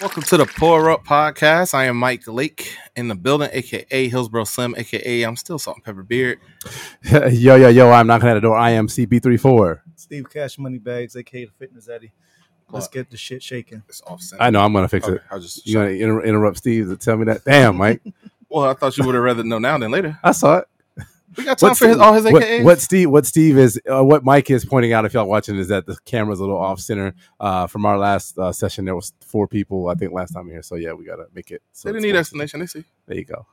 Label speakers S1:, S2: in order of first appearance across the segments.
S1: Welcome to the Pour Up Podcast. I am Mike Lake in the building, aka Hillsborough Slim, aka I'm still Salt and Pepper Beard.
S2: yo, yo, yo, I'm knocking at the door. I am CB34.
S3: Steve Cash Money Bags, aka the Fitness Eddie. Let's get the shit shaking.
S1: It's off center.
S2: I know I'm going to fix
S1: Okay,
S2: it.
S1: I just,
S2: You're going to inter- interrupt Steve to tell me that? Damn, Mike.
S1: well, I thought you would have rather know now than later.
S2: I saw it.
S1: We got time for his,
S2: Steve-
S1: all his
S2: what-
S1: AKAs.
S2: What, Steve? What Steve is? Uh, what Mike is pointing out, if y'all watching, is that the camera's a little off center. Uh, from our last uh, session, there was four people, I think, last time here. So yeah, we gotta make it. So
S1: they didn't
S2: it's
S1: need
S2: more-
S1: explanation. They see.
S2: There you go.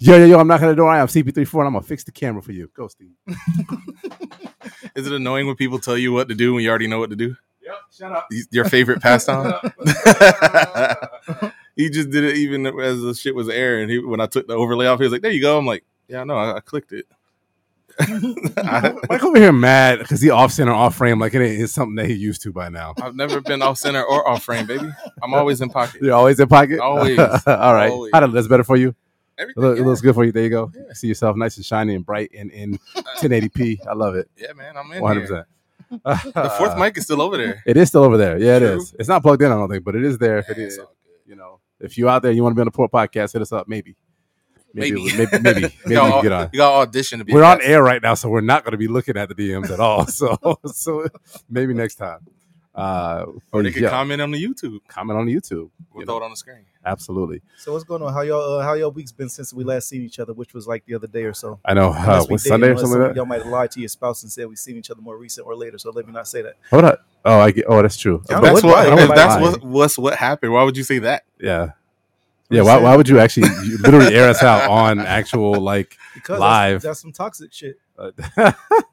S2: Yo, yo, yo! I'm knocking at the door. I am CP34, and I'm gonna fix the camera for you. Go, Steve.
S1: Is it annoying when people tell you what to do when you already know what to do?
S2: Yep. Shut up.
S1: Your favorite pastime? he just did it even as the shit was airing. He, when I took the overlay off, he was like, there you go. I'm like, yeah, I know. I, I clicked it. I,
S2: Mike over here mad because he off center, off frame. Like it is something that he used to by now.
S1: I've never been off center or off frame, baby. I'm always in pocket.
S2: You're always in pocket.
S1: Always.
S2: All right.
S1: Always.
S2: How that's better for you. It,
S1: Everything,
S2: look, it
S1: yeah.
S2: looks good for you. There you go.
S1: Yeah.
S2: See yourself nice and shiny and bright and in 1080p. I love it.
S1: Yeah, man, I'm in
S2: One hundred
S1: here.
S2: percent.
S1: The
S2: Uh,
S1: fourth mic is still over there.
S2: It is still over there. Yeah, it
S1: True.
S2: is. It's not plugged in. I don't think, but it is there. If it
S1: Yeah,
S2: is,
S1: it's all good.
S2: you know, if you out there, you want to be on the Port Podcast, hit us up. Maybe.
S1: Maybe.
S2: Maybe. Maybe. Maybe, maybe we
S1: you,
S2: can
S1: got,
S2: get on.
S1: you got audition to be. a
S2: We're on
S1: guest.
S2: air right now, so we're not going to be looking at the DMs at all. So, so maybe next time. Uh,
S1: Or they can
S2: yeah,
S1: comment on the YouTube.
S2: comment on YouTube.
S1: We'll
S2: You
S1: throw it on the screen.
S2: Absolutely.
S3: So what's going on? How y'all? Uh, how y'all weeks been since we last seen each other, which was like the other day or so?
S2: I know.
S3: Unless
S2: Uh,
S3: we
S2: was
S3: didn't,
S2: Sunday or
S3: unless
S2: something like that?
S3: Y'all might have lied to your spouse and said we seen each other more recent or later. So let me not say that.
S2: Hold up. Oh, I get. Oh, that's true.
S3: Yeah, I don't
S1: That's
S3: know
S1: what.
S3: what-
S1: If
S3: why-
S1: that's
S2: why?
S1: what. What's what happened? Why would you say that?
S2: yeah. Yeah.
S3: I'm
S2: Why,
S3: saying-
S2: why would you actually you literally air us out on actual like
S3: Because
S2: Live.
S3: That's, that's some toxic shit.
S2: uh,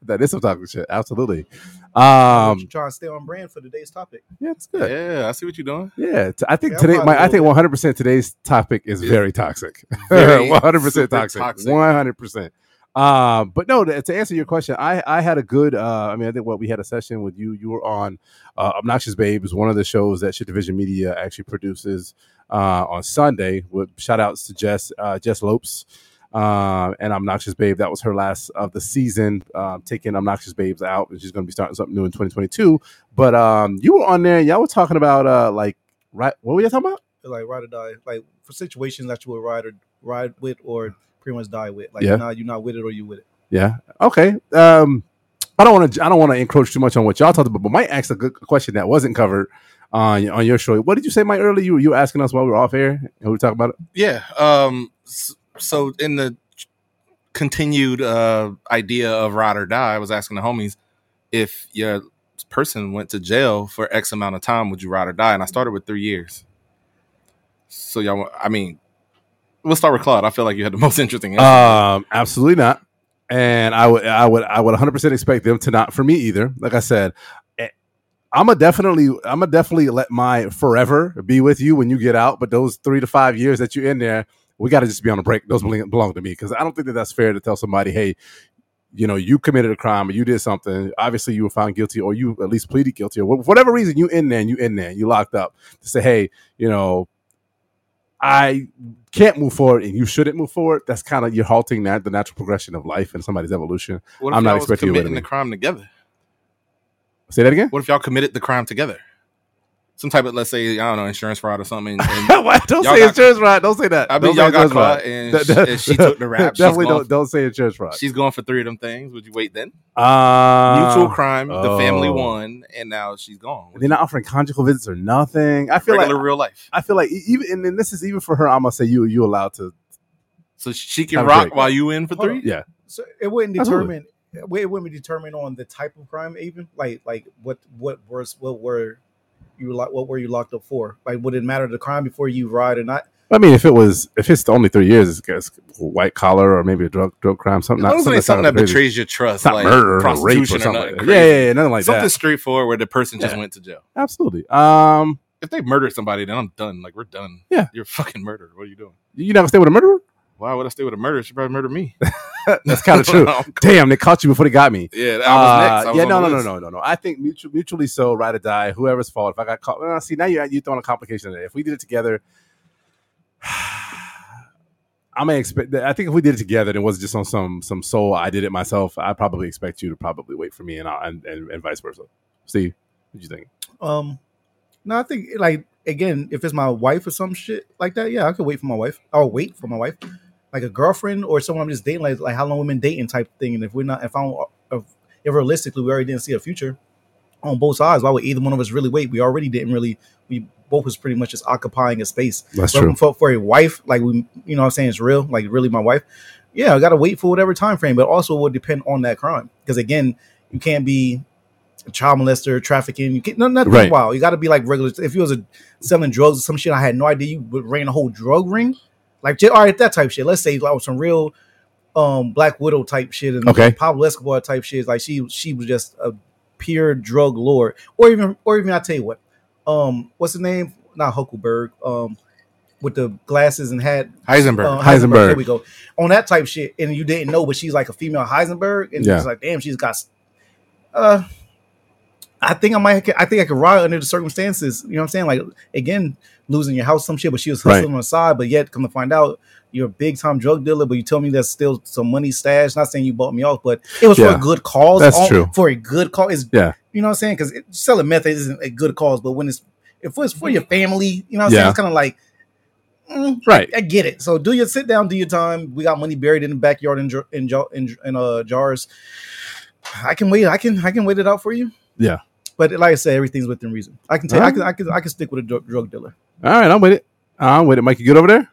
S2: that is some toxic shit? Absolutely.
S3: Um,
S2: Um.
S3: trying to stay on brand for today's topic.
S2: Yeah, it's good.
S1: Yeah, I see what you're doing.
S2: Yeah, t- I think
S3: Yeah, I'm
S2: today.
S3: not
S2: My, I
S3: doing
S2: think
S3: it.
S2: 100 percent today's topic is
S1: Is
S2: very toxic.
S1: very
S2: 100 percent
S1: super
S2: toxic.
S1: toxic.
S2: 100 percent. Um, but no, to, to answer your question, I I had a good. Uh, I mean, I think what we had a session with you. You were on uh, Obnoxious Babe is one of the shows that Shit Division Media actually produces uh, on Sunday. With shout outs to Jess uh, Jess Lopes. Um, and Obnoxious Babe, that was her last of the season, um, taking Obnoxious Babes out, and she's going to be starting something new in 2022. But um, you were on there, and y'all were talking about uh, like right. What were you talking about?
S3: Like ride or die. Like for situations that you would ride or ride with or pretty much die with. Like
S2: Yeah.
S3: nah, you're not with it or you with it.
S2: Yeah. Okay. Um, I don't want to. I don't want to encroach too much on what y'all talked about, but Mike asked a good question that wasn't covered on on your show. What did you say, Mike? Earlier, you were you were asking us while we were off air, and we were talking about it.
S1: Yeah. Um. s- So in the continued uh idea of ride or die, I was asking the homies if your person went to jail for X amount of time, would you ride or die? And I started with three years. So y'all, wa- I mean, we'll start with Claude. I feel like you had the most interesting. answer.
S2: Um, absolutely not. And I would, I would, I would 100 percent expect them to not for me either. Like I said, I'm a definitely, I'm a definitely let my forever be with you when you get out. But those three to five years that you're in there, we got to just be on a break. Those belong, belong to me because I don't think that that's fair to tell somebody, hey, you know, you committed a crime or you did something. Obviously, you were found guilty or you at least pleaded guilty or wh- whatever reason you in there and you in there and you locked up to say, hey, you know, I can't move forward and you shouldn't move forward. That's kind of you're halting that the natural progression of life and somebody's evolution.
S1: What if
S2: I'm not
S1: y'all was
S2: expecting you to
S1: committing
S2: win
S1: the
S2: me.
S1: crime together?
S2: Say that again.
S1: What if y'all committed the crime together? Some type of let's say I don't know insurance fraud or something. And, and-
S2: What? don't
S1: Y'all
S2: say
S1: got-
S2: insurance fraud. Don't say that.
S1: I mean
S2: Don't say
S1: y'all got
S2: insurance fraud.
S1: caught and,
S2: That-
S1: sh-
S2: that-
S1: and she took the rap. She's
S2: Definitely
S1: going,
S2: don't don't say insurance fraud.
S1: she's going for three of them things. Would you wait then?
S2: Uh,
S1: Mutual crime. The family
S2: oh.
S1: won, and now she's gone.
S2: They're not offering conjugal visits or nothing. I feel
S1: Regular
S2: like
S1: real life.
S2: I feel like e- even and then this is even for her. I'm gonna say you you allowed to.
S1: So she can
S2: Have a
S1: rock
S2: break.
S1: while you in for
S3: Hold
S1: three.
S3: on.
S2: Yeah.
S3: So it wouldn't
S2: Absolutely.
S3: determine. It wouldn't be determined on the type of crime, even like like what what was what were you like what were you locked up for? Like would it matter the crime before you ride or not?
S2: I mean, if it was if it's only three years, it's, it's white collar or maybe a drug drug crime something.
S1: As long as it ain't something that
S2: betrays
S1: betrays your trust,
S2: it's not
S1: like
S2: murder or rape or
S1: prostitution or,
S2: something.
S1: nothing.
S2: Like that.
S1: crazy.
S2: yeah, yeah, yeah, nothing like
S1: something
S2: that.
S1: straightforward where the person just
S2: Yeah.
S1: went to jail.
S2: Absolutely. Um,
S1: If they murdered somebody, then I'm done. Like we're done.
S2: Yeah.
S1: you're a fucking murdered. What are you doing?
S2: you never stay with a murderer.
S1: Why would I stay with a murderer? She probably murdered me.
S2: That's kind of true. Damn, they caught you before they got me.
S1: Yeah, I was next. I
S2: Uh,
S1: was
S2: yeah,
S1: on the
S2: no, no, no,
S1: list.
S2: no, no, no. I think mutual, mutually so, ride or die, whoever's fault. If I got caught, well, see, now you're, you're throwing a complication in there. If we did it together, I'm gonna expect. I think if we did it together, and it wasn't just on some some soul. I did it myself. I probably expect you to probably wait for me, and I, and, and and vice versa. Steve, what you think?
S3: Um, no, I think like again, if it's my wife or some shit like that, yeah, I could wait for my wife. I'll wait for my wife, like a girlfriend or someone I'm just dating, like, like how long women dating type thing. And if we're not, if I don't, uh, if, if realistically we already didn't see a future on both sides, why would either one of us really wait? We already didn't really. We both was pretty much just occupying a space.
S2: That's
S3: But
S2: true.
S3: for, for a wife, like we, you know, what I'm saying it's real, like really my wife. Yeah, I gotta wait for whatever time frame, but also it would depend on that crime because again, you can't be a child molester, trafficking. You can't no, nothing
S2: Right.
S3: wild. You got to be like regular. If you was a, selling drugs or some shit, I had no idea you would ran a whole drug ring. Like j- all right, that type shit. Let's say like some real um Black Widow type shit and
S2: Okay.
S3: Pablo Escobar type shit. Like she she was just a pure drug lord, or even or even I tell you what, um, what's the name? Not Huckleberg. Um, with the glasses and hat
S1: Heisenberg.
S3: uh,
S2: Heisenberg.
S3: There we go. On that type shit, and you didn't know, but she's like a female Heisenberg, and
S2: Yeah.
S3: it's like, damn, she's got. s- Uh, I think I might. I think I could ride under the circumstances. You know what I'm saying? Like again, losing your house, some shit, but she was hustling on the side. But yet, come to find out, you're a big time drug dealer. But you tell me there's still some money stashed. Not saying you bought me off, but it was for
S2: Yeah.
S3: a good cause.
S2: That's
S3: on-
S2: true.
S3: For a good cause. It's,
S2: Yeah.
S3: You know what I'm saying? Because selling meth isn't a good cause, but when it's if it's for your family, you know what I'm
S2: Yeah.
S3: saying? It's kind of like. mm,
S2: Right.
S3: I get it. So do your sit down, do your time. We got money buried in the backyard in jar- in, jar- in, in uh, jars. I can wait. I can I can wait it out for you.
S2: Yeah.
S3: But like I said, everything's within reason. I can take. I can. I can. I can stick with a dr- drug dealer.
S2: All right, I'm with it. I'm with it. Mike, you good over there?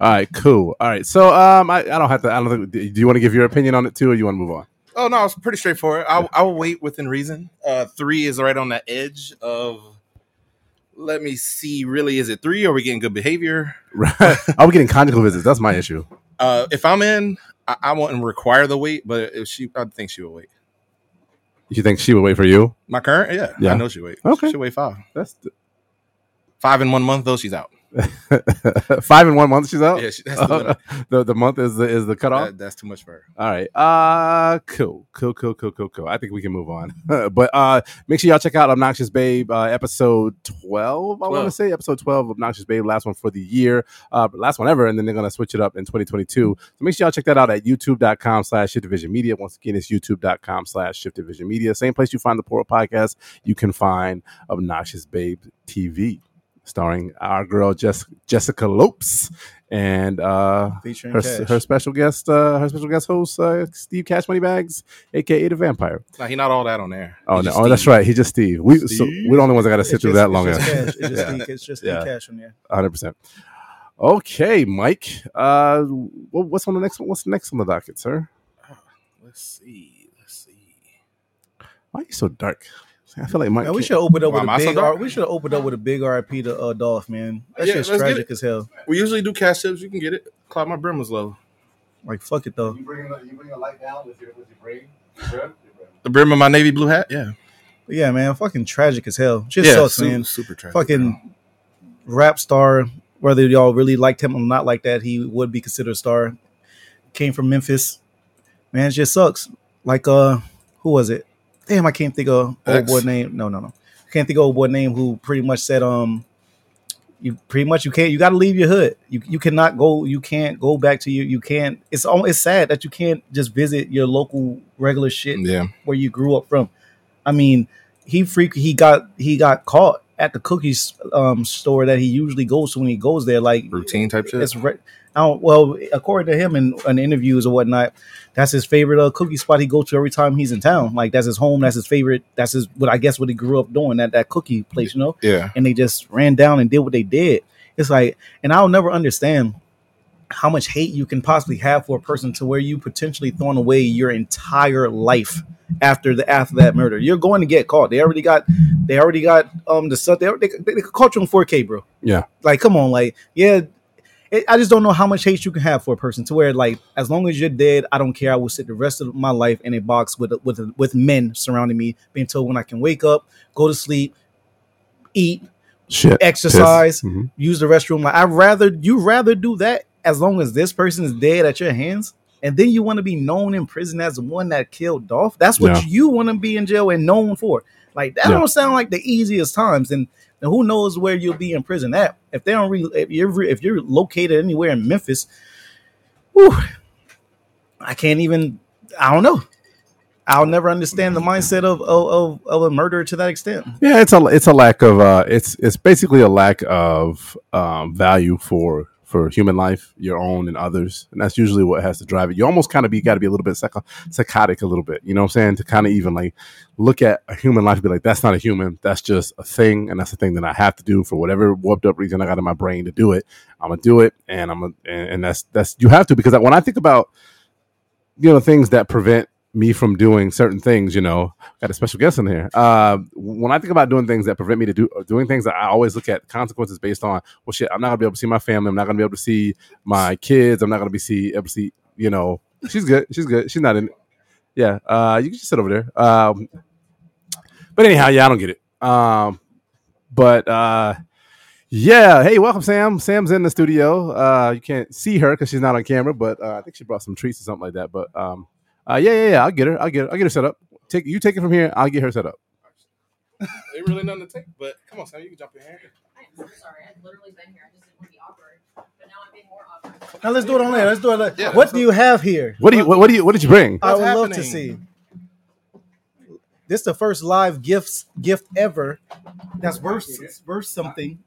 S2: All right, cool. All right, so um, I, I don't have to. I don't think. Do you want to give your opinion on it too, or you want to move on?
S1: Oh no, it's pretty straightforward. I I will wait within reason. Uh, three is right on the edge of. Let me see. Really, is it three? Are we getting good behavior?
S2: Right? Are we getting conjugal visits? That's my issue.
S1: Uh, if I'm in, I, I wouldn't require the wait, but if she, I think she would wait.
S2: You think she would wait for you?
S1: My current, yeah,
S2: Yeah.
S1: I know she would wait.
S2: Okay.
S1: she wait five,
S2: That's
S1: five in one month though. She's out.
S2: five in one month. She's out.
S1: Yeah, she, that's the limit.
S2: the the month is the is the cutoff.
S1: That- that's too much for her.
S2: All right. Uh cool. Cool, cool, cool, cool, cool. I think we can move on. but uh make sure y'all check out Obnoxious Babe uh episode 12, I want to
S1: 12.
S2: say. Episode 12 Obnoxious Babe, last one for the year. Uh last one ever, and then they're gonna switch it up in 2022. So make sure y'all check that out at youtube.com slash shift division media. Once again, it's youtube.com slash shift division media. Same place you find the Poro podcast, you can find Obnoxious Babe TV, starring our girl Jess- Jessica Lopes and uh
S3: Featuring
S2: her,
S3: cash.
S2: her special guest, uh, her special guest host, uh, Steve Cash Moneybags, aka the Vampire.
S1: Now he not all that on there.
S2: Oh
S1: He
S2: no,
S1: just
S2: oh that's
S1: Steve.
S2: right, he just Steve. We so
S1: Steve?
S2: we're the only ones that got to
S3: It's
S2: sit through
S3: just-
S2: that long.
S3: It's just
S2: One
S3: cash. It's just,
S2: Yeah.
S3: the- it's just
S2: Yeah.
S3: the cash from there.
S2: hundred percent. Okay, Mike. Uh, wh- what's on the next one? What's next on the docket, sir?
S1: Let's see. Let's see.
S2: Why are you so dark? I feel like Mike.
S3: Man, we
S2: can't-
S3: should open up
S1: Why
S3: with
S1: am
S3: a
S1: I so
S3: big.
S1: dark?
S3: R- we should open up with a big RIP to uh, Dolph. Man, that
S1: Yeah,
S3: shit's
S1: let's get
S3: tragic as hell.
S1: We usually do cash tips. You can get it. Cloud my brim was low.
S3: Like fuck it though.
S4: You bring a, you bring a light down with your with your brain. Your brain, your brain.
S1: The brim of my navy blue hat. Yeah.
S3: But yeah, man, fucking tragic as hell. Just
S1: yeah.
S3: sucks,
S1: su-
S3: man.
S1: Super trash.
S3: fucking rap star, whether y'all really liked him or not like that, he would be considered a star. Came from Memphis. Man, it just sucks. Like uh who was it? Damn, I can't think of old
S1: X.
S3: boy name. No, no, no. Can't think of old boy name who pretty much said um you pretty much you can't you gotta leave your hood. You you cannot go you can't go back to your you can't it's all it's sad that you can't just visit your local regular shit
S1: Yeah.
S3: where you grew up from. I mean, he freak he got he got caught at the cookie um, store that he usually goes to when he goes there. Like
S1: Routine type shit.
S3: it's re- I don't, well, according to him in, in interviews or whatnot, that's his favorite uh, cookie spot he goes to every time he's in town. Like that's his home, that's his favorite, that's his what I guess what he grew up doing at that cookie place, you know
S1: yeah.
S3: and they just ran down and did what they did. It's like, and I'll never understand how much hate you can possibly have for a person to where you potentially throwing away your entire life after the after that murder. You're going to get caught. They already got, they already got um the stuff. They they, they, they could caught you on 4K, bro.
S2: Yeah.
S3: Like, come on, like, yeah. It, I just don't know how much hate you can have for a person to where like as long as you're dead, I don't care. I will sit the rest of my life in a box with with with men surrounding me, being told when I can wake up, go to sleep, eat,
S2: shit.
S3: exercise,
S2: Piss. Mhm.
S3: use the restroom. Like I rather you rather do that as long as this person is dead at your hands, and then you want to be known in prison as the one that killed Dolph. That's what
S2: Yeah.
S3: you want to be in jail and known for. Like that
S2: Yeah.
S3: don't sound like the easiest times, and, and who knows where you'll be in prison at if they don't. Re- if you're re- if you're located anywhere in Memphis, whew, I can't even. I don't know. I'll never understand the mindset of of, of, of a murderer to that extent.
S2: Yeah, it's a it's a lack of uh, it's it's basically a lack of um, value for for human life, your own and others, and that's usually what has to drive it. You almost kind of be got to be a little bit psycho- psychotic, a little bit, you know what I'm saying, to kind of even like look at a human life and be like, that's not a human, that's just a thing, and that's the thing that I have to do for whatever warped up reason I got in my brain to do it. I'm gonna do it, and I'm gonna, and, and that's that's you have to because when I think about you know things that prevent me from doing certain things, you know, got a special guest in here. Uh, when I think about doing things that prevent me to do doing things, I always look at consequences based on well, shit. I'm not gonna be able to see my family. I'm not gonna be able to see my kids. I'm not gonna be see able to see. You know, she's good. She's good. She's not in. Yeah. Uh, you can just sit over there. Um, but anyhow, yeah, I don't get it. Um, but uh, yeah. Hey, welcome, Sam. Sam's in the studio. Uh, you can't see her because she's not on camera, but uh, I think she brought some treats or something like that. But um, uh, yeah, yeah, yeah. I'll get her. I'll get. Her. I'll get her set up. Take you take it from here. I'll get her set up.
S1: Ain't really nothing to take, but come on, Sam, you can jump in here.
S5: I am so sorry. I've literally been here. I just didn't want to be awkward. But now I'm being more awkward.
S3: Now let's do it on there. Let's do it. Like,
S1: Yeah,
S3: what
S1: that's
S3: do you have here?
S2: What do you? What, what do you? What did you bring?
S3: I
S1: What's
S3: would love to see.
S1: happening?
S3: This the first live gifts gift ever that's worth worth something.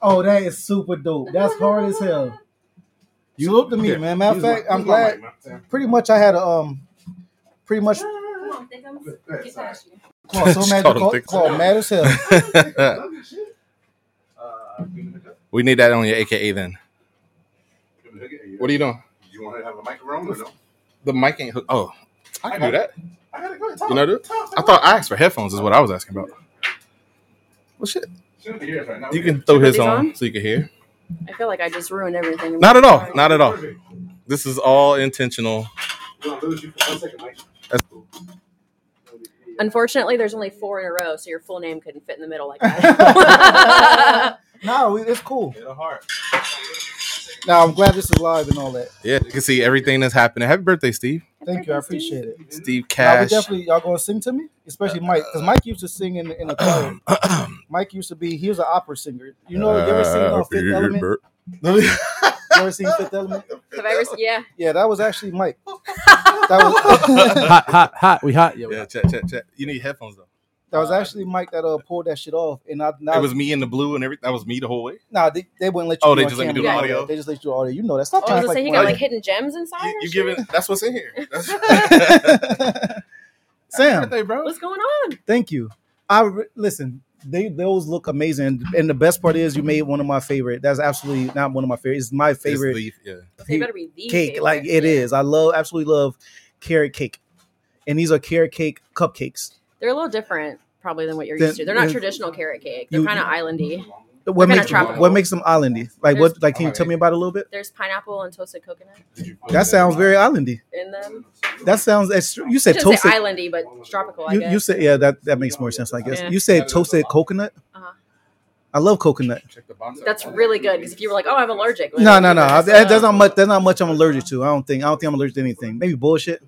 S3: Oh, that is super dope. That's hard as hell. You looked at me,
S2: Here,
S3: man. Matter of
S2: use my-
S3: fact, I'm
S2: use my
S3: glad.
S2: mic, man. Sam.
S3: Pretty much, I had a um, pretty much
S5: Come on, think I'm get past you.
S3: claw so
S1: Just
S3: mad,
S1: call them
S3: claw,
S1: thick.
S3: claw mad as hell.
S4: Uh, give me the hiccup.
S1: we need that on your AKA then.
S4: Give me the hiccup.
S1: What are you doing?
S4: You want to have a microphone or no?
S1: The mic ain't. hooked- Oh, I can do that.
S4: I gotta go ahead. Talk.
S1: You know that?
S4: Talk, talk,
S1: I thought I asked for headphones. Is what I was asking about. Well, shit.
S4: Shouldn't be here right now.
S1: You can throw his
S5: These
S1: on
S5: on?
S1: so you can hear.
S5: I feel like I just ruined everything.
S1: Not at all. Not at all. This is all intentional.
S4: We're gonna lose you for one second, Mike.
S1: That's
S4: cool.
S5: Unfortunately, there's only four in a row, so your full name couldn't fit in the middle like that.
S3: No, we- it's cool.
S1: Little heart.
S3: Now I'm glad this is live and all that.
S1: Yeah, you can see everything that's happening. Happy birthday, Steve.
S3: Thank you, I appreciate it.
S1: Steve
S3: Now, we
S1: Cash.
S3: definitely y'all gonna sing to me, especially Mike, because Mike used to sing in the, in the choir. Mike used to be he was an opera singer. You know,
S1: Uh,
S3: you ever seen on Fifth
S1: Happy
S3: Element? You
S1: bir-
S3: ever seen Fifth Element?
S5: Have I ever seen? Yeah.
S3: Yeah, that was actually Mike. That was
S2: hot, hot, hot. We hot. Yeah. we
S1: Yeah,
S2: hot.
S1: check, check, check. You need headphones though.
S3: that was actually Mike that uh pulled that shit off, and I now
S1: It was me in the blue and everything. That was me the whole way.
S3: nah, they, they wouldn't let you.
S1: Oh,
S3: do
S1: they
S3: on
S1: just let me do
S3: camera.
S5: the
S3: Yeah,
S1: audio?
S3: They just let you do audio. You know that. Stop
S5: Oh, I
S3: trying to
S5: was gonna say
S3: act
S5: you
S3: like
S5: got
S3: one-
S5: like hidden gems inside.
S1: You,
S5: or
S1: you
S5: shit?
S1: giving? That's what's in here. That's Happy
S3: Sam,
S1: birthday, bro.
S5: What's going on?
S3: thank you. I re- listen. They those look amazing, and the best part is you made one of my favorite. That's absolutely not one of my favorite. It's my
S1: It's
S3: favorite.
S1: the- yeah.
S5: They better be the
S3: cake. Like it is. I love absolutely love carrot cake. And these are carrot cake cupcakes.
S5: They're a little different probably than what you're
S3: Then-
S5: used to. They're not
S3: yeah.
S5: traditional carrot cake. They're
S3: You-
S5: kind of islandy.
S3: What
S5: kinda
S3: makes
S5: tropical.
S3: what makes them islandy? Like what
S5: There's-
S3: like can you tell me about it a little bit?
S5: There's pineapple and toasted coconut
S3: That sounds very islandy.
S5: in them.
S3: That sounds extr- you
S5: I
S3: said
S5: shouldn't say
S3: toasted
S5: islandy, but tropical. I
S3: you,
S5: guess.
S3: you said yeah, that, that makes more sense, I guess.
S5: Yeah.
S3: You said toasted coconut.
S5: Uh-huh.
S3: I love coconut.
S1: Check the box.
S5: That's really good because if you were like, "Oh, I'm allergic," like,
S3: No, no, no. I-
S5: that's,
S3: That, that's
S5: uh,
S3: not much that's not much I'm allergic to. I don't think I don't think I'm allergic to anything. Maybe bullshit.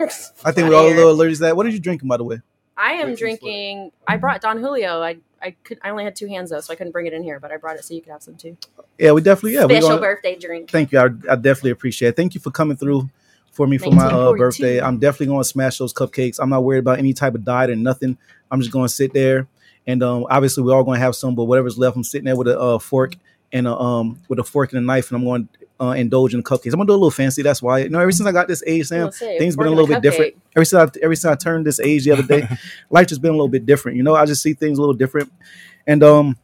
S3: I think
S5: Outta
S3: we're all a
S5: here.
S3: little allergic to that. What are you drinking by the way?
S5: I am
S1: Which is
S5: drinking. I brought Don Julio. I I could. I only had two hands though, so I couldn't bring it in here. But I brought it so you could have some too.
S3: Yeah, we definitely yeah, we're
S5: Special
S3: gonna,
S5: birthday drink.
S3: thank you. I, I definitely appreciate it. Thank you for coming through for me for my uh,
S5: 1942.
S3: birthday. I'm definitely going to smash those cupcakes. I'm not worried about any type of diet or nothing. I'm just going to sit there. And um, obviously, we're all going to have some, but whatever's left, I'm sitting there with a uh, fork and a, um, with a fork and a knife, and I'm going to uh, indulge in the cupcakes. I'm going to do a little fancy. That's why. You know, ever since I got this age, Sam,
S5: Let's say,
S3: things been a
S5: fork
S3: little
S5: and
S3: bit different.
S5: cupcake.
S3: Ever since I, ever since I turned this age the other day, life just been a little bit different. You know, I just see things a little different, and um,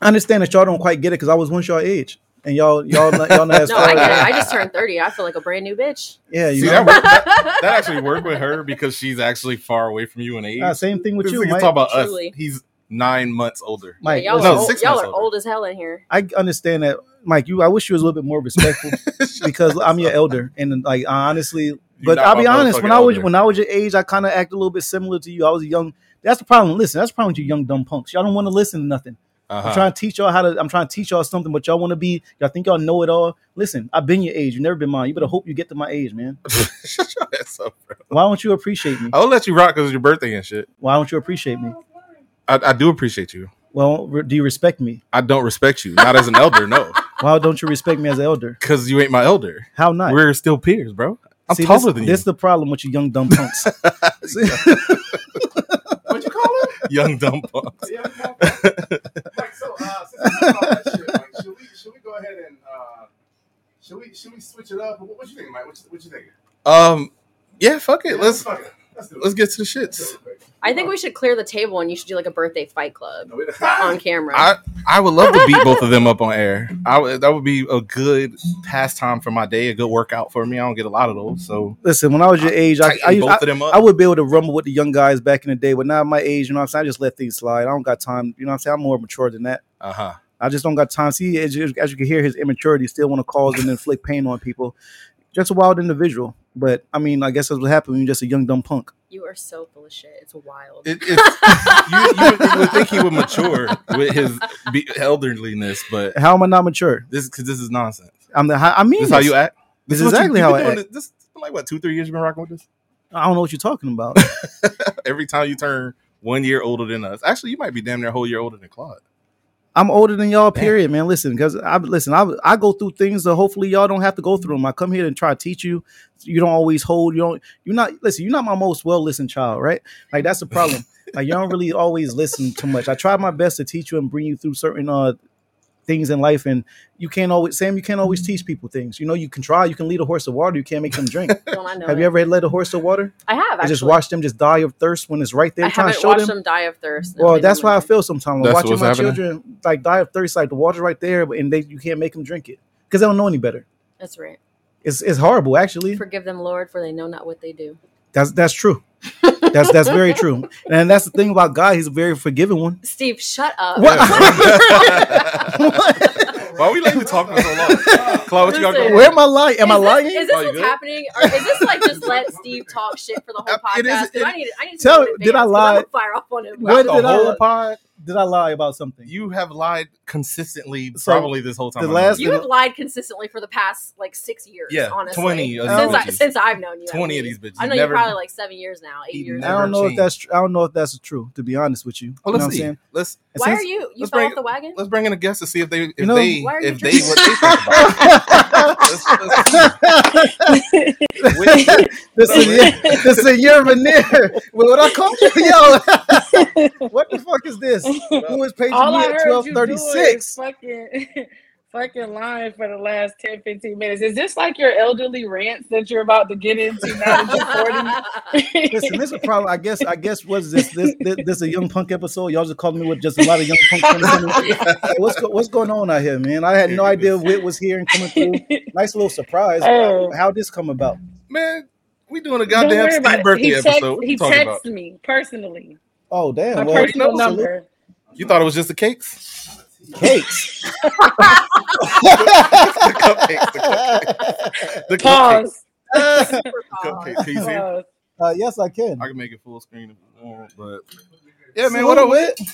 S3: I understand that y'all don't quite get it because I was once y'all age, and y'all y'all not, y'all not as
S5: No,
S3: far
S5: I get it.
S3: as-
S5: I just turned thirty. I feel like a brand new bitch.
S3: yeah, you
S1: See,
S3: know,
S1: that, worked, that, that actually worked with her because she's actually far away from you in age.
S3: Nah, same thing with
S1: this
S3: you,
S1: nigga's
S3: Mike.
S1: talking about us.
S5: Truly.
S1: He's nine months older.
S3: Mike,
S5: y'all
S1: No,
S5: are, old,
S1: six
S5: y'all
S1: months
S5: are
S1: older.
S5: old as hell in here.
S3: I understand that, Mike. You, I wish you was a little bit more respectful because I'm your elder, and like I honestly,
S1: You're
S3: but
S1: not
S3: I'll be
S1: my
S3: honest.
S1: motherfucking
S3: When I was
S1: elder.
S3: when I was your age, I kind of acted a little bit similar to you. I was a young. That's the problem. Listen, that's the problem with you young dumb punks. Y'all don't want to listen to nothing.
S1: Uh-huh.
S3: I'm trying to teach y'all how to. I'm trying to teach y'all something, but y'all want to be. Y'all think y'all know it all. Listen, I've been your age. You've never been mine. You better hope you get to my age, man.
S1: Shut your ass up, bro.
S3: Why don't you appreciate me?
S1: I'll let you rock because it's your birthday and shit.
S3: Why don't you appreciate me?
S1: I, I do appreciate you.
S3: Well, re- do you respect me?
S1: I don't respect you. Not as an elder, no.
S3: Why don't you respect me as an elder?
S1: Because you ain't my elder.
S3: How not?
S1: We're still peers, bro. I'm
S3: See,
S1: taller
S3: this,
S1: than
S3: This
S1: you.
S3: the problem with you young dumb punks.
S4: What you call it?
S1: Young dumb punk.
S4: Yeah, you know, like so. Uh, since we talking about that shit, like, should we should we go ahead and uh, should we should we switch it up? What, what you think, Mike? What you, what you think?
S1: Um, yeah, fuck it.
S4: Yeah,
S1: Let's
S4: fuck it. let's do it.
S1: let's get to the
S4: Let's do it
S1: shits.
S4: real quick.
S5: I think we should clear the table and you should do like a birthday fight club
S4: No, we don't-
S5: on camera.
S1: I I would love to beat both of them up on air. I would that would be a good pastime for my day, a good workout for me. I don't get a lot of those, so
S3: Listen, when I was your age, I,
S1: tighten
S3: I,
S1: both
S3: I,
S1: of them up.
S3: I would be able to rumble with the young guys back in the day, but now at my age, you know what I'm saying? I just let things slide. I don't got time. You know what I'm saying? I'm more mature than that.
S1: uh huh.
S3: I just don't got time. See, as you, as you can hear, his immaturity still want to cause and inflict pain on people. Just a wild individual. But I mean, I guess that's what happened when you're just a young dumb punk.
S5: you are so full of shit. It's wild.
S1: It, it's, you, you, would- you would think he would mature with his be- elderliness, but
S3: How am I not mature?
S1: this because this is nonsense.
S3: I'm the. I mean,
S1: This is how you act.
S3: This
S1: is
S3: is
S1: what
S3: exactly how
S1: been
S3: I
S1: doing This, this- like what two three years you've been rocking with this.
S3: I don't know what you're talking about.
S1: Every time you turn one year older than us, actually you might be damn near a whole year older than Claude.
S3: I'm older than y'all. Period, man. Listen, because I listen. I, I go through things that hopefully y'all don't have to go through them. I come here and try to teach you. You don't always hold. You don't. You're not. Listen. You're not my most well listened child, right? Like that's the problem. like you don't really always listen too much. I try my best to teach you and bring you through certain uh things in life, and you can't always. Sam, you can't
S5: Mm-hmm.
S3: always teach people things. You know, you can try. You can lead a horse to water. You can't make them drink.
S5: Don't I know?
S3: have you
S5: it?
S3: ever led a horse to water?
S5: I have.
S3: I
S5: Actually.
S3: just watched them just die of thirst when it's right there.
S5: I
S3: trying
S5: haven't
S3: to show
S5: watched
S3: them.
S5: them die of thirst. No,
S3: Well,
S5: they
S3: that's
S5: don't
S3: why I
S5: like-
S3: feel sometimes
S1: That's
S3: watching
S1: what's
S3: my
S1: happening?
S3: children like die of thirst. Like the water's right there, but and they you can't make them drink it because they don't know any better.
S5: That's right.
S3: It's it's horrible, actually.
S5: Forgive them, Lord, for they know not what they do.
S3: That's that's true. That's that's very true. And that's the thing about God; He's a very forgiving one.
S5: Steve, shut up.
S3: What?
S1: Why are we letting you talk for so long, Claude? What you got
S5: Listen.
S1: going?
S3: Where am I lying? Am I
S5: is
S3: lying?
S5: This, is
S1: Are
S5: this
S1: you
S5: what's
S1: good?
S5: happening? Or is this like just let Steve talk shit for the whole
S1: Uh, it is-
S5: podcast? 'Cause
S1: it-
S5: I need to, I need to
S3: Tell-
S5: know in
S3: did I
S5: advance, 'cause I'm
S3: lie?
S5: gonna fire off on him.
S3: Where did
S1: The
S3: I
S1: whole
S3: pod? Did I lie about something?
S1: You have lied consistently,
S3: So,
S1: probably this whole time.
S3: the
S1: I've known
S3: last-
S5: You have lied consistently for the past like six years.
S1: Yeah,
S5: honestly.
S1: 20 of
S3: these
S5: since, I,
S1: bitches.
S5: since I've known you. at
S1: 20 of
S5: least.
S1: these bitches.
S5: I know
S1: Never-
S5: you probably like seven years now, eight
S1: He
S5: years.
S3: I don't
S1: never
S5: now.
S3: know if
S1: changed.
S3: that's tr- I don't know if that's true. To be honest with you,
S1: Oh,
S3: you know
S1: let's
S3: what I'm
S1: see.
S3: saying?
S1: let's
S3: And
S5: Why
S3: since-
S5: are you? You
S1: let's
S5: fell
S1: bring-
S5: off the wagon?
S1: let's bring in a guest to see if they if
S3: You know,
S1: they
S5: why are you
S1: if they
S5: drinking?
S1: what they think about. it. Let's- let's see. Which-
S3: This is this is a year veneer. Well, what I call yo? what the fuck is this? Who is paging
S6: All
S3: me
S6: I
S3: at
S6: heard
S3: twelve
S6: you
S3: thirty
S6: doing is
S3: six?
S6: fucking, fucking lying for the last 10, 15 minutes. Is this like your elderly rants that you're about to get into now that you're 40?
S3: Listen, this is a problem. I guess. I guess was this this this, this a young punk episode? Y'all just calling me with just a lot of young punk. coming through. What's go- what's going on out here, man? I had no idea Wit was here and coming through. Nice little surprise.
S6: Oh.
S3: How this come about?
S1: man, we doing a
S6: Don't
S1: goddamn
S6: worry about
S1: Steve
S6: it.
S1: birthday
S6: he text-
S1: episode. What
S6: he
S1: you talking about?
S6: texts me personally.
S3: Oh
S6: My
S3: damn! Well,
S6: personal
S1: knows.
S6: number.
S1: You thought it was just the cakes?
S3: cakes.
S1: The cupcakes. The, cup- the cupcakes.
S6: Pause.
S1: Cupcakes. Can you see? it?
S6: Pause.
S3: Uh, yes, I can.
S1: I can make it full screen if you want, but yeah, man.
S3: Salute,
S1: What up? With?
S3: Wit?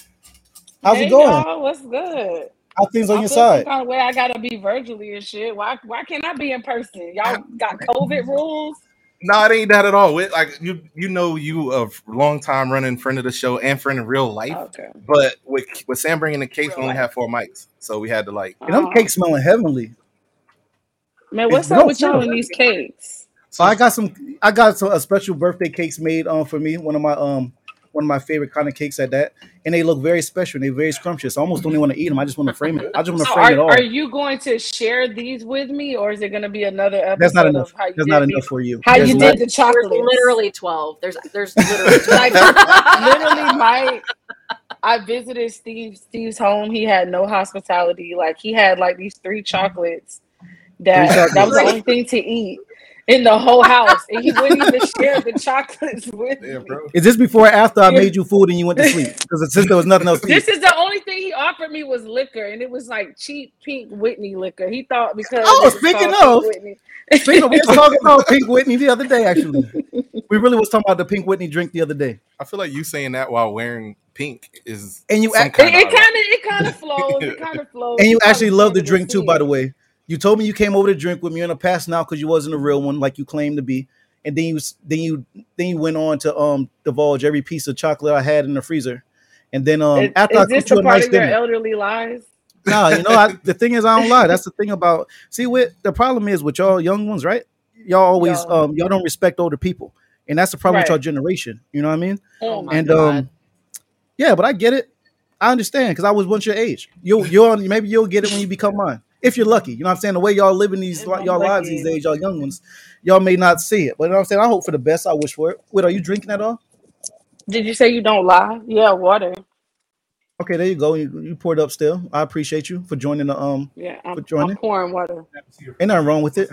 S3: How's
S6: Hey,
S3: it going?
S6: y'all, what's good?
S3: How things on
S6: I
S3: your
S6: feel some
S3: side?
S6: kind of way I gotta be virtually and shit. Why why can't I be in person? Y'all got COVID rules?
S1: No, it ain't that at all. Wit. Like you, you know, you a long time running friend of the show and friend in real life.
S6: Okay.
S1: But with with Sam bringing the cakes, we
S6: Real
S1: only
S6: life.
S1: had four mics, so we had to like.
S3: And them
S6: Um,
S3: cakes smelling heavenly.
S6: Man, what's
S3: No,
S6: up with
S3: chill.
S6: y'all and these cakes?
S3: So I got some. I got some a special birthday cakes made um for me. One of my um one of my favorite kind of cakes at that, and they look very special. and They very scrumptious. I almost don't even want to eat them. I just want to frame it. I just want to
S6: So
S3: frame
S6: are,
S3: it all.
S6: are you going to share these with me, or is it going to be another episode
S3: That's not enough.
S6: of how you
S3: That's
S6: did
S3: not
S6: me-
S3: enough for you.
S6: how
S3: There's
S6: you
S3: not-
S6: did the
S5: There's
S6: chocolate?
S5: literally twelve. There's there's literally 12.
S6: literally, my I visited Steve Steve's home. He had no hospitality. Like he had like these three chocolates that
S3: Three
S6: that was the
S5: chocolates.
S6: only thing to eat in the whole house, and he wouldn't even share the chocolates with
S1: Yeah,
S6: me.
S1: bro.
S3: Is this before or after I made you food and you went to sleep? Because since there was nothing else to eat.
S6: This is the only thing he offered me was liquor, and it was like cheap pink Whitney liquor. He thought because
S3: Oh,
S6: it was
S3: speaking
S6: called
S3: of-
S6: Pink Whitney.
S3: Speaking of, we was talking about Pink Whitney the other day. Actually, we really was talking about the Pink Whitney drink the other day.
S1: I feel like you saying that while wering pink is
S3: And you
S1: some
S3: act-
S6: It
S1: kind
S6: kind of
S1: of
S6: it kind of flows. It kind of flows.
S3: And you
S6: kinda
S3: actually love the
S6: started
S3: drink too,
S6: see
S3: by
S6: it.
S3: the way. You told me you came over to drink with me in the past now because you wasn't a real one like you claimed to be. And then you s- then you then you went on to um divulge every piece of chocolate I had in the freezer. And then um
S6: Is-
S3: after I
S6: is this
S3: cooked you
S6: the
S3: a
S6: part
S3: nice
S6: of your
S3: dinner.
S6: elderly lies?
S3: Nah, you know, I, the thing is I don't lie. That's the thing about see what the problem is with y'all young ones, right? y'all always
S6: Yo.
S3: um y'all don't respect older people, and that's the problem with
S6: Right.
S3: your generation. You know what I mean?
S5: Oh my
S3: and
S5: God.
S3: um, yeah, but I get it. I understand because I was once your age. You'll you'll maybe you'll get it when you become mine if you're lucky. You know what I'm saying? The way y'all living these
S6: If
S3: li-
S6: I'm
S3: y'all lives
S6: lucky.
S3: these days, y'all young ones, y'all may not see it. But you know what I'm saying? I hope for the best. I wish for it. Wait, are you drinking at all?
S6: Did you say you don't lie? Yeah, water.
S3: Okay, there you go. You, you poured up still. I appreciate you for joining the um.
S6: Yeah,
S3: For
S6: I'm,
S3: joining.
S6: I'm pouring water.
S3: Ain't nothing wrong with it.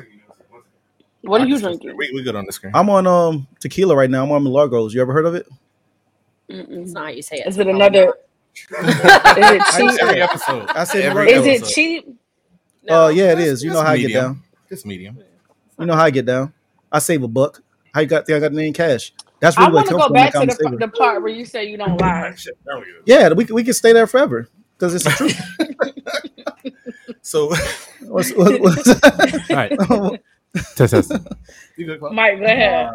S6: What
S1: I
S6: are you
S1: can still-
S6: drinking?
S1: We, we good on the screen.
S3: I'm on um tequila right now. I'm on Milagros. You ever heard of it?
S5: it's
S6: Mm-mm.
S5: not how you say it.
S6: Mm-hmm. Is it another? Is it
S3: I
S6: cheap?
S3: said
S1: Every episode.
S3: I said
S1: every
S3: Milagros.
S6: Is
S1: episode.
S6: it cheap?
S5: No,
S3: uh, yeah, it
S1: That's-
S3: is. You
S1: that's
S3: know how I get
S1: medium.
S3: down.
S1: It's medium.
S3: You know how I get down. I save a buck. How you got? Think I got the name cash. That's
S6: I
S3: really what it comes
S6: want to go
S3: from. Like
S6: back to
S3: I'm
S6: the
S3: saving.
S6: the part where you say you don't lie.
S4: Shit, there we go.
S3: Yeah, we can- we can stay there forever because it's the truth.
S1: So
S3: What's, what, what's,
S2: All right, test test.
S4: You good, Clark?
S6: Mike, go ahead.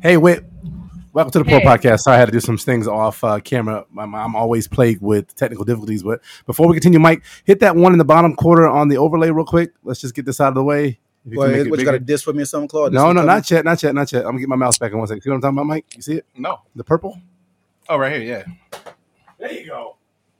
S2: Hey, wait. Welcome to the Pro
S6: Hey.
S2: Podcast. Sorry, I had to do some things off uh, camera. I'm, I'm always plagued with technical difficulties. But before we continue, Mike, hit that one in the bottom quarter on the overlay real quick. Let's just get this out of the way. If you
S3: what,
S2: can make it
S3: what you got a
S2: bigger.
S3: diss with me or something, Claude? This
S2: No,
S3: one
S2: no,
S3: coming?
S2: not yet, not yet, not yet. I'm gonna get my mouse back in one second. You know what I'm talking about, Mike? You see it?
S1: no.
S2: The purple?
S1: Oh, right here. Yeah.
S4: There you go.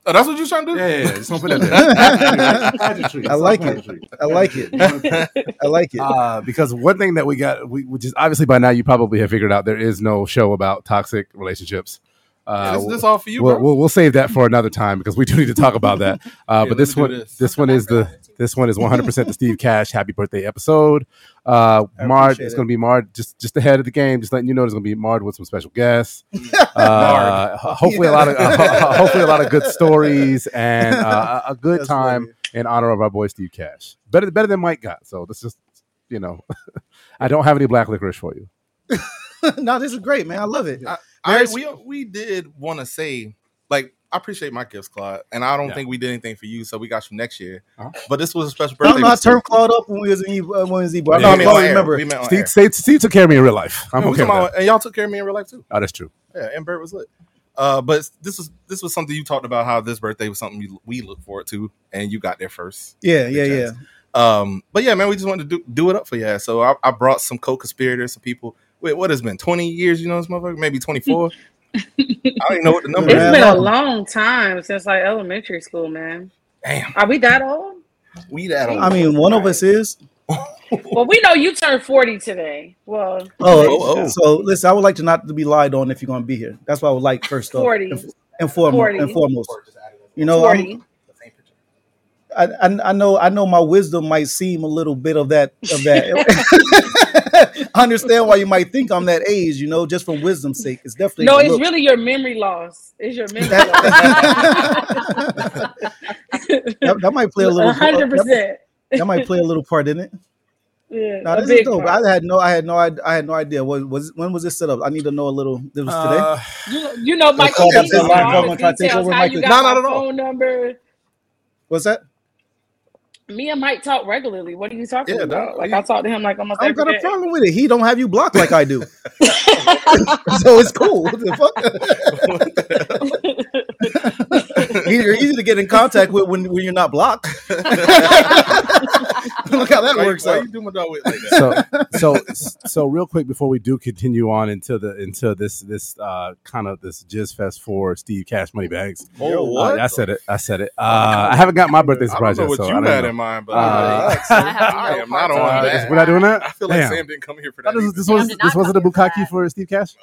S1: Oh, that's what you're trying to do.
S2: Yeah, yeah, yeah. Just gonna put that there. Pageantry.
S3: I like it.
S2: Pageantry.
S3: I like it. I like it.
S2: Uh, because one thing that we got, we, which is obviously by now you probably have figured out, there is no show about toxic relationships.
S1: Yeah,
S2: Uh,
S1: this, this all for you,
S2: we'll,
S1: bro.
S2: we'll, we'll save that for another time because we do need to talk about that. Uh,
S1: Yeah,
S2: but
S1: let me
S2: this
S1: do
S2: one, this.
S1: this.
S2: one is the this one is 100 percent the Steve Cash Happy Birthday episode. Uh,
S3: I
S2: Mard,
S3: appreciate
S2: it's
S3: it.
S2: going to be Mard just just ahead of the game. Just letting you know, there's going to be Mard with some special guests.
S1: Marred.
S2: Uh, ho- hopefully a lot of hopefully a lot of good stories and uh, a a good
S3: That's
S2: time
S3: funny.
S2: in honor of our boy Steve Cash. Better better than Mike got. So this is you know, I don't have any black licorice for you.
S3: no, this is great, man. I love it.
S1: I,
S3: There's-
S1: we we did want to say like I appreciate my gifts, Claude, and I don't
S2: Yeah.
S1: think we did anything for you, so we got you next year.
S2: Uh-huh.
S1: But this was a special
S3: I
S1: birthday.
S3: don't know. I
S1: with Steve.
S3: turned Claude up when we was in E- uh, when we was in Ebro. I
S2: Yeah.
S1: No, I
S3: know
S1: mean,
S3: Claude
S1: on air.
S3: remember.
S1: We met on air.
S2: Steve, Steve, Steve took care of me in real life. I'm
S1: Yeah, we
S2: okay.
S1: talking
S2: With that.
S1: about- and y'all took care of me in real life too.
S2: Oh, that's true.
S1: Yeah, and Bert was lit. Uh, but this was this was something you talked about how this birthday was something you, we look forward to, and you got there first.
S3: Yeah, yeah, yeah.
S1: Um, but yeah, man, we just wanted to do, do it up for you. all So I, I brought some co-conspirators, some people. Wait, what has been twenty years? You know this motherfucker, maybe twenty four. I don't even know what the number
S3: It's
S6: It's
S1: is.
S6: been
S3: Man,
S6: a
S3: long.
S6: long time since like elementary school, man.
S1: Damn,
S6: Are we that old?
S1: we that
S3: I
S1: old.
S3: mean, one of us is.
S6: Well, we know you turned 40 today. Well,
S3: Oh,
S6: today's show.
S1: oh.
S3: so listen. I would like to not to be lied on if you're gonna be here. That's why I would like first off
S6: 40.
S3: and, and foremost.
S6: 40.
S3: And foremost.
S4: Or just added
S3: You know, I'm,
S6: 40.
S3: I, I I know I know my wisdom might seem a little bit of that of that. I understand why you might think I'm that age, you know, just for wisdom's sake. It's definitely
S6: No,
S3: a
S6: it's
S3: look.
S6: really your memory loss. It's your memory
S3: that,
S6: loss.
S3: that might play a little
S6: hundred
S3: that,
S6: percent.
S3: that might play a little part in it.
S6: Yeah,
S3: No,
S6: a
S3: this is
S6: big
S3: dope.
S6: part.
S3: I had no I had no id- I had no idea. Was was when was this set up? I need to know a little. This was today.
S2: Uh,
S6: You know, you know, Michael,
S3: call
S6: you
S3: that
S6: need to
S3: the
S6: know
S3: line
S6: all
S3: drama
S6: the
S3: and try to take
S6: details.
S3: over
S6: How you
S1: No,
S3: Michael.
S6: got
S1: not
S6: my
S1: at all.
S6: phone number.
S3: What's that?
S6: Me and Mike talk regularly. What are you talking
S1: Yeah,
S6: about?
S1: dog.
S6: Like I talk to him like almost
S3: I don't got
S6: every
S3: a
S6: day.
S3: problem with it. He don't have you blocked like I do, so it's cool. What the fuck? He- You're easy to get in contact with when, when you're not blocked. Look how that
S1: why,
S3: works
S1: why
S3: out.
S1: you do my dog with like that?
S2: so so so real quick before we do continue on into the into this this uh kind of this jizz fest for Steve Cash Moneybags.
S1: Oh,
S2: Uh,
S1: what?
S2: I said it. I said it. Uh, I haven't got my birthday
S1: I don't
S2: surprise
S1: know
S2: yet,
S1: what
S2: so I
S1: you
S2: don't
S1: had
S2: know.
S1: in mind, but
S2: Uh,
S1: I,
S3: Relax,
S5: I
S3: man.
S5: have
S1: I
S5: no
S1: am not
S5: part
S1: on
S5: time.
S2: Uh,
S1: that.
S2: we're not doing that.
S1: I feel like
S2: Damn.
S1: Sam didn't come here for that.
S2: That was,
S1: either.
S2: this was
S5: Sam did not
S2: this wasn't a
S5: come here for
S2: bukkake
S5: that.
S2: for Steve Cash.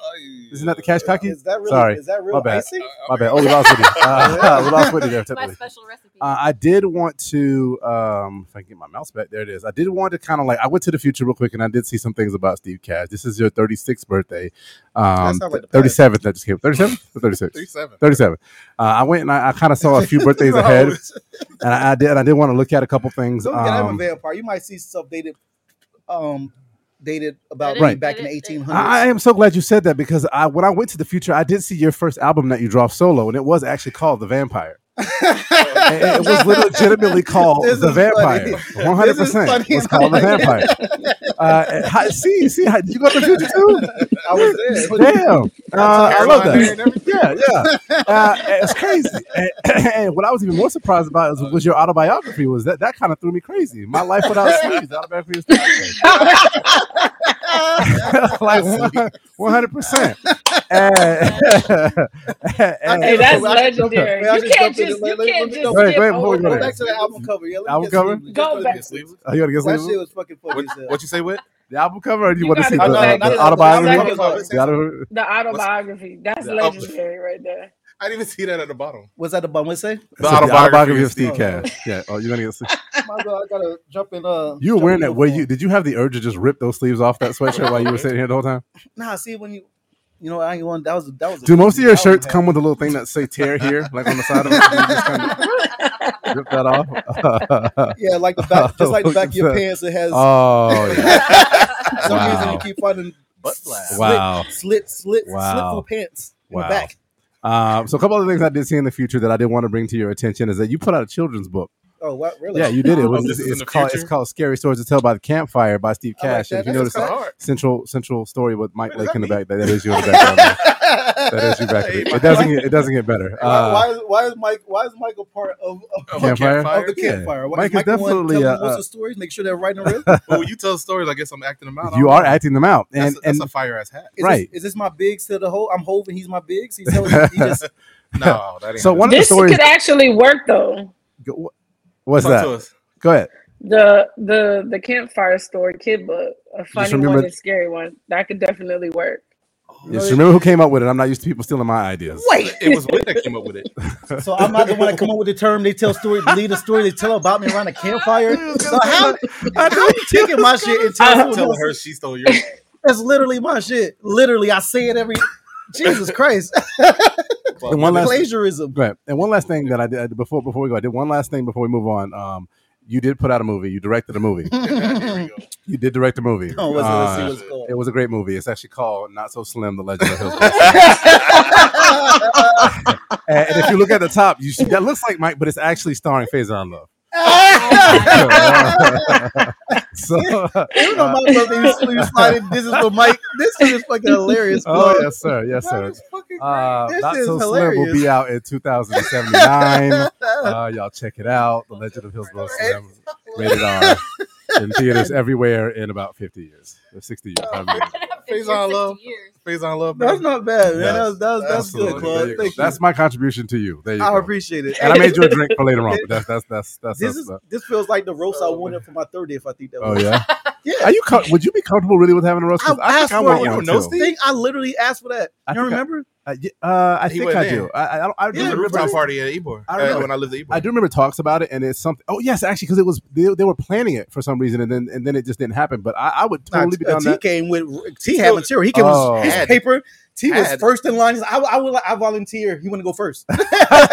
S2: Isn't that the Cash cocky?
S3: Is that really?
S2: Sorry.
S3: Is that
S2: My
S3: real
S2: bad.
S3: icing?
S2: My bad. Oh, we lost Whitney. Uh, we lost Whitney there
S5: my
S2: technically.
S5: special recipe.
S2: Uh, I did want to, um, if I can get my mouse back, there it is. I did want to kind of like, I went to the future real quick and I did see some things about Steve Cash. This is your 36th birthday. Um,
S3: sound like the past.
S2: 37th that just came. 37th or 36?
S1: 37.
S2: 37. Uh, I went and I, I kind of saw a few birthdays
S3: No,
S2: ahead and I, I did, I did want to look at a couple things.
S3: Don't get out of a
S2: Um,
S3: vampire. You might see stuff dated, um, dated about
S5: Right.
S3: me back in the eighteen
S2: I I
S3: hundreds.
S2: am so glad you said that because I, when I went to the future, I did see your first album that you dropped solo, and it was actually called The Vampire. It, it was lit- legitimately called
S3: This
S2: the
S3: is funny.
S2: vampire. One hundred
S3: This is
S2: percent.
S3: funny.
S2: It's called the vampire. Uh, hi- see, see, hi- you got the future too.
S3: I was there.
S2: Damn, uh, I love
S4: Carolina
S2: that.
S4: and everything.
S2: Yeah, yeah, uh, it's crazy. And, and what I was even more surprised about is, was your autobiography. Was that that kind of threw me crazy? My life without sleeves. the Autobiography was like one hundred percent.
S6: Hey,
S3: Hey,
S6: that's
S3: I just jumped
S6: legendary.
S3: in. I
S6: You
S3: just
S6: can't
S3: jumped in.
S6: just you
S3: Let- let- let
S6: can't
S3: me
S6: just
S3: go-
S2: Wait,
S6: skip
S2: wait, before we
S6: over.
S2: go
S3: Go
S2: there.
S6: that.
S3: back to the album cover. Yeah, let me
S2: Album
S3: get
S2: cover?
S3: some- just
S6: Go
S3: let me
S6: back.
S3: get some-
S2: Oh, you gotta get
S3: That
S2: sleeves?
S3: shit was fucking funny
S1: What,
S3: as hell.
S1: what you say? What?
S2: The album cover, or do you,
S6: You
S2: want to
S6: gotta
S2: see
S6: go
S2: the,
S6: back
S2: the
S6: to the
S2: autobiography?
S6: second one.
S2: The auto-
S6: The autobiography. That's
S2: Yeah.
S6: legendary right there.
S1: I didn't even see that at the bottom.
S3: What's that the bum? What say?
S2: the autobiography of Steve Cash. Yeah. Oh, you're gonna get. sleeves.
S3: My God, I gotta jump in. Uh,
S2: You were
S3: jump
S2: wearing
S3: in
S2: that? Were you?
S3: uniform.
S2: Did you have the urge to just rip those sleeves off that sweatshirt while you were sitting here the whole time?
S3: Nah, see when you, you know, I ain't one. That was that was. a
S2: Do most of
S3: fucking
S2: your
S3: album
S2: shirts
S3: hack.
S2: come with a little thing that say "tear here," like on the side of it? You just kind of rip that off.
S3: Yeah, like the back, just like the back of your
S2: Look at
S3: pants. It has.
S2: oh, yeah.
S3: For some reason
S2: wow.
S3: you keep finding
S1: Butt flap.
S3: slit-
S2: wow.
S3: slit, slit,
S2: Wow.
S3: slit through pants in
S2: Wow.
S3: the back.
S2: Um, so a couple other things I did see in the future that I did want to bring to your attention is that you put out a children's book.
S3: Oh, what? Really?
S2: Yeah, you did it.
S1: Oh,
S2: It's,
S1: this is in
S2: it's
S1: the
S2: called
S1: future?
S2: it's called Scary Stories to Tell by the Campfire by Steve
S3: I like
S2: Cash.
S3: that.
S2: and if you notice
S3: That's
S1: Kind
S2: that
S1: of hard.
S2: central central story with Mike
S1: Wait,
S2: Lake
S1: is
S2: in the
S1: that
S2: back, that that is you in the background. there. that is you back.
S1: Hey,
S2: It
S1: Mike.
S2: doesn't get it doesn't get better.
S3: why,
S2: Uh,
S3: why, is, why is Mike? Why is Michael part of, of,
S1: Of a
S2: Campfire?
S3: of the
S2: Yeah.
S3: campfire? Why,
S2: Mike is
S3: Michael one
S2: definitely
S3: telling
S2: a- uh,
S3: most of the stories. Make sure they're right and real.
S1: Well, when you tell stories, I guess I'm acting them out. I
S2: you
S1: don't
S2: are
S1: know.
S2: acting them out, and
S1: that's a, that's
S2: and
S1: a fire ass hat.
S3: Is
S2: Right.
S3: This, is this my bigs to the whole? I'm Hove and he's my bigs. He's telling he just
S1: No, that ain't.
S2: So
S1: it.
S2: one- of the
S6: This
S2: stories-
S6: could actually work though.
S2: go- wh- what's
S1: Talk
S2: that?
S1: to us.
S2: Go ahead.
S6: The the the campfire story kid book, a funny
S2: remember-
S6: one and scary one. That could definitely work.
S2: Just remember who came up with it. I'm not used to people stealing my ideas.
S3: wait.
S1: It was Wit that came up with it.
S3: So I'm not the one that come up with the term. They tell story, lead a story. They tell about me around a campfire. So how, how you taking my shit and telling
S1: Telling
S3: someone
S1: her
S3: else?
S1: she stole yours.
S3: That's literally my shit. Literally, I say it every. Jesus Christ,
S1: Well,
S2: one last-
S3: plagiarism.
S2: Right. And one last thing that I did before before we go, I did one last thing before we move on. Um, you did put out a movie. You directed a movie.
S1: Here we go.
S2: you did direct a movie.
S3: Oh, let's, let's see
S2: Uh,
S3: what's going.
S2: it was a great movie. It's actually called Not So Slim: The Legend of Hillsborough. and, and if you look at the top, you see, that looks like Mike, but it's actually starring Faison Love. uh, so,
S3: You know my brother used to slide in this is for Mike. This shit is fucking hilarious, boy.
S2: oh yes, sir, yes,
S3: That
S2: sir.
S3: is fucking
S2: Uh,
S3: This
S2: Not
S3: is
S2: So Slim will be out
S3: hilarious.
S2: in 2079.
S3: great.
S2: Uh, y'all check it out. The Legend of Hillsborough Slim, rated R, in theaters everywhere in about 50 years, or 60 years. I mean,
S1: Phase on love. Phase on love.
S3: That's
S1: baby.
S3: not bad, man.
S2: Yes.
S3: That was, that was, that's
S2: absolutely. There
S3: good, Claude.
S2: you go.
S3: Thank you.
S2: That's my contribution to you. There you
S3: I
S2: go.
S3: appreciate it.
S2: And I made you a drink for later on. But that's that's that's that's.
S3: this
S2: that's
S3: is this feels like the roast I wanted for my 30th. I think that
S2: oh
S3: was.
S2: yeah.
S3: Yeah.
S2: Are you? co- Would you be comfortable really with having a roast? 'Cause
S3: I asked
S2: I
S3: for it.
S2: want
S3: You
S2: one,
S1: don't know,
S2: too.
S1: Steve?
S3: I think I literally asked for that.
S2: I
S3: You don't
S2: think I-
S3: remember?
S2: Uh, y- uh, I
S1: He
S2: think
S1: went
S2: I
S1: there.
S2: do. I, I, don't- I,
S1: It was a
S2: do remember-
S1: rooftop party at Ebor.
S2: I don't
S1: uh,
S2: know.
S1: when I lived at Ebor.
S2: I do remember talks about it, and it's something. Oh yes, actually, because it was they, they were planning it for some reason, and then and then it just didn't happen. But I, I would
S3: Nah,
S2: totally be
S3: uh,
S2: down
S3: T
S2: that.
S3: came with T
S1: Still-
S3: had material. He came
S2: Oh.
S3: with his
S1: Had-
S3: paper. T was
S1: had.
S3: first in line. He's like, I, I will. I volunteer. He want to go first. oh,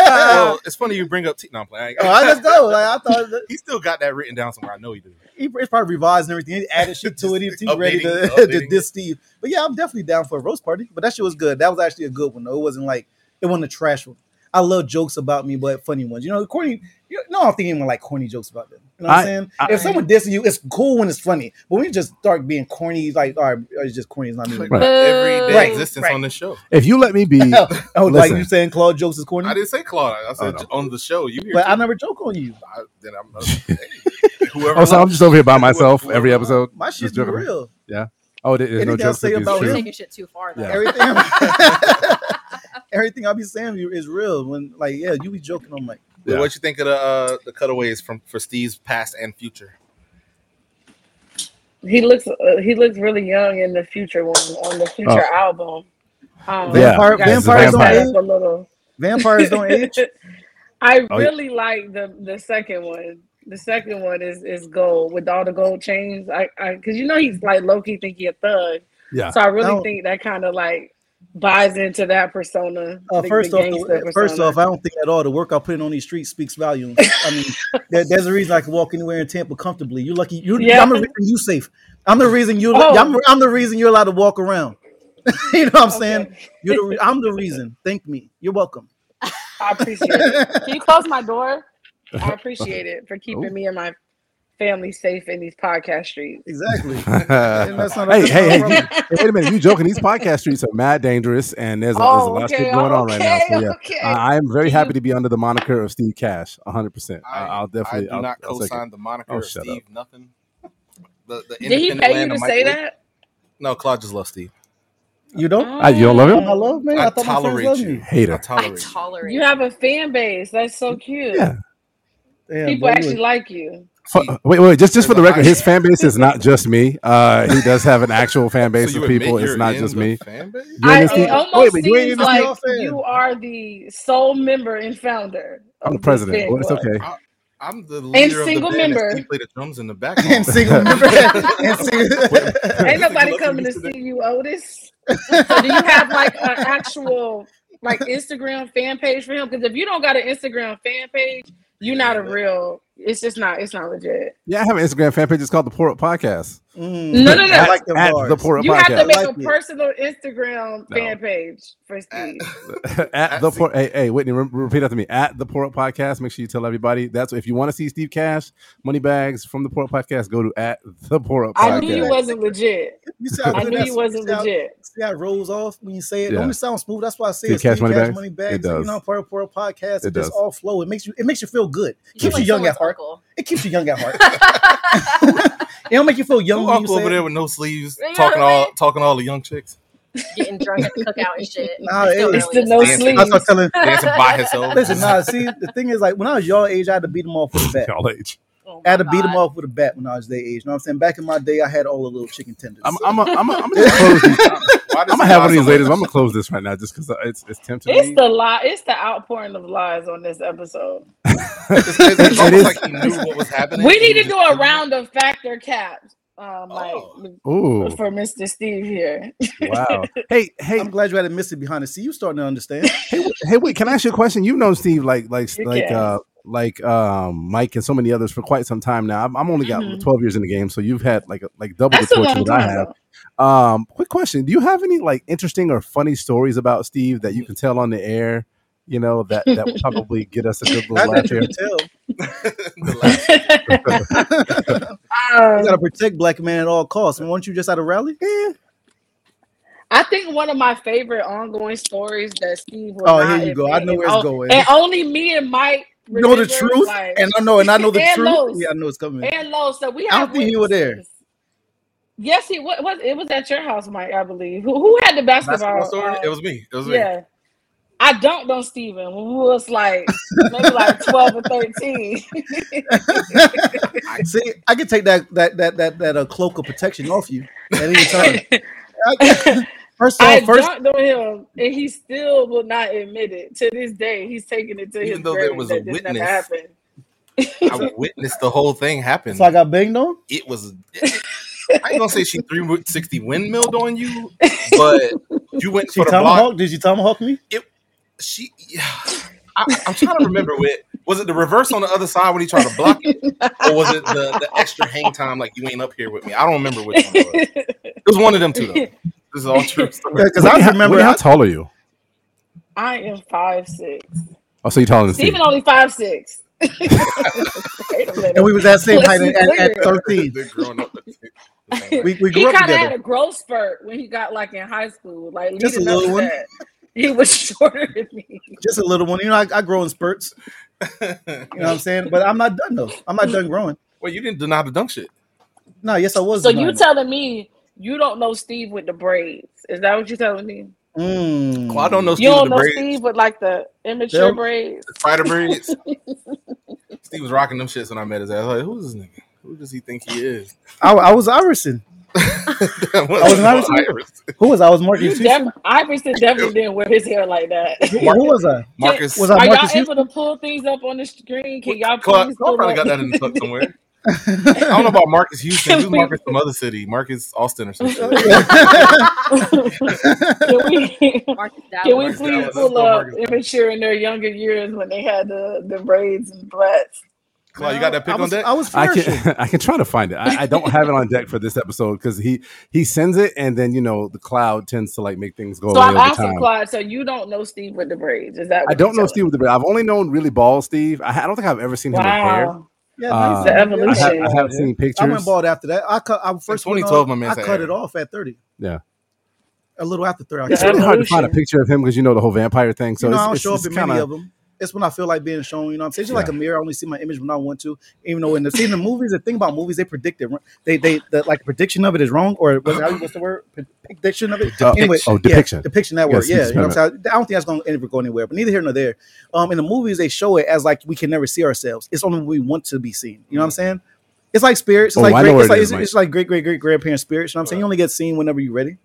S1: well, it's funny you bring up T. No, I'm playing.
S3: I just go. Like I thought that-
S1: he still got that written down somewhere. I know he do.
S3: he, it's probably revised and everything. He added shit to it. He- He's ready to,
S1: Updating,
S3: to
S1: updating.
S3: diss Steve. But yeah, I'm definitely down for a roast party. But that shit was good. That was actually a good one. Though it wasn't like it wasn't a trash one. I love jokes about me, but funny ones. You know, corny. You no, I don't think anyone like corny jokes about them. You know what I,
S2: I-
S3: am saying?
S2: I-
S3: if someone dissing you, it's cool when it's funny. But when you just start being corny, like, all right, it's just corny. It's not me.
S2: Right.
S1: Everyday
S3: Right,
S1: existence
S3: right.
S1: on this show.
S2: If you let me be,
S3: oh, like
S2: Listen.
S3: you saying Claude jokes is corny?
S1: I didn't say Claude. I said
S2: Oh,
S1: on the show. You hear?
S3: But I
S1: I,
S3: never joke on you.
S1: I, then I'm, hey, whoever.
S2: oh, so I'm
S1: loves-
S2: just over here by
S1: Whoever-
S2: myself
S1: whoever
S2: every
S1: loves-
S2: episode.
S3: My shit
S2: Just
S3: be
S2: joking.
S3: real.
S2: Oh, there- there's no
S3: Anything I
S2: jokes.
S3: say
S2: that these
S3: about
S5: You're
S2: are
S3: him-
S2: true.
S5: taking shit too far.
S2: Yeah.
S5: Though.
S3: Everything, everything I be saying you is real. When like, yeah, you be joking on like,
S1: But
S2: Yeah.
S1: What you think of the uh, the cutaways from for Steve's past and future?
S6: He looks uh, he looks really young in the future one on the future album. Um,
S2: Oh. Yeah,
S6: you guys
S2: he's a
S6: spiced
S2: vampire.
S6: it up a little.
S3: vampires don't age. Uh,
S6: I
S2: Oh, yeah.
S6: really like the the second one. The second one is is gold with all the gold chains. I because you know he's like low key think he a thug.
S2: Yeah.
S6: So I really
S3: No.
S6: think that kind of like buys into that persona.
S3: Uh,
S6: the-
S3: first
S6: the
S3: off,
S6: gangster
S3: the, first
S6: persona.
S3: off, I don't think at all the work I put in on these streets speaks volumes. I mean, there, there's a reason I can walk anywhere in Tampa comfortably. You're lucky. You,
S6: Yeah.
S3: I'm the reason you safe. I'm the reason you.
S6: Oh.
S3: I'm, I'm the reason you're allowed to walk around. you know what I'm saying?
S6: Okay.
S3: You're the. re- I'm the reason. Thank me. You're welcome.
S6: I appreciate it. Can you close my door? I appreciate it for keeping
S2: Oh.
S6: me and my family safe in these podcast streets.
S3: exactly.
S2: hey,
S3: And that's not
S2: hey, hey,
S3: that's not
S2: you- wait a minute! You joking? These podcast streets are mad dangerous, and there's a, there's a lot of shit going on right now. So yeah,
S6: Oh,
S2: Uh,
S6: okay.
S2: I I am very
S6: Can
S2: happy
S6: you-
S2: to be under the moniker of Steve Cash, 100. percent
S1: I-
S2: I'll
S1: I
S2: definitely.
S1: do
S2: I'll,
S1: not
S2: I'll take it.
S1: co-sign the moniker
S2: Oh,
S1: of
S2: shut
S1: Steve nothing. The, the
S6: Did he
S1: independent
S6: pay you
S1: land
S6: to
S1: of
S6: say
S1: Mike Lee.
S6: that?
S1: No, Claude just loves Steve.
S3: You don't?
S2: Ah, you don't love him?
S3: I love man. I,
S1: I,
S3: thought my friends
S1: tolerate
S3: loved
S1: you.
S3: me.
S1: I
S2: Hater.
S5: I
S1: tolerate you.
S5: tolerate.
S6: You have a fan base. That's so cute.
S2: Yeah.
S3: Yeah,
S6: People
S3: but
S6: actually
S3: anyway.
S6: like you.
S2: Fu-
S1: He-
S2: Uh, wait, wait, just just for
S1: There's
S2: the
S1: a
S2: record,
S1: high-
S2: his fan base is not just me. Uh, he does have an actual fan base
S1: so you
S2: of
S1: admit
S2: people. It's
S1: you're
S2: not
S1: in
S2: just
S1: the
S2: me.
S1: Fan base?
S2: You
S6: I,
S2: understand?
S6: it
S3: Uh,
S6: almost
S2: wait, but you ain't
S6: seems
S2: even
S3: see
S6: like
S3: our fan.
S6: you are the sole member and founder
S2: I'm the
S6: of this
S2: president.
S6: fan
S2: Well, it's
S6: club.
S2: okay.
S1: I'm the leader of the
S6: single
S1: band. and
S6: member.
S1: Steve played the drums in the
S3: and
S1: background.
S3: single member and single
S6: Ain't
S1: Listen,
S6: nobody
S1: listen,
S6: coming to
S1: listen.
S6: see you, Otis. So do you have like an actual like Instagram fan page for him? Because if you don't got an Instagram fan page, you're not a real. It's just not. It's not legit.
S2: Yeah, I have an Instagram fan page. It's called the Pour Up Podcast.
S3: Mm,
S6: No, no, no.
S3: I like them
S2: At
S3: bars.
S2: the Pour Up
S6: You have to
S2: Podcast.
S6: make
S3: like
S6: a
S3: it.
S6: personal Instagram
S2: No.
S6: fan page for Steve.
S2: at the
S1: That's-
S2: Pour. Hey, hey, Whitney, re- repeat after me. At the Pour Up Podcast. Make sure you tell everybody. That's if you want to see Steve Cash, Money Bags from the Pour Up Podcast. Go to at the Pour Up
S6: I knew you
S2: Podcast.
S6: wasn't legit.
S3: You see how
S6: I
S3: good
S6: knew
S3: that-
S6: you wasn't
S3: see how-
S6: legit.
S3: See how it rolls off when you say it.
S2: Yeah.
S3: Don't it sound smooth? That's why I say
S2: Steve
S3: it's
S2: Cash
S3: Steve
S2: Money
S3: Cash
S2: Bags?
S3: money bags.
S2: It
S3: You
S2: does.
S3: know, part of, part of podcast.
S2: It
S3: It
S2: does.
S3: just all flow. It makes you. It makes you feel good.
S5: You
S3: keeps
S5: like
S3: you young at
S5: someone's
S3: heart.
S5: uncle.
S3: It keeps you young at heart. it don't make you feel young
S1: Who
S3: when you
S1: uncle
S3: say
S1: over there
S3: it.
S1: with no sleeves,
S5: You know
S1: talking
S5: what I mean?
S1: all talking to all the young chicks,
S5: Getting drunk at the cookout and shit.
S3: Nah,
S5: It's still
S3: it-
S6: It's
S5: early
S6: the
S5: as
S6: no
S5: fuck.
S6: sleep.
S3: I start telling.
S1: dancing by herself.
S3: Listen, nah. See, the thing is, like when I was your age, I had to beat them off with a bat.
S2: Y'all age.
S5: Oh
S3: I
S5: my
S3: had to beat them
S5: God.
S3: off with a bat when I was their age. You know what I'm saying? Back in my day, I had all the little chicken tenders.
S2: I'm. I'm. A, I'm. A, I'm gonna close these.
S1: Why does
S2: I'm
S1: he
S2: gonna
S1: lie
S2: have one of
S1: so
S2: these ladies.
S1: much?
S2: I'm gonna close this right now just because it's it's tempting
S6: It's
S2: me.
S6: the lie. It's the outpouring of lies on this episode.
S1: It's, it's, it's
S2: It
S1: almost
S2: is-
S1: like he knew what was happening.
S6: We
S1: and he
S6: need to
S1: was
S6: do
S1: just
S6: a
S1: doing it.
S6: round of factor caps, um, like
S1: Oh.
S2: Ooh,
S6: for Mr. Steve here.
S2: wow. Hey, hey,
S3: I'm glad you had to miss it behind the sea. You starting to understand?
S2: hey, wait- hey, wait, can I ask you a question? You've known Steve like like
S6: You
S2: like
S6: can.
S2: uh like um Mike and so many others for quite some time now. I'm, I'm only got
S6: Mhm.
S2: 12 years in the game, so you've had like like double
S6: That's
S2: the
S6: a
S2: torture
S6: long
S2: that I
S6: time
S2: have.
S6: though.
S2: Um, quick question. Do you have any like interesting or funny stories about Steve that you can tell on the air? You know, that that would probably get us a good little
S3: Not
S2: laugh
S3: that you
S2: here.
S3: can tell.
S1: The laugh.
S3: You
S6: um,
S3: gotta protect black man at all costs. And weren't you just at a rally?
S2: Eh,
S6: I think one of my favorite ongoing stories that Steve will
S3: Oh,
S6: not
S3: here you go. I
S6: admit,
S3: know where
S6: and,
S3: it's
S6: o-
S3: going.
S6: and only me and Mike
S3: You know the
S6: remember,
S3: truth,
S6: like-
S3: and I know, and I know the
S6: And
S3: truth.
S6: Lowe's.
S3: Yeah, I know it's coming.
S6: and low. So we
S3: I
S6: have
S3: don't think you were there.
S6: witnesses. Yes, he was. was it was at your house, Mike? I believe. Who, who had the
S1: Basketball
S6: basketball?
S1: story.
S6: um,
S1: It was me. It was me.
S6: Yeah. I dunked on Steven when we was like maybe like 12 or 13.
S3: See, I could take that that that that that uh, cloak of protection off you at any time. First
S6: I
S3: off, first
S6: dunked on him and he still will not admit it. To this day, he's taking it to
S1: Even
S6: his
S1: though there
S6: grave
S1: was a
S6: that this never
S1: witness.
S6: happened.
S1: I witnessed the whole thing happen.
S3: it's like I banged on.
S1: it was. I ain't gonna say she 360 windmilled on you, but you went
S3: She
S1: for the block.
S3: tomahawk. Did you tomahawk me?
S1: She. Yeah, I, I'm trying to remember. What was it? The reverse on the other side when he tried to block it, or was it the, the extra hang time? Like you ain't up here with me. I don't remember which one it was. It was one of them two though. This is all true story.
S3: Because
S2: Whitney,
S3: I
S2: how-
S3: remember.
S2: Whitney, how
S3: I,
S2: tall are you?
S6: I am five six.
S2: Oh, so you're taller than Steve.
S6: Steven only five six. Wait a minute.
S3: and we was that same
S6: Let's
S3: height
S6: be
S3: at, at,
S6: clear.
S3: at thirteen.
S1: They're growing up. the same way.
S3: We we
S6: he
S3: grew up
S6: kind of had
S3: together.
S6: a growth spurt when he got like in high school, like
S3: Just a
S6: leading up
S3: little
S6: to
S3: one.
S6: that. He was shorter than me.
S3: Just a little one. You know, I, I grow in spurts. You know what I'm saying? But I'm not done though. I'm not done growing.
S1: well, you didn't deny the dunk shit.
S3: No, yes, I was.
S6: So you
S3: denying it.
S6: telling me you don't know Steve with the braids? Is that what you telling me?
S3: Mm.
S1: Well, I don't know
S6: You
S1: Steve with
S6: don't
S1: the
S6: know
S1: braids,
S6: Steve with like the immature
S3: Nope.
S6: braids?
S1: the spider braids. Steve was rocking them shits when I met his ass. I was like, who's this nigga? Who does he think he is?
S3: I, I was Iverson.
S1: I
S3: I was an Iverson. Who was I? I was Marcus
S6: You
S3: Houston.
S6: def- Iverson definitely didn't wear his hair like that.
S3: Who who was I?
S1: Marcus.
S3: Was I
S6: Are
S3: Marcus
S6: y'all able to pull things up on the screen? Can y'all
S1: Clark,
S6: please
S1: Clark
S6: pull
S1: probably got
S6: up?
S1: that in the tuck somewhere. I don't know about Marcus Houston. He was Marcus from other city. Marcus Austin or some shit.
S6: Can we?
S5: Marcus
S6: Can
S5: Dowling.
S6: we
S1: Marcus
S6: please
S1: Dowling, let's
S6: pull
S1: go
S6: up
S1: Marcus Dowling.
S6: immature in their younger years when they had the, the braids and flats?
S1: Well, you got that pick
S3: I
S1: on
S3: was,
S1: deck?
S3: I was
S2: I
S3: flourishing.
S2: can I can try to find it. I, I don't have it on deck for this episode because he he sends it and then you know the cloud tends to like make things go
S6: So
S2: away
S6: I'm
S2: over
S6: also
S2: time.
S6: Clyde. So you don't know Steve with the braids. Is that?
S2: I
S6: what
S2: don't
S6: you're
S2: know
S6: telling
S2: Steve with the beard. I've only known really bald Steve. I, I don't think I've ever seen
S6: me?
S2: him with hair.
S6: Wow.
S3: Yeah,
S2: Uh,
S3: nice.
S6: The
S2: I
S6: evolution.
S2: have, I have
S3: Yeah.
S2: seen
S3: I
S2: pictures.
S3: went bald after that. I cut. I first went
S1: 2012,
S3: off-
S1: my man
S3: I
S1: said
S3: cut
S1: Aaron.
S3: it off at thirty.
S2: Yeah.
S3: a little after thirty. I
S2: It's
S3: cut it
S2: really
S3: off.
S2: hard to find a
S6: Evolution.
S2: picture of him because you know the whole vampire thing. So
S3: you know,
S2: it's,
S3: I don't
S2: it's,
S3: show up
S2: it's
S3: in
S2: kinda,
S3: many of them. It's when I feel like being shown. You know, what I'm saying it's just like
S2: Yeah.
S3: a mirror. I only see my image when I want to. Even though in the seeing the movies, the thing about movies, they predict it. They they the, like prediction of it is wrong or what's, how you- what's the word Pre- prediction of it.
S2: Uh,
S3: anyway,
S2: oh,
S3: yeah,
S2: depiction.
S3: depiction that
S2: Yeah,
S3: word.
S2: speech
S3: Yeah, you know what I'm saying. I don't think that's going to ever go anywhere. But neither here nor there. Um, in the movies, they show it as like we can never see ourselves. It's only when we want to be seen. You know what I'm saying? It's like spirits. It's
S2: Oh,
S3: like
S2: I know
S3: great,
S2: where
S3: it's
S2: it
S3: like
S2: is,
S3: it's,
S2: Mike.
S3: it's like great great great grandparent spirits. You know what I'm saying? You only get seen whenever you're ready.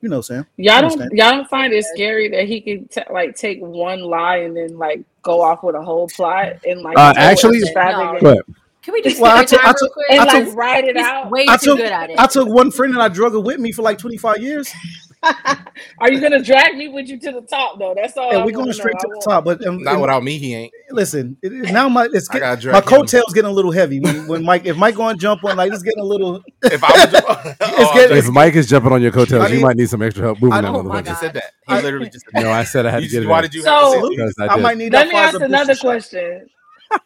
S3: You know, Sam.
S6: Y'all don't
S3: Understand.
S6: y'all don't find it scary that he could t- like take one lie and then like go off with a whole plot and like
S2: Uh,
S6: so
S2: actually-
S6: extravagant
S2: Go ahead.
S5: Can we just
S3: Well, I took-
S5: skip
S3: I
S5: it down
S3: took-
S5: real quick?
S6: and
S3: I
S6: like
S3: took-
S6: write it
S5: He's
S6: out.
S5: way
S3: I
S5: too
S3: took-
S5: good at it.
S3: I took one friend and I drug her with me for like 25 years.
S6: Are you gonna drag me with you to the top though? That's all.
S3: and
S6: I
S3: we're going
S6: wanna
S3: straight
S6: know.
S3: to
S6: I
S3: the top.
S6: want-
S3: But um,
S1: Not
S3: and
S1: without me, he ain't.
S3: listen, it, it- now my it's
S1: I
S3: get,
S1: gotta drag
S3: my
S1: him.
S3: coattails getting a little heavy. When, when Mike, if Mike going to jump on, like it's getting a little.
S1: If I was, oh,
S3: It's
S1: I
S3: getting-
S1: just-
S2: If Mike is jumping on your coattails,
S3: I
S2: you
S3: need-
S2: might need some extra help moving
S3: I
S2: that
S3: know,
S1: oh my
S5: my
S1: God, just
S5: God.
S1: said that. He
S3: I-
S1: literally just said that.
S2: No, I said I had
S1: You
S2: to get
S1: just-
S2: it.
S1: why
S2: in.
S1: did you
S6: So-
S1: have to say
S2: Because I
S3: I
S2: did.
S3: might need
S6: Oh. Let
S3: that
S6: me
S3: Pfizer
S6: ask
S3: booster
S6: another
S3: shot.
S6: question.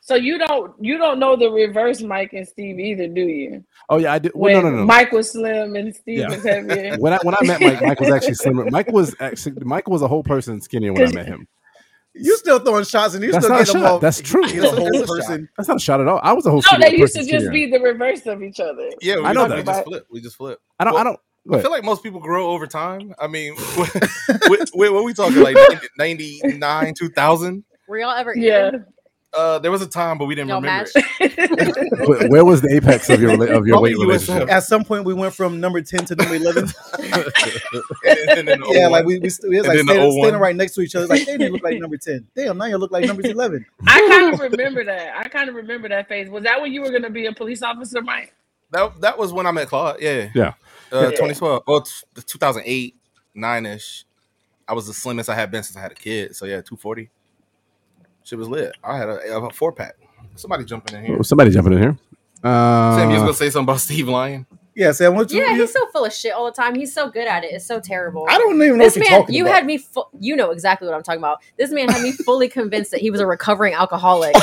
S6: So you don't you don't know the reverse Mike and Steve either, do you?
S2: Oh yeah, I did. Well,
S6: When
S2: no, no, no.
S6: Mike was slim and Steve
S2: Yeah.
S6: was heavier.
S2: When I when I met Mike, Mike was actually slimmer. Mike was actually Mike was a whole person skinnier when I met him.
S3: You still throwing shots and you
S2: That's
S3: still
S2: not a
S3: getting them
S2: shot.
S3: all.
S2: That's true.
S3: It's a whole
S1: That's a shot.
S3: person.
S2: That's not a shot at all. I was a whole
S6: No,
S2: skinnier
S6: they used to
S2: person
S6: just
S2: skinnier.
S6: be the reverse of each other.
S1: Yeah, we
S2: I know
S1: just,
S2: that.
S1: we just flip. We just flip.
S2: I don't.
S1: Well,
S2: I don't. go
S1: I
S2: ahead.
S1: feel like most people grow over time. I mean, what, what, what we talking like 90 99, 2000?
S5: Were y'all ever
S6: Yeah.
S5: even?
S1: Uh, there was a time, but we didn't
S5: Y'all
S1: remember
S5: matched?
S1: it.
S2: Where- where was the apex of your rela- of your
S1: Probably
S2: weight
S1: USF.
S2: relationship?
S3: At some point, we went from number ten to number eleven.
S1: And, then- and then the
S3: yeah,
S1: 01.
S3: like we we still, it's
S1: Oh, And then
S3: like
S1: the
S3: standing,
S1: 01.
S3: standing right next to each other. It's like they didn't look like number ten. Damn, now you look like number eleven.
S6: I kind of remember that. I kind of remember that phase. Was that when you were going to be a police officer, Mike?
S1: that that was when I met Claude. Yeah,
S2: Yeah.
S1: Uh,
S6: Yeah.
S1: 2012, well, t- 2008, nine ish. I was the slimmest I had been since I had a kid. So yeah, 240. Shit was lit. I had a, a four pack. Somebody jumping in here.
S2: Oh, Somebody jumping in here.
S1: Sam, you was
S2: Uh,
S1: gonna say something about Steve Lyon?
S3: Yeah, Sam. What you?
S5: Yeah,
S3: you-
S5: he's so full of shit all the time. He's so good at it. It's so terrible.
S3: I don't even know
S5: This
S3: what
S5: man,
S3: you're talking
S5: you
S3: about.
S5: had me. Fu- you know exactly what I'm talking about. This man had me fully convinced that he was a recovering alcoholic.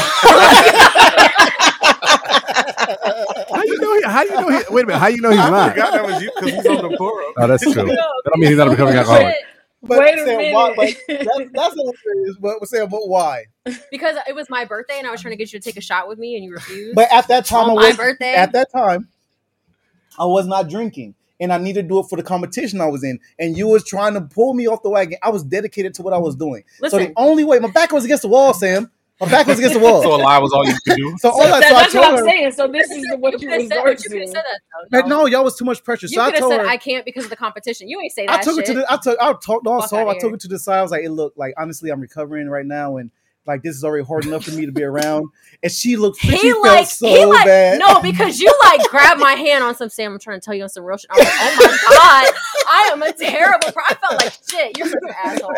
S2: how you know? He, how you know? He, wait a minute. How you know he's
S1: I
S2: not?
S1: forgot that was you because he's on the forum.
S2: Oh, that's true. That don't mean he's not a recovering alcoholic.
S6: Wait a
S3: Why, but
S6: minute.
S3: that's that's hilarious. But Sam, but why?
S5: because it was my birthday and I was trying to get you to take a shot with me and you refused.
S3: But at that time,
S5: on
S3: I
S5: my
S3: was
S5: birthday,
S3: at that time, I was not drinking, and I needed to do it for the competition I was in. And you was trying to pull me off the wagon. I was dedicated to what I was doing. So the
S5: Listen.
S3: only way, my back was against the wall, Sam. My back was against the
S1: So a
S3: wall.
S1: lie was all you could do.
S3: So all I,
S6: That-
S3: so I
S6: that's what
S3: told
S6: I'm
S3: her,
S6: saying. So this is the, what
S5: you
S6: you
S5: could have said, but
S6: resort
S5: you could
S6: to.
S5: have said that though.
S3: like, no, y'all was too much pressure.
S5: you
S3: so I
S5: could have
S3: told
S5: said
S3: her,
S5: I can't because of the competition. You ain't say that.
S3: I took
S5: shit.
S3: it to the. I took. I talked all
S5: Fuck
S3: soft.
S5: outta
S3: I took
S5: here.
S3: it to the side. I was like, "Hey, look, like honestly, I'm recovering right now, and like this is already hard enough for me to be around." And she looked.
S5: He
S3: she
S5: like
S3: felt so
S5: he like
S3: bad.
S5: no because you like grabbed my hand on some Sam. I'm trying to tell you on some real shit. I was like, oh my god, I am a terrible. Bro. I felt like shit. You're such an asshole.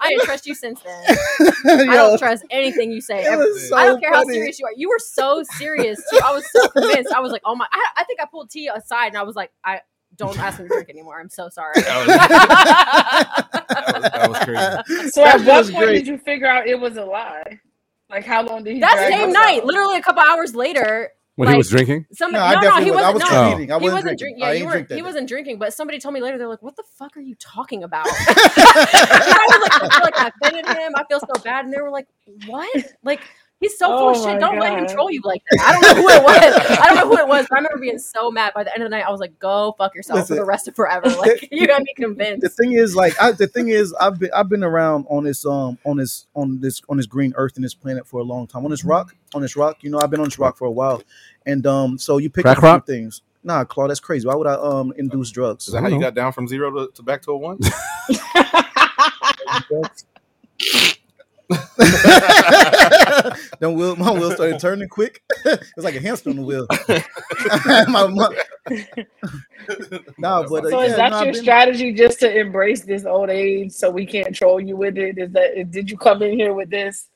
S5: I didn't trust you since then. I
S3: Yo,
S5: don't trust anything you say.
S3: it
S5: ever.
S3: was so
S5: I don't care how
S3: funny.
S5: serious you are. You were so serious. Too. I was so convinced. I was like, oh my. I, I think I pulled T aside and I was like, I don't ask him to drink anymore. I'm so sorry.
S1: That was, that was, that was crazy.
S6: So
S3: That
S6: at
S3: shit
S6: what
S3: was
S6: point
S3: great.
S6: did you figure out it was a lie? Like how long did he?
S5: that
S6: drag
S5: same
S6: this
S5: night,
S6: out?
S5: literally a couple hours later,
S2: When he
S5: Like-
S2: was drinking.
S5: some
S3: No,
S5: no,
S3: I
S5: no,
S3: definitely
S5: he
S3: was. I
S5: wasn't.
S3: was
S5: no,
S2: Oh.
S3: competing. I wasn't,
S5: he wasn't
S3: drinking.
S5: drinking. Yeah,
S3: I
S5: you
S3: ain't
S5: were.
S3: drink that
S5: He
S3: day.
S5: wasn't drinking. But somebody told me later, they're like, "What the fuck are you talking about?" And I was like, I feel like I offended him. I feel so bad. And they were like, "What? Like." He's so full of
S6: Oh
S5: shit.
S6: my
S5: Don't let him
S6: God.
S5: troll you like that. I don't know who it was. I don't know who it was, but I remember being so mad. By the end of the night, I was like, "Go fuck yourself
S3: Listen.
S5: for the rest of forever." Like you got me convinced.
S3: The thing is, like, I, the thing is, I've been I've been around on this um on this on this on this green earth and this planet for a long time. On this rock, on this rock, you know, I've been on this rock for a while, and um, so you pick
S2: Crack
S3: up some
S2: rock?
S3: things. Nah, Claude, that's crazy. Why would I um induce drugs?
S1: Is that how you got down from zero to, to back to a one?
S3: then wheel, my wheel started turning quick. it was like a hamster on the wheel. my, no, but uh,
S6: so
S3: yeah,
S6: is that
S3: no, I've
S6: your
S3: been-
S6: strategy just to embrace this old age so we can't troll you with it? Is that did you come in here with this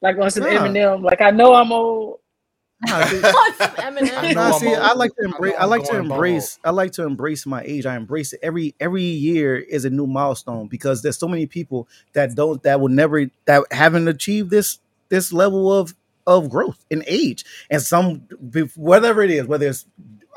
S6: like on some
S3: Nah.
S6: Eminem? Like I know I'm old.
S3: Nah, see,
S5: Want some M&Ms?
S3: nah,
S1: know
S3: see,
S1: I'm
S3: I
S1: old.
S3: like to
S1: I know
S3: embrace. I,
S1: I'm
S3: like to
S1: going bald.
S3: embrace. I like to embrace my age. I embrace it every every year is a new milestone because there's so many people that don't that will never that haven't achieved this this level of of growth in age and some be- whatever it is whether it's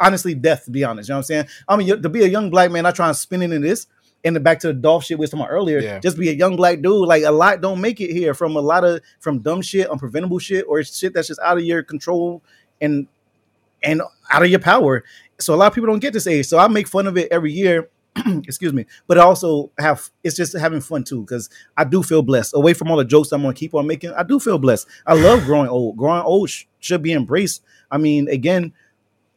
S3: honestly death to be honest you know what i'm saying i mean to be a young black man i try and spin into this and then back to the Dolph shit we was talking about earlier.
S1: Yeah.
S3: Just be a young black dude. Like a lot don't make it here from a lot of from dumb shit, unpreventable shit, or shit that's just out of your control and and out of your power. So a lot of people don't get this age. So I make fun of it every year. Excuse me, but I also have it's just having fun too because I do feel blessed. Away from all the jokes I'm gonna keep on making, I do feel blessed. I love growing old. Growing old sh- should be embraced. I mean, again,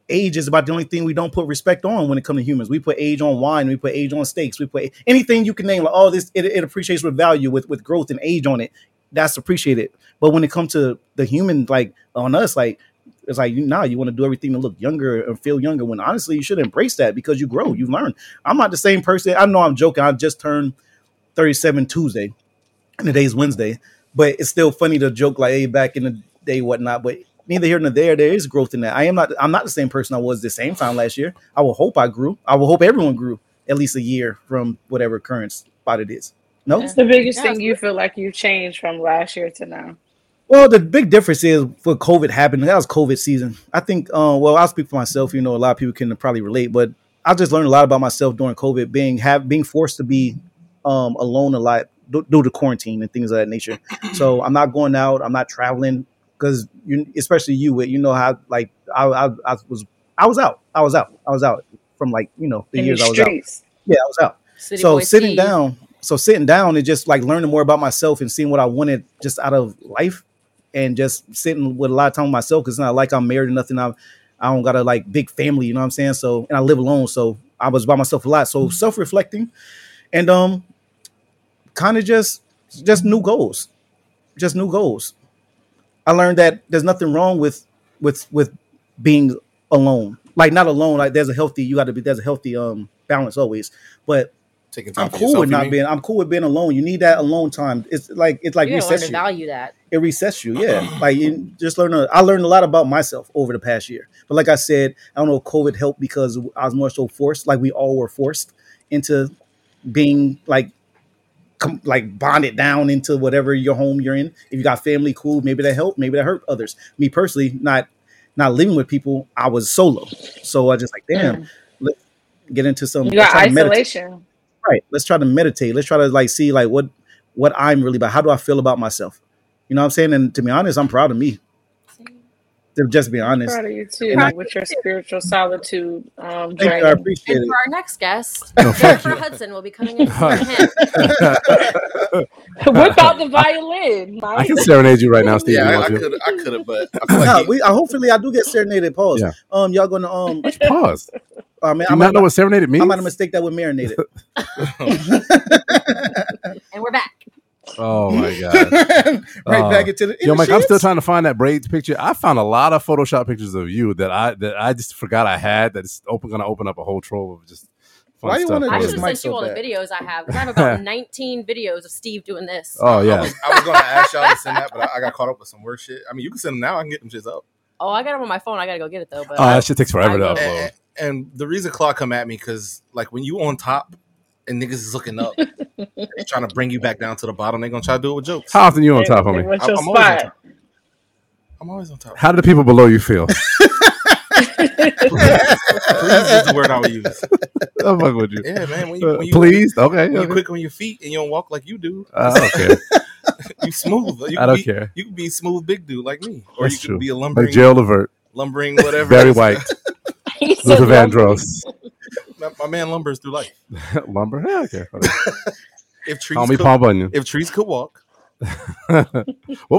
S3: age is about the only thing we don't put respect on when it comes to humans. We put age on wine, we put age on steaks, we put anything you can name. Like, oh, this it, it appreciates with value with with growth and age on it. That's appreciated. But when it comes to the human, like on us, like it's like you now you want to do everything to look younger and feel younger. When honestly, you should embrace that because you grow, you learn. I'm not the same person. I know I'm joking. I just turned 37 Tuesday, and today's Wednesday. But it's still funny to joke like, "Hey, back in the day, whatnot." But neither here nor there, there is growth in that. I am not. I'm not the same person I was the same time last year. I will hope I grew. I will hope everyone grew at least a year from whatever current spot it is. No,
S5: Yeah.
S6: What's the biggest
S5: Yeah,
S6: thing you feel like you changed from last year to now?
S3: Well, the big difference is for COVID happened. That was COVID season. I think. Uh, well, I'll speak for myself. You know, a lot of people can probably relate, but I just learned a lot about myself during COVID, being have being forced to be um, alone a lot d- due to quarantine and things of that nature. So I'm not going out. I'm not traveling because you, especially you, Whit, you know how like I, I, I was I was out. I was out. I was out from like you know the
S6: In the
S3: years I was out.
S6: streets.
S3: Yeah, I was out
S5: City
S3: so
S5: boy
S3: sitting
S5: Steve.
S3: down so sitting down and just like learning more about myself and seeing what i wanted just out of life and just sitting with a lot of time with myself because it's not like i'm married or nothing i'm i don't got a like big family you know what i'm saying so and i live alone so i was by myself a lot
S5: Mm-hmm.
S3: so self-reflecting and um kind of just just new goals just new goals i learned that there's nothing wrong with with with being alone like not alone like there's a healthy you got to be there's a healthy um balance always but
S1: Taking time
S3: I'm
S1: for
S3: cool
S1: yourself,
S3: with
S1: you
S3: not
S1: mean?
S3: being. I'm cool with being alone. You need that alone time. It's like it's like
S5: You gotta learn
S3: resets
S5: to
S3: you.
S5: value that.
S3: It resets you. Yeah, like you just learn. A, I learned a lot about myself over the past year. But like I said, I don't know. if COVID helped because I was more so forced. Like we all were forced into being like com- like bonded down into whatever your home you're in. If you got family, cool. Maybe that helped. Maybe that hurt others. Me personally, not not living with people. I was solo, so I just like damn.
S6: Mm.
S3: Let's get into some.
S6: You
S3: Let's
S6: got
S3: try to meditate
S6: isolation.
S3: right let's try to meditate let's try to like see like what what i'm really about how do i feel about myself you know what i'm saying and to be honest i'm proud of me to just be
S6: I'm
S3: honest
S6: proud of you
S3: and i
S6: too with your spiritual solitude um,
S3: thank you i
S6: journey.
S3: appreciate
S5: And
S3: it
S5: for our next guest,
S2: No, fuck
S5: Jennifer
S2: you.
S5: Hudson will be coming in for him.
S6: Whip out the violin,
S2: I
S6: Mike.
S2: can serenade you right now, Steve.
S1: Yeah,
S2: You
S1: I,
S2: want
S1: I
S2: to?
S1: could, I could have, but I feel like
S3: no
S1: he.
S3: we I, hopefully i do get serenaded pause
S2: Yeah.
S3: um y'all gonna um uh,
S2: What you paused?
S3: i mean
S2: Do
S3: i
S2: you
S3: might
S2: not know what serenade
S3: i might have
S2: means?
S3: mistake that with marinated
S5: And we're back.
S2: Oh my god.
S3: right
S2: Oh.
S3: back into the in
S2: Yo,
S3: the
S2: Mike, I'm still
S3: sheets.
S2: trying to find that braids picture. I found a lot of Photoshop pictures of you that I that I just forgot I had. That's open gonna open up a whole trove of just fun
S3: Why you
S2: stuff.
S3: wanna diss
S5: I should
S2: photos.
S5: have
S3: Mike
S5: sent you
S3: so
S5: all the
S3: bad?
S5: videos I have. 'cause I have about 19 videos of Steve doing this.
S2: oh
S1: I
S2: yeah,
S1: was, I was going to ask y'all to send that, but I, I got caught up with some weird shit. I mean, you can send them now. I can get them shits up.
S5: Oh, I got them on my phone. I gotta go get it though. But
S2: oh that shit takes forever to
S5: I will.
S2: upload.
S1: And, and the reason Claw come at me because like when you on top and niggas is looking up, they trying to bring you back down to the bottom. They gonna try to do it with jokes.
S2: How often you on
S6: They,
S2: top,
S6: they
S2: homie?
S6: want
S1: I,
S6: your
S1: I'm always on
S6: spot.
S1: top. I'm always on top.
S2: How do the people below you feel?
S1: Please is the word I would use.
S2: I'm fucking with you.
S1: Yeah, man. When you
S2: Uh,
S1: when you
S2: pleased? Okay.
S1: when you
S2: okay.
S1: quick on your feet and you don't walk like you do,
S2: I don't care.
S1: you smooth. You
S2: I
S1: can
S2: don't
S1: be
S2: care.
S1: you can be a smooth big dude like me, or you
S2: That's
S1: could
S2: true.
S1: be a
S2: Like
S1: lumbering
S2: Gerald Levert,
S1: lumbering whatever.
S2: Barry
S1: else.
S2: White,
S6: he said
S2: Luther
S6: lumbering.
S2: Vandross,
S1: my, my man lumbers through life.
S2: Lumber. Yeah, okay. whatever.
S1: If
S2: Call
S1: trees
S2: me
S1: could
S2: Paul Bunyan.
S1: if trees could walk,
S2: what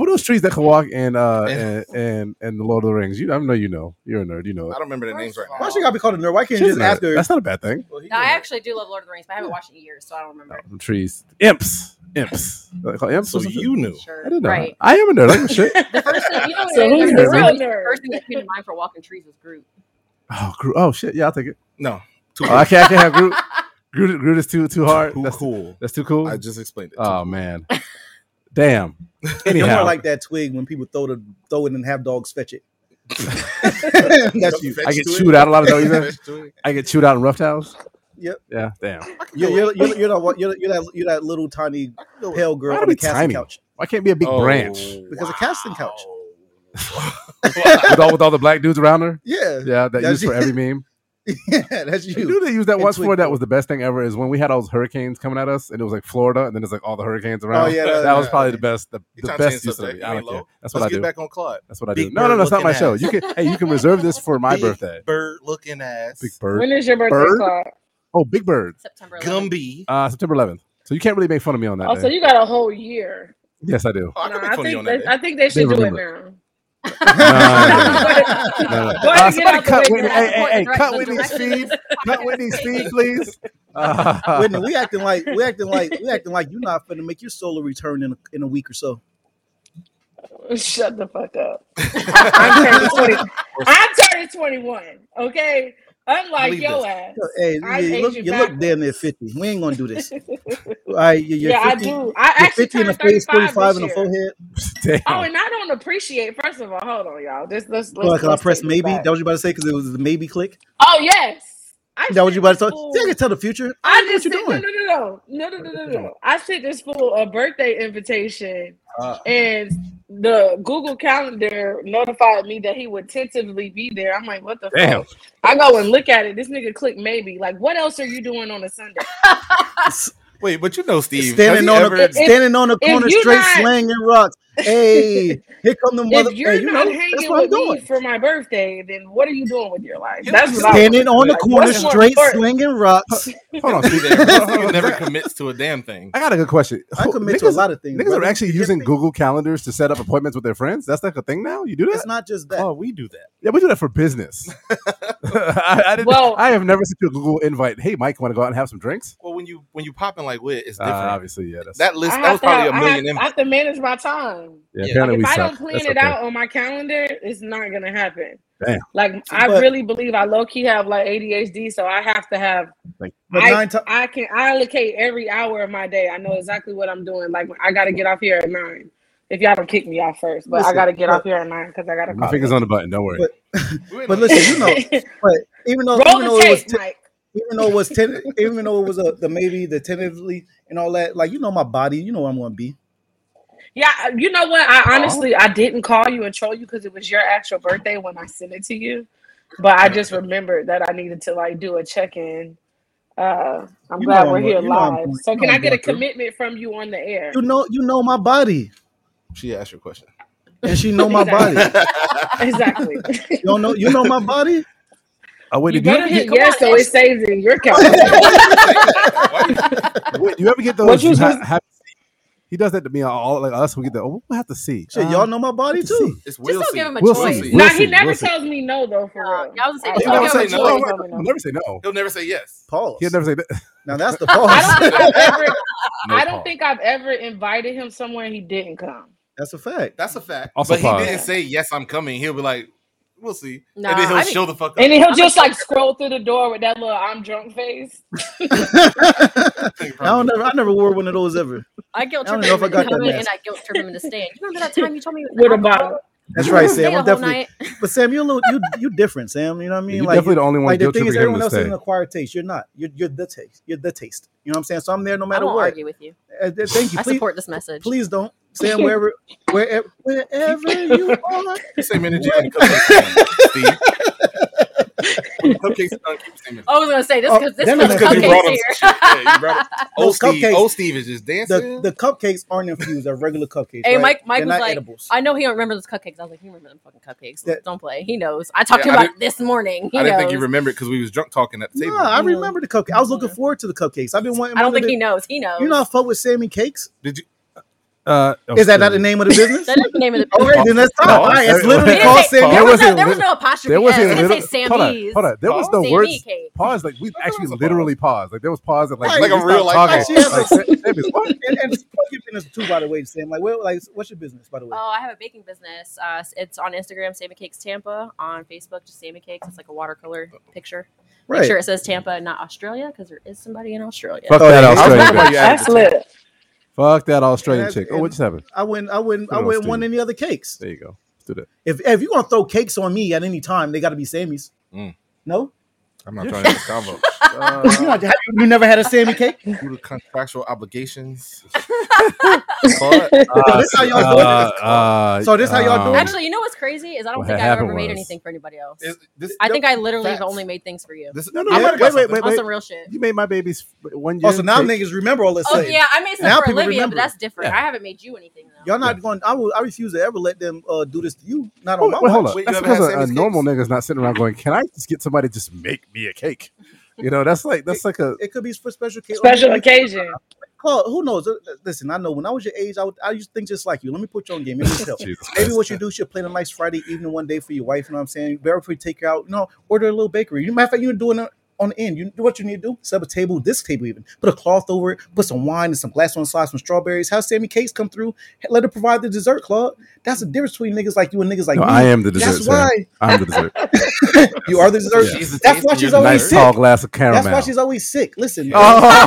S2: were those trees that could walk and uh and and, and the Lord of the Rings? You, I know you know. You're a nerd. You know
S1: I
S2: it.
S1: don't remember the names right now.
S3: why she gotta be called a nerd why can't you
S2: She's
S3: just
S2: a
S3: ask
S2: nerd.
S3: her
S2: That's not a bad thing.
S3: well, he
S5: No, I
S3: is.
S5: actually do love Lord of the Rings, but I haven't watched it in years, so I don't remember.
S2: No, trees, imps, imps. Are they called imps
S1: So
S2: or something?
S1: you knew.
S2: I
S5: Sure.
S2: didn't know.
S5: Right.
S2: I am a nerd. I don't give a shit.
S5: The first thing you know what
S6: So
S5: it is?
S6: who's
S5: That's
S6: the
S5: so
S6: real
S5: funny. The
S6: nerd?
S5: first thing that came to mind for walking trees was Groot.
S2: Oh, Groot. Oh shit. Yeah, I'll take it.
S1: No, too
S2: Oh, I can't. I can't have Groot. Groot, Groot is too too hard.
S1: Too
S2: That's
S1: cool.
S2: that's too cool.
S1: I just explained it. Too
S2: oh
S1: cool.
S2: man. Damn.
S3: you're more
S2: Anyhow,
S3: like that twig when people throw the throw it and have dogs fetch it That's you.
S2: I get chewed out a lot of those.
S1: that.
S2: I get chewed out in rough towels.
S3: Yep.
S2: Yeah. Damn.
S3: You're, you're, you're, you're, that, one- you're, that- you're, that, you're that little tiny pale girl
S2: Why
S3: on
S2: do we
S3: the casting
S2: tiny?
S3: couch.
S2: Why can't it be a
S1: Oh,
S2: big branch
S3: Because a casting couch.
S2: with all with all the black dudes around her?
S3: Yeah.
S2: Yeah, that
S3: That's
S2: used for every meme.
S3: Yeah, that's
S2: You knew
S3: you.
S2: they used that
S3: And
S2: once for
S3: Twig.
S2: that was the best thing ever. Is when we had all those hurricanes coming at us, and it was like Florida, and then it's like all the hurricanes around.
S3: Oh, yeah,
S2: that
S3: that-
S2: was
S3: that-
S2: probably the best, the,
S1: You
S2: the
S1: tryna
S2: best
S1: change
S2: use of
S1: subject,
S2: it. I
S1: you ain't
S2: don't care.
S1: low.
S2: That's what
S1: Let's
S2: I
S1: get
S2: do.
S1: back on Claude.
S2: That's what I do.
S3: Big
S2: No, no,
S3: Bird
S2: no, it's not my
S3: looking
S2: show.
S3: ass.
S2: You can, hey, you can reserve this for my
S1: Big
S2: birthday.
S1: Bird looking ass.
S2: Big Bird.
S6: When is your birthday,
S2: Bird?
S6: Clyde?
S2: Oh, Big Bird.
S5: September 11th.
S1: Gumby.
S2: Uh, September 11th. So you can't really make fun of me
S3: Uh,
S2: on that
S6: Oh, so
S2: day.
S6: you got a whole year.
S2: yes, I do.
S1: Oh, I
S6: Nah,
S1: can make
S6: I,
S1: fun of you on
S6: think
S1: that.
S6: they,
S1: day.
S6: I think they should do it now.
S2: No, no, no, no.
S6: Go ahead
S2: Uh,
S6: and get
S2: somebody
S6: out the way
S2: cut Whitney.
S6: now.
S2: Hey, hey,
S5: Support
S2: hey,
S5: the
S2: cut
S5: direct- the
S2: Whitney's
S5: direction.
S2: feed. Cut Whitney's feed, please. Uh,
S3: Whitney, we acting like we acting like we acting like you're not gonna make your solo return in a, in a week or so.
S6: Shut the fuck up. I'm turning 20. I'm turning 21. Okay. Unlike
S1: Believe
S6: yo
S1: this.
S6: ass.
S3: Hey,
S6: I
S3: you
S6: age
S3: look,
S6: you
S3: you look
S6: backwards.
S3: damn near fifty. We ain't gonna do this. All right, you- you're
S6: yeah, I
S3: 50,
S6: do. I
S3: You're
S6: actually
S3: 50 in the
S6: turned
S3: face,
S6: 35
S3: 45
S6: this
S3: in the
S6: year.
S3: forehead.
S2: damn.
S6: Oh, and I don't appreciate. First of all, hold on, y'all. Just let's let's.
S3: Because I
S6: let's
S3: pressed
S6: take this
S3: maybe.
S6: back.
S3: That was you about to say because it was the maybe click.
S6: Oh yes. I
S3: That was
S6: sent
S3: you about to
S6: this
S3: say.
S6: fool-
S3: See, I can tell the future. I,
S6: I
S3: know what
S6: just
S3: you're
S6: sent, no,
S3: doing.
S6: no, no, no, no, no, no, no, no. I sent this fool a birthday invitation,
S3: Uh.
S2: Ah.
S6: and the Google Calendar notified me that he would tentatively be there. I'm like, what the
S2: Damn.
S6: fuck? I go and look at it. This nigga clicked maybe. Like, what else are you doing on a Sunday?
S1: Wait, but you know, Steve.
S3: standing on
S1: has he ever,
S3: the
S6: If- if
S3: standing on the corner,
S6: you're
S3: straight
S6: not-
S3: slanging rocks. Hey, here come the mother.
S6: if you're
S3: hey, you
S6: not
S3: know, that's what
S6: hanging
S3: I'm
S6: with
S3: doing.
S6: me for my birthday, then what are you doing with your life?
S1: You-
S6: That's
S1: you
S6: what I
S3: Standing
S6: want.
S3: on the
S6: Like,
S3: corner,
S6: what's more
S3: straight
S6: important?
S3: slinging rocks.
S2: Hold on.
S1: he
S2: Steve.
S1: never-
S2: Hold on, hold
S1: he
S2: on.
S1: never commits to a damn thing.
S2: I got a good question.
S3: I
S2: Who-
S3: commit to a
S2: niggas-
S3: lot of things.
S2: Niggas are
S3: brother.
S2: actually
S3: Here's the
S2: using
S3: thing.
S2: Google calendars to set up appointments with their friends. That's like a thing now. You do that?
S3: It's not just that.
S1: Oh, we do that.
S2: yeah, we do that for business. I, I didn't.
S6: Well-
S2: I have never sent you a Google invite. Hey, Mike, want to go out and have some drinks?
S1: Well, when you when you popping like wit, it's
S2: Uh,
S1: different.
S2: obviously, yeah. That's,
S1: that
S6: I
S1: list that
S6: have
S1: was
S6: to have-
S1: probably a
S6: I
S1: million.
S6: have- I
S1: inv-
S6: have to manage my time.
S2: yeah,
S1: yeah.
S2: Apparently,
S6: if
S2: we
S6: I
S2: suck.
S6: don't plan
S2: That's
S6: it
S2: okay.
S6: out on my calendar, it's not gonna happen.
S2: Damn.
S6: Like I
S3: But-
S6: really believe I low key have like ADHD, so I have to have
S3: But
S6: I,
S3: nine times,
S6: I can I allocate every hour of my day. I know exactly what I'm doing. Like I gotta get off here at nine. If y'all don't kick me off first, but
S3: Listen,
S6: I gotta get
S3: but-
S6: off here at nine because I gotta
S2: My
S6: call.
S2: finger's
S6: it.
S2: on the button. Don't worry.
S3: But-
S1: We ain't
S3: but
S1: on-
S3: listen, you know, but even though
S6: Roll
S3: even though
S6: the
S3: it was
S6: tape,
S3: ten,
S6: Mike.
S3: even though it was ten, even though it was a, the maybe the tentatively and all that, like you know my body, you know what I'm gonna be.
S6: Yeah, uh, you know what?
S3: Oh.
S6: I honestly I didn't call you and troll you because it was your actual birthday when I sent it to you. But I just remembered that I needed to like do a check in. Uh, I'm
S3: You know
S6: glad
S3: I'm
S6: we're
S3: going-
S6: here
S3: you know I'm
S6: live.
S3: going-
S6: so
S3: you know
S6: can
S3: I'm
S6: I get a
S3: going through.
S6: commitment from you on the air?
S3: You know, you know my body,
S1: she asked your question.
S3: and she know my
S6: Exactly.
S3: body. You
S6: exactly.
S3: don't know, you know my body.
S2: Oh, wait,
S6: you
S2: did you
S6: better
S2: ever
S6: hit
S2: get?
S5: come
S6: yes,
S5: on,
S6: so
S5: Ashley.
S6: it saves in your calendar.
S2: Wait, do you ever get
S6: What
S2: those?
S6: you
S2: You ha-
S6: just-
S2: have, he does that to me. uh, All like us, we get the. Oh, we'll have to see.
S3: Shit,
S2: Uh,
S3: y'all know my body
S2: let's see.
S3: too.
S1: It's
S5: Just
S1: Will
S5: don't
S1: C.
S5: give him a
S2: We'll
S5: choice.
S2: see.
S6: nah, he
S2: see,
S6: never
S2: we'll see.
S6: tells me no though. For
S5: Uh,
S6: real,
S5: I was gonna say,
S6: he
S5: just
S2: He'll
S5: don't
S2: never
S5: give
S2: say
S5: him a
S2: no.
S5: choice.
S2: He'll never say no.
S1: He'll never say yes.
S3: Pause.
S2: He'll never say that.
S3: Now that's the
S6: I don't
S3: pause.
S6: think I've ever.
S1: No
S6: I don't
S1: pause.
S6: think I've ever invited him somewhere and he didn't come.
S3: that's a fact.
S1: That's a fact.
S2: Also
S1: but he
S2: pause.
S1: didn't say yes. I'm coming. He'll be like, we'll see,
S5: Nah,
S1: and then he'll
S5: I think-
S1: show the fuck up.
S6: And then he'll
S5: I'm
S6: just
S5: a-
S6: like scroll through the door with that little "I'm drunk" face.
S3: I
S1: I think
S3: don't
S1: probably-
S3: never, I never wore one of those ever.
S5: I guilt
S3: I don't
S5: trip
S3: know
S5: him
S3: if I
S5: into
S3: got that
S5: coming and
S3: message.
S5: I guilt trip him into staying. You remember that time you told me
S6: With a
S5: I-
S6: bottle.
S3: That's
S5: you
S3: right,
S5: wanna stay
S3: Sam.
S5: the
S3: I'm
S5: whole
S3: definitely,
S5: night?
S3: but Sam, you're a little, you you different, Sam. You know what I mean?
S2: You're definitely the only one
S3: like the
S2: guilt
S3: thing is,
S2: tripping him
S3: everyone
S2: to
S3: else is
S2: stay.
S3: an acquired taste. You're not. You're, you're the taste. You're the taste. You know what I'm saying? So I'm there no
S5: I
S3: matter
S5: won't
S3: what.
S5: argue with you.
S3: Uh, th- thank you.
S5: I
S3: Please,
S5: support this message.
S3: please don't, Sam. Wherever, wherever, wherever you are.
S1: Keep the same energy when the cupcakes done, Steve. When the cupcakes are done, keep the same energy.
S5: I was gonna say this
S3: Oh,
S5: because this
S3: then
S5: because
S3: it's
S1: 'cause you brought
S5: cupcakes
S1: him
S5: here.
S1: some shit. Yeah, you brought him- Old
S3: Those
S1: Steve,
S3: cupcakes-
S1: old Steve is just
S3: The
S1: dancing.
S3: the cupcakes aren't infused. They're regular cupcakes.
S5: Hey,
S3: right?
S5: Mike- Mike
S3: They're
S5: was
S3: not
S5: like,
S3: edibles.
S5: I know he don't remember those cupcakes. I was like, he remember them fucking cupcakes.
S3: That-
S5: Don't play. He knows. I talked
S1: Yeah,
S5: to him
S1: I
S5: about it this morning. He
S1: I didn't
S5: knows.
S1: think you remembered because we was drunk talking at the
S3: No,
S1: table.
S3: I
S5: Mm.
S3: remember the cupcakes. I was looking
S5: Yeah.
S3: forward to the cupcakes. I've been wanting.
S5: I don't
S3: one of
S5: think he
S3: the-
S5: knows. He knows.
S3: You know, I fuck with Sammy Cakes.
S1: Did you?
S2: Uh, oh,
S3: Is that not the
S2: shit.
S3: name of the business?
S5: that is the name of the.
S3: All right, then that's time.
S2: Pause.
S3: All right, it's
S5: He
S3: literally
S5: didn't
S3: called
S5: say-
S3: Sammy.
S5: there,
S2: There
S5: was
S2: was
S5: no,
S2: a
S5: there was
S2: lit-
S5: no apostrophe.
S2: There
S5: There
S2: was
S5: was
S2: a little.
S5: say Sam
S2: Hold on,
S5: E's.
S2: hold on. There was no
S5: Sam
S2: words.
S5: E cake.
S2: Pause. Like we
S1: That's
S2: actually
S1: always a
S2: literally paused. Like there was pause. That, like
S3: Right.
S2: we-
S1: Like a
S2: we
S1: real
S2: stopped
S1: life
S2: talking.
S3: pause.
S2: Like, Sam- Sam is- what?
S3: and, and fuck your business too, by the way, Sam. Like, what, like, what's your business, by the way?
S5: Oh, I have a baking business. Uh, it's on Instagram, Sammy Cakes Tampa. On Facebook, just Sammy Cakes. It's like a watercolor picture. Make sure it says Tampa and not Australia because there is somebody in Australia.
S2: Fuck
S3: Oh,
S2: that
S3: yeah.
S2: Australian
S1: Why
S2: chick.
S1: you added
S6: That's
S1: the
S6: lit.
S2: Fuck that Australian
S3: And
S2: chick.
S3: that's-
S2: Oh, what just happened?
S3: I wouldn't, I wouldn't,
S2: Put
S3: I
S2: it on
S3: wouldn't want
S2: Steve.
S3: any other cakes.
S2: There you go. do that.
S3: If if you're gonna throw cakes on me at any time, they got to be Sammys.
S1: Mm.
S3: No,
S1: I'm not
S2: Yeah.
S1: trying to this convo.
S3: you, not, have you- you never had a Sammy cake.
S1: Due to contractual obligations.
S3: So this how y'all doing
S2: Uh, uh,
S3: So this how y'all doing
S5: Actually, you know what's crazy is I don't
S2: What
S5: think
S2: had
S5: I've ever
S2: happened
S5: made
S2: was-
S5: anything for anybody else.
S1: Is- this-
S5: I think I literally have
S1: facts.
S5: only made things for you.
S1: This,
S2: No, no,
S1: I
S2: wait,
S1: might have
S2: wait,
S1: got
S2: wait,
S1: something.
S2: wait,
S5: on
S2: wait.
S5: some real shit.
S2: You made my baby's f- one year.
S3: Oh, so now
S2: cake.
S3: niggas remember all this.
S5: Oh
S3: shit.
S5: yeah, I made
S3: Now
S5: some for
S3: people
S5: Olivia,
S3: remember.
S5: but that's different.
S2: Yeah.
S5: I haven't made you anything though.
S3: Y'all not going. I will. I refuse to ever let them uh, do this to you. Not on
S2: Wait,
S3: my
S2: wait, hold
S3: watch.
S2: up.
S1: Wait, you
S2: That's
S1: ever had
S2: because a, a
S1: Sammy's
S2: normal
S1: cakes?
S2: nigga's not sitting around going, "Can I just get somebody to just make me a cake?" You know, that's like that's like a
S3: It could be for special kids.
S6: Special occasion.
S3: Claude, who knows? Uh, Listen, I know when I was your age, I, would, I used to think just like you. Let me put you on game. Maybe, tell.
S2: Jesus
S3: Maybe
S2: Christ.
S3: what you do, should plan a nice Friday evening one day for your wife. You know what I'm saying? Very free, take her out. You know, order a little bakery. You matter of fact, you're doing it on the end. You do what you need to do. Set up a table, this table even. Put a cloth over it. Put some wine and some glass on the side, some strawberries. Have Sammy Cakes come through. Let her provide the dessert, Claude. That's the difference between niggas like you and niggas like
S2: No,
S3: me.
S2: I am the dessert.
S3: That's
S2: sir.
S3: why
S2: I'm the dessert.
S3: you are the dessert.
S1: She's the
S3: That's
S1: taste
S3: why
S1: and
S3: she's
S1: you're the
S3: always
S2: nice
S1: dessert.
S3: sick.
S2: tall glass of caramel.
S3: That's why she's always sick. Listen,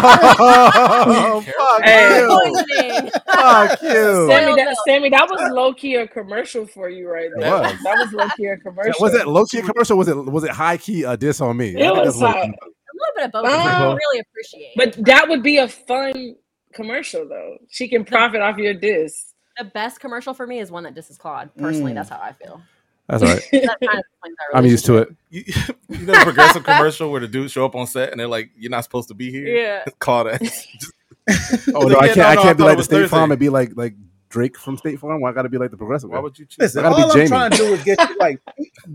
S2: oh, fuck
S6: Hey.
S2: you!
S5: Poisoning.
S2: Fuck
S3: Oh.
S2: you!
S6: Sammy,
S5: Well,
S6: that,
S5: no.
S6: Sammy, that was low key a commercial for you right
S2: It
S6: there.
S2: was.
S6: That was low key a commercial.
S2: Was it low key commercial? Was it was it high key a diss on me? I
S6: It
S2: think
S6: was
S2: that's what-
S6: like-
S5: a little bit of both.
S6: Uh,
S5: which I really appreciate.
S6: But that would be a fun commercial though. She can profit off your diss.
S5: the best commercial for me is one that disses Claude. Personally,
S3: Mm.
S5: that's how I feel.
S2: that's all right.
S5: That kind of explains our
S2: I'm used to it.
S1: You, you know the progressive commercial where the dudes show up on set and they're like, "You're not supposed to be here."
S5: relationship.
S1: Claude ass. Just-
S2: Oh
S1: Like, yeah,
S2: no, I can't.
S1: no,
S2: I
S1: no,
S2: can't
S1: I
S2: be
S1: thought
S2: like
S1: it
S2: the
S1: was
S2: State
S1: Thursday.
S2: Farm and be like like Drake from State Farm. Why I got to be like the progressive?
S1: Why
S2: Why would
S1: would you choose?
S3: Listen,
S2: gotta be
S3: all I'm
S2: Jamie.
S3: trying to do is get you like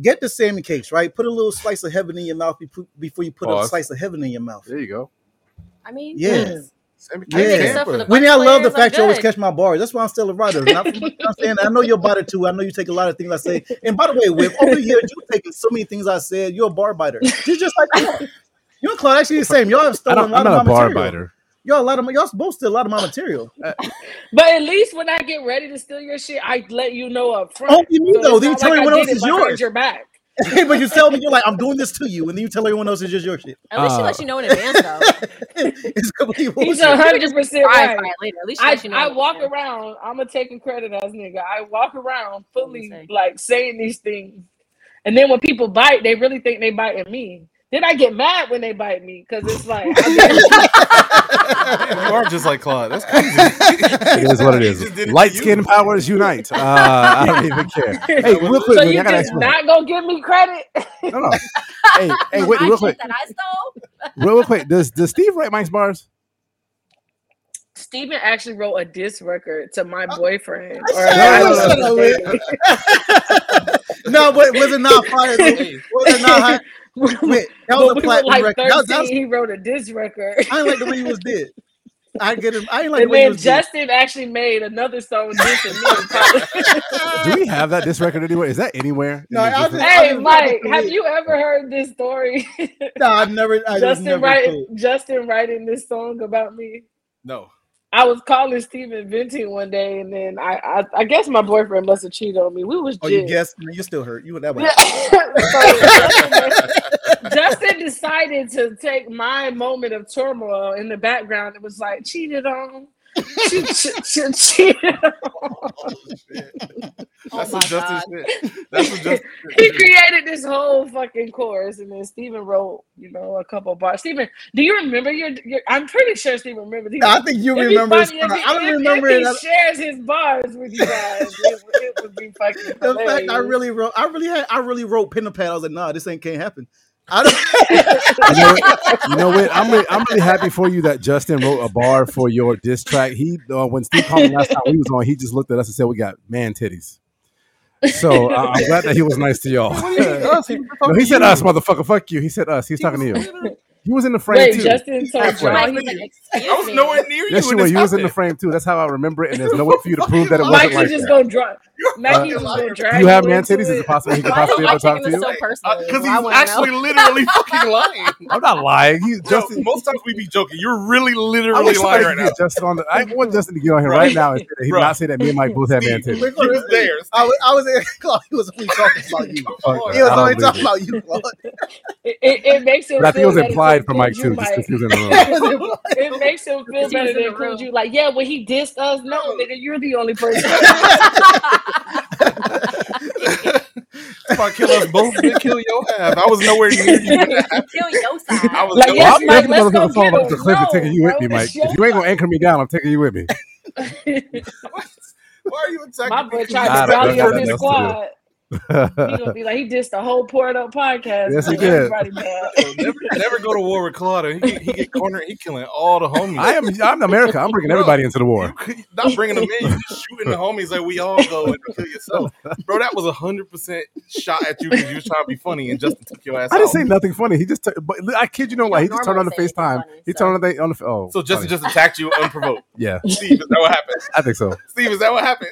S3: get the salmon cakes, right? Put a little slice of heaven in your mouth befo- before you put a
S1: Pause.
S3: slice of heaven in your mouth.
S2: there you go.
S5: I mean,
S3: Yeah.
S5: yes.
S1: Sammy
S3: Yeah.
S1: Cakes
S5: Except for the
S1: Tampa.
S3: Winnie, I love the
S5: Players, I'm
S3: fact you always
S5: good.
S3: catch my bars. That's why I'm still a writer. Not from, you know what I'm saying? I know you're a biter too. I know you take a lot of things I say. And by the way, Whip, over the years, you've taken so many things I said. You're a bar biter. You're just like you are. You and Claude actually the same. Y'all have
S2: I
S3: stolen a
S2: don't, I'm
S3: lot
S2: not
S3: of my
S2: a bar
S3: material.
S2: biter.
S3: Y'all a lot of my, y'all both steal a lot of my material.
S6: But at least when I get ready to steal your shit, I let you know up front.
S3: Oh, you mean though? Then you
S6: not
S3: tell
S6: like
S3: me
S6: I
S3: what else
S6: did it
S3: is
S6: behind
S3: yours.
S6: your back.
S3: but you tell me you're like, I'm doing this to you, and then you tell everyone else it's just your shit.
S5: At least she
S2: Uh,
S5: lets you know in advance, though.
S3: it's complete
S6: He's
S3: bullshit.
S6: a hundred percent
S5: Cry
S6: right.
S5: about it later. At least she
S6: I,
S5: lets you know.
S6: I
S5: in
S6: walk
S5: advance.
S6: around, I'm a taking credit as nigga. I walk around
S5: What do you
S6: fully
S5: say?
S6: like saying these things. And then when people bite, they really think they biting me. Then I get mad when they bite me because it's like I barely
S1: Damn, you are just like Claude. That's crazy.
S2: It is what it is.
S1: He just did it to
S2: Light
S1: you.
S2: skin powers unite. Uh, I don't even care. Hey, real quick,
S6: so
S2: Whitney,
S6: you
S2: I gotta
S6: just
S2: ask you. one.
S6: not gonna give me credit?
S2: No, no. Hey, hey,
S5: For
S2: wait,
S5: my
S2: real
S5: shit
S2: quick,
S5: that I stole.
S2: real quick. Does does Steve write Mike's bars?
S6: Steven actually wrote a diss record to my boyfriend.
S3: I
S6: or
S3: said,
S6: guy
S2: no,
S6: that Oh, I
S2: no,
S3: no,
S6: was dating.
S3: no, but was it not fire? though?
S1: Hey,
S3: Was it not high? Wait, that was a
S6: When we were
S3: platinum
S6: like
S3: record.
S6: 13,
S3: That was, that was-
S6: he wrote a diss record.
S3: I didn't like the way you was did. I get him. I didn't like the
S6: and
S3: way you
S6: then
S3: was did.
S6: Justin actually made another song dissing me and Tyler.
S2: Do we have that disc record anywhere? Is that anywhere?
S3: No,
S2: Is it
S3: I
S2: different?
S3: just-
S6: hey,
S3: just wanted
S6: Mike,
S3: to
S6: have
S3: read.
S6: you ever heard this story?
S3: No, I never. I just
S6: Justin
S3: never
S6: writing
S3: could.
S6: Justin writing this song about me.
S1: no.
S6: I was calling Steven Venting one day, and then I, I I guess my boyfriend must have cheated on me. We was
S3: Oh, you
S6: jizzed.
S3: guessed? No, you still hurt. You were that way.
S6: Yeah. So, Justin, Justin decided to take my moment of turmoil in the background. It was like cheated on, che- che- che- cheated. on.
S1: That's what
S5: oh my
S1: Justin
S5: god.
S1: said. That's what Justin
S6: He
S1: said.
S6: created this whole fucking chorus, and then Steven wrote, you know, a couple bars. Steven, do you remember your? your I'm pretty sure Steven remembered. He-
S3: I think you
S6: It'd
S3: remember.
S6: be
S3: His
S6: funny if
S3: part.
S6: he,
S3: I don't
S6: if,
S3: remember
S6: if
S3: it.
S6: he
S3: I-
S6: shares his bars with you guys. It, would- it would be fucking
S3: the fact I
S6: hilarious.
S3: really wrote, I really had, I really wrote pen to pad. I was like, nah, this ain't can't happen. I don't.
S2: You know what? You know what? I'm really, I'm really happy for you that Justin wrote a bar for your diss track. He uh, when Steve called me last time we was on, he just looked at us and said, "We got man titties." So uh, I'm glad that he was nice to y'all.
S1: What do you mean us? He was
S2: no,
S1: talking
S2: he
S1: to
S2: said
S1: you.
S2: us, motherfucker. Fuck you. He said us. He's
S1: He
S2: talking to
S1: was
S2: you.
S1: literally-
S2: He was in the frame
S6: Wait,
S2: too.
S6: Justin told
S1: Halfway.
S5: Somebody
S6: y'all
S5: was like,
S6: he
S1: I
S5: excuse
S1: was
S5: me.
S1: nowhere near you
S2: Yes,
S1: when
S2: you were.
S1: this
S2: You was in the
S1: happened.
S2: frame too. That's how I remember it. And there's no way for you to prove that it wasn't
S6: Mikey
S2: like
S6: just
S2: that.
S6: gonna drag.
S1: You're a
S6: Mikey
S1: fucking
S2: Uh,
S6: just
S1: liar.
S6: gonna
S2: Do
S6: drag
S2: you
S6: you
S2: have man
S6: into
S2: titties? Is it
S6: it.
S2: possible he could
S5: Why is
S2: possibly
S5: Mike
S2: ever
S5: taking
S2: talk to
S5: this
S2: you?
S5: so personally?
S1: Because he's
S5: I want to know.
S1: actually literally fucking lying.
S2: I'm not lying. He,
S1: Yo,
S2: Justin,
S1: most times we be joking. You're really
S2: I
S1: literally lying
S2: wish somebody
S1: right
S2: could
S1: now.
S2: get Justin on. The, I want Justin to get on here
S1: Bruh.
S2: right now and say that he did
S1: Bruh.
S2: not say that me and Mike both had man
S1: Steve,
S2: titties.
S3: We're
S1: you
S3: gonna,
S1: was there.
S3: I was, I was Claude, he was only talking about you.
S2: Fuck
S1: Come
S2: that.
S1: on.
S3: He was
S2: I don't
S3: only
S2: believe it.
S3: talking about you, Claude.
S6: It, it, it makes him
S2: But I think it
S6: feel
S2: was
S6: better to
S2: implied for
S6: include
S2: Mike
S6: you,
S2: too, just because
S6: Mike.
S2: he was in the room.
S3: It was implied.
S6: It makes him feel
S5: Because he
S6: better
S5: was in
S6: to
S5: the
S6: include
S5: room.
S6: you. Like, yeah, when he dissed us, no,
S3: No.
S6: nigga, you're the only person.
S1: If I kill us both, then kill your half. I was nowhere near you.
S5: Kill your side.
S1: I was
S6: Like,
S1: nowhere
S6: yes,
S1: near
S6: Mike,
S2: definitely
S6: let's
S2: gonna
S6: go
S2: fall
S6: get
S2: off
S6: him.
S2: the cliff and
S6: No,
S2: taking you with
S6: no,
S2: me, Mike.
S6: it's
S2: If
S6: your
S2: you ain't gonna anchor me down, I'm taking you with me.
S1: Why are you attacking
S6: My
S1: me?
S6: boy
S1: Because
S6: tried
S1: you
S2: I
S6: to
S2: don't
S1: said that first?
S2: know.
S6: rally up his
S2: Nothing to
S6: squad. He gonna be like, he dissed the whole poured up podcast.
S2: Yes, he
S6: Put
S2: did.
S6: Everybody down.
S1: Yo, Never, never go to war with Claude. He get, he get cornered. He killing all the homies.
S2: I am. I'm America. I'm bringing
S1: Bro.
S2: everybody into the
S1: you
S2: war.
S1: could not bringing them in. You just shooting the homies like we all go and kill yourself, bro. That was a hundred percent shot at you because you was trying to be funny and Justin took your ass
S2: I
S1: out.
S2: didn't say nothing funny. He just. T- but I kid you not,
S5: You
S2: why he
S5: don't
S2: just turned on the
S5: normally say
S2: FaceTime.
S5: anything funny,
S2: he
S5: so.
S2: turned on the on the. Oh,
S1: so Justin
S2: funny.
S1: just attacked you unprovoked.
S2: yeah,
S1: Steve, is that what happened?
S2: I think so.
S1: Steve, is that what happened?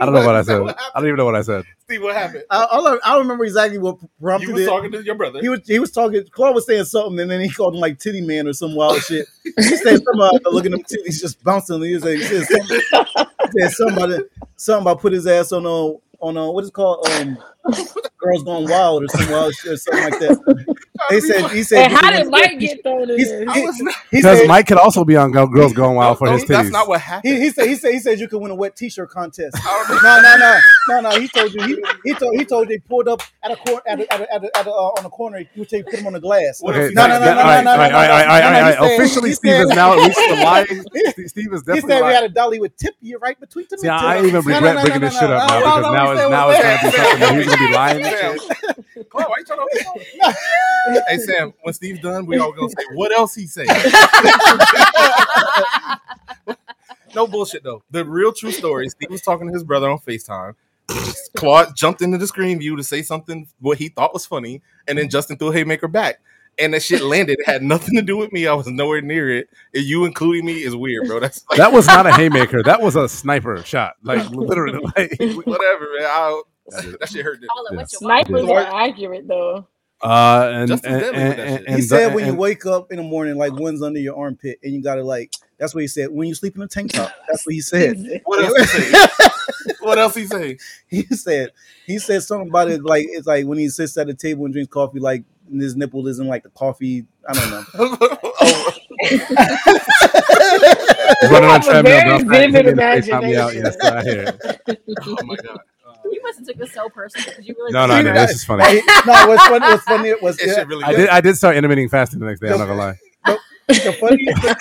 S2: I don't know what I
S1: Is that
S2: said.
S1: what
S2: I don't even know what I said.
S1: Steve, what happened?
S3: I, all I, I don't remember exactly what prompted
S1: You was
S3: it.
S1: talking to your brother.
S3: He was he was talking. Claude was saying something, and then he called him like titty man or some wild shit. He said something about looking at them titties just bouncing. He was like, he said something, he said something about it- something about put his ass on a on a what is it called um girls going wild or some wild shit or something like that. They said he said
S6: And how did Mike get thrown in
S3: He's-
S6: this?
S1: I was not,
S3: he
S2: Because
S3: said
S2: Mike could also be on Go- Girls Going Wild for
S1: no,
S2: his
S1: no, that's
S2: titties.
S1: not what
S3: he,
S1: happened.
S3: he said he said he said you could win a wet t-shirt contest.
S1: I don't know.
S3: No, no, no, no, no. He told you. He, he told he told you. He pulled up at a corner at a, at a, at a, at a, uh, on a corner. You tell you put him on the glass.
S1: What else
S2: okay,
S1: he
S3: No,
S1: said?
S2: that-
S3: no, no,
S2: that-
S3: no,
S2: all
S3: no,
S2: right, all
S3: no,
S2: right,
S3: no,
S2: all right, all right,
S3: no, no,
S2: all
S3: no,
S2: right,
S3: he
S2: all right.
S3: said-
S2: Officially,
S3: he
S2: Steve has
S3: said-
S2: now reached the lying. Steve is
S3: He
S2: definitely.
S3: said we
S2: lying.
S3: had a dolly with tip you right between them.
S2: See, I ain't even
S3: No, no,
S2: regret
S3: no,
S2: bringing
S3: no,
S2: this
S3: no,
S2: shit up
S3: no,
S2: now
S3: no,
S2: because
S3: no,
S2: now
S3: we
S2: it's
S3: said
S2: now
S3: we're
S2: it's gonna be
S3: bad.
S2: something that he's gonna be lying.
S1: Sam, Claude, why you trying to hold on? Hey Sam, when Steve's done, we all gonna say what else he said. no bullshit though. The real true story. Steve was talking to his brother on Facetime. Claude jumped into the screen view to say something what he thought was funny, and then Justin threw a haymaker back, and that shit landed. It had nothing to do with me. I was nowhere near it. And you including me is weird, bro. That's like
S2: That was not a haymaker. That was a sniper shot. Like literally, like
S1: whatever, man. I, that shit hurt.
S5: All at
S2: Yeah.
S5: once, your
S6: Snipers
S1: Sorry.
S6: are accurate though.
S2: Uh, and
S1: Justin's
S2: and,
S1: deadly with
S2: and,
S1: that
S2: and,
S1: shit.
S3: He
S2: and
S3: said
S2: the-
S3: when you
S2: and-
S3: wake up in the morning, like one's under your armpit, and you gotta like. That's what he said. When you sleep in a tank top, that's what he said.
S1: What else he say? What else he say?
S3: he said he said something about it like it's like when he sits at the table and drinks coffee, like his nipple isn't like the coffee. I don't know.
S1: oh,
S2: running
S6: You
S2: on
S6: have a
S2: treadmill, bro. Thanks
S6: very
S2: for
S6: vivid
S2: being the FaceTime me out.
S6: imagination.
S2: Yes, sir, I hear. it.
S1: oh my god. Uh,
S5: You must have took this so personal because you really
S2: No, no,
S5: think
S2: I
S3: See,
S2: didn't.
S5: you're-
S2: This is funny.
S3: no, what's funny? What's funny? Was
S1: that shit really
S2: I
S1: did.
S2: did. I did start intermittent fasting the next day. I'm not gonna lie.
S3: the funniest thing?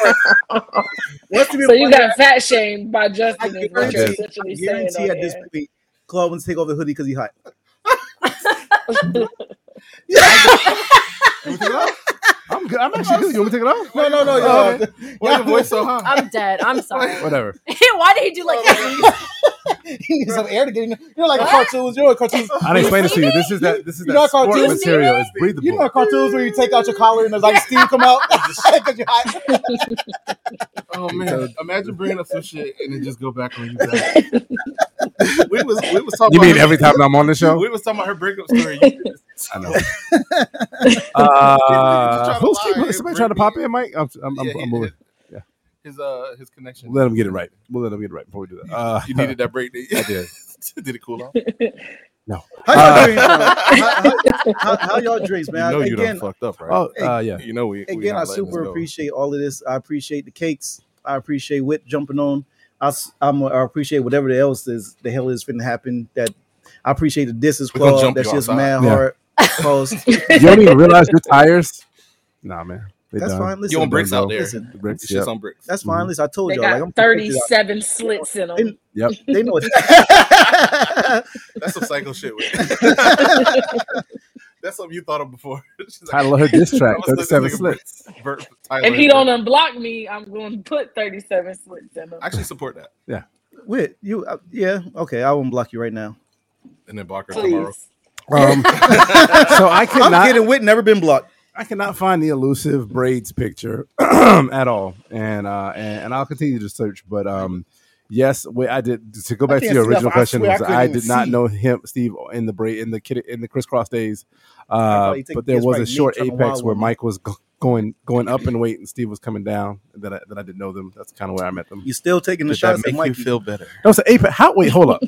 S3: Like, what's even
S6: so you
S3: funnier,
S6: got fat shamed by
S3: I
S6: Justin is what you're
S3: guarantee,
S2: did.
S6: essentially
S3: I
S6: saying
S3: guarantee
S6: on
S3: at this
S6: air.
S3: point, Claude wants to take off the hoodie because he hot.
S1: You took it off?
S2: I'm good. I'm actually good. You want me to take it off?
S3: No, no, no,
S2: Oh,
S3: y'all.
S2: okay.
S1: Why your voice so high?
S5: I'm dead. I'm sorry.
S2: Whatever.
S5: Why did he do like that?
S3: He needs some air to get in. there. You know, like cartoons. You know, cartoons.
S2: I didn't explain this to you. This is that. This is
S3: You know
S2: that
S3: how
S2: sport
S3: cartoons-
S2: material. It's
S3: You know,
S2: breathable.
S3: cartoons where you take out your collar and there's like steam come out because you're hot.
S1: Oh
S2: So-
S1: man, imagine bringing up some shit and then just go back on you. Guys. we was we was talking.
S2: You
S1: about
S2: mean
S1: her-
S2: every time I'm on the show?
S1: We was talking about her breakup story. You did this.
S2: I know. uh,
S1: trying to
S2: who's keep,
S1: lie.
S2: somebody
S1: It
S2: trying to
S1: break
S2: pop in, Mike? I'm, I'm,
S1: Yeah,
S2: I'm,
S1: he-
S2: I'm moving.
S1: His uh his connection.
S2: Let him get it right. We'll let him get it right before we do that. Uh,
S1: You needed that break. Did,
S2: I did.
S1: did it cool off?
S3: How y'all
S2: Uh,
S3: drinks? man? How, how, how, how y'all drinks,
S1: You
S3: man?
S1: know you done
S3: again,
S1: fucked up, right?
S2: Oh, uh, yeah.
S1: You know we we not
S3: again, I
S1: letting this
S3: super
S1: go.
S3: appreciate all of this. I appreciate the cakes. I appreciate Whit jumping on. I, s- I'm, I appreciate whatever else is the hell is finna happen. That I appreciate the distance
S1: We gonna
S3: club.
S1: jump
S3: That
S1: you
S3: shit's
S1: outside.
S3: mad
S2: Yeah.
S3: hard. Cause
S2: You don't even realize your tires. Nah, man. They
S3: that's
S2: done.
S3: fine. Listen,
S1: You on bricks
S2: done,
S1: out
S2: bro.
S1: there?
S3: listen,
S2: The bricks,
S1: Shit's
S2: yep.
S1: on bricks.
S3: that's fine. Listen, I told
S6: They
S3: y'all. Like
S6: got
S3: I'm perfected out.
S6: 37 slits in
S3: They,
S6: them.
S2: Yep.
S3: they know it.
S1: That's some psycho shit. With That's something you thought of before. She's like,
S2: Title of her diss track,
S1: "I'ma slit this
S2: 37
S1: nigga
S2: Slits.
S1: bricks." Ver- Tyler
S6: If he
S1: Ver-
S6: don't unblock me, I'm going to put 37 slits in them.
S1: I actually support that.
S3: Whit, you uh, yeah okay. I won't block you right now.
S1: And then block her tomorrow.
S6: Please.
S2: Um, so I
S3: I'm
S2: cannot,
S3: kidding. Whit never been blocked.
S2: I cannot find the elusive braids picture at all, and uh, and, and I'll continue to search. But um, yes, wait, I did to go back to
S3: think I
S2: your
S3: see that-
S2: original
S3: I
S2: question.
S3: swear I
S2: Was
S3: couldn't
S2: I
S3: even
S2: did not
S3: see.
S2: know him, Steve, in the braid in the kid in the crisscross days.
S3: I
S2: Uh,
S3: probably think
S2: but there
S3: it's
S2: was
S3: probably
S2: a
S3: Nate
S2: short
S3: trying to
S2: apex
S3: wild
S2: where
S3: one.
S2: Mike was g- going going up in weight, and Steve was coming down. That I, that I didn't know them. That's kind of where I met them.
S3: You still taking the
S1: Did that
S3: shots at
S1: make you
S3: Mikey?
S1: feel better?
S2: No, it's an apex. How? Wait, hold up.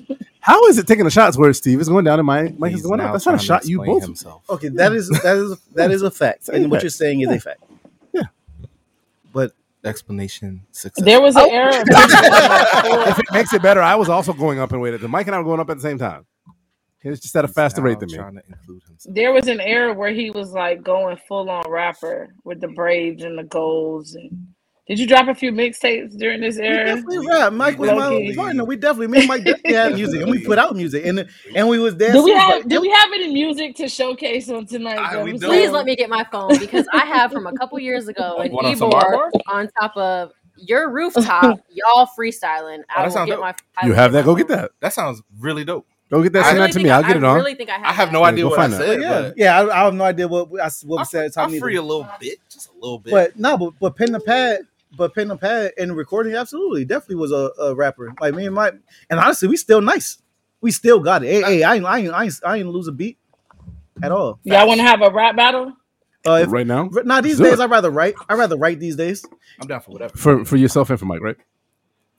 S2: How is it taking the shots where Steve is going down and Mike, Mike is
S1: He's
S2: going up?
S1: now
S2: That's not a
S1: trying to
S2: shot. You
S1: explain
S2: both.
S1: himself.
S3: Okay, that is that is that is a fact,
S2: Say
S3: and what
S2: that.
S3: you're saying is
S2: Yeah.
S3: a fact.
S2: Yeah.
S3: But
S1: Explanation success.
S6: There
S3: Oh.
S6: was an error of pictures on my
S2: if
S6: four.
S2: it makes it better, I was also going up in weight. Mike and I were going up at the same time. He's just at a faster
S1: Now
S2: rate than me.
S1: Trying to include himself.
S6: There was an era where he was like going full on rapper with the braids and the goals. And did you drop a few mixtapes during this
S3: We
S6: era?
S3: definitely rap. Mike was my
S6: Low-key.
S3: partner. We definitely, me and Mike definitely had music, and we put out music, and and we was there.
S6: Do we
S3: too,
S6: have
S3: but
S6: Do we have any music to showcase on tonight's
S1: I- we
S6: episode?
S1: don't.
S5: Please let me get my phone because I have from a couple years ago an
S1: What, on some artwork?
S5: Ebor on top of your rooftop, y'all freestyling.
S1: Oh, that
S5: I will
S1: sounds
S5: get
S1: dope.
S5: my. I
S2: You
S5: will
S2: have that? Go
S5: my
S2: get
S5: phone.
S2: that.
S1: That sounds really dope.
S2: Go get that.
S5: I
S2: Send
S5: really
S2: that to
S5: think
S2: me. I'll
S5: I-
S2: get it on.
S5: I really think I have.
S1: I have
S5: that.
S1: no
S2: Yeah,
S1: idea
S2: go
S1: what I
S2: find out.
S1: said,
S3: yeah,
S1: but
S3: yeah. I, I have no idea what we- I s- what we
S1: I,
S3: said at the
S1: I
S3: time either.
S1: free a little bit, just a little bit.
S3: But no, but but pen the pad, but pen the pad and recording absolutely definitely was a, a rapper. Like me and Mike, and honestly, we still nice. We still got it. Hey, hey, I ain't, I ain't, I ain't, I ain't lose a beat at all.
S6: Y'all want to have a rap battle?
S3: Uh, if,
S2: right now
S3: but nah, these
S2: do
S3: days
S2: it.
S3: I'd rather write. I'd rather write these days.
S1: I'm down for whatever,
S2: for for yourself and for Mike, right?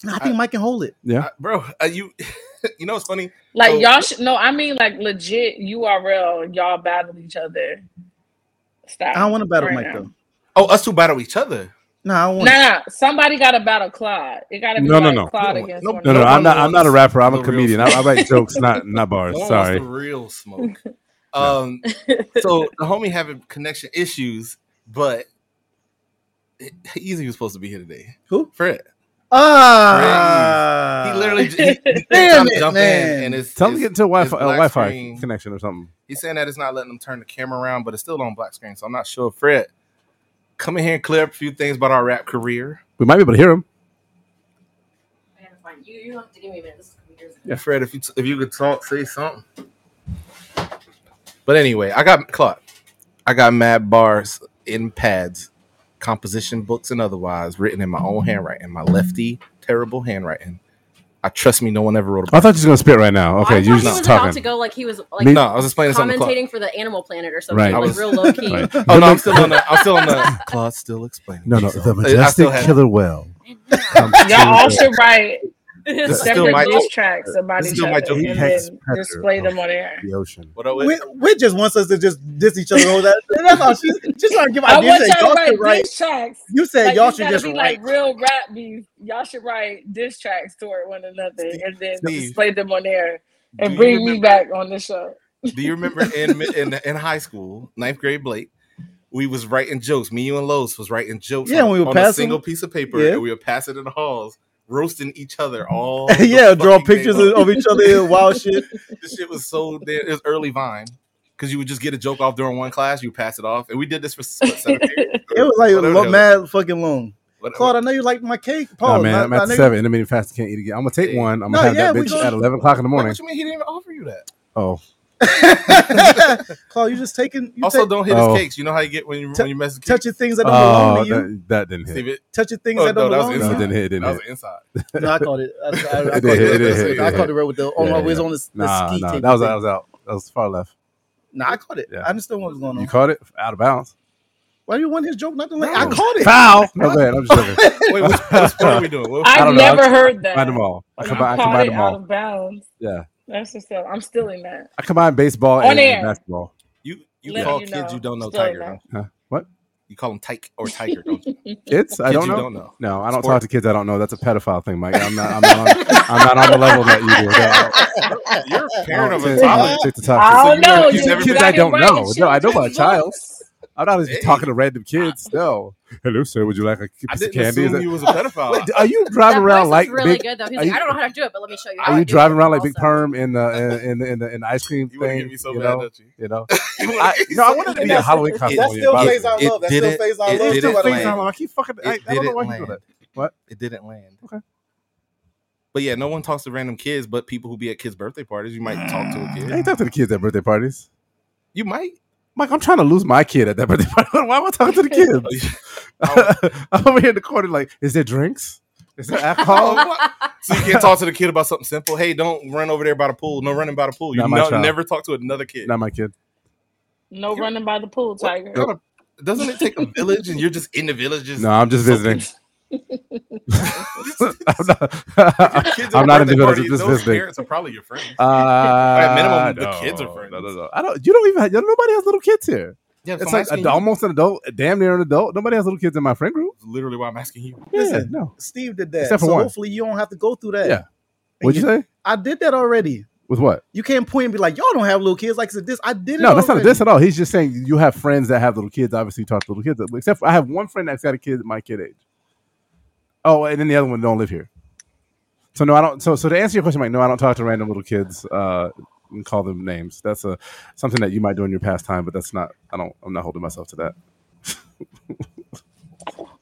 S3: Nah, I think Mike can hold it.
S2: Yeah.
S1: I, bro. Are you, you know, it's funny.
S6: Like
S1: So-
S6: y'all should no, I mean like legit URL. and Y'all battle each other. Stop.
S3: I don't want to battle
S6: right
S3: Mike
S6: now.
S3: though.
S1: Oh, us two battle each other.
S3: Nah, I don't want.
S6: Nah, nah, somebody got to battle Claude. It got to be
S2: No, no,
S6: like
S2: no.
S6: Claude
S1: No,
S6: against
S1: no,
S6: one
S2: No, no,
S1: one
S2: I'm not. I'm
S1: wants
S2: not a rapper. I'm
S1: the
S2: a
S1: real
S2: comedian. I,
S1: smoke.
S2: I write jokes, not not
S1: No
S2: bars.
S1: one wants
S2: Oh, Sorry.
S1: the real smoke.
S2: Yeah.
S1: Um,
S6: another.
S1: so the homie having connection issues, but it- Easy was supposed to be here today.
S3: Who?
S1: Fred.
S3: Ah,
S1: he literally j- he, he
S3: Damn
S1: trying to
S3: it,
S1: jump
S3: man.
S1: in and it's
S2: Tell him to
S1: it's-
S2: get into a
S1: it's
S2: Wi-Fi, a
S1: black
S2: Wi-Fi
S1: screen.
S2: connection or something.
S1: He's saying that it's not letting him turn the camera around, but it's still on black screen. So I'm not sure. Fred, come in here and clear up a few things about our rap career.
S2: We might be able to hear him.
S5: I gotta find- You, you have to give me a minute. This is years ago.
S2: Yeah.
S1: Fred, if you if you could talk, say something. But anyway, I got Clark. I got mad bars in pads, composition books and otherwise, written in my own handwriting, my lefty terrible handwriting. I trust me, no one ever wrote a
S2: I
S1: bar.
S2: thought you was gonna spit right now.
S5: Oh,
S2: Okay,
S5: I
S2: you
S5: thought
S2: was
S5: he was
S2: just
S5: about to
S2: talking.
S5: go like he was like
S2: Me-
S1: No, I was explaining something. to Clark.
S5: commentating for the Animal Planet or something,
S2: Right.
S1: I
S5: like
S1: was-
S5: real low key.
S2: Right.
S1: Oh no,
S2: The
S1: I'm
S2: ma-
S1: still on the. I'm still on the. Claude's still explaining.
S2: no, no.
S1: I- I
S2: The
S1: still
S2: majestic
S1: had-
S2: killer whale comes
S6: Y'all all
S2: to.
S6: should write
S1: This is still
S6: separate
S1: my.
S6: diss tracks about
S1: This is
S6: each
S1: still my
S6: other
S1: joke.
S6: and
S2: Apex
S6: then
S2: predator
S6: display
S2: of
S6: them on air.
S2: The ocean.
S1: What up with?
S3: Whit, Whit just wants us to just diss each other. All that. That's all. She's she's trying to give
S6: I
S3: ideas.
S6: want
S3: She said, Y'all should
S6: y'all to write
S3: write.
S6: diss tracks.
S3: You said
S6: Like
S3: y'all
S6: this
S3: should
S6: gotta
S3: just
S6: be
S3: write.
S6: like real rap beef. Y'all should write diss tracks toward one another and then
S1: Steve.
S6: display them on air
S1: Do
S6: and
S1: you
S6: bring me
S1: remember?
S6: back on the show.
S1: Do you remember in mi- in in high school, ninth grade, Blake? We was writing jokes. Me, you, and Lowe's was writing jokes
S3: Yeah,
S1: on,
S3: and we would
S1: on a
S3: pass 'em.
S1: single piece of paper,
S3: Yeah.
S1: and we would pass it in the halls, roasting each other all. the
S3: yeah,
S1: fucking
S3: draw
S1: day
S3: pictures
S1: long.
S3: of, of each other and wild shit.
S1: This shit was so damn. It was early Vine because you would just get a joke off during one class, you pass it off, and we did this for what, seventh grade.
S3: It was like
S1: Whatever the
S3: lo-
S1: hell-
S3: mad fucking long.
S1: what-
S3: Claude, I know you like my cake.
S2: Nah,
S3: Paul,
S2: man,
S3: I,
S2: I'm at
S3: I know
S2: seven. Intermittent fasting can't eat again. I'm gonna take
S1: Hey.
S2: one. I'm gonna
S3: No,
S2: have
S3: yeah,
S2: that
S3: we
S2: bitch
S3: gonna-
S2: at eleven o'clock in the
S1: Wait,
S2: morning.
S1: what you mean he didn't even offer you that?
S2: Oh,
S3: you. Claude, you just taking. You
S1: Also,
S3: take,
S1: don't hit his
S2: Oh.
S1: cakes. You know how you get when you
S3: T-
S1: when you mess with kids.
S3: touching things that don't belong
S2: oh,
S3: to you.
S2: that, that didn't hit.
S1: Steve, it-
S3: touching things
S1: Oh
S3: that
S1: no,
S3: don't
S1: that was
S3: belong
S2: No,
S1: inside.
S2: it
S3: to you.
S2: didn't hit. It didn't
S1: that was
S2: hit.
S1: an inside.
S3: No, I called it. I, I, I
S2: It
S3: called
S2: did
S3: it
S2: hit. It
S3: real
S2: did
S3: quick.
S2: hit. It
S3: I
S2: did
S3: called
S2: hit.
S3: it real with the on
S2: Yeah,
S3: my ways
S2: yeah.
S3: on the, the
S2: Nah,
S3: ski
S2: nah.
S3: tape.
S2: That was
S3: thing.
S2: that was out. That was far left.
S3: Nah, I caught it.
S2: Yeah.
S3: I understand what was going
S2: You
S3: on.
S2: caught it out of bounds.
S3: Why do you want his joke? Nothing like I
S1: No.
S3: caught it.
S2: Foul. No, go ahead. I'm just joking.
S1: Wait, which, what sport are we doing? What,
S2: I
S6: I've
S2: don't know. I
S6: never heard
S2: combined
S6: that.
S2: them all. I
S6: You
S2: combine. I
S6: caught
S2: combine
S6: it
S2: them
S6: out
S2: all.
S6: of bounds.
S2: Yeah.
S6: That's just I'm stealing that.
S2: I combine baseball
S6: On
S2: and, and
S6: air.
S2: basketball.
S1: you you
S6: Letting
S1: call
S6: you
S1: kids you
S6: know.
S1: don't know
S6: Stealing
S1: tiger,
S6: that.
S1: don't you?
S2: Huh? What
S1: You call them Tyke or Tiger, don't you?
S2: kids? I
S1: Kids
S2: don't
S1: you
S2: know.
S1: don't know.
S2: No, I don't
S1: Sport.
S2: talk to kids. I don't know. That's a pedophile thing, Mike. I'm not. I'm not. On, I'm not on the level that you do. I
S1: Bro,
S2: don't-
S1: you're a
S2: I
S1: parent
S2: don't
S1: of a
S2: take, I don't
S1: toddler.
S2: take the talk to.
S6: I
S1: So
S6: don't
S1: you never
S6: know.
S1: you
S6: Just
S1: never
S2: kids
S1: did
S2: I
S6: black
S1: that.
S2: don't
S6: and white in
S2: know. No, I know my
S6: children's
S2: child.
S6: books.
S2: I'm not just talking
S1: Hey,
S2: to random kids. No. Hello, sir. Would you like a
S1: I
S2: piece of
S1: didn't
S2: candy? Is
S1: assume
S2: that,
S1: you was a pedophile.
S2: wait, are you
S5: That
S2: driving
S5: voice
S2: around
S5: was
S2: like
S5: really
S2: big?
S5: good though. He's
S2: Are
S5: like,
S2: you
S5: I don't know how to do it, but let me show you
S2: are
S5: how I
S2: you
S5: do it.
S2: driving around like Big
S5: Also,
S2: Perm in the in the in the, in the ice cream
S1: You would have given
S2: thing?
S1: me so
S2: You
S1: bad,
S2: know,
S1: don't you?
S2: you know.
S1: You would've
S2: I
S1: given me
S2: no, I
S1: so
S2: wanted to
S1: bad.
S2: be a Halloween
S1: It,
S3: That
S2: costume on you.
S3: still
S2: By the
S3: phase
S2: way,
S3: our
S1: it
S3: love. That still
S1: didn't.
S3: phase our
S1: It
S2: it still
S3: love too.
S1: didn't
S3: I don't
S2: phase
S3: know.
S2: out.
S1: land.
S2: I keep fucking. I,
S1: It
S2: I don't know
S1: didn't
S2: why you do that.
S1: land.
S2: What?
S1: It didn't land.
S2: Okay.
S1: But yeah, no one talks to random kids, but people who be at kids' birthday parties, you might talk to a
S2: I
S1: kid.
S2: ain't talking to the kids at birthday parties.
S1: You might.
S2: Mike, I'm trying to lose my kid at that birthday party. Why am I talking to the
S1: Oh,
S2: kids?
S1: yeah. Oh.
S2: I'm over here in the corner, like, is there drinks? Is there alcohol?
S1: Oh, what? So you can't talk to the kid about something simple. Hey, don't run over there by the pool. No running by the pool. You
S2: Not my
S1: no-
S2: child.
S1: never talk to another kid.
S2: Not my kid.
S6: No
S1: You-
S6: running by the pool,
S1: What
S6: Tiger.
S1: kind of doesn't it take a village and you're just in the village just
S2: No, I'm just
S1: soaking?
S2: visiting. I'm not. I'm,
S1: Your kids at a
S2: not in
S1: birthday
S2: the village. I'm
S1: party,
S2: just
S1: those
S2: visiting.
S1: parents are probably your friends.
S2: Uh,
S1: At minimum, the kids are
S2: no,
S1: friends.
S2: No, no, no. I don't. You don't even. Have, nobody has little kids here.
S1: Yeah, so I'm
S2: It's like
S1: asking
S2: ad-
S1: you.
S2: almost an adult, damn near an adult. Nobody has little kids in my friend group.
S1: That's Literally, why I'm asking you.
S2: Yeah,
S3: Listen,
S2: no.
S3: Steve did that.
S2: Except for
S3: So
S2: one.
S3: hopefully you don't have to go through that.
S2: Yeah.
S3: And
S2: What'd you say?
S3: I did that already.
S2: With what?
S3: You can't point and be like, y'all don't have little kids. Like it's a diss. I did it.
S2: No, that's not a
S3: already.
S2: diss at all. He's just saying you have friends that have little kids. Obviously, you talk to little kids. Except for I have one friend that's got a kid my kid age. Oh, and then the other one don't live here. So no, I don't. So so to answer your question, Mike, no, I don't talk to random little kids uh, and call them names. That's a something that you might do in your pastime, but that's not. I don't. I'm not holding myself to that.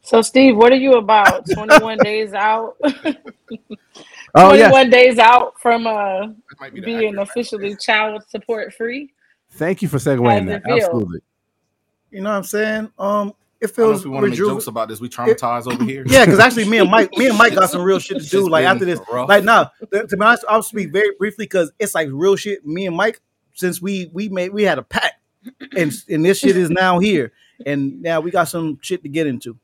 S6: So, Steve, what are you about? 21 days out?
S2: Oh
S6: 21
S2: yeah,
S6: days out from uh,
S4: That might be the
S6: being
S4: accurate-
S6: officially child support free?
S2: thank you for segueing
S6: How's it
S2: that.
S6: feel?
S2: Absolutely.
S3: You know what I'm saying? Um, it
S1: I don't know
S3: feels
S1: if we want to make
S3: rejuve-
S1: jokes about this. We traumatized over here.
S3: Yeah, because actually, me and Mike, me and Mike got some real shit to
S1: It's
S3: do.
S1: just
S3: Like
S1: been
S3: after this,
S1: rough.
S3: like nah. th- To be honest, I'll speak very briefly because it's like real shit. Me and Mike, since we we made we had a pact, and and this shit is now here, and now we got some shit to get into.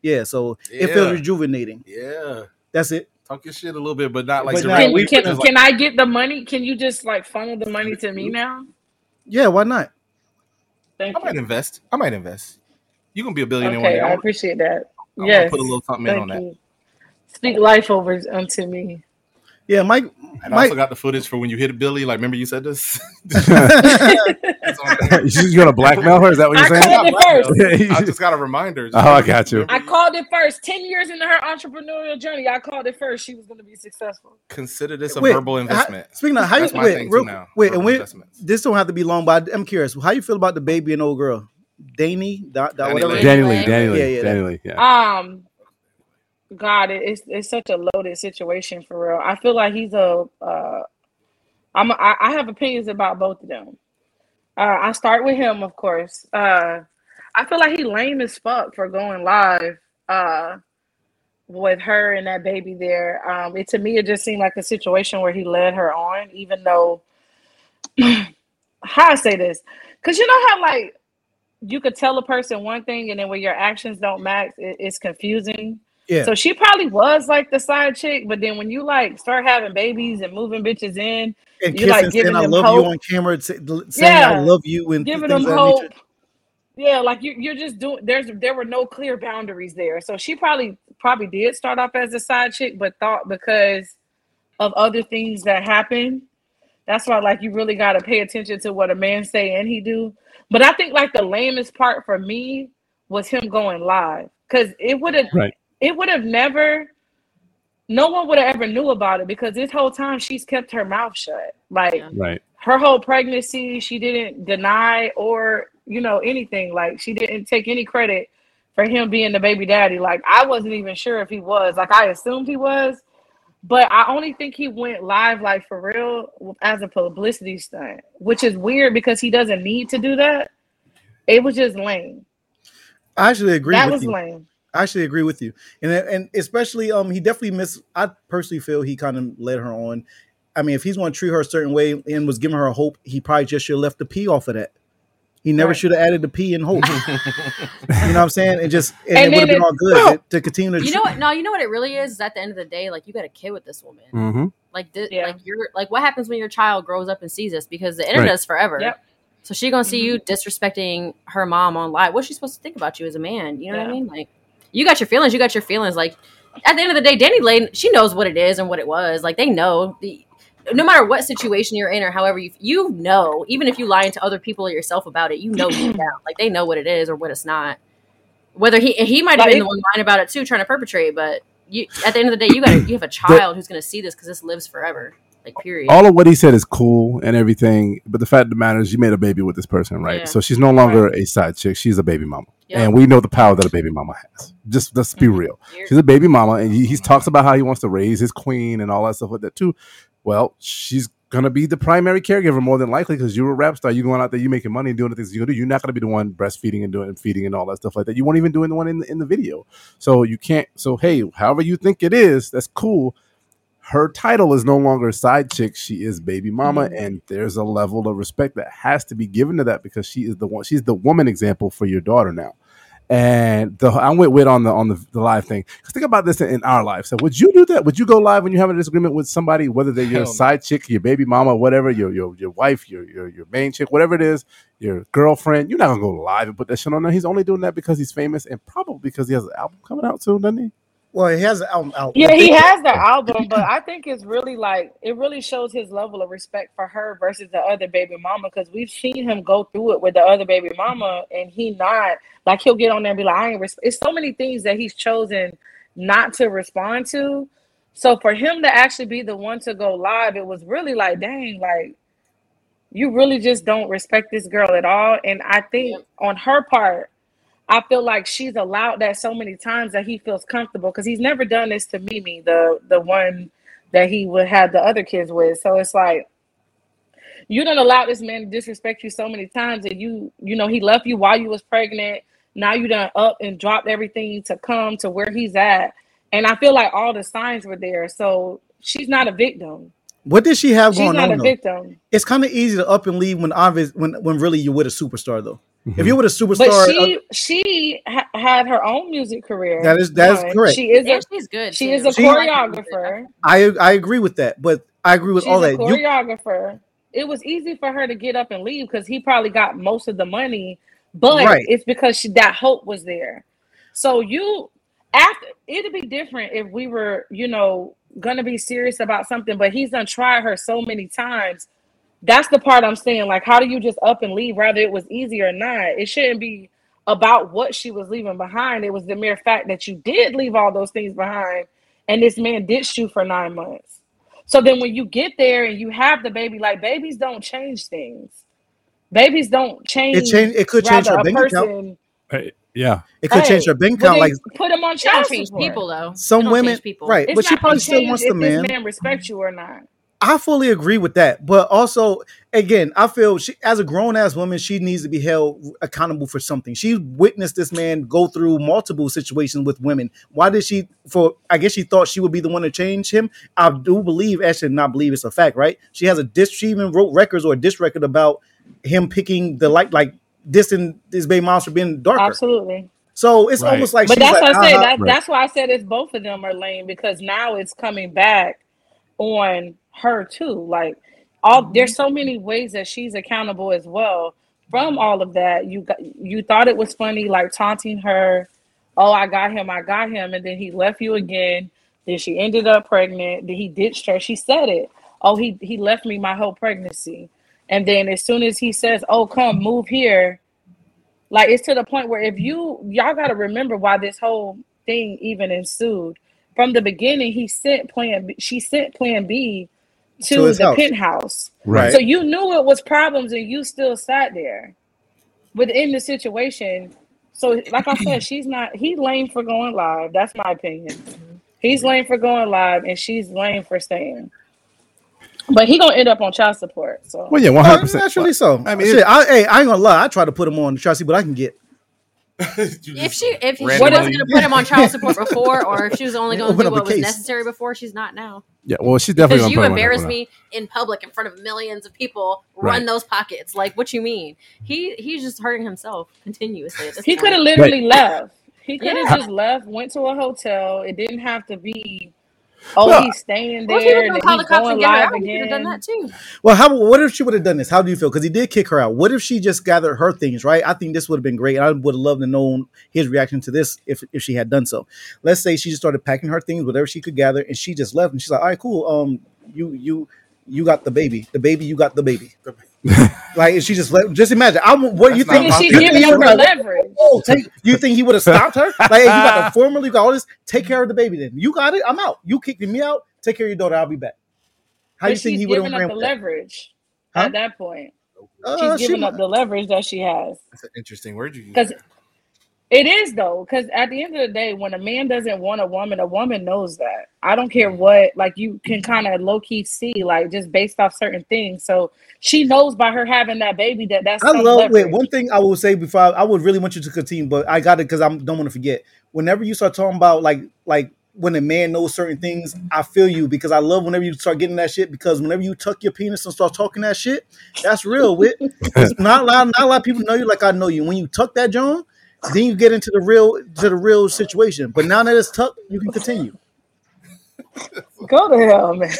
S3: Yeah, so it feels
S1: Yeah.
S3: rejuvenating.
S1: yeah.
S3: That's it.
S1: Talk your shit a little bit, but not like
S3: But
S1: the
S3: not-
S1: right-
S6: Can,
S3: we-
S6: can,
S1: just like-
S6: can I get the money? Can you just like funnel the money to me now?
S3: Yeah, why not?
S6: Thank
S1: I might
S6: you.
S1: invest. I might invest. You're gonna be a billionaire
S6: Okay,
S1: one
S6: I
S1: day.
S6: appreciate that.
S1: I'm
S6: yes.
S1: gonna put a little something in on
S6: Thank
S1: that.
S6: you. Speak life over unto me.
S3: Yeah, Mike.
S1: And I
S3: Mike,
S1: also got the footage for when you hit a Billy. Like, remember you said this? It's on there.
S2: You're just gonna blackmail her? Is that what
S6: I
S2: you're saying?
S6: called it first.
S1: I just got a reminder.
S2: Oh, I got you.
S6: I called it first. Ten years into her entrepreneurial journey, I called it first. She was going to be successful.
S1: Consider this a
S3: Wait,
S1: verbal
S3: how-
S1: investment.
S3: speaking of how you
S1: That's my
S3: wait,
S1: thing
S3: real,
S1: too now,
S3: wait,
S1: verbal
S3: and when,
S1: investments.
S3: this don't have to be long, but I- I'm curious, how you feel about the baby and old girl, Danny, dot, dot,
S1: Danny
S3: whatever.
S1: Lane.
S2: Danny Lee, Danny Lee,
S3: Yeah, yeah,
S2: Danny Lee. Yeah.
S6: Um, God, it, it's it's such a loaded situation for real. I feel like he's a. Uh, I'm. A, I, I have opinions about both of them. Uh, I start with him, of course. Uh, I feel like he lame as fuck for going live. Uh, with her and that baby there. Um, it to me it just seemed like a situation where he led her on, even though how I say this, because you know how like you could tell a person one thing and then when your actions don't match, it, it's confusing.
S3: Yeah.
S6: So she probably was like the side chick, but then when you like start having babies and moving bitches in,
S3: and
S6: You,
S3: kissing,
S6: like,
S3: saying
S6: giving
S3: "I
S6: them
S3: love
S6: hope.
S3: you" on camera, sa- l- saying "I
S6: Yeah.
S3: love you" and
S6: giving
S3: things
S6: them
S3: of that nature.
S6: hope. Yeah, like you, you're just doing. There's there were no clear boundaries there, so she probably probably did start off as a side chick, but thought because of other things that happen. That's why, like, you really got to pay attention to what a man say and he do. But I think like the lamest part for me was him going live because it would have
S2: Right.
S6: it would have never. No one would have ever knew about it because this whole time she's kept her mouth shut. Like
S5: Yeah.
S2: Right.
S6: her whole pregnancy, she didn't deny or you know anything. Like she didn't take any credit for him being the baby daddy. Like I wasn't even sure if he was. Like I assumed he was, but I only think he went live like for real as a publicity stunt, which is weird because he doesn't need to do that. It was just lame.
S3: I actually agree
S6: that
S3: with
S6: was
S3: you.
S6: lame.
S3: I actually agree with you, and uh, and especially um, he definitely missed. I personally feel he kind of led her on. I mean, if he's going to treat her a certain way and was giving her hope, he probably just should have left the P off of that. He never
S6: Right.
S3: should have added the P in hope. you know what I'm saying? And just and,
S6: And
S3: it would have
S6: then
S3: been
S6: it-
S3: all good to, to continue to.
S5: You know what? No, you know what it really is. is At the end of the day, like you got a kid with this woman.
S2: Mm-hmm.
S5: Like, thi-
S6: Yeah.
S5: like you're like, what happens when your child grows up and sees this? Because the internet
S2: Right.
S5: is forever.
S6: Yep. Mm-hmm.
S5: So she gonna see you disrespecting her mom online. What's she supposed to think about you as a man? You know what I
S6: Yeah.
S5: mean? Like, you got your feelings. You got your feelings. Like, at the end of the day, Danny Lane, she knows what it is and what it was. Like, they know the. No matter what situation you're in, or however you you know, even if you lie to other people or yourself about it, you know deep down, like they know what it is or what it's not. Whether he and he might have
S6: Like,
S5: been the
S6: it-
S5: one lying about it too, trying to perpetrate, but you at the end of the day, you got you have a child who's going to see this because this lives forever. Like period.
S3: Oh,
S2: All of what he said is cool and everything, but the fact of the matter is, you made a baby with this person, right?
S5: Yeah.
S2: So she's no longer a side chick; she's a baby mama,
S5: Yeah.
S2: and we know the power that a baby mama has. Just let's be
S5: Mhm.
S2: real.
S5: You're-
S2: She's a baby mama, and he, he talks about how he wants to raise his queen and all that stuff like that too. Well, she's gonna be the primary caregiver more than likely because you're a rap star. You going out there, you making money, and doing the things you do. You're not gonna be the one breastfeeding and doing and feeding and all that stuff like that. You won't even do the one in the, in the video. So you can't. So hey, however you think it is, that's cool. Her title is no longer side chick; she is baby mama,
S1: Mm-hmm.
S2: and there's a level of respect that has to be given to that because she is the one. She's the woman example for your daughter now and the I went with on the on the, the live thing. 'Cause think about this in, in our life. So would you do that? Would you go live when you have a disagreement with somebody, whether they're your
S1: Hell no.
S2: side chick, your baby mama, whatever, your your your wife, your your your main chick, whatever it is, your girlfriend? You're not gonna go live and put that shit on there. He's only doing that because he's famous and probably because he has an album coming out soon, doesn't he?
S3: Well, he has an album out.
S6: Yeah, he has that album, but I think it's really like it really shows his level of respect for her versus the other baby mama because we've seen him go through it with the other baby mama, and he not like he'll get on there and be like, I ain't respect. It's so many things that he's chosen not to respond to. So for him to actually be the one to go live, it was really like, dang, like you really just don't respect this girl at all. And I think on her part, I feel like she's allowed that so many times that he feels comfortable because he's never done this to Mimi, the the one that he would have the other kids with. So it's like you don't allow this man to disrespect you so many times and you you know he left you while you was pregnant. Now you done up and dropped everything to come to where he's at. And I feel like all the signs were there. So she's not a victim.
S3: What did she have
S6: She's
S3: going
S6: not
S3: on?
S6: a
S3: Though?
S6: victim.
S3: It's kind of easy to up and leave when obvious when when really you're with a superstar though. If you're with a superstar,
S6: But
S3: uh,
S6: she she ha- had her own music career.
S3: That is- that is
S6: One.
S3: correct.
S6: She is a
S5: And she's good.
S6: She
S5: too.
S6: is a
S3: She-
S6: choreographer.
S3: I I agree with that. But I agree with
S6: She's
S3: all that.
S6: a
S3: You,
S6: choreographer. It was easy for her to get up and leave because he probably got most of the money, but
S3: Right.
S6: it's because she, that hope was there. So you after it'd be different if we were, you know, gonna be serious about something, but he's done tried her so many times. That's the part I'm saying. Like, how do you just up and leave, whether it was easy or not? It shouldn't be about what she was leaving behind. It was the mere fact that you did leave all those things behind and this man ditched you for nine months. So then when you get there and you have the baby, like babies don't change things. Babies don't change.
S3: it changed. It could change
S6: rather
S3: her
S6: a
S3: bank account.
S6: person.
S2: Hey, yeah.
S3: It could change
S6: Hey,
S3: her bank
S6: well,
S3: account.
S6: then
S3: Like
S6: put them on
S5: It don't
S6: child
S5: change
S6: support.
S5: people though. It
S3: some
S5: don't change
S3: women,
S5: people.
S3: right?
S6: It's
S3: But she
S6: not gonna
S3: probably still
S6: change
S3: wants
S6: if
S3: the man.
S6: this man respects you or not.
S3: I fully agree with that, but also again, I feel she, as a grown ass woman, she needs to be held accountable for something. She witnessed this man go through multiple situations with women. Why did she? For I guess she thought she would be the one to change him. I do believe, actually, not believe it's a fact, right? She has a diss. She even wrote records or a diss record about him picking the light, like dissing this baby moms for being darker.
S6: Absolutely.
S3: So it's
S2: Right.
S3: almost like
S6: But
S3: she's
S6: that's
S3: like,
S6: what I said.
S3: "Uh-huh."
S6: That,
S2: Right.
S6: That's why I said it's both of them are lame because now it's coming back on her too. Like all
S3: Mm-hmm.
S6: there's so many ways that she's accountable as well from all of that. You got, you thought it was funny, like taunting her. Oh, I got him, I got him, and then he left you again. Then she ended up pregnant. Then he ditched her. She said it. Oh, he he left me my whole pregnancy. And then as soon as he says, "Oh, come move here," like it's to the point where if you y'all got to remember why this whole thing even ensued from the beginning he sent plan b she sent plan b to,
S3: To his
S6: the
S3: house.
S6: penthouse
S2: Right.
S6: so you knew it was problems and you still sat there within the situation so like i said she's not he lame for going live that's my opinion he's lame for going live and she's lame for staying but he gonna end up on child support so
S2: Well, yeah, one
S3: Oh,
S2: hundred percent.
S3: naturally so.
S2: I mean,
S3: Shit,
S2: it-
S3: I, hey, I ain't gonna lie. I try to put him on to try to see what I can get.
S5: If she if she wasn't
S1: Randomly.
S5: gonna put him on child support before, or if she was only gonna
S3: Open
S5: do
S3: up a
S5: what was
S3: case.
S5: necessary before, she's not now.
S2: yeah. Well, she's definitely
S5: Because
S2: gonna
S5: you
S2: put him on that
S5: embarrass
S2: one.
S5: me in public in front of millions of people,
S2: Right.
S5: run those pockets. Like what you mean? He he's just hurting himself continuously at this
S6: He could
S5: point.
S6: have literally left. He could have
S5: Yeah.
S6: just left, went to a hotel. It didn't have to be, oh,
S2: Well,
S6: he's staying
S5: Or if he was
S6: there,
S5: gonna
S6: that
S5: call
S6: he's
S5: the cops
S6: going
S5: and get her
S6: live
S5: out, he could have done
S6: again.
S5: that too.
S3: Well, how? What if she would have done this? How do you feel? Because he did kick her out. What if she just gathered her things? Right. I think this would have been great. I would have loved to know his reaction to this if if she had done so. Let's say she just started packing her things, whatever she could gather, and she just left. And she's like, "All right, cool. Um, you you you got the baby. The baby. You got the baby. Like, and she just left. Just imagine. I. am What do
S1: That's
S3: you
S1: not
S3: think?
S6: Then
S1: my
S6: she's
S1: theory.
S3: You Oh, think he
S6: giving up
S3: would
S6: her
S3: have? Whoa, whoa,
S6: leverage.
S3: whoa, take. You think he would have stopped her? Like, hey, you got the formula. You got all this. Take care of the baby. Then you got it. I'm out. You kicking me out. Take care of your daughter. I'll be back. How do
S6: But
S3: you think
S6: she's
S3: he would have
S6: giving up
S3: ran
S6: the
S3: with that?
S6: leverage
S3: Huh?
S6: at that point. She's
S3: Uh, she
S6: giving
S3: might.
S6: up the leverage that she has.
S1: That's an interesting word you
S6: Because
S1: used.
S6: it is, though, because at the end of the day, when a man doesn't want a woman, a woman knows that. I don't care what, like, you can kind of low key see, like, just based off certain things. So she knows by her having that baby that that's
S3: I
S6: some
S3: love. Wait,
S6: leverage.
S3: one thing I will say before I, I would really want you to continue, but I got it because I don't want to forget. Whenever you start talking about like like when a man knows certain things, I feel you because I love whenever you start getting that shit. Because whenever you tuck your penis and start talking that shit, that's real. Wit, because not a lot not a lot of people know you like I know you. When you tuck that John, then you get into the real to the real situation. But now that it's tucked, you can continue.
S6: Go to hell, man.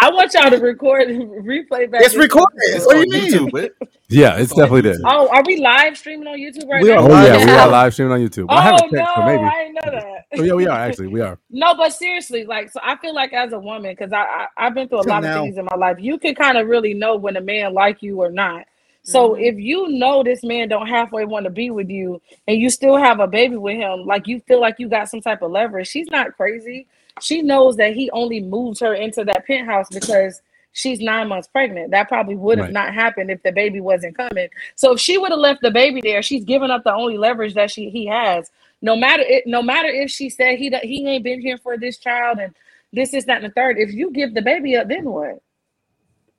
S6: I want y'all to record and replay back.
S3: It's
S6: this
S3: recorded.
S5: Oh,
S6: episode.
S3: What do
S1: on
S3: you mean?
S1: YouTube, but
S2: Yeah, it's
S1: on
S2: definitely there.
S1: YouTube.
S6: Oh, are we live streaming on YouTube right
S3: We are
S6: now?
S2: Oh
S3: live
S2: yeah, we
S5: Yeah.
S2: are live streaming on YouTube. Well, I
S6: Oh
S2: haven't
S6: no,
S2: checked, so maybe.
S6: I didn't know that.
S2: So yeah, we are actually. We are.
S6: No, but seriously, like, so I feel like as a woman, because I, I I've been through a
S3: Till
S6: lot
S3: now.
S6: of things in my life. You can kind of really know when a man like you or not. So
S5: Mhm.
S6: if you know this man don't halfway want to be with you, and you still have a baby with him, like you feel like you got some type of leverage. She's not crazy. She knows that he only moved her into that penthouse because she's nine months pregnant. That probably would have
S2: Right.
S6: not happened if the baby wasn't coming. So if she would have left the baby there, she's giving up the only leverage that she he has. No matter it, no matter if she said he don't- he ain't been here for this child and this is that and the third. If you give the baby up, then what?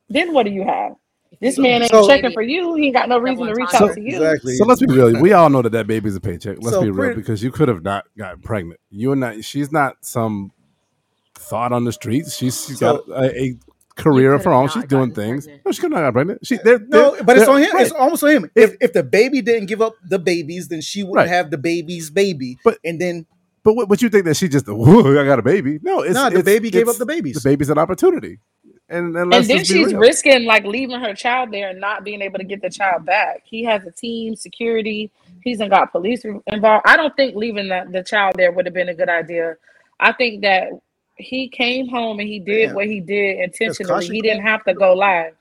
S6: Then what do you have? This man ain't
S3: So-
S6: checking for you. He ain't got no reason to reach
S5: So-
S6: out to you.
S3: Exactly.
S2: So let's be real. We all know that that baby's a paycheck. Let's
S3: So
S2: be real
S3: pretty-
S2: because you could have not gotten pregnant. You're not. She's not some thought on the streets. She's she's
S3: So-
S2: got a, a career
S5: You
S2: of her
S5: could have
S2: own.
S5: not
S2: She's doing
S5: gotten
S2: things.
S5: pregnant.
S2: No, she could not got pregnant. She they're,
S3: no,
S2: they're-
S3: but it's
S2: they're-
S3: on him. It's
S2: right.
S3: almost on him. If if the baby didn't give up the babies, then she wouldn't
S2: Right.
S3: have the baby's baby.
S2: But-
S3: and then
S2: But what, but you think that she just whoa, I got a baby? No, it's
S3: nah, the
S2: it's-
S3: baby gave
S2: it's-
S3: up the babies.
S2: The baby's an opportunity, and, and
S6: And
S2: let's
S6: then
S2: just be
S6: she's
S2: real.
S6: risking like leaving her child there and not being able to get the child back. He has a team, security. He's done got police involved. I don't think leaving the, the child there would have been a good idea. I think that he came home and he did
S3: Damn.
S6: what he did intentionally.
S3: caution
S6: He didn't have to go live.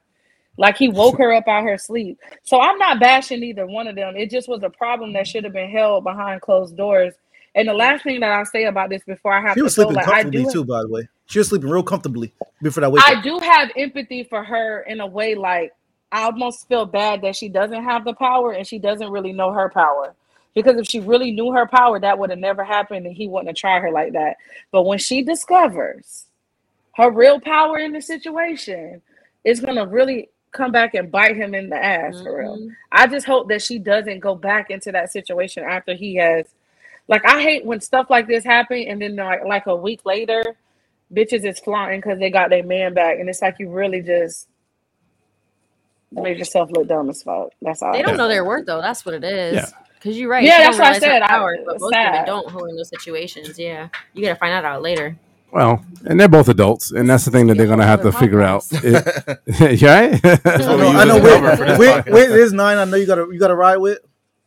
S6: Like he woke her up out her sleep. So I'm not bashing either one of them. It just was a problem that should have been held behind closed doors. And the last thing that I'll say about this before I have
S3: She
S6: to
S3: was
S6: go,
S3: sleeping
S6: like I
S3: comfortably
S6: do
S3: too, by the way. She was sleeping real comfortably before that wake
S6: I
S3: up.
S6: do have empathy for her in a way, like I almost feel bad that she doesn't have the power and she doesn't really know her power. Because if she really knew her power, that would have never happened and he wouldn't have tried her like that. But when she discovers her real power in the situation, it's gonna really come back and bite him in the ass for real.
S5: Mhm.
S6: I just hope that she doesn't go back into that situation after he has like I hate when stuff like this happen and then like like a week later bitches is flaunting because they got their man back, and it's like you really just made yourself look dumb as fuck. That's all.
S5: They don't
S6: I'm
S5: know their
S6: saying.
S5: worth though. That's what it is.
S2: Yeah.
S5: Cause you're right.
S6: Yeah,
S5: she
S6: that's
S5: don't
S6: what I
S5: realize her
S6: said. I-
S5: power, but
S6: it's
S5: most women
S6: sad.
S5: don't who are in those situations. Yeah, you gotta find that out later.
S2: Well, and they're both adults, and that's the thing that
S5: This
S2: they're
S5: is gonna
S2: gonna
S5: be a
S2: have
S5: whole
S2: to
S5: nother
S2: figure out.
S5: podcast.
S2: It, you all right?
S1: That's
S3: I
S1: what we
S3: know,
S1: use
S3: I know.
S1: as cover for
S3: Wait,
S1: this
S3: wait,
S1: podcast.
S3: wait. There's nine. I know you got to you got to ride with.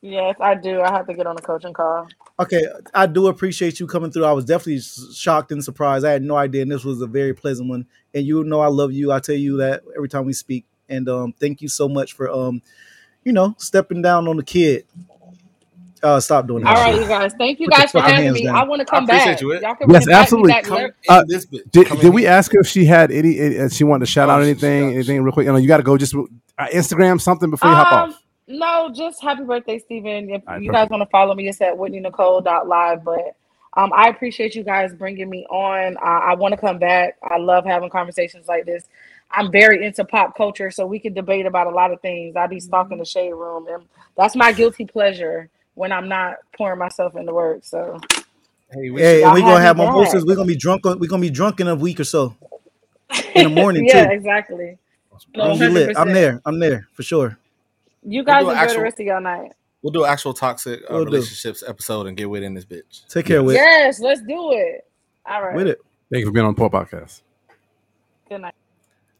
S6: Yes, I do. I have to get on a coaching call.
S3: Okay, I do appreciate you coming through. I was definitely s- shocked and surprised. I had no idea, and this was a very pleasant one. And you know, I love you. I tell you that every time we speak. And um, thank you so much for um, you know, stepping down on the kid. Uh, stop doing
S6: All
S3: that
S1: Nah.
S6: right,
S3: shit.
S6: you guys. Thank you
S3: Put your
S6: guys for
S3: fucking
S6: having
S3: hands
S6: me. I
S3: down.
S6: want to
S1: I
S6: come
S1: appreciate
S6: back.
S1: you. It.
S6: Y'all can
S2: yes,
S6: invite me
S2: absolutely.
S6: back.
S1: Come
S6: Let
S2: Uh,
S1: in this bitch.
S2: did
S1: Come in
S2: did we
S1: here.
S2: ask her if she had any? Uh, she wanted to shout
S1: Oh,
S2: out
S1: she, she
S2: anything,
S1: got she,
S2: anything real quick. You know, you got to go. Just uh, Instagram something before you hop
S6: Um,
S2: off.
S6: no, just happy birthday, Steven. If
S2: All right,
S6: you guys
S2: perfect.
S6: want to follow me, it's at WhitneyNicole.live. But um, I appreciate you guys bringing me on. I, I want to come back. I love having conversations like this. I'm very into pop culture, so we can debate about a lot of things. I be
S3: Mm-hmm.
S6: stalking the shade room, and that's my guilty pleasure when I'm not pouring myself into work. So
S1: hey, we should
S3: Hey, and
S6: y'all
S3: we're gonna
S6: have me
S3: have mimosas.
S6: back.
S3: We're gonna be drunk. on- We're gonna be drunk in a week or so in the morning
S6: yeah,
S3: too.
S6: exactly.
S3: We're
S6: No,
S3: gonna be
S6: hundred
S3: lit. I'm
S6: percent.
S3: there. I'm there for sure.
S1: we'll
S6: You
S1: do
S6: guys
S1: an
S6: enjoy the
S1: actual
S6: rest of your night.
S1: we'll do an actual toxic uh,
S3: We'll do.
S1: relationships episode and get with in this bitch.
S3: Take care,
S2: Yes.
S3: with
S6: Yes, let's do it. All
S3: with
S6: right.
S3: it.
S2: Thank you for being on the Poor Podcast.
S6: Good night.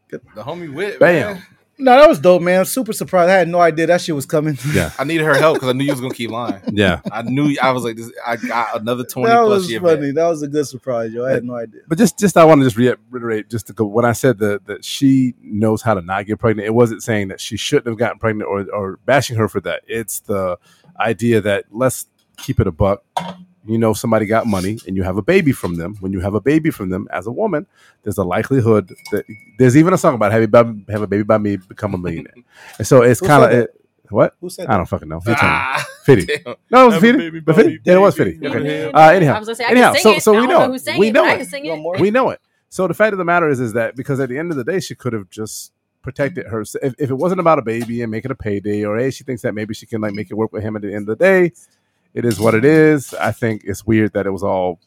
S1: The homie wit,
S2: Bam.
S1: man.
S3: No, that was dope, man. I'm super surprised. I had no idea that shit was coming.
S2: Yeah,
S1: I needed her help because I knew you was gonna keep lying.
S2: yeah.
S1: I knew I was like, this, I got another twenty
S3: that
S1: plus
S3: was
S1: year
S3: funny.
S1: vet.
S3: That was a good surprise, yo. I had no idea.
S2: But just, just I want to just reiterate, just to go when I said that that she knows how to not get pregnant. It wasn't saying that she shouldn't have gotten pregnant or or bashing her for that. It's the idea that let's keep it a buck. You know, somebody got money, and you have a baby from them. When you have a baby from them, as a woman, there's a likelihood that there's even a song about have a baby, have a baby by me, become a millionaire. And so it's
S3: Who
S2: kind of
S3: said that?
S2: it, what
S3: Who said
S2: I
S3: that?
S2: don't fucking know. You tell me,
S1: Ah,
S2: Fitty.
S1: damn.
S2: No, it
S1: Have
S2: was
S1: a
S2: Fitty.
S1: baby,
S2: The Fitty.
S1: Bobby,
S2: Yeah, it was
S1: baby.
S2: Fitty.
S1: Have
S2: Okay.
S1: a
S5: Millionaire.
S2: Uh,
S5: I
S2: anyhow,
S5: was gonna say I
S2: anyhow.
S5: can sing
S2: So,
S5: it.
S2: so
S5: I
S2: we
S5: don't know
S2: know
S5: who
S2: it.
S5: sang
S2: We
S5: it, but
S2: know
S5: I
S2: it.
S5: can sing
S3: You
S5: it.
S3: want more?
S2: We know it. So the fact of the matter is, is that because at the end of the day, she could have just protected her. If, if it wasn't about a baby and making a payday, or hey, she thinks that maybe she can like make it work with him. At the end of the day, it is what it is. I think it's weird that it was all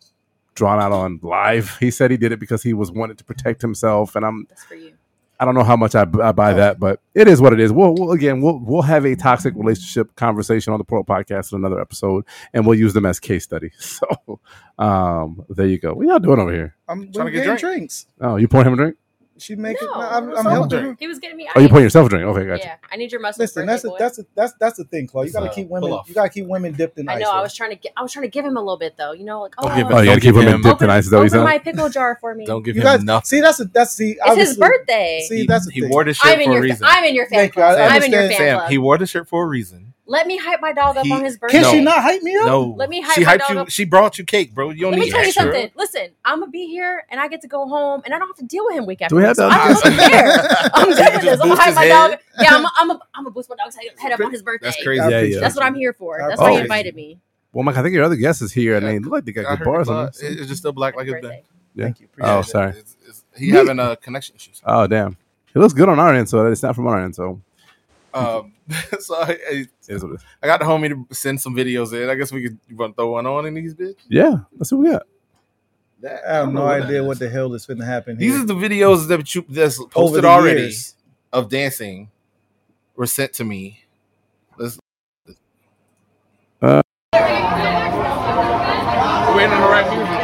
S2: drawn out on live. He said he did it because he was wanted to protect himself, and I'm
S5: That's for you.
S2: I don't know how much I, I buy that, but it is what it is. We'll, we'll again, we'll we'll have a toxic relationship conversation on the Pro Podcast in another episode, and we'll use them as case studies. So, um, there you go. What y'all doing over here?
S3: I'm
S1: Tryna
S3: we're
S1: get
S3: getting
S1: drink.
S3: drinks.
S2: Oh, you pouring him a drink?
S3: She make it.
S5: No,
S3: No, I'm,
S5: it's
S3: I'm
S5: all
S3: helping
S4: drink.
S3: her.
S5: He was getting me.
S2: Oh, you
S5: ice.
S2: putting yourself a drink? Okay, gotcha.
S5: Yeah, I need your muscles.
S3: Listen, that's
S5: birthday
S3: the,
S5: boy.
S3: that's the, that's that's the thing, Claude. You
S1: It's,
S3: gotta
S1: uh,
S3: keep
S1: pull
S3: women.
S1: off.
S3: You gotta keep women dipped in ice.
S5: I know. I
S3: though.
S5: was trying to get. I was trying to give him a little bit though. You know, like oh,
S1: Don't give
S2: Oh,
S1: it-
S2: you got to
S1: Don't
S2: keep
S1: give
S2: women
S1: him-
S2: dipped in ice. Though he
S5: open my
S2: said.
S5: pickle jar for me.
S1: Don't give
S3: You
S1: him
S3: guys
S1: nothing.
S3: see that's a, that's see.
S5: it's his
S3: obviously-
S5: birthday.
S3: See, that's the
S1: he
S3: thing.
S1: wore this shirt
S5: I'm in
S1: for a
S5: your.
S1: reason.
S5: I'm in your fan
S3: Thank you.
S5: club.
S3: I- I
S5: I'm in your
S3: understand.
S5: fan
S1: Sam,
S5: club.
S1: he wore the shirt for a reason.
S5: Let me hype my dog up
S1: He-
S5: on his birthday.
S3: Can she
S1: No.
S3: not hype me up?
S1: No,
S5: Let me hype
S1: she
S5: my
S1: hyped
S5: dog
S1: you.
S5: up.
S1: She brought you cake, bro. You don't
S5: Let
S1: need
S5: me tell you
S1: extra.
S5: something. Listen, I'm gonna be here, and I get to go home, and I don't have to deal with him week after
S2: we
S5: week.
S2: have
S5: so
S2: to
S5: I don't
S1: understand?
S5: care. I'm
S1: You
S5: saying
S1: just
S5: this. I'm gonna
S1: boost
S5: hype
S1: his
S5: my
S1: head?
S5: dog. Yeah, I'm. I'm. A, I'm gonna boost my dog's head up on his birthday.
S1: That's crazy.
S2: Yeah, yeah.
S5: That's what I'm here for. That's why
S2: Oh.
S5: he invited me.
S2: Well, Mike, I think your other guest is here, and
S1: Yeah.
S2: they look like they
S1: I
S2: got good
S1: heard
S2: bars
S1: you,
S2: on
S1: Claude.
S2: them.
S1: It's just still black like
S5: Happy
S1: it's been.
S5: birthday.
S2: Yeah.
S1: Thank you.
S2: Oh,
S1: it.
S2: sorry.
S1: It's- it's- he having uh, connection issues.
S2: Oh, damn. It looks good on our end, so it's not from our end. So
S1: Um, so I, I,
S2: it is what it is.
S1: I got the homie to send some videos in. I guess we could you want to throw one on in these bitch.
S2: yeah, let's see what we got.
S1: That-
S3: I have
S1: don't
S3: no
S1: know that
S3: idea
S1: is.
S3: what the hell is going to happen
S1: These
S3: here.
S1: are the videos that you that's
S3: Over
S1: posted
S3: the
S1: already
S3: years.
S1: of dancing were sent to me. Let's
S2: Uh,
S1: waiting on the right music.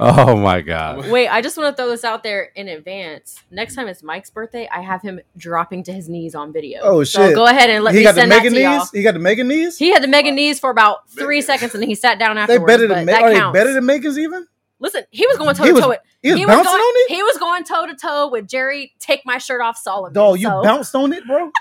S2: oh my god.
S5: Wait, I just want to throw this out there in advance. Next time it's Mike's birthday, I have him dropping to his knees on video.
S3: Oh,
S5: So
S3: shit.
S5: go ahead and let
S3: he
S5: me
S3: got the
S5: send that
S3: mega
S5: to y'all.
S3: knees. He got the mega knees.
S5: He had the mega knees for about three seconds, and then he sat down
S3: They
S5: afterwards.
S3: better
S5: but
S3: than Ma-
S5: that
S3: are they
S5: counts.
S3: better than Megan's even?
S5: Listen, he was going toe
S3: He
S5: to
S3: was-
S5: toe with.
S3: He was bouncing
S5: going,
S3: on it.
S5: He was going toe to toe with Jerry. Take my shirt off, Solomon.
S3: Dog, you
S5: so,
S3: bounced on it, bro.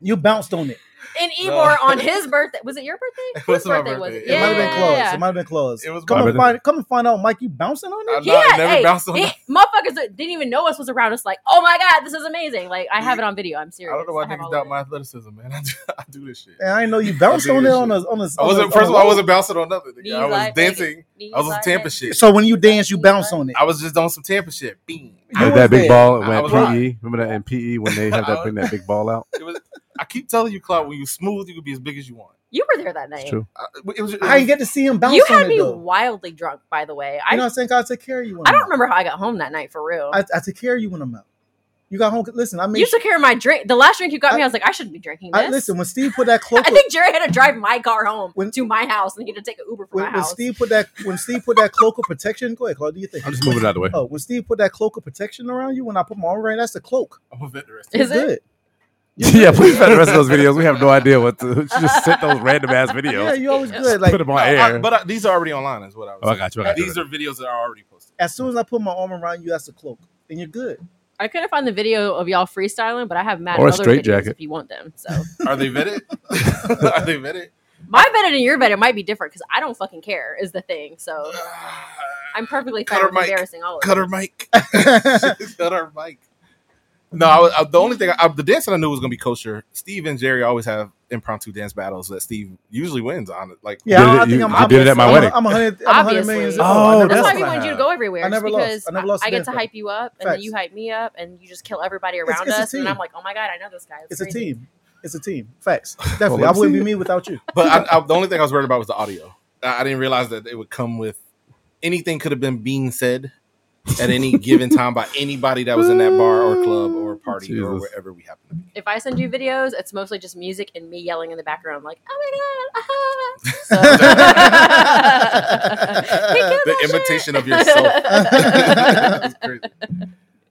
S3: you bounced on it.
S5: and
S1: No.
S5: Ebor on his birthday. Was it your birthday?
S1: It was
S5: Whose
S1: my
S5: birthday was
S1: birthday.
S5: it?
S3: It might have been close. It might have been close.
S1: It was
S3: come
S2: my
S3: and
S2: bad.
S3: find come and find out, Mike. You bouncing on it?
S1: I'm
S5: He
S1: not, I
S5: had,
S1: never
S5: hey,
S1: bounced on
S5: he-
S1: that.
S5: motherfuckers that didn't even know us was around us. Like, oh my god, this is amazing! Like, I have it on video. I'm serious.
S1: I don't know why
S5: have all
S1: niggas
S5: of
S1: doubt
S5: it.
S1: my athleticism, man. I do, I do this shit.
S3: And I didn't know you bounced
S1: I did
S3: on it
S1: this
S3: on a
S1: shit. I
S3: on a. on a- on
S1: wasn't. First of all,
S3: a
S1: I
S3: wall.
S1: wasn't bouncing on nothing. nigga.
S5: Knees
S1: I was
S5: like naked.
S1: dancing.
S5: Knees
S1: I was on
S5: like
S1: Tampa
S5: naked.
S1: shit.
S3: So when you dance, you bounce on it.
S1: I was just on some Tampa shit. Beam.
S3: You
S2: With
S3: was
S2: that big
S3: there.
S2: ball
S1: I
S2: when
S1: was
S2: PE,
S1: right.
S2: remember that in PE when they have
S1: I
S2: that
S1: was-
S2: bring that big ball out?
S1: It was. I keep telling you, Cloud, when you smooth, you can be as big as you want.
S5: You were there that
S2: It's
S5: night.
S2: true.
S1: I, it was, it
S3: I didn't
S1: was-
S3: get to see him bounce
S5: You
S3: on
S5: had
S3: it
S5: me
S3: though.
S5: wildly drunk, by the way.
S3: You
S5: I
S3: know what I'm saying? God take care of you. When
S5: I
S3: I'm
S5: don't remember how I got home that night for real.
S3: out. I, I take care of you when I'm out. You got home. Listen, I made.
S5: you
S3: sure-
S5: took care of my drink. The last drink you got
S3: I-
S5: me, I was like, I shouldn't be drinking this.
S3: I, listen when Steve put that cloak.
S5: I think Jerry had to drive my car home
S3: When-
S5: to my house, and he had to take an Uber from
S3: when,
S5: my
S3: when
S5: house.
S3: Steve put that when Steve put that cloak of protection. Go ahead, Claude. Do you think?
S2: I'm just moving it out of the way.
S3: Oh, when Steve put that cloak of protection around you, when I put my arm around, that's the cloak.
S1: I'm a vet the rest.
S3: You're
S5: Is it?
S3: good.
S2: yeah, please find the rest of those videos. We have no idea what to, she just sent those random ass videos.
S3: Yeah, you always
S2: put
S3: good. Like
S2: them on
S1: No, I-
S2: air.
S1: but I, these are already online, is what I was.
S2: oh, I
S1: saying.
S2: got you. I got you.
S1: These are videos that are already posted.
S3: as soon as I put my arm around you, that's the cloak, and you're good.
S5: I couldn't find the video of y'all freestyling, but I have mad
S2: Or a
S5: other
S2: straight
S5: videos
S2: jacket.
S5: if you want them. So
S1: Are they vetted? are they vetted?
S5: my better than your better might be different because I don't fucking care is the thing. So I'm perfectly fine
S1: Cutter
S5: with
S1: Mike.
S5: embarrassing all of
S1: Cut
S5: you.
S1: her mic. Cut her mic. No, I, was- I, the only thing I, the dance that I knew was gonna be kosher. Steve and Jerry always have impromptu dance battles that Steve usually wins on. it. Like
S3: Yeah,
S2: Did
S3: I,
S2: it-
S3: I think
S2: you-
S3: I'm.
S2: you
S3: I'm
S2: did it at my
S3: I'm a-
S2: wedding.
S3: I'm a hundred. I'm a hundred
S5: Obviously,
S3: million.
S2: Oh,
S3: I never
S5: that's
S2: that's
S5: why
S3: lost
S5: we
S2: what I
S5: wanted you to
S2: had.
S5: go everywhere.
S3: I never
S5: is
S3: lost.
S5: because
S3: I never lost
S5: I,
S3: a
S5: get
S3: dance
S5: to
S3: battle.
S5: hype you up, and then
S3: Facts.
S5: you hype me up, and you just kill everybody
S3: It's-
S5: around
S3: it's a
S5: us. And
S3: team.
S5: I'm like, oh my god, I know this guy. That's
S3: It's a
S5: crazy.
S3: team. It's a team. Facts. Definitely.
S2: let
S3: I
S2: me
S3: wouldn't be
S2: see.
S3: me without you.
S1: But I, I, the only thing I was worried about was the audio. I, I didn't realize that it would come with anything could have been being said at any given time by anybody that was in that bar or club or party or
S2: Jesus.
S1: wherever we happen to be.
S5: If I send you videos, it's mostly just music and me yelling in the background, like, oh my god, aha. So- He killed
S1: The
S5: that shit.
S1: imitation of yourself. It was crazy.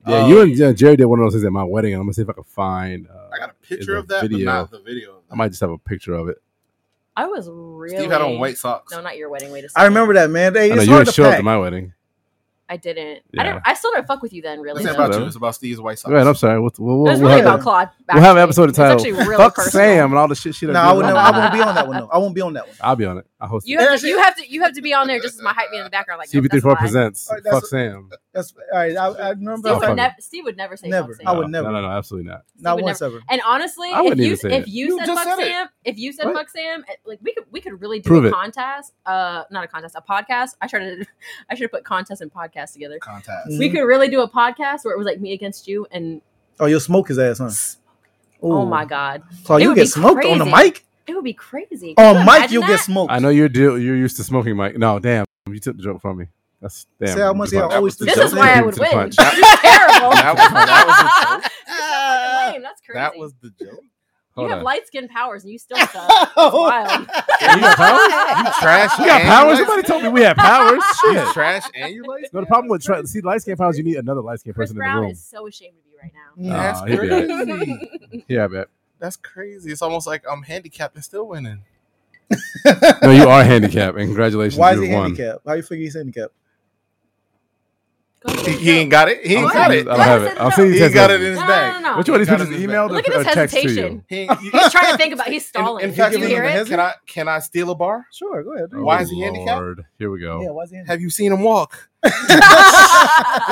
S2: Yeah,
S1: Um,
S2: you and uh, Jerry did one of those things at my wedding, and I'm gonna see if I can find. Uh,
S1: I got a
S2: is
S1: picture
S2: a
S1: of that,
S2: video.
S1: but not the video.
S2: I might just have a picture of it.
S5: I was really.
S1: Steve had on white socks.
S5: No, not your wedding. Wait a second.
S3: I remember that, man. Hey,
S2: I know
S3: it's
S2: you
S3: hard
S2: didn't
S3: to
S2: show up to
S3: pack.
S2: my wedding.
S5: I didn't.
S2: Yeah.
S5: I don't. I still don't fuck with you then. Really.
S1: It's not
S5: though.
S1: about
S2: Whatever.
S1: you. It's about Steve's white socks.
S2: Go ahead. I'm sorry. We'll, we'll,
S5: It
S2: we'll,
S5: was
S2: we'll
S5: really
S2: have,
S5: about Claude.
S2: we'll have an episode
S5: actually. It's
S2: entitled
S5: actually really
S2: "Fuck
S5: personal.
S2: Sam" and all the shit she done
S3: No, I
S2: did.
S3: would never, I won't be on that one. though. I won't be on that one.
S2: I'll be on it. I host
S5: You have, to,
S3: That's
S5: you
S3: it.
S5: have to you have to be on there just as my hype man in the background. Like nope, that's a
S2: CB34
S5: lie.
S2: presents.
S3: All right, that's
S2: Fuck
S3: a-
S2: Sam.
S3: That's all right. I, I remember.
S5: Steve,
S2: Oh, fuck
S5: would
S2: it.
S5: never, Steve would never say
S3: Never.
S5: fuck
S3: I
S5: Sam.
S3: would
S2: No,
S3: never.
S2: No, no, no, absolutely not.
S3: not
S5: would
S3: once ever.
S5: And honestly,
S2: I
S5: if
S2: wouldn't
S5: you
S2: even say
S5: if
S2: that.
S5: you,
S4: You
S5: said
S4: just
S5: fuck
S4: said it.
S5: Sam, if you said
S2: What?
S5: fuck Sam, it- like we could we could really do
S2: Prove
S5: a
S2: it.
S5: contest. Uh, not a contest, a podcast. I tried to I should have put contest and podcast together.
S4: Contact.
S5: We could really do a podcast where it was like me against you and
S3: Oh, you'll smoke his ass, huh?
S5: oh
S3: Ooh.
S5: my god,
S3: So
S5: It
S3: you
S5: would
S3: get
S5: be
S3: smoked on the
S5: crazy.
S3: mic.
S5: it would be crazy. Can
S3: On mic,
S5: imagine
S3: you'll Oh, get
S5: that?
S3: smoked.
S2: I know you're deal. You're used to smoking, Mike. No, damn, you took the joke from me. That's damn.
S3: See how much
S2: you
S3: I
S2: punch.
S3: always do.
S5: This is
S2: Joke.
S5: why I
S2: Beat
S5: would
S2: to the
S5: win.
S2: punch.
S5: You're terrible.
S1: That was- that was a joke?
S5: You're so fucking lame. That's crazy.
S1: That was the joke.
S5: you
S2: Hold
S5: have
S2: on.
S5: light skin powers and you still suck. Wild.
S2: You got powers?
S1: You trash.
S2: You got
S1: and
S2: powers?
S1: you
S2: Somebody told me we had powers.
S1: like- You
S2: Shit.
S1: trash and you like
S2: No, the problem with tra- see light skin powers, you need another light skin
S5: Chris
S2: person in the
S5: Brown
S2: room.
S5: is so ashamed of you right now.
S3: Yeah.
S1: That's
S2: Nah, he'd be all right.
S1: crazy.
S2: Yeah, I bet.
S1: That's crazy. It's almost like I'm handicapped and still winning.
S2: No, you are handicapped. And congratulations,
S3: Why is
S2: you
S3: he
S2: won.
S3: handicapped? How you figure he's handicapped?
S5: Go ahead.
S1: He, he ain't got it. He ain't
S5: What?
S1: got it.
S2: I don't have it. I'll send you
S1: He
S2: text
S1: got it in
S2: messages.
S1: his
S5: No,
S1: bag.
S5: no, no, no.
S2: What you want
S1: He
S2: to do?
S1: got
S2: Just
S1: it in-
S2: email
S5: Look
S2: the-
S5: at
S2: or
S5: his
S2: text to you.
S5: hesitation.
S1: He ain't-
S5: He's trying to think about he's stalling.
S1: In,
S5: Do
S1: fact,
S5: you hear it?
S1: can I can I steal a bar?
S3: Sure, go ahead. do it.
S1: Why is he handicapped?
S2: Oh, Lord. Here we go.
S3: Yeah, why is he handicapped?
S1: Have you seen him walk? That's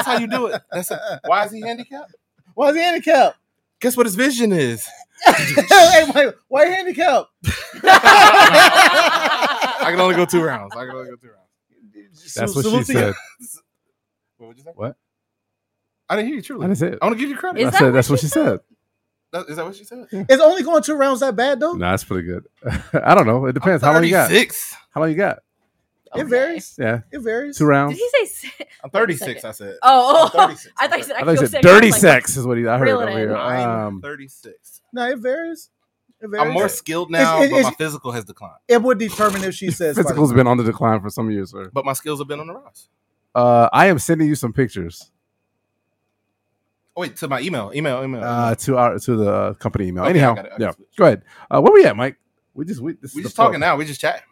S1: how you do it. That's it. Why is he handicapped?
S3: Why is he handicapped?
S1: Guess what his vision is?
S3: hey, Mike, why you handicapped?
S1: I can only go two rounds. I can only go two rounds.
S2: That's
S3: Salute-
S2: what she
S3: salute to you.
S2: said.
S1: What would you say?
S2: What?
S1: I didn't hear you
S2: I
S1: truly.
S2: didn't say it.
S1: I want to give you credit.
S5: Is
S2: Oh, I
S5: that
S2: said
S5: what
S2: that's what
S5: she
S2: she said.
S1: That- Is that what she said?
S3: It's only going two rounds that bad though.
S2: No, that's pretty good. I don't know. It depends. How long you got?
S1: 36.
S2: How long you got?
S3: It varies.
S2: Yeah,
S3: It varies.
S2: two
S5: Did
S2: rounds.
S5: he say? se-
S1: I'm 36. I said.
S5: Oh,
S1: I'm
S5: oh.
S1: 36.
S5: I thought he said.
S2: I thought
S5: feel
S2: you
S5: sick.
S2: said dirty
S5: I was like,
S2: sex is what he, I heard
S5: Reel it
S2: over
S5: in.
S2: here.
S1: I'm
S2: Um,
S1: 36.
S3: No, it varies. It varies.
S1: I'm more skilled now,
S3: it's-
S1: but my
S3: it's-
S1: physical has declined.
S3: it would determine if she says
S2: physical's
S3: physical's
S2: been on the decline for some years, sir.
S1: But my skills have been on the rise.
S2: Uh, I am sending you some pictures
S1: Oh, wait, to my email, email, email.
S2: uh, to our to the uh, company email.
S1: Okay,
S2: Anyhow,
S1: I got it. I
S2: yeah,
S1: can switch.
S2: go ahead. Uh, where we at, Mike? We just we, this
S1: we
S2: is the
S1: just talking
S2: plug.
S1: now. We just chat.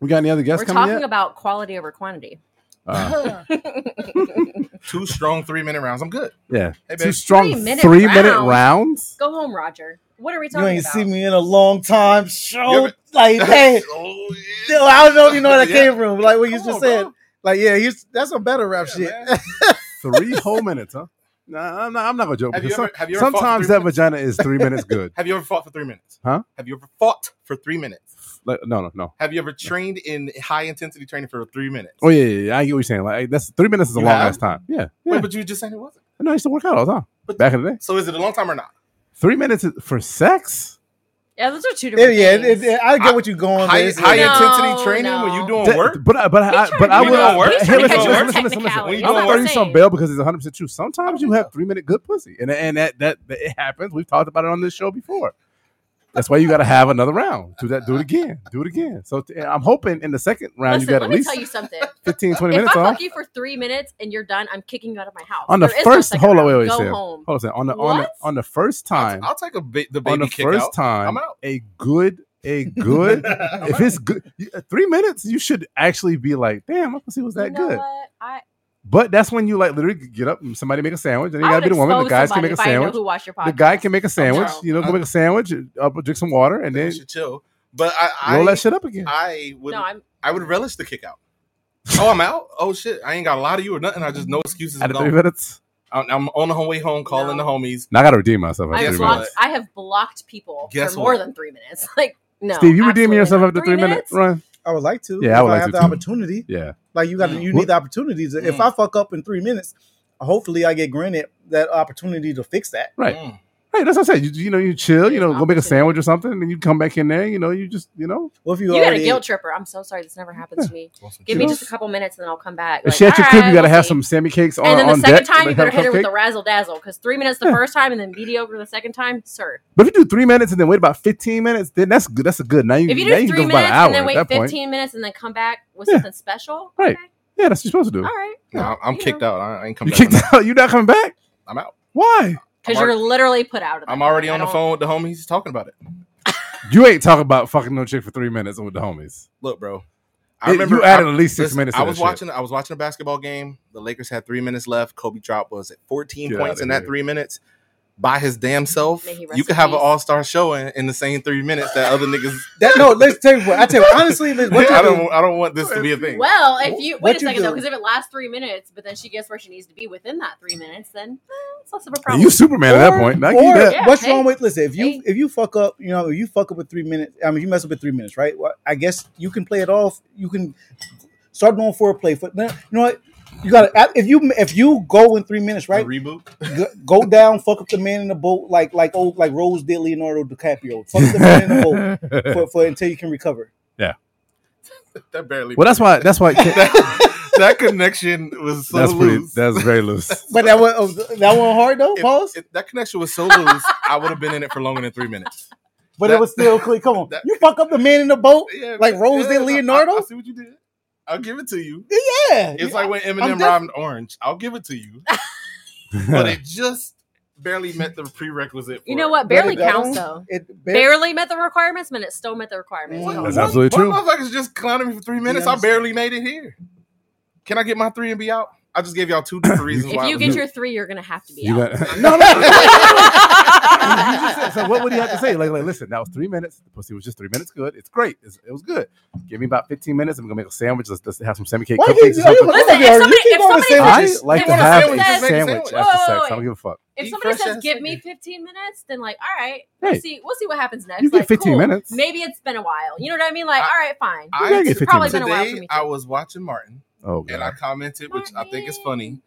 S2: We got any other guests
S5: We're
S2: coming
S5: talking
S2: yet?
S5: about quality over quantity.
S2: Uh,
S1: Two strong three minute rounds. I'm good.
S2: yeah,
S1: Hey,
S2: two
S1: babe.
S2: strong three minute,
S5: Three-minute rounds.
S2: rounds.
S5: Go home, Roger. What are we
S3: You
S5: talking
S3: ain't
S5: about?
S3: seen me in a long time. Show
S1: Yeah,
S3: like hey,
S1: Oh,
S3: yo, I don't know if you know that
S1: Yeah.
S3: came from. Like what you
S1: Come
S3: just
S1: on,
S3: said.
S1: bro.
S3: Like yeah, he's that's some better rap
S1: Yeah,
S3: shit.
S1: man.
S2: Three whole minutes, huh? Nah, I'm not, I'm not gonna joke.
S1: Have you
S2: because some-
S1: ever- have you ever fought for
S2: sometimes
S1: three
S2: that vagina is three minutes good.
S1: Have you ever fought for three minutes?
S2: Huh?
S1: Have you ever fought for three minutes?
S2: Like, no, no, no.
S1: Have you ever trained in high intensity training for three minutes?
S2: Oh yeah, yeah, yeah. I get what you're saying. Like that's three minutes is a
S1: You
S2: long
S1: have?
S2: ass time. Yeah, yeah.
S1: Wait, but you were just saying it wasn't.
S2: no, I used to work out all the time
S1: But-
S2: back in the day.
S1: So is it a long time or not?
S2: Three minutes is- for sex?
S5: Yeah, those are two
S3: Yeah,
S5: different.
S3: yeah it,
S5: things.
S3: it, it- I get what you're going.
S1: High,
S3: with.
S1: high
S5: No,
S1: intensity training when you
S5: no.
S1: doing
S2: That-
S1: work?
S2: But I, but I,
S5: He's trying
S2: but I
S5: to-
S2: would.
S1: You doing work?
S2: Hey,
S1: He's
S2: listen,
S1: trying to
S2: listen,
S1: catch
S2: listen,
S1: your
S2: listen, listen, listen.
S5: technicalities.
S2: I'm
S5: That's
S2: throwing
S5: what
S2: you
S5: I'm
S2: some
S5: saying.
S2: bail because it's 100 percent true. Sometimes you have three minute good pussy, and and that, that that it happens. We've talked about it on this show before. That's why you got to have another round. Do that. Do it again. Do it again. So t- I'm hoping in the second round
S5: Listen,
S2: you got
S5: let
S2: at
S5: me
S2: least
S5: tell you something.
S2: 15, 20
S5: If I
S2: minutes
S5: fuck
S2: off.
S5: you for three minutes and you're done, I'm kicking you out of my house.
S2: On the
S5: There is no
S2: first,
S5: second
S2: hold on, wait,
S5: round.
S2: wait,
S5: Go
S2: Sam.
S5: home.
S2: Hold on, a second. on the on the,
S5: What?
S2: on the first time,
S1: I'll take a ba- the
S2: on
S1: baby
S2: the
S1: kick
S2: first
S1: out.
S2: time,
S1: I'm out.
S2: a good, a good. if it's good, you- uh, three minutes, you should actually be like, damn, my pussy was that
S5: you know
S2: good.
S5: What? I,
S2: But that's when you like literally get up and somebody make a sandwich. Then you
S5: I
S2: gotta
S5: would
S2: be the woman. The
S5: expose
S2: guys can
S5: somebody
S2: make a
S5: if I didn't know
S2: sandwich.
S5: who watched your
S2: The
S5: podcast.
S2: guy can make a sandwich.
S5: sorry.
S2: You know, go make a sandwich, uh, drink some water,
S1: I
S2: and
S1: think
S2: then
S1: we should chill. But I,
S2: roll
S1: I,
S2: that shit up again.
S1: I would
S5: No, I'm
S1: I would relish the kick out. Oh, I'm out. Oh shit, I ain't got a lot of you or nothing. I just no excuses. I'm,
S2: At three
S1: gone.
S2: minutes,
S1: I'm, I'm on the way home, calling
S5: No.
S1: the homies.
S2: now I gotta redeem myself. After
S5: I
S2: three
S5: have
S1: Guess what?
S5: blocked.
S2: minutes.
S5: I have blocked people
S1: Guess
S5: for more
S1: what?
S5: than three minutes. Like no,
S2: Steve, you redeeming
S5: absolutely
S2: yourself
S5: not.
S2: after three, minute run?
S3: I would like to.
S2: Yeah, I
S3: if
S2: would like
S3: have
S2: to
S3: the
S2: too.
S3: opportunity.
S2: Yeah,
S3: Like you got to
S1: Mm.
S3: you
S2: What-
S3: need the opportunities. If
S1: Mm.
S3: I fuck up in three minutes, hopefully I get granted that opportunity to fix that.
S2: right.
S1: Mm.
S2: Hey, that's what I said. You, you know, you chill. You know, go make a
S5: Opportunity.
S2: sandwich or something, and you come back in there. You know, you just you know.
S3: What if you,
S5: You got a
S3: already
S5: guilt tripper. I'm so sorry. This never happens to me.
S1: Want some
S5: Give me
S1: chips?
S5: just a couple minutes and then I'll come back.
S2: If
S5: Like,
S2: she at your
S5: all
S2: crib,
S5: right,
S2: you gotta
S5: we'll
S2: have
S5: see.
S2: some Sammy cakes on.
S5: And then the
S2: on
S5: second
S2: deck,
S5: time, you
S2: like,
S5: better
S2: have a
S5: hit her with
S2: cupcake.
S5: the razzle dazzle because three minutes the
S2: Yeah.
S5: first time and then mediocre the second time, sir.
S2: But if you do three minutes and then wait about fifteen minutes, then that's good. That's a good. Now you,
S5: If you
S2: now you
S5: do
S2: can
S5: three
S2: go about an
S5: minutes
S2: hour
S5: and then
S2: at
S5: wait
S2: that point.
S5: 15 minutes and then come back with
S2: Yeah.
S5: something special,
S2: Right.
S5: Okay.
S2: Yeah, that's what you're supposed to do.
S5: All right.
S1: No, I'm, I'm
S5: You
S1: kicked
S5: know.
S1: out. I ain't
S2: You
S1: coming. back.
S2: kicked out. You're not coming back.
S1: I'm out.
S2: Why?
S5: Because
S1: I'm
S5: you're
S1: already-
S5: literally put out of.
S1: I'm
S5: that.
S1: already
S5: I
S1: on the
S5: don't-
S1: phone with the homies talking about it.
S2: You ain't talking about fucking no chick for three minutes with the homies.
S1: Look, bro.
S2: It-
S1: I remember
S2: you added
S1: I,
S2: at least six
S1: listen,
S2: minutes.
S1: I was watching. I was watching a basketball game. The Lakers had three minutes left. Kobe dropped what was it 14
S2: Get
S1: points
S2: outta
S1: in
S2: here.
S1: that three minutes. by his damn self,
S5: May he rest
S1: you could
S5: in
S1: have an
S5: peace.
S1: all star show in, in the same three minutes that other niggas.
S3: That no, let's tell you what I tell you honestly. Liz, what
S1: I
S3: you
S1: don't. I don't want this to be a thing.
S5: Well, if you
S3: What
S5: wait a
S3: you
S5: second though,
S3: do-
S5: because if it lasts three minutes, but then she gets where she needs to be within that three minutes, then eh, it's less of a
S2: And
S5: problem.
S2: you Superman at that
S3: Or-
S2: point. I
S3: or
S2: get that.
S5: Yeah,
S3: what's
S5: hey.
S3: wrong with listen? If you
S5: Hey.
S3: if you fuck up, you know, if you fuck up with three minutes. I mean, you mess up with three minutes, right? Well, I guess you can play it off. You can start doing foreplay. For you know what? You got to if you if you go in three minutes, right?
S1: Reboot.
S3: Go, go down, fuck up the man in the boat, like like old like Rose did Leonardo DiCaprio. Fuck up the man in the boat for, for until you can recover.
S1: That barely.
S2: well, that's why. That's why.
S1: that, that connection was so
S2: that's pretty.
S1: loose.
S2: That's very loose.
S3: But that one oh, that one hard though.
S1: If-
S3: Pause.
S1: if that connection was so loose, I would have been in it for longer than three minutes.
S3: But
S1: that-
S3: it was still clear. Come on,
S1: that-
S3: you fuck up the man in the boat.
S1: Yeah,
S3: Like Rose did
S1: I- I-
S3: Leonardo?
S1: I, see what you did. I'll give it to you.
S3: Yeah,
S1: It's like when
S3: I'm
S1: Eminem
S3: def-
S1: rhymed orange. I'll give it to you, but it just barely met the prerequisite. For
S5: You know
S1: it.
S5: what?
S3: Let it
S5: Barely
S3: go.
S5: counts though.
S3: It barely.
S5: Barely met the requirements, but it still met the requirements.
S3: What?
S5: So-
S2: That's absolutely
S1: One
S2: true.
S1: motherfuckers just clowning me for three minutes. I
S3: understand?
S1: barely made it here. Can I get my three and be out? I just gave y'all two different reasons
S5: If
S1: why.
S5: you
S1: I
S5: get
S1: was-
S5: your three, you're gonna have to be
S2: You
S5: out.
S2: got-
S3: no, no.
S2: You just said- so what would he have to say? Like, like, listen, that was three minutes. The pussy was just three minutes good. It's great. It's, it was good. Give me about 15 minutes. I'm gonna make a sandwich. Let's, let's have some semi cake
S3: Why you-
S2: cupcakes. or
S3: why you-
S2: something.
S3: why
S5: Listen, if
S3: Gary,
S5: somebody-
S3: you keep
S5: if
S3: on
S5: somebody
S3: saying
S5: says-
S2: I
S5: sandwiches?
S2: like
S1: They
S2: to
S1: want a
S2: have
S1: sandwich,
S2: a
S1: just make a
S2: sandwich
S1: sandwich.
S2: after
S5: Whoa,
S2: sex.
S5: wait,
S2: I don't give a fuck.
S5: if
S1: Eat
S5: somebody
S1: fresh
S5: says
S1: ass
S5: give
S1: nigga.
S5: me 15 minutes then like all right
S2: Hey.
S5: let's see we'll see what happens next
S2: You get
S5: Like,
S2: 15 minutes.
S5: maybe it's been a while you know what i mean like
S1: I-
S5: all right fine
S1: I-
S2: gotta get
S5: it's
S2: 15
S5: probably been a while for
S1: Today
S5: me
S1: I
S5: too.
S1: was watching Martin.
S2: Oh
S1: and I
S2: god.
S1: commented, which I think is funny.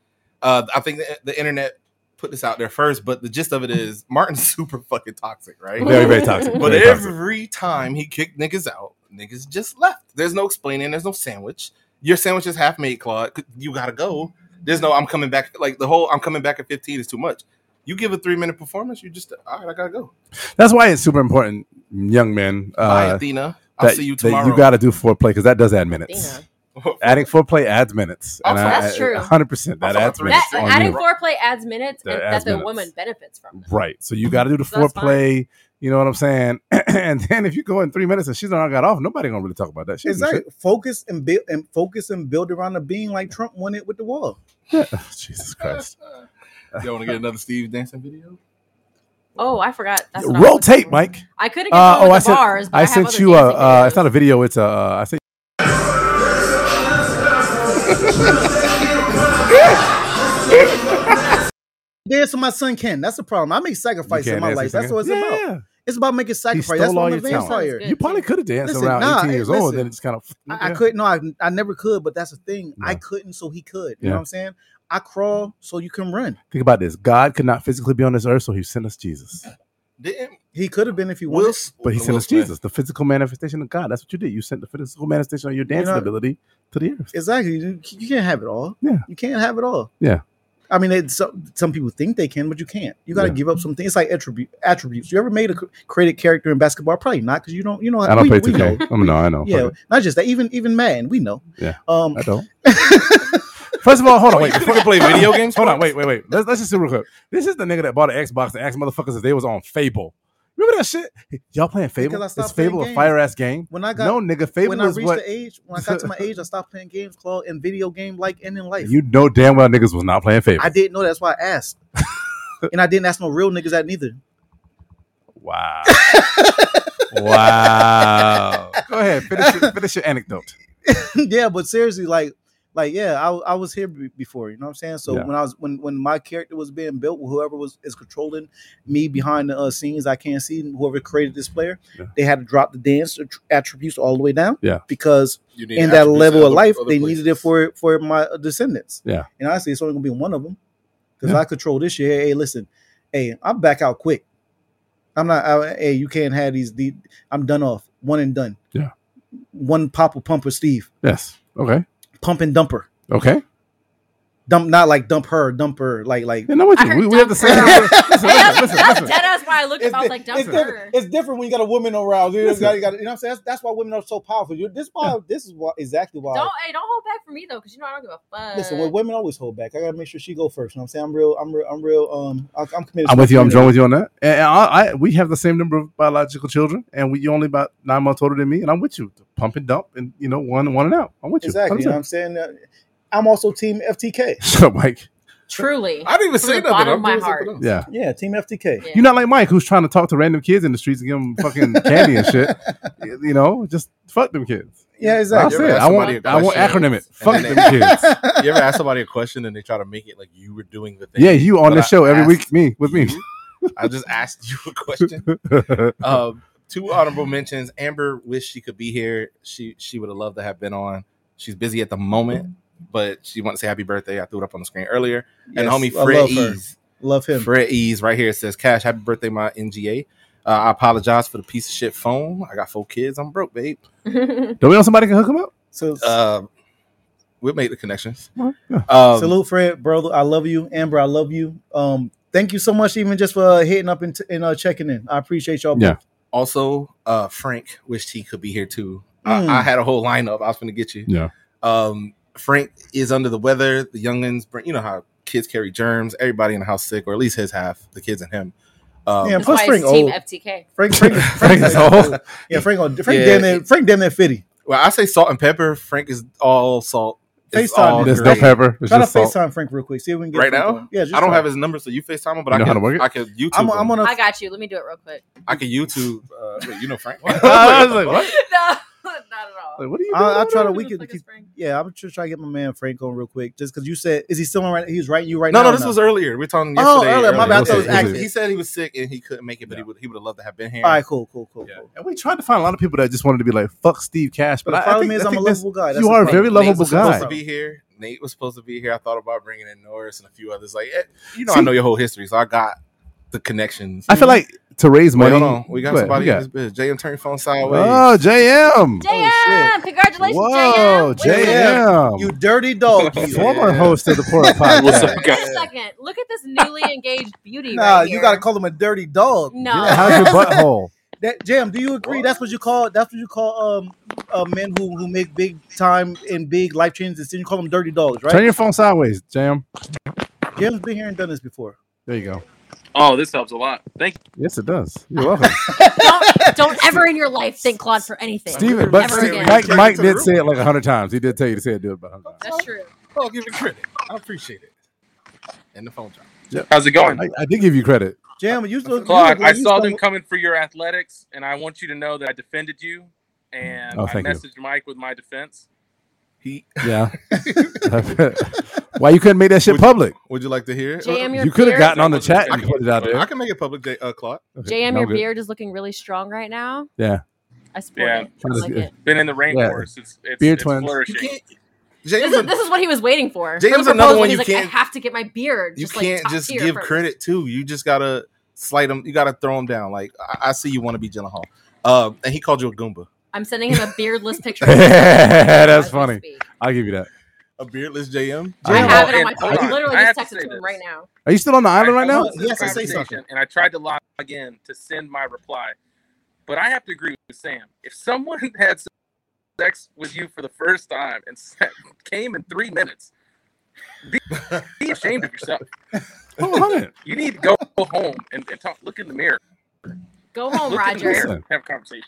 S1: Uh, I think the, the internet put this out there first, but the gist of it is Martin's super fucking toxic, right?
S2: Very very toxic.
S1: But
S2: very toxic.
S1: every time he kicked niggas out, niggas just left. There's no explaining. There's no sandwich. Your sandwich is half made, Claude. C- You gotta go. There's no I'm coming back. Like the whole I'm coming back at 15 is too much. You give a three minute performance, you just all right. I gotta go.
S2: That's why it's super important, young men.
S1: Bye,
S2: Uh,
S1: Athena. I'll
S2: that,
S1: see you
S2: that
S1: tomorrow.
S2: you got to do foreplay because that does add minutes.
S5: Athena.
S2: Adding foreplay adds minutes.
S1: Also,
S5: that's true.
S2: Hundred percent. That
S1: Also,
S2: adds
S1: that's
S2: minutes.
S5: that,
S1: on
S5: adding
S2: you.
S5: foreplay adds minutes
S2: That
S5: and
S2: adds
S5: that the
S2: minutes.
S5: woman benefits from them.
S2: Right. So you got to do the
S5: So that's fine.
S2: foreplay. You know what I'm saying? and then if you go in three minutes and she's not got off, nobody gonna really talk about that. She doesn't
S3: Exactly. Focus and build and focus and build around the being like Trump won it with the wall.
S2: shit. Jesus Christ.
S1: you want to get another Steve dancing video?
S5: oh i forgot that's what I was looking
S2: Rotate,
S5: for.
S2: Mike.
S5: i couldn't get
S2: Uh,
S5: uh,
S2: oh,
S5: the
S2: I sent.
S5: bars but
S2: I
S5: have
S2: sent
S5: other
S2: you a.
S5: dancing
S2: Uh, it's
S5: videos.
S2: not a video. It's a. Uh, I sent.
S3: Dance with my son Ken. That's the problem. I make
S2: You
S3: sacrifices
S2: can't
S3: in my
S2: answer
S3: life. That's
S2: again.
S3: what it's
S2: yeah,
S3: about. It's about making sacrifices. That's
S2: stole all
S3: what
S2: your
S3: I'm a
S2: talent.
S3: vampire.
S5: Sounds
S2: You probably could have danced
S3: Listen,
S2: around
S3: nah,
S2: 18 years old, and
S3: listen.
S2: then just kind of.
S3: I, I could no, I, I never could, but that's the thing. I
S2: No.
S3: couldn't, so he could. You
S2: Yeah.
S3: know what I'm saying? I crawl so you can run.
S2: Think about this. God could not physically be on this earth, so he sent us Jesus.
S1: Didn't
S3: He could have been if he wanted.
S1: Will,
S2: But he
S1: Will
S2: sent us
S1: Smith.
S2: Jesus, the physical manifestation of God. That's what you did. You sent the physical manifestation of your dancing
S3: know-
S2: ability to the earth.
S3: Exactly. You, you can't have it all.
S2: Yeah.
S3: You can't have it all.
S2: Yeah.
S3: I mean, it's, some some people think they can, but you can't. You got to
S2: Yeah.
S3: give up some things. It's like attribute attributes. You ever made a cr- created character in basketball? Probably not, because you don't. You know,
S2: I don't
S3: we,
S2: play
S3: we know.
S2: 2K. I'm no, I know. Fuck
S3: Yeah,
S2: it.
S3: not just that. Even even Madden, we know.
S2: Yeah.
S3: Um.
S2: I don't. First of all, hold on, wait. Before
S1: You play video games.
S2: hold on, wait, wait, wait. Let's, let's just do real quick. This is the nigga that bought an Xbox and asked motherfuckers if they was on Fable. Remember that shit? Y'all playing Fable?
S3: Because I
S2: It's
S3: stopped
S2: Fable
S3: playing
S2: a fire ass game?
S3: When I got
S2: No, nigga. Fable
S3: when I
S2: is
S3: reached
S2: what
S3: the age, when I got to my age, I stopped playing games, Claude, and video game like and in life.
S2: you know damn well niggas was not playing Fable.
S3: I didn't know. That's why I asked, and I didn't ask no real niggas that neither.
S2: Wow. wow. Go ahead. Finish your, finish your anecdote.
S3: yeah, but seriously, like, like yeah, I, I was here be- before. You know what I'm saying? So
S2: Yeah.
S3: when I was when when my character was being built, whoever was is controlling me behind the uh, scenes, I can't see whoever created this player.
S2: Yeah.
S3: They had to drop the dance attr- attributes all the way down.
S2: Yeah.
S3: because
S1: You need
S3: in that
S1: attributes
S3: level of
S1: other-
S3: life,
S1: other
S3: they
S1: places.
S3: needed it for for my uh, descendants.
S2: Yeah.
S3: and honestly, it's only gonna be one of them because
S2: Yeah.
S3: I control this year. Hey, listen, hey, I'm back out quick. I'm not. I, hey, you can't have these. The, I'm done off. One and done.
S2: Yeah.
S3: One pop will pump with Steve.
S2: Yes. Okay.
S3: Pump and dumper.
S2: Okay.
S3: Dump, not like dump her, dump her, like like.
S2: You know what?
S5: I
S2: You,
S5: heard
S2: we, we have the same.
S5: dumb
S2: Listen, listen,
S5: Hey, that's,
S2: listen,
S5: that's
S2: listen.
S5: dead ass why I looked up. I was like,
S3: di- it's
S5: dump her.
S3: different. It's different when you got a woman around. You, know, you,
S2: Listen.
S3: got, you, got, you know what I'm saying? That's, that's why women are so powerful. You, this why this is why exactly why.
S5: Don't hey, don't hold back for me though, because you know I don't give a fuck.
S3: Listen, well, women always hold back. I gotta make sure she go first. You know what I'm saying? I'm real. I'm real. I'm real. Um, I, I'm committed.
S2: I'm
S3: to my
S2: with you. I'm
S3: community.
S2: joined with you on that. And, and I, I, we have the same number of biological children, and we you only about nine months older than me. And I'm with you. Pump and dump, and you know, one, one and out. I'm with you.
S3: Exactly. You
S2: 100%.
S3: know what I'm saying? Uh, I'm also team FTK.
S2: Shut up, Mike.
S5: Truly.
S1: I didn't even say
S5: the
S1: nothing.
S5: bottom
S1: I'm
S5: of my
S1: doing
S5: heart.
S1: something else.
S2: Yeah.
S3: Yeah, Team FTK.
S5: Yeah.
S2: You're not like Mike, who's trying to talk to random kids in the streets and give them fucking candy and shit. You know, just fuck them kids.
S3: Yeah,
S2: That's
S1: You
S3: exactly.
S1: ever
S2: it.
S1: ask
S2: I want,
S1: somebody
S2: I want
S1: questions
S2: acronym it.
S1: and
S2: Fuck
S1: then
S2: them
S1: they-
S2: kids.
S1: You ever ask somebody a question and they try to make it like you were doing the thing?
S2: Yeah, you on
S1: But
S2: this
S1: I
S2: show every
S1: asked
S2: week, me with me.
S1: you. I just asked you a question. Um, two honorable mentions. Amber wished she could be here. She she would have loved to have been on. She's busy at the moment, but she wanted to say happy birthday. I threw it up on the screen earlier. and
S3: Yes,
S1: homie
S3: I
S1: Fred
S3: love her.
S1: Ease.
S3: Love him.
S1: Fred Ease right here. It says, Cash, happy birthday, my NGA. Uh, I apologize for the piece of shit phone. I got four kids. I'm broke, babe.
S2: Don't we know somebody can hook him up?
S3: So
S1: Uh, we'll make the connections.
S2: Well, yeah.
S1: Um,
S3: salute, Fred, bro. I love you, Amber. I love you. Um, thank you so much, even just for uh, hitting up and, t- and uh, checking in. I appreciate y'all.
S2: Yeah.
S1: Also, uh, Frank wished he could be here too.
S3: Mm.
S1: I, I had a whole lineup. I was going to get you.
S2: Yeah.
S1: Um, Frank is under the weather. The youngins, bring, you know how kids carry germs. Everybody in the house sick, or at least his half, the kids and him. Um,
S3: Yeah,
S5: That's why
S3: plus Frank
S5: it's Team
S3: old.
S5: FTK.
S3: Frank, Frank, Frank,
S2: Frank is old.
S3: Yeah, Frank, old. Frank,
S1: Yeah.
S3: damn near, Frank damn near 50.
S1: well, I say salt and pepper. Frank is all salt. It's
S3: FaceTime
S1: all
S3: him.
S2: There's no
S1: great.
S2: pepper. It's
S3: Try to
S2: just salt.
S3: FaceTime Frank real quick. See if we can get
S1: Right
S3: Frank
S1: now?
S3: on. Yeah, just
S1: I don't
S3: try.
S1: have his number, so you FaceTime him, but
S2: You
S1: I
S2: know
S1: can
S2: how to work it?
S1: I can YouTube.
S3: I'm, I'm
S1: him.
S3: on a.
S5: I got you. Let me do it real quick.
S1: I can YouTube. Uh, wait, you know Frank?
S2: I was like, what?
S5: no, not at all.
S2: Like, what are you doing?
S3: I, I try to.
S2: over
S3: We
S2: there?
S3: can.
S5: Like it's Frank.
S3: Yeah, I'm just trying to get my man Frank on real quick. Just because you said, is he still on right? He was writing you right
S1: no,
S3: now.
S1: no, this was earlier. We were talking
S3: Oh,
S1: yesterday.
S3: earlier. My
S2: bad. I thought it was
S1: He said-
S2: active.
S1: He said he was sick and he couldn't make it, but he would he would have loved to have been here.
S3: All right, cool, cool, cool.
S1: Yeah.
S3: cool.
S2: And we tried to find a lot of people that just wanted to be like, fuck Steve Cash. But,
S3: But the
S2: I, I
S3: problem
S2: think,
S3: is,
S2: I
S3: I'm a
S2: think this-
S3: lovable guy. That's
S2: you
S3: the
S2: are a
S3: problem.
S2: very
S1: Nate
S2: lovable
S1: was
S2: guy.
S1: supposed to be here. Nate was supposed to be here. I thought about bringing in Norris and a few others. Like, eh, you know, I
S2: See-
S1: know your whole history, so I got the connections. Mm-hmm.
S2: I feel like to raise
S1: Wait,
S2: money.
S1: hold on. We got
S2: Wait,
S1: somebody
S2: who
S1: in this bitch. JM turn your phone sideways.
S2: Oh, JM.
S5: JM, congratulations,
S2: Whoa,
S5: JM. Wait, wait, wait.
S2: JM.
S3: You dirty dog. you.
S2: Former host of the Port Podcast.
S7: What's up,
S5: Wait a
S7: guys?
S5: second. Look at this newly engaged beauty.
S3: Nah,
S5: right
S3: you
S5: here.
S3: gotta call him a dirty dog.
S5: No.
S2: Yeah, how's your butthole?
S3: That Jam, do you agree? That's what you call. That's what you call um uh, men who who make big time and big life changing decisions. You call them dirty dogs,
S2: Turn
S3: right?
S2: your phone sideways, Jam.
S3: Jam's been here and done this before.
S2: There you go.
S7: Oh, this helps a lot. Thank you.
S2: Yes, it does. You're welcome.
S5: don't, don't ever in your life thank Claude for anything.
S2: Steven, but
S5: Never
S2: Steve-
S5: again.
S2: Mike,
S1: Turn
S2: Mike
S1: it to the
S2: did say it
S1: room.
S2: like a hundred times. He did tell you to say it, do it about a hundred
S5: That's true.
S1: I'll Oh, give you credit. I appreciate it. And the phone drop.
S7: How's it going?
S2: times. I, I did give you credit.
S3: Jam, you look.
S7: Clark,
S3: you look
S7: I
S3: like you
S7: saw them
S3: stumbled-
S7: coming for your athletics, and I want you to know that I defended you, and
S2: Oh,
S7: I
S2: thank you.
S7: messaged Mike with my defense.
S1: He,
S2: Yeah. Why you couldn't make that shit
S1: Would you-
S2: public?
S1: Would you like to hear? it?
S5: JM, your
S2: Uh, You could have
S5: beard-
S2: gotten on the chat
S1: I
S2: and
S1: can,
S2: put it out
S1: I
S2: there.
S1: can make it public, J- uh, Claude.
S5: JM,
S2: No
S5: your
S2: good.
S5: beard is looking really strong right now.
S2: Yeah.
S5: I support
S7: Yeah.
S5: it. I like it.
S7: Been in the rainforest. It's it's,
S2: Beer
S7: it's
S2: twins.
S1: You
S7: flourishing.
S1: can't.
S5: This
S1: James,
S5: is, this is what he was waiting for.
S1: JM's
S5: For the
S1: another
S5: proposal,
S1: one
S5: he's
S1: you
S5: like,
S1: can't-
S5: I have to get my beard.
S1: you
S5: Just like,
S1: can't
S5: top
S1: just
S5: tier
S1: give
S5: first.
S1: credit to. You just gotta slide them. You gotta throw them down. Like I, I see you want to be Jenna Hall, um, and he called you a goomba,
S5: I'm sending him a beardless picture.
S2: That's
S5: As we
S2: funny.
S5: speak.
S2: I'll give you that.
S1: a beardless JM.
S2: I
S5: I
S2: know.
S5: have it on
S7: And
S5: my phone.
S7: hold
S5: I
S7: on.
S5: literally
S7: I
S5: just
S7: have to
S5: texted
S7: say
S5: to him
S7: this.
S5: right now.
S2: Are you still on the island right now?
S7: want this
S3: He has to say
S7: conversation,
S3: something.
S7: And I tried to log in to send my reply, but I have to agree with Sam. If someone had sex with you for the first time and se- came in three minutes, be, be ashamed of yourself.
S2: Oh, 100.
S7: You need to go home and, and talk. Look in the mirror.
S5: Go home,
S7: Look in the
S5: Roger.
S7: mirror.
S2: Listen.
S7: and Have a conversation.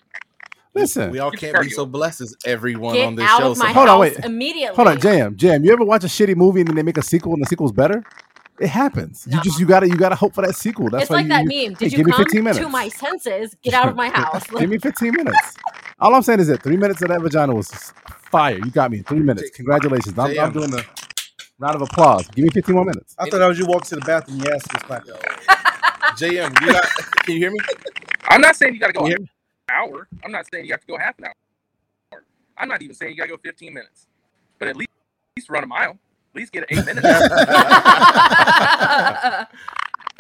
S2: Listen.
S1: We all
S7: Keep
S1: can't be
S7: starting.
S1: so blessed as everyone
S5: Get
S1: on this
S5: out
S1: show.
S5: of my
S1: so-
S2: Hold
S5: house
S2: on, wait.
S5: immediately.
S2: Hold on, Jam. Jam, you ever watch a shitty movie and then they make a sequel and the sequel's better? It happens. You
S5: No.
S2: just you gotta you gotta hope for that sequel. That's
S5: it's
S2: why
S5: like
S2: you,
S5: that
S2: you-
S5: meme.
S2: hey,
S5: Did you
S2: give me
S5: come
S2: 15 minutes.
S5: to my senses? Get out of my house.
S2: give me 15 minutes. All I'm saying is that three minutes of that vagina was fire. You got me in three minutes. Congratulations. I'm, I'm
S1: Jam.
S2: doing a round of applause. Give me 15 more minutes.
S3: I thought that was you walked to the bathroom. Yes, this clap.
S1: JM, you got, can you hear me?
S7: I'm not saying you got to go
S1: Yeah.
S7: an hour. I'm not saying you have to go half an hour. I'm not even saying you got to go 15 minutes. But at least, at least run a mile. At least get eight minutes.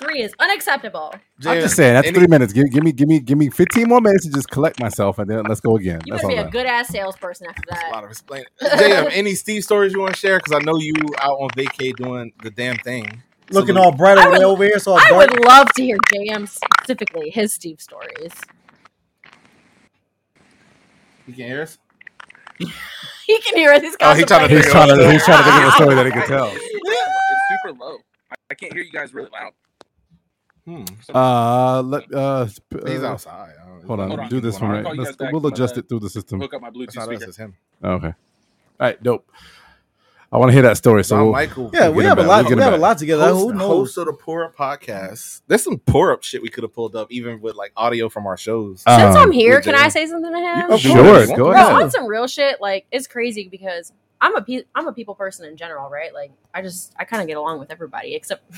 S5: Three is unacceptable.
S2: I'm
S1: JM,
S2: just saying that's
S1: any-
S2: three minutes. Give, give me give me give me 15 more minutes to just collect myself and then let's go again.
S5: You
S2: that's
S5: better
S2: all
S5: be
S2: I'm saying.
S5: a good ass salesperson after
S1: That's a
S5: that.
S1: lot of explaining. JM, any Steve stories you want to share? Because I know you out on vacay doing the damn thing.
S3: Looking
S1: Salute.
S3: all bright
S5: I
S3: over
S5: would-
S3: there, over here, so
S5: I
S3: dark.
S5: would love to hear JM specifically his Steve stories.
S1: You can hear us.
S5: He can hear us. He's
S1: Oh, he trying to
S5: contemplating.
S2: He's trying to he's trying to think of a story that he
S7: I-
S2: can tell.
S7: It's super low. I, I can't hear you guys really loud.
S1: Hmm.
S2: Uh let uh, sp-
S1: He's
S2: uh,
S1: outside. I don't know.
S2: Hold on,
S7: Hold on.
S2: do this
S1: Hold on,
S2: one
S7: I'll
S2: right.
S7: call you
S2: Let's,
S7: guys back.
S2: we'll
S7: I'm
S2: adjust
S7: gonna
S2: it through the system. Oh,
S7: Hook up my Bluetooth
S1: That's not us.
S7: speaker.
S1: It's him.
S2: Okay. All right, dope. I want to hear that story. So
S1: John
S2: we'll-
S1: Michael.
S2: We'll
S3: Yeah,
S2: get
S3: we
S2: him
S3: have a
S2: back.
S3: lot.
S2: We'll get
S3: We
S2: him
S3: have a
S2: back.
S3: lot together.
S1: Host,
S3: Who knows?
S1: host of the Pour Up podcast. There's some pour up shit we could have pulled up, even with like audio from our shows.
S2: Uh,
S5: Since I'm here,
S1: we
S5: can
S1: did.
S5: I say something to him?
S1: You-
S3: Of
S2: Oh, Sure,
S3: course.
S2: go
S5: Bro, on
S2: ahead.
S5: some real shit, like it's crazy because I'm a pe- I'm a people person in general, right? Like I just I kind of get along with everybody except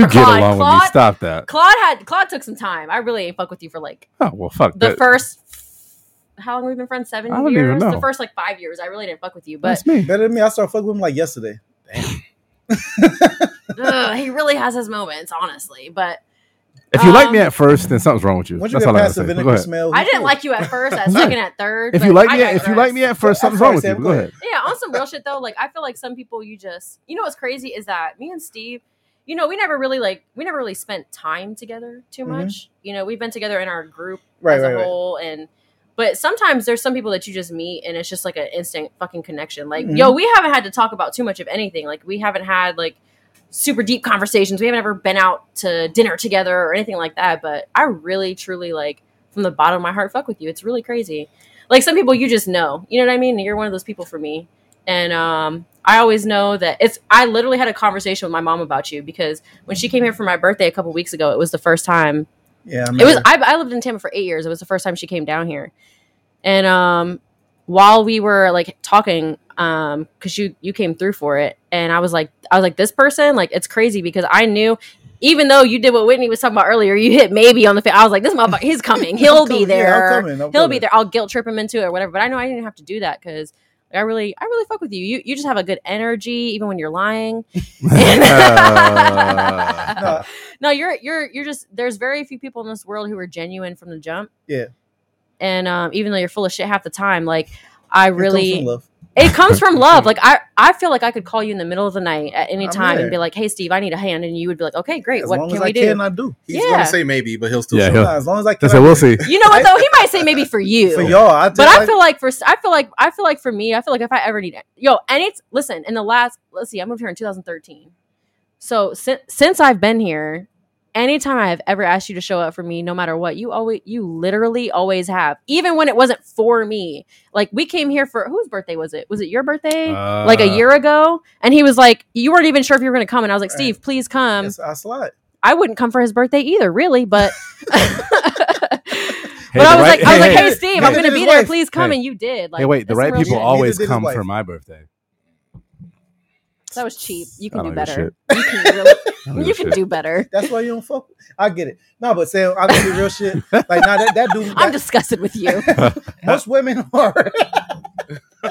S2: You
S5: for
S2: get
S5: Claude.
S2: along
S5: Claude,
S2: with me. Stop that.
S5: Claude had Claude took some time. I really ain't fuck with you for like
S2: Oh well, fuck
S5: the
S2: that.
S5: first how long we've been friends seven
S2: I don't even
S5: years.
S2: know.
S5: The first like five years, I really didn't fuck with you, but
S2: That's me.
S3: Better than me. I started fucking with him like yesterday.
S5: ugh, he really has his moments, honestly. But
S2: If you like
S5: Um,
S2: me at first, then something's wrong with you.
S3: Once you
S2: That's
S3: get
S2: all I gotta
S3: past the
S2: say. But Go
S3: vinegar
S2: ahead.
S3: smell,
S5: I
S3: he's
S5: didn't
S3: cool.
S5: like you at first, at
S2: Right.
S5: second, at third.
S2: If
S5: but
S2: you like
S5: I
S2: me, if you like
S5: digress.
S2: me at first,
S3: At
S2: something's wrong
S3: first,
S2: with you.
S3: I'm
S2: Go
S3: good.
S2: ahead.
S5: Yeah, on some real shit though, like I feel like some people you just you know what's crazy is that me and Steve, you know, we never really like we never really spent time together too
S3: Mhm.
S5: much. You know, we've been together in our group
S3: Right,
S5: as
S3: right,
S5: a
S3: right.
S5: whole and but sometimes there's some people that you just meet and it's just like an instant fucking connection. Like,
S3: Mhm.
S5: yo, we haven't had to talk about too much of anything. Like we haven't had like super deep conversations. We haven't ever been out to dinner together or anything like that. But I really truly like from the bottom of my heart fuck with you. It's really crazy. Like some people you just know. You know what I mean? You're one of those people for me and um, I always know that it's. I literally had a conversation with my mom about you because when she came here for my birthday a couple weeks ago, it was the first time.
S3: Yeah, I
S5: It was.
S3: remember.
S5: I, I lived in Tampa for eight years. It was the first time she came down here, and um, while we were like talking, um, because you you came through for it, and I was like, I was like, this person, like, it's crazy because I knew. Even though you did what Whitney was talking about earlier, you hit maybe on the. Fa- I was like, "This motherfucker, he's coming. He'll
S3: I'm
S5: be
S3: coming. Yeah,
S5: there
S3: I'm coming. I'm
S5: he'll be
S3: coming.
S5: there. I'll guilt trip him into it or whatever. But I know I didn't have to do that because I really, I really fuck with you. You, you just have a good energy, even when you're lying.
S2: Uh,
S5: No, you're, you're, you're just. There's very few people in this world who are genuine from the jump.
S3: Yeah.
S5: And um, even though you're full of shit half the time, like I
S3: Here comes
S5: really,
S3: some love.
S5: it comes from love. Like I, I feel like I could call you in the middle of the night at any
S3: I'm
S5: time
S3: there.
S5: and be like, "Hey, Steve, I need a hand," and you would be like, "Okay, great.
S3: As
S5: what
S3: long
S5: can
S3: as
S5: we
S3: I
S5: do?"
S3: can, I do.
S1: He's
S5: Yeah.
S1: gonna say maybe, but he'll still.
S2: Yeah,
S1: Yeah,
S2: he'll-
S3: Nah, As long as I
S2: I
S3: can,
S2: said
S3: I
S2: Uh, we'll
S3: do.
S2: see.
S5: you know what though? He might say maybe for you.
S3: For y'all, I
S5: But
S3: just
S5: I
S3: like-
S5: feel like for I feel like I feel like for me, I feel like if I ever need it, yo, and it's listen. In the last, let's see, I moved here in 2013. So since since I've been here, anytime I have ever asked you to show up for me, no matter what, you always, you literally always have, even when it wasn't for me. Like we came here for whose birthday was it? Was it your birthday? like
S2: Uh,
S5: a year ago, and he was like, "You weren't even sure if you were going to come," and I was like,
S3: Right.
S5: "Steve, please come."
S3: yes, I slide.
S5: I wouldn't come for his birthday either, really, but but
S2: the
S5: I
S2: right-
S5: was like, I was
S2: hey,
S5: like, hey,
S2: hey,
S5: Steve,
S2: hey.
S5: I'm gonna
S3: Neither
S5: be
S3: did
S5: there.
S3: his
S5: Please come,
S2: Hey.
S5: and you did. Like,
S2: Hey, wait, the
S5: that's
S2: right
S5: real
S2: people
S5: shit.
S2: always
S3: Neither did his
S2: come
S3: wife.
S2: for my birthday.
S5: That was cheap. You
S2: I
S5: can
S2: don't
S5: do
S2: give a
S5: better.
S2: shit.
S5: You can, really,
S2: I don't give
S5: you
S2: a
S5: can
S2: shit.
S5: do better.
S3: That's why you don't fuck. with- I get it. No, but Sam, I'm gonna be real shit. Like, nah, that, that dude.
S5: I'm
S3: that-
S5: disgusted with you.
S3: most women are.
S2: Hey,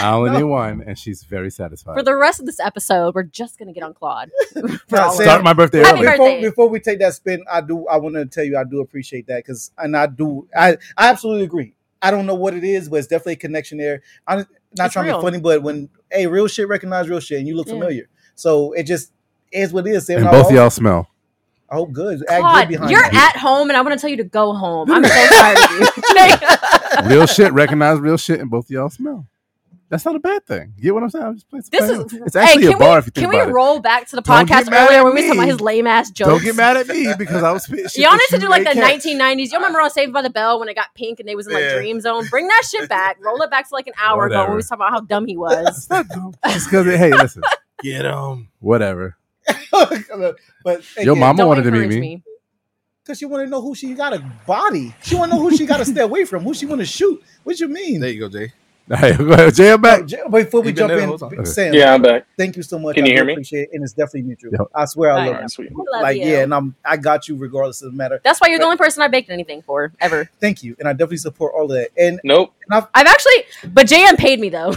S2: I only
S3: No.
S2: need one, and she's very
S5: For
S2: satisfied.
S5: the rest of this episode, we're just gonna get on Claude. For
S3: Nah,
S5: all of
S3: Sam,
S5: it.
S2: Start my birthday
S5: Happy
S2: early.
S5: birthday.
S3: before, before we take that spin, I do. I want to tell you, I do appreciate that because, and I do. I, I absolutely agree. I don't know what it is, but it's definitely a connection there. I'm not
S5: It's
S3: trying to
S5: real.
S3: be funny, but when hey, real shit recognize real shit, and you look
S5: Yeah.
S3: familiar, so it just is what it is. Sam,
S2: And
S3: I
S2: both
S3: hope-
S2: of y'all smell.
S3: I hope good. Act good
S5: Claude,
S3: behind
S5: you're
S3: that.
S5: at home, and I want to tell you to go home. I'm so tired of you.
S2: Real shit, recognize real shit, and both of y'all smell. That's not a bad thing. You get what I'm saying? I'm just playing.
S5: This
S2: playing
S5: is
S2: with- it's actually
S5: hey,
S2: a
S5: can
S2: bar
S5: we,
S2: if you think
S5: Can we
S2: about it.
S5: roll back to the
S2: Don't get
S5: podcast
S2: mad
S5: earlier
S2: at
S5: when we were talking about
S2: me.
S5: his lame ass jokes?
S2: Don't get mad at me because I was spitting shit.
S5: Y'all
S2: that
S5: need to
S2: you
S5: do like the
S2: ain't catch.
S5: 1990s. You remember on Saved by the Bell when it got pink and they was in like
S1: Yeah.
S5: Dream Zone? Bring that shit back. Roll it back to like an hour ago when
S2: Whatever.
S5: we was talking about how dumb he was.
S2: It's not dumb. It's because hey, listen,
S1: get him.
S2: whatever.
S3: but
S2: Your
S3: again,
S2: mama
S5: Don't
S2: wanted to meet
S5: encourage
S2: me.
S5: me.
S3: Because she want to know who she got a body. She want to know who she got to stay away from. Who she want to shoot. What you mean?
S1: There you go, Jay.
S2: Hey, go ahead, Jay, I'm back.
S3: Oh, J- before we
S1: You've been
S3: jump
S1: there the whole
S3: in,
S1: time.
S3: b-
S2: Okay.
S3: Sam,
S7: Yeah, I'm back.
S3: thank you so much.
S7: Can
S3: I
S7: you
S3: do
S7: hear me?
S3: Appreciate it, and it's definitely mutual.
S2: Yep.
S3: I swear, I
S5: All
S7: All
S3: love
S5: right.
S7: right,
S3: you.
S7: sweet.
S5: We love
S3: Like,
S5: you.
S3: yeah, and I'm I got you regardless of the matter.
S5: That's why you're the only person I baked anything for ever.
S3: Thank you, and I definitely support all of that. And
S7: Nope.
S5: I've actually, but JM paid me though.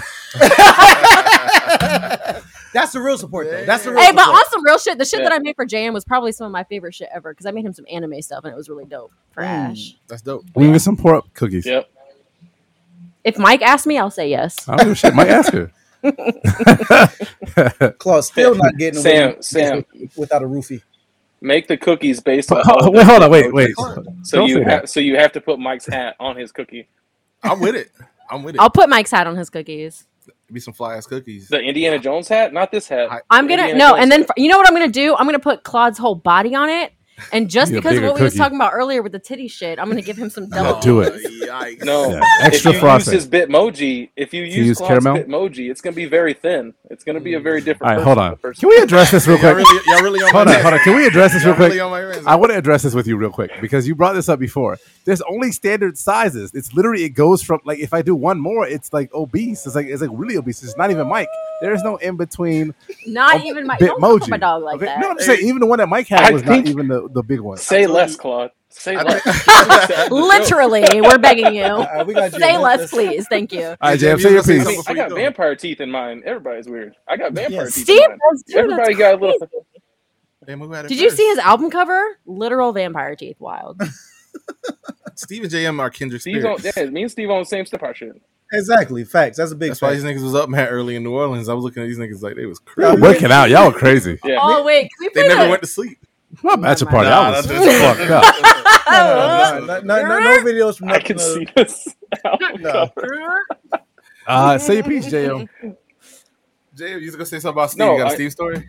S3: that's the real support, though. That's the real
S5: hey, but
S3: support.
S5: on some real shit, the shit
S7: Yeah.
S5: that I made for JM was probably some of my favorite shit ever because I made him some anime stuff and it was really dope. Fresh.
S1: That's dope.
S2: We can get some pour up cookies.
S7: Yep.
S5: If Mike asked me, I'll say yes.
S2: I don't give a shit. Might ask her.
S3: Claude still not getting away
S7: Sam,
S3: with-
S7: Sam.
S3: without a roofie.
S7: Make the cookies based on. all
S2: wait, hold on. Wait,
S7: emojis.
S2: wait.
S7: So
S2: Don't
S7: you
S2: say
S7: have so you have to put Mike's hat on his cookie.
S1: I'm with it. I'm with it.
S5: I'll put Mike's hat on his cookies.
S1: Be some fly ass cookies.
S7: The Indiana Jones hat, not this hat.
S1: I-
S5: I'm gonna
S7: Indiana
S5: no,
S7: Jones
S5: and then
S7: hat.
S5: you know what I'm gonna do? I'm gonna put Claude's whole body on it, And just
S2: Need a
S5: because of
S2: bigger
S5: what we was
S2: cookie.
S5: talking about earlier with the titty shit, I'm gonna give him some double.
S2: do it.
S1: Yikes.
S7: No,
S2: Yeah, extra
S7: if you
S2: frosting.
S7: use his Bitmoji, if you use,
S2: use
S7: Claude's
S2: caramel?
S7: Bitmoji, it's going to be very thin. It's going to be a very different.
S2: All right, hold
S7: person from
S2: on.
S7: the person-
S2: Can we address this real
S1: Y'all
S2: quick?
S1: really, y'all really on
S2: Hold
S1: my
S2: on, hold on. Can we address this real
S1: Y'all really
S2: quick?
S1: on my nerves.
S2: I want to address this with you real quick because you brought this up before. There's only standard sizes. It's literally it goes from like if I do one more, it's like obese. It's like it's like really obese. It's not even Mike. There is no in between.
S5: Not
S2: Oh,
S5: even my don't come
S2: Bitmoji.
S5: from my dog like
S2: okay?
S5: that.
S2: No, I'm saying even the one that Mike had
S7: I
S2: was not
S7: think-
S2: even the, the big one.
S7: Say
S1: I told
S7: less,
S1: you-
S7: Claude. Say
S1: I
S7: less.
S1: think-
S5: Literally, we're begging you.
S3: Uh, we got you.
S5: Say
S3: Let's-
S5: less,
S3: let's-
S5: please. Thank you.
S2: All right,
S1: Jam,
S2: Jam,
S1: you
S2: say
S1: gonna
S2: your
S1: say
S2: piece.
S7: I mean,
S1: Before
S7: I
S1: you
S7: got
S1: go.
S7: vampire teeth in mine. Everybody's weird. I got vampire
S3: Yes.
S7: teeth
S5: Steve
S7: in mine.
S5: does too. That's
S7: Everybody got a little.
S5: crazy.
S1: Damn, who had it
S5: Did you see
S1: first?
S5: his album cover? Literal vampire teeth. Wild.
S1: Steve and JM are kindred
S7: Steve's on.
S1: spirits.
S7: Yeah, me and Steve on the same step. I should.
S3: Exactly. Facts. That's a big
S1: That's why
S3: fact.
S1: these niggas was up mad early in New Orleans. I was looking at these niggas like they was
S3: Yeah,
S1: crazy.
S3: we-
S2: Working out, y'all were crazy.
S7: Yeah.
S5: Oh wait, can we play
S1: They never
S5: the-
S1: went to sleep.
S2: My bachelor party,
S1: Nah,
S2: I was
S1: that's- that's-
S2: fucked up.
S3: No, no, no, no, no, no, no videos from
S7: I
S3: nothing.
S7: can
S3: uh,
S7: see this. album
S3: No.
S7: cover.
S2: Uh, say your piece, J.O.
S1: JM, you was gonna say something about Steve?
S7: No,
S1: you got a
S7: I-
S1: Steve story?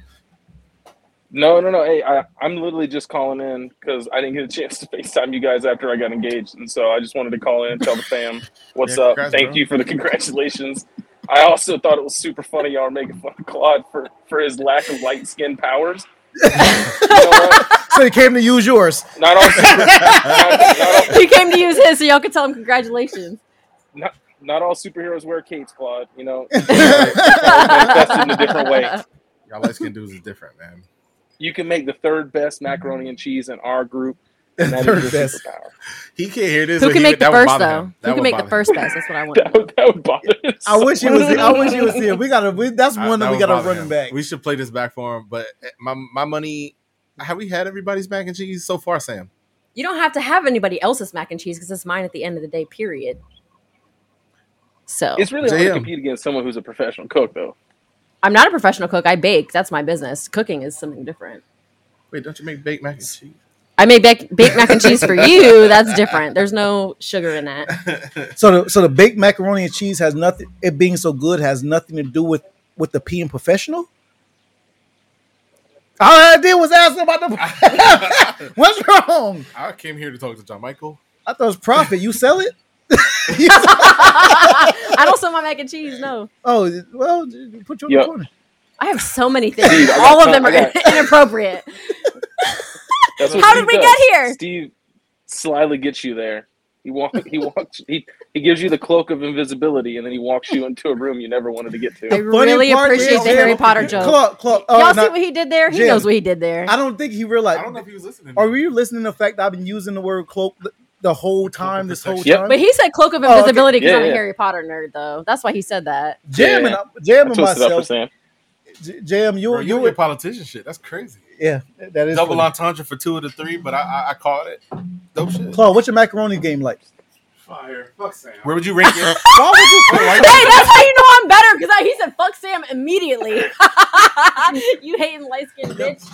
S7: No, no, no. Hey, I, I'm literally just calling in because I didn't get a chance to FaceTime you guys after I got engaged. And so I just wanted to call in, tell the fam what's
S1: Yeah,
S7: up.
S1: congrats,
S7: Thank
S1: bro.
S7: you for the congratulations. I also thought it was super funny y'all were making fun of Claude for, for his lack of light skin powers. You know what?
S3: So he came to use yours.
S7: Not all, super, not, not all,
S5: he came to use his, so y'all could tell him congratulations.
S7: not, not all superheroes wear capes, Claude. You know, manifested in a different way.
S1: Y'all light skinned dudes is different, man.
S7: You can make the third best macaroni and cheese in our group, and that
S3: Third
S7: is your
S3: best.
S7: superpower.
S1: He can't hear this.
S5: Who
S1: but he
S5: can make
S1: would- that
S5: the
S1: would
S5: first
S1: bother
S5: though?
S1: him. That
S5: Who can
S1: would
S5: make the
S1: bother
S5: first best? That's what I want.
S7: That would, that would bother him
S3: I
S7: so
S3: wish he was.
S7: much.
S3: Here. I wish he was here. We gotta. We, that's
S1: him. I-
S3: one that,
S1: that
S3: we
S1: would
S3: gotta
S1: bother
S3: run him.
S1: him.
S3: back.
S1: We should play this back for him. But eh, my my money. Have we had everybody's mac and cheese so far, Sam?
S5: You don't have to have anybody else's mac and cheese because it's mine at the end of the day. Period. So
S7: It's really hard to
S1: JM.
S7: compete against someone who's a professional cook, though.
S5: I'm not a professional cook. I bake. That's my business. Cooking is something different.
S1: Wait, don't you make baked mac and cheese?
S5: I may bake, bake mac and cheese for you. That's different. There's no sugar in that.
S3: So the so the baked macaroni and cheese has nothing. It being so good has nothing to do with with the peeing professional. All I did was ask about the. What's wrong?
S1: I came here to talk to John Michael.
S3: I thought it was profit. You sell it?
S5: I don't sell my mac and cheese. No,
S3: Oh well, put you in
S7: Yeah.
S3: the corner.
S5: I have so many things.
S7: Dude, I got
S5: All of
S7: some-
S5: them
S7: I
S5: are
S7: got-
S5: inappropriate.
S7: That's
S5: How
S7: Steve
S5: did we
S7: does.
S5: get here?
S7: Steve slyly gets you there. He walks. He walks. He, he gives you the cloak of invisibility, and then he walks you into a room you never wanted to get
S5: I
S7: to.
S3: funny
S5: really
S3: part
S5: appreciate
S3: is-
S5: the Harry
S3: Jim,
S5: Potter joke.
S3: Claude, Claude, oh,
S5: Y'all
S3: no,
S5: see what he did there? He
S3: Jim.
S5: knows what he did there.
S3: I don't think he realized.
S1: I don't know if he was listening.
S3: Are you listening to the fact that I've been using the word cloak the, the whole
S1: Cloak of
S3: time? This whole
S1: protection.
S7: Yep.
S3: time.
S5: But he said cloak of
S3: Oh, okay.
S5: invisibility because
S7: Yeah,
S5: I'm a
S7: yeah.
S5: Harry Potter nerd, though. That's why he said that.
S3: Jam
S7: Yeah.
S3: and I-
S7: I
S3: Jam and
S7: twisted up for
S3: myself.
S7: Sam.
S3: J- Jam, you
S1: Bro, you
S3: you
S1: and your
S3: were
S1: politician shit. That's crazy.
S3: yeah. That is
S1: Double
S3: funny.
S1: entendre for two of the three, but I I, I caught it. Dope shit.
S3: Claude, what's your macaroni game like?
S4: Fire. Fuck Sam.
S1: Where would you rank it?
S3: Why would you
S1: Wait,
S5: Hey,
S1: why-
S5: that's how you know I'm better because he said fuck Sam immediately. you hating light skinned bitch.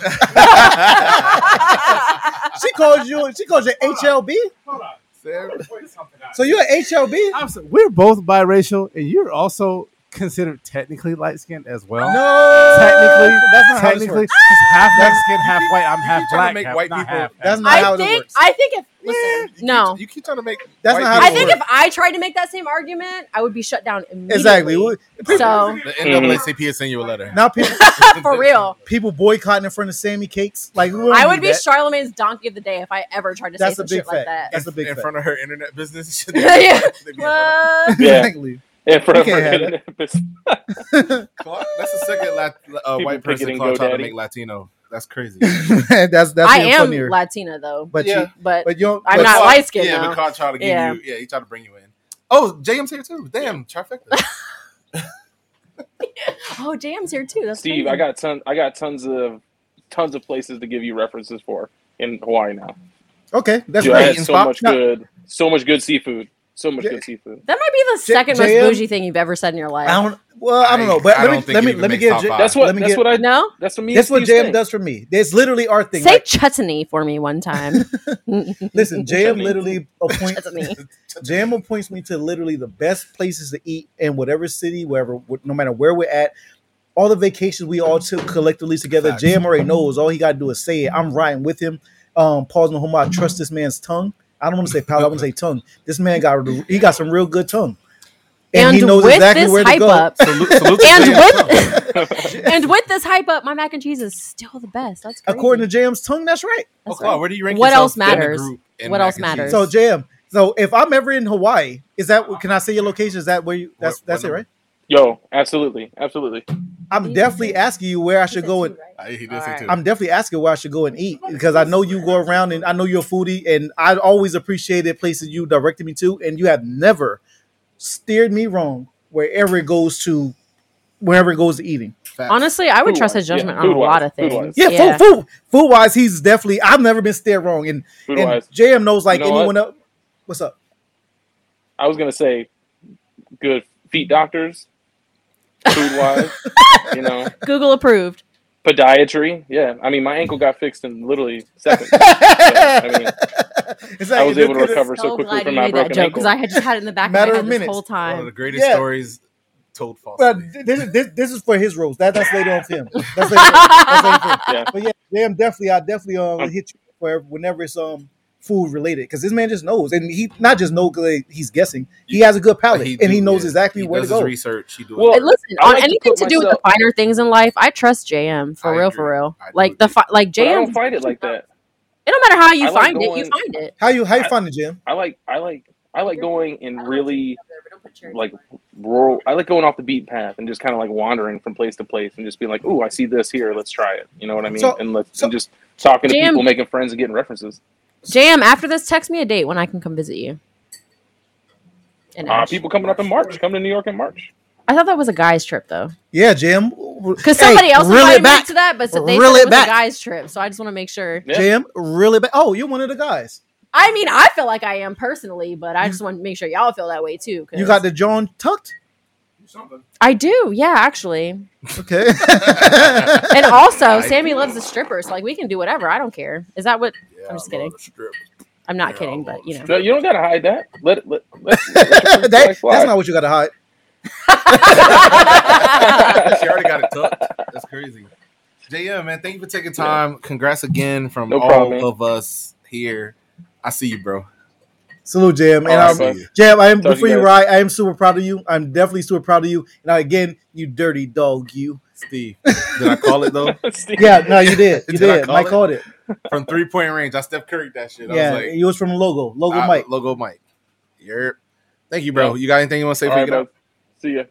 S3: She called you. She called you HLB.
S4: Hold on.
S1: Sam,
S4: Point something out.
S3: So you're an HLB?
S2: I'm so- We're both biracial, and you're also considered technically light skinned as well.
S3: No,
S2: Technically,
S3: that's not how this
S2: technically,
S3: works.
S2: he's half
S3: That's-
S2: black skin, half white. I'm
S1: you
S2: half
S1: keep trying to
S2: black.
S1: make
S2: half,
S1: white
S2: not
S1: people-
S2: half.
S3: That's
S2: half.
S3: not how
S5: I
S3: it
S5: think
S3: works.
S5: I think if
S1: Yeah, you
S5: listen,
S1: keep-
S5: no.
S1: you keep trying to make.
S3: That's
S1: white
S3: not how
S5: I
S1: people
S3: it
S5: think
S1: work.
S5: if I tried to make that same argument, I would be shut down immediately.
S3: Exactly. We- people-
S5: So
S1: the NAACP is sending you a letter.
S3: Now people
S5: for real.
S3: people boycotting in front of Sammy Cakes. Like we don't
S5: I would
S3: need
S5: be
S3: that.
S5: Charlemagne's donkey of the day if I ever tried to say
S3: That's
S5: some
S3: a big
S5: shit
S3: fact.
S5: like that.
S3: That's a big
S1: in
S3: fact.
S1: front of her internet business.
S5: Yeah.
S1: They'd be in front of-
S5: What?
S7: Yeah.
S3: Exactly.
S7: And for
S3: You
S7: for
S3: can't have
S7: internet business,
S1: Clark- That's the second lat- uh,
S7: People
S1: white person
S7: picketing
S1: Clark tried to
S7: GoDaddy.
S1: make Latino. That's crazy.
S3: that's that's
S5: I
S3: even
S5: am
S3: funnier.
S5: Latina though,
S3: but
S1: Yeah.
S3: you,
S5: but
S3: but you don't.
S5: I'm
S3: but
S5: not
S1: Clark-
S5: light skinned
S1: Yeah,
S5: now.
S1: but Clark tried to give
S5: Yeah.
S1: you. Yeah, he tried to bring you in. Oh, JM's here too. Damn, trifecta.
S5: Oh, Jam's here too. That's
S7: Steve,
S5: crazy.
S7: I got ton. I got tons of tons of places to give you references for in Hawaii now.
S3: Okay, that's
S7: Dude, I
S3: great.
S7: had
S1: Eating
S7: so
S1: spot?
S7: much
S3: No.
S7: good, so much good seafood, so much
S3: Yeah.
S7: good seafood.
S5: that might be the
S3: J-
S5: second most
S3: JM?
S5: bougie thing you've ever said in your life.
S3: I don't. Well, I don't know. But
S1: I
S3: let
S1: don't
S3: me
S1: think
S3: let
S1: it
S3: me
S1: even
S3: let me
S1: makes
S3: give.
S1: top
S3: J-
S1: five.
S7: That's
S1: That's
S7: what.
S3: Let me
S7: that's
S3: get-
S7: what I.
S5: no,
S7: That's what me.
S3: That's
S7: That's
S3: what JM does for me. That's literally our thing.
S5: say
S3: Like,
S5: chutney for me one time.
S3: listen, JM
S7: Chutney.
S3: literally appoints
S5: chutney.
S3: JM appoints me to literally the best places to eat in whatever city, wherever, wh- no matter where we're at. All the vacations we all took collectively together,
S2: Facts.
S3: JM already knows. All he got to do is say it. I'm riding with him. um, Paul's Mahomes. I trust this man's tongue. I don't want to say palate. I want to say tongue. This man got he got some real good tongue,
S5: And, with this hype up,
S1: Salute, salute to
S5: and
S1: Jam.
S5: with and with this hype up, my mac and cheese is still the best. That's crazy.
S3: According to Jam's tongue, that's right.
S5: That's
S1: Wow,
S5: right.
S1: Oh, where do you rank
S5: What
S1: yourself
S5: else
S1: in the
S5: matters?
S1: group in
S5: What
S1: mac
S5: else
S1: and cheese?
S5: matters?
S3: So Jam, so if I'm ever in Hawaii, is that can I say your location? Is that where you? That's
S1: What-
S3: that's
S1: what
S3: it, right?
S7: Yo, absolutely, absolutely.
S3: I'm
S5: You-
S3: definitely asking you where I should go and
S1: I, Ah, he did say
S5: Alright.
S1: too.
S3: I'm definitely asking where I should go and eat because I know you go around and I know you're a foodie and I always appreciated places you directed me to and you have never steered me wrong wherever it goes to wherever it goes to eating.
S5: Honestly, I would trust
S7: Food-wise,
S5: his judgment
S7: yeah,
S5: on a
S7: food-wise,
S5: lot of things.
S7: food-wise.
S3: Yeah, food food food wise, he's definitely I've never been steered wrong and,
S7: Food
S3: and
S7: wise,
S3: JM knows like
S7: You know what?
S3: anyone else. What's up?
S7: I was gonna say, good feet doctors. Food wise, you know,
S5: Google approved.
S7: podiatry. Yeah, I mean, my ankle got fixed in literally seconds. So, I mean,
S3: It's
S7: I
S3: it's-
S7: was able to
S3: it's-
S7: recover so
S5: So
S7: quickly
S5: glad you
S7: from my
S5: made that
S7: broken
S5: joke because
S7: ankle.
S5: I had just had it in the back of my
S3: Matter of
S5: head this
S3: minutes.
S5: whole
S1: One of the
S5: time.
S1: greatest
S3: Yeah.
S1: stories told
S3: But
S1: falsely.
S3: th- this, this this is for his roles. That that's later on for him. That's later on. That's later for him.
S7: Yeah,
S3: But yeah, damn, definitely, I definitely uh, will
S7: Um,
S3: hit you for whenever it's um food related because this man just knows, and he not just knows because he's guessing. He has a good palate, and
S1: do,
S3: he knows
S1: yeah.
S3: exactly
S1: he
S3: where to
S1: does
S3: go.
S1: his research. He do
S7: Well,
S1: his
S5: And
S1: work.
S5: listen,
S7: I
S5: on
S7: like to
S5: anything
S7: put
S5: to do with the
S7: myself-
S5: finer things in life, I trust JM for
S1: I
S5: real,
S1: agree.
S5: for real.
S1: I do
S5: Like the
S1: agree.
S5: fi- like
S7: but I
S5: JM,
S7: don't find it like that.
S5: it don't matter how you
S7: I like
S5: find it, you
S7: going-
S5: find it.
S3: How you how you
S7: I-
S3: find it, Jim?
S7: I like, I like, I like going and really like
S5: like
S7: rural. I like going off the beat path and just kind of like wandering from place to place and just being like, "Ooh, I see this here. Let's try it." You know what I mean?
S3: So-
S7: and let's
S3: so-
S7: and just talking to
S5: Jam-
S7: people, making friends, and getting references.
S5: JM, after this, text me a date when I can come visit you. And
S7: Uh,
S5: Ash.
S7: people coming up in March, coming to New York in March.
S5: I thought that was a guy's trip though,
S3: Yeah, Jim.
S5: because somebody else
S3: reel
S5: invited
S3: it back,
S5: me to that, but they
S3: Reel
S5: said
S3: it
S5: it was
S3: back.
S5: a guy's trip. So I just want to make sure.
S7: Yeah.
S3: Jim. Really bad. Oh, you're one of the guys.
S5: I mean, I feel like I am personally, but I just want to make sure y'all feel that way too. 'cause
S3: You got the John tucked.
S4: Something.
S5: I do, yeah, actually.
S3: Okay.
S5: And also,
S1: I
S5: Sammy loves the strippers. Like we can do whatever. I don't care. Is that what?
S1: Yeah,
S5: I'm just
S1: I love
S5: kidding.
S1: the strip.
S5: I'm not
S1: Yeah,
S5: kidding,
S1: I love
S5: but you know.
S7: No, you don't gotta hide that. Let it. Let, let,
S3: That-
S7: let
S3: that's not what you got to hide.
S1: she already got it tucked. That's crazy. JM, man, thank you for taking time. Congrats again from
S7: No
S1: all
S7: problem, man.
S1: of us here. I see you, bro.
S3: Salute, Jam. And
S7: All right,
S3: um,
S7: bud.
S3: Jam, I am
S7: Talk to
S3: before
S7: you
S3: you
S7: guys.
S3: ride, I am super proud of you. I'm definitely super proud of you. And again, you dirty dog, you.
S1: Steve. Did I call it though?
S7: Steve.
S3: Yeah, no, you did. You
S1: Did I
S3: did.
S1: call
S3: Mike
S1: it?
S3: called it.
S1: From three point range. I Steph Curry that shit. I
S3: yeah,
S1: was like,
S3: it was from logo. Logo
S1: I-
S3: Mike.
S1: logo Mike. You're thank you, bro.
S7: Yeah.
S1: You got anything you want to say
S7: All
S1: before you
S7: right,
S1: get out?
S7: bud. See ya.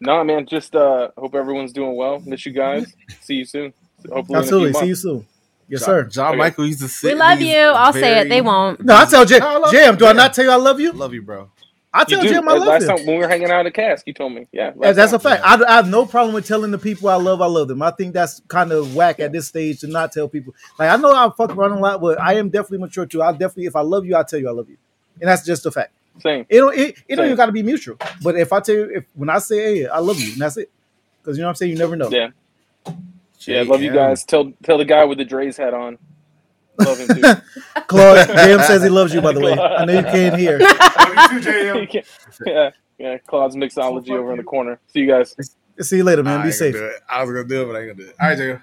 S7: Nah, man. Just uh, hope everyone's doing well. Miss you guys. See you soon. Hopefully in a few
S3: Absolutely. See you
S7: months.
S3: soon. Yes,
S1: John,
S3: sir.
S1: John
S7: Okay.
S1: Michael used to
S5: we
S1: sit.
S5: love
S1: these
S5: you. I'll say it.
S1: very-
S5: They won't.
S3: No, I tell Jam.
S1: No, I love
S3: Jam,
S1: you.
S3: do I
S1: Yeah.
S3: not tell you I love you?
S1: Love you, bro.
S3: I
S7: You
S3: tell
S7: do.
S3: Jam I
S7: Uh,
S3: love
S7: last
S3: him.
S7: time when we were hanging out at the cask, you told me. Yeah,
S3: Yeah,
S7: last
S3: that's
S7: time.
S3: a fact. I, I have no problem with telling the people I love I love them. I think that's kind of whack at this stage to not tell people. Like I know I fuck around a lot, but I am definitely mature too. I'll definitely if I love you, I'll tell you I love you. And that's just a fact.
S7: Same.
S3: It don't it, it don't
S7: Same.
S3: even got to be mutual. But if I tell you if when I say hey, I love you, and that's it. Because you know what I'm saying, you never know.
S7: Yeah. Yeah. Love you
S1: JM.
S7: guys. Tell tell the guy with the Dre's hat on. Love him too.
S3: Claude, Jam says he loves you. By the way, I know you can't hear.
S4: Love you too, JM.
S7: yeah. Yeah. Claude's mixology
S4: So fuck
S7: over in the
S4: you.
S7: corner. See you guys.
S3: See you later, man.
S1: I
S3: Be
S1: ain't gonna
S3: safe.
S1: do it. I was gonna do it, but I ain't gonna do it. All right, JM.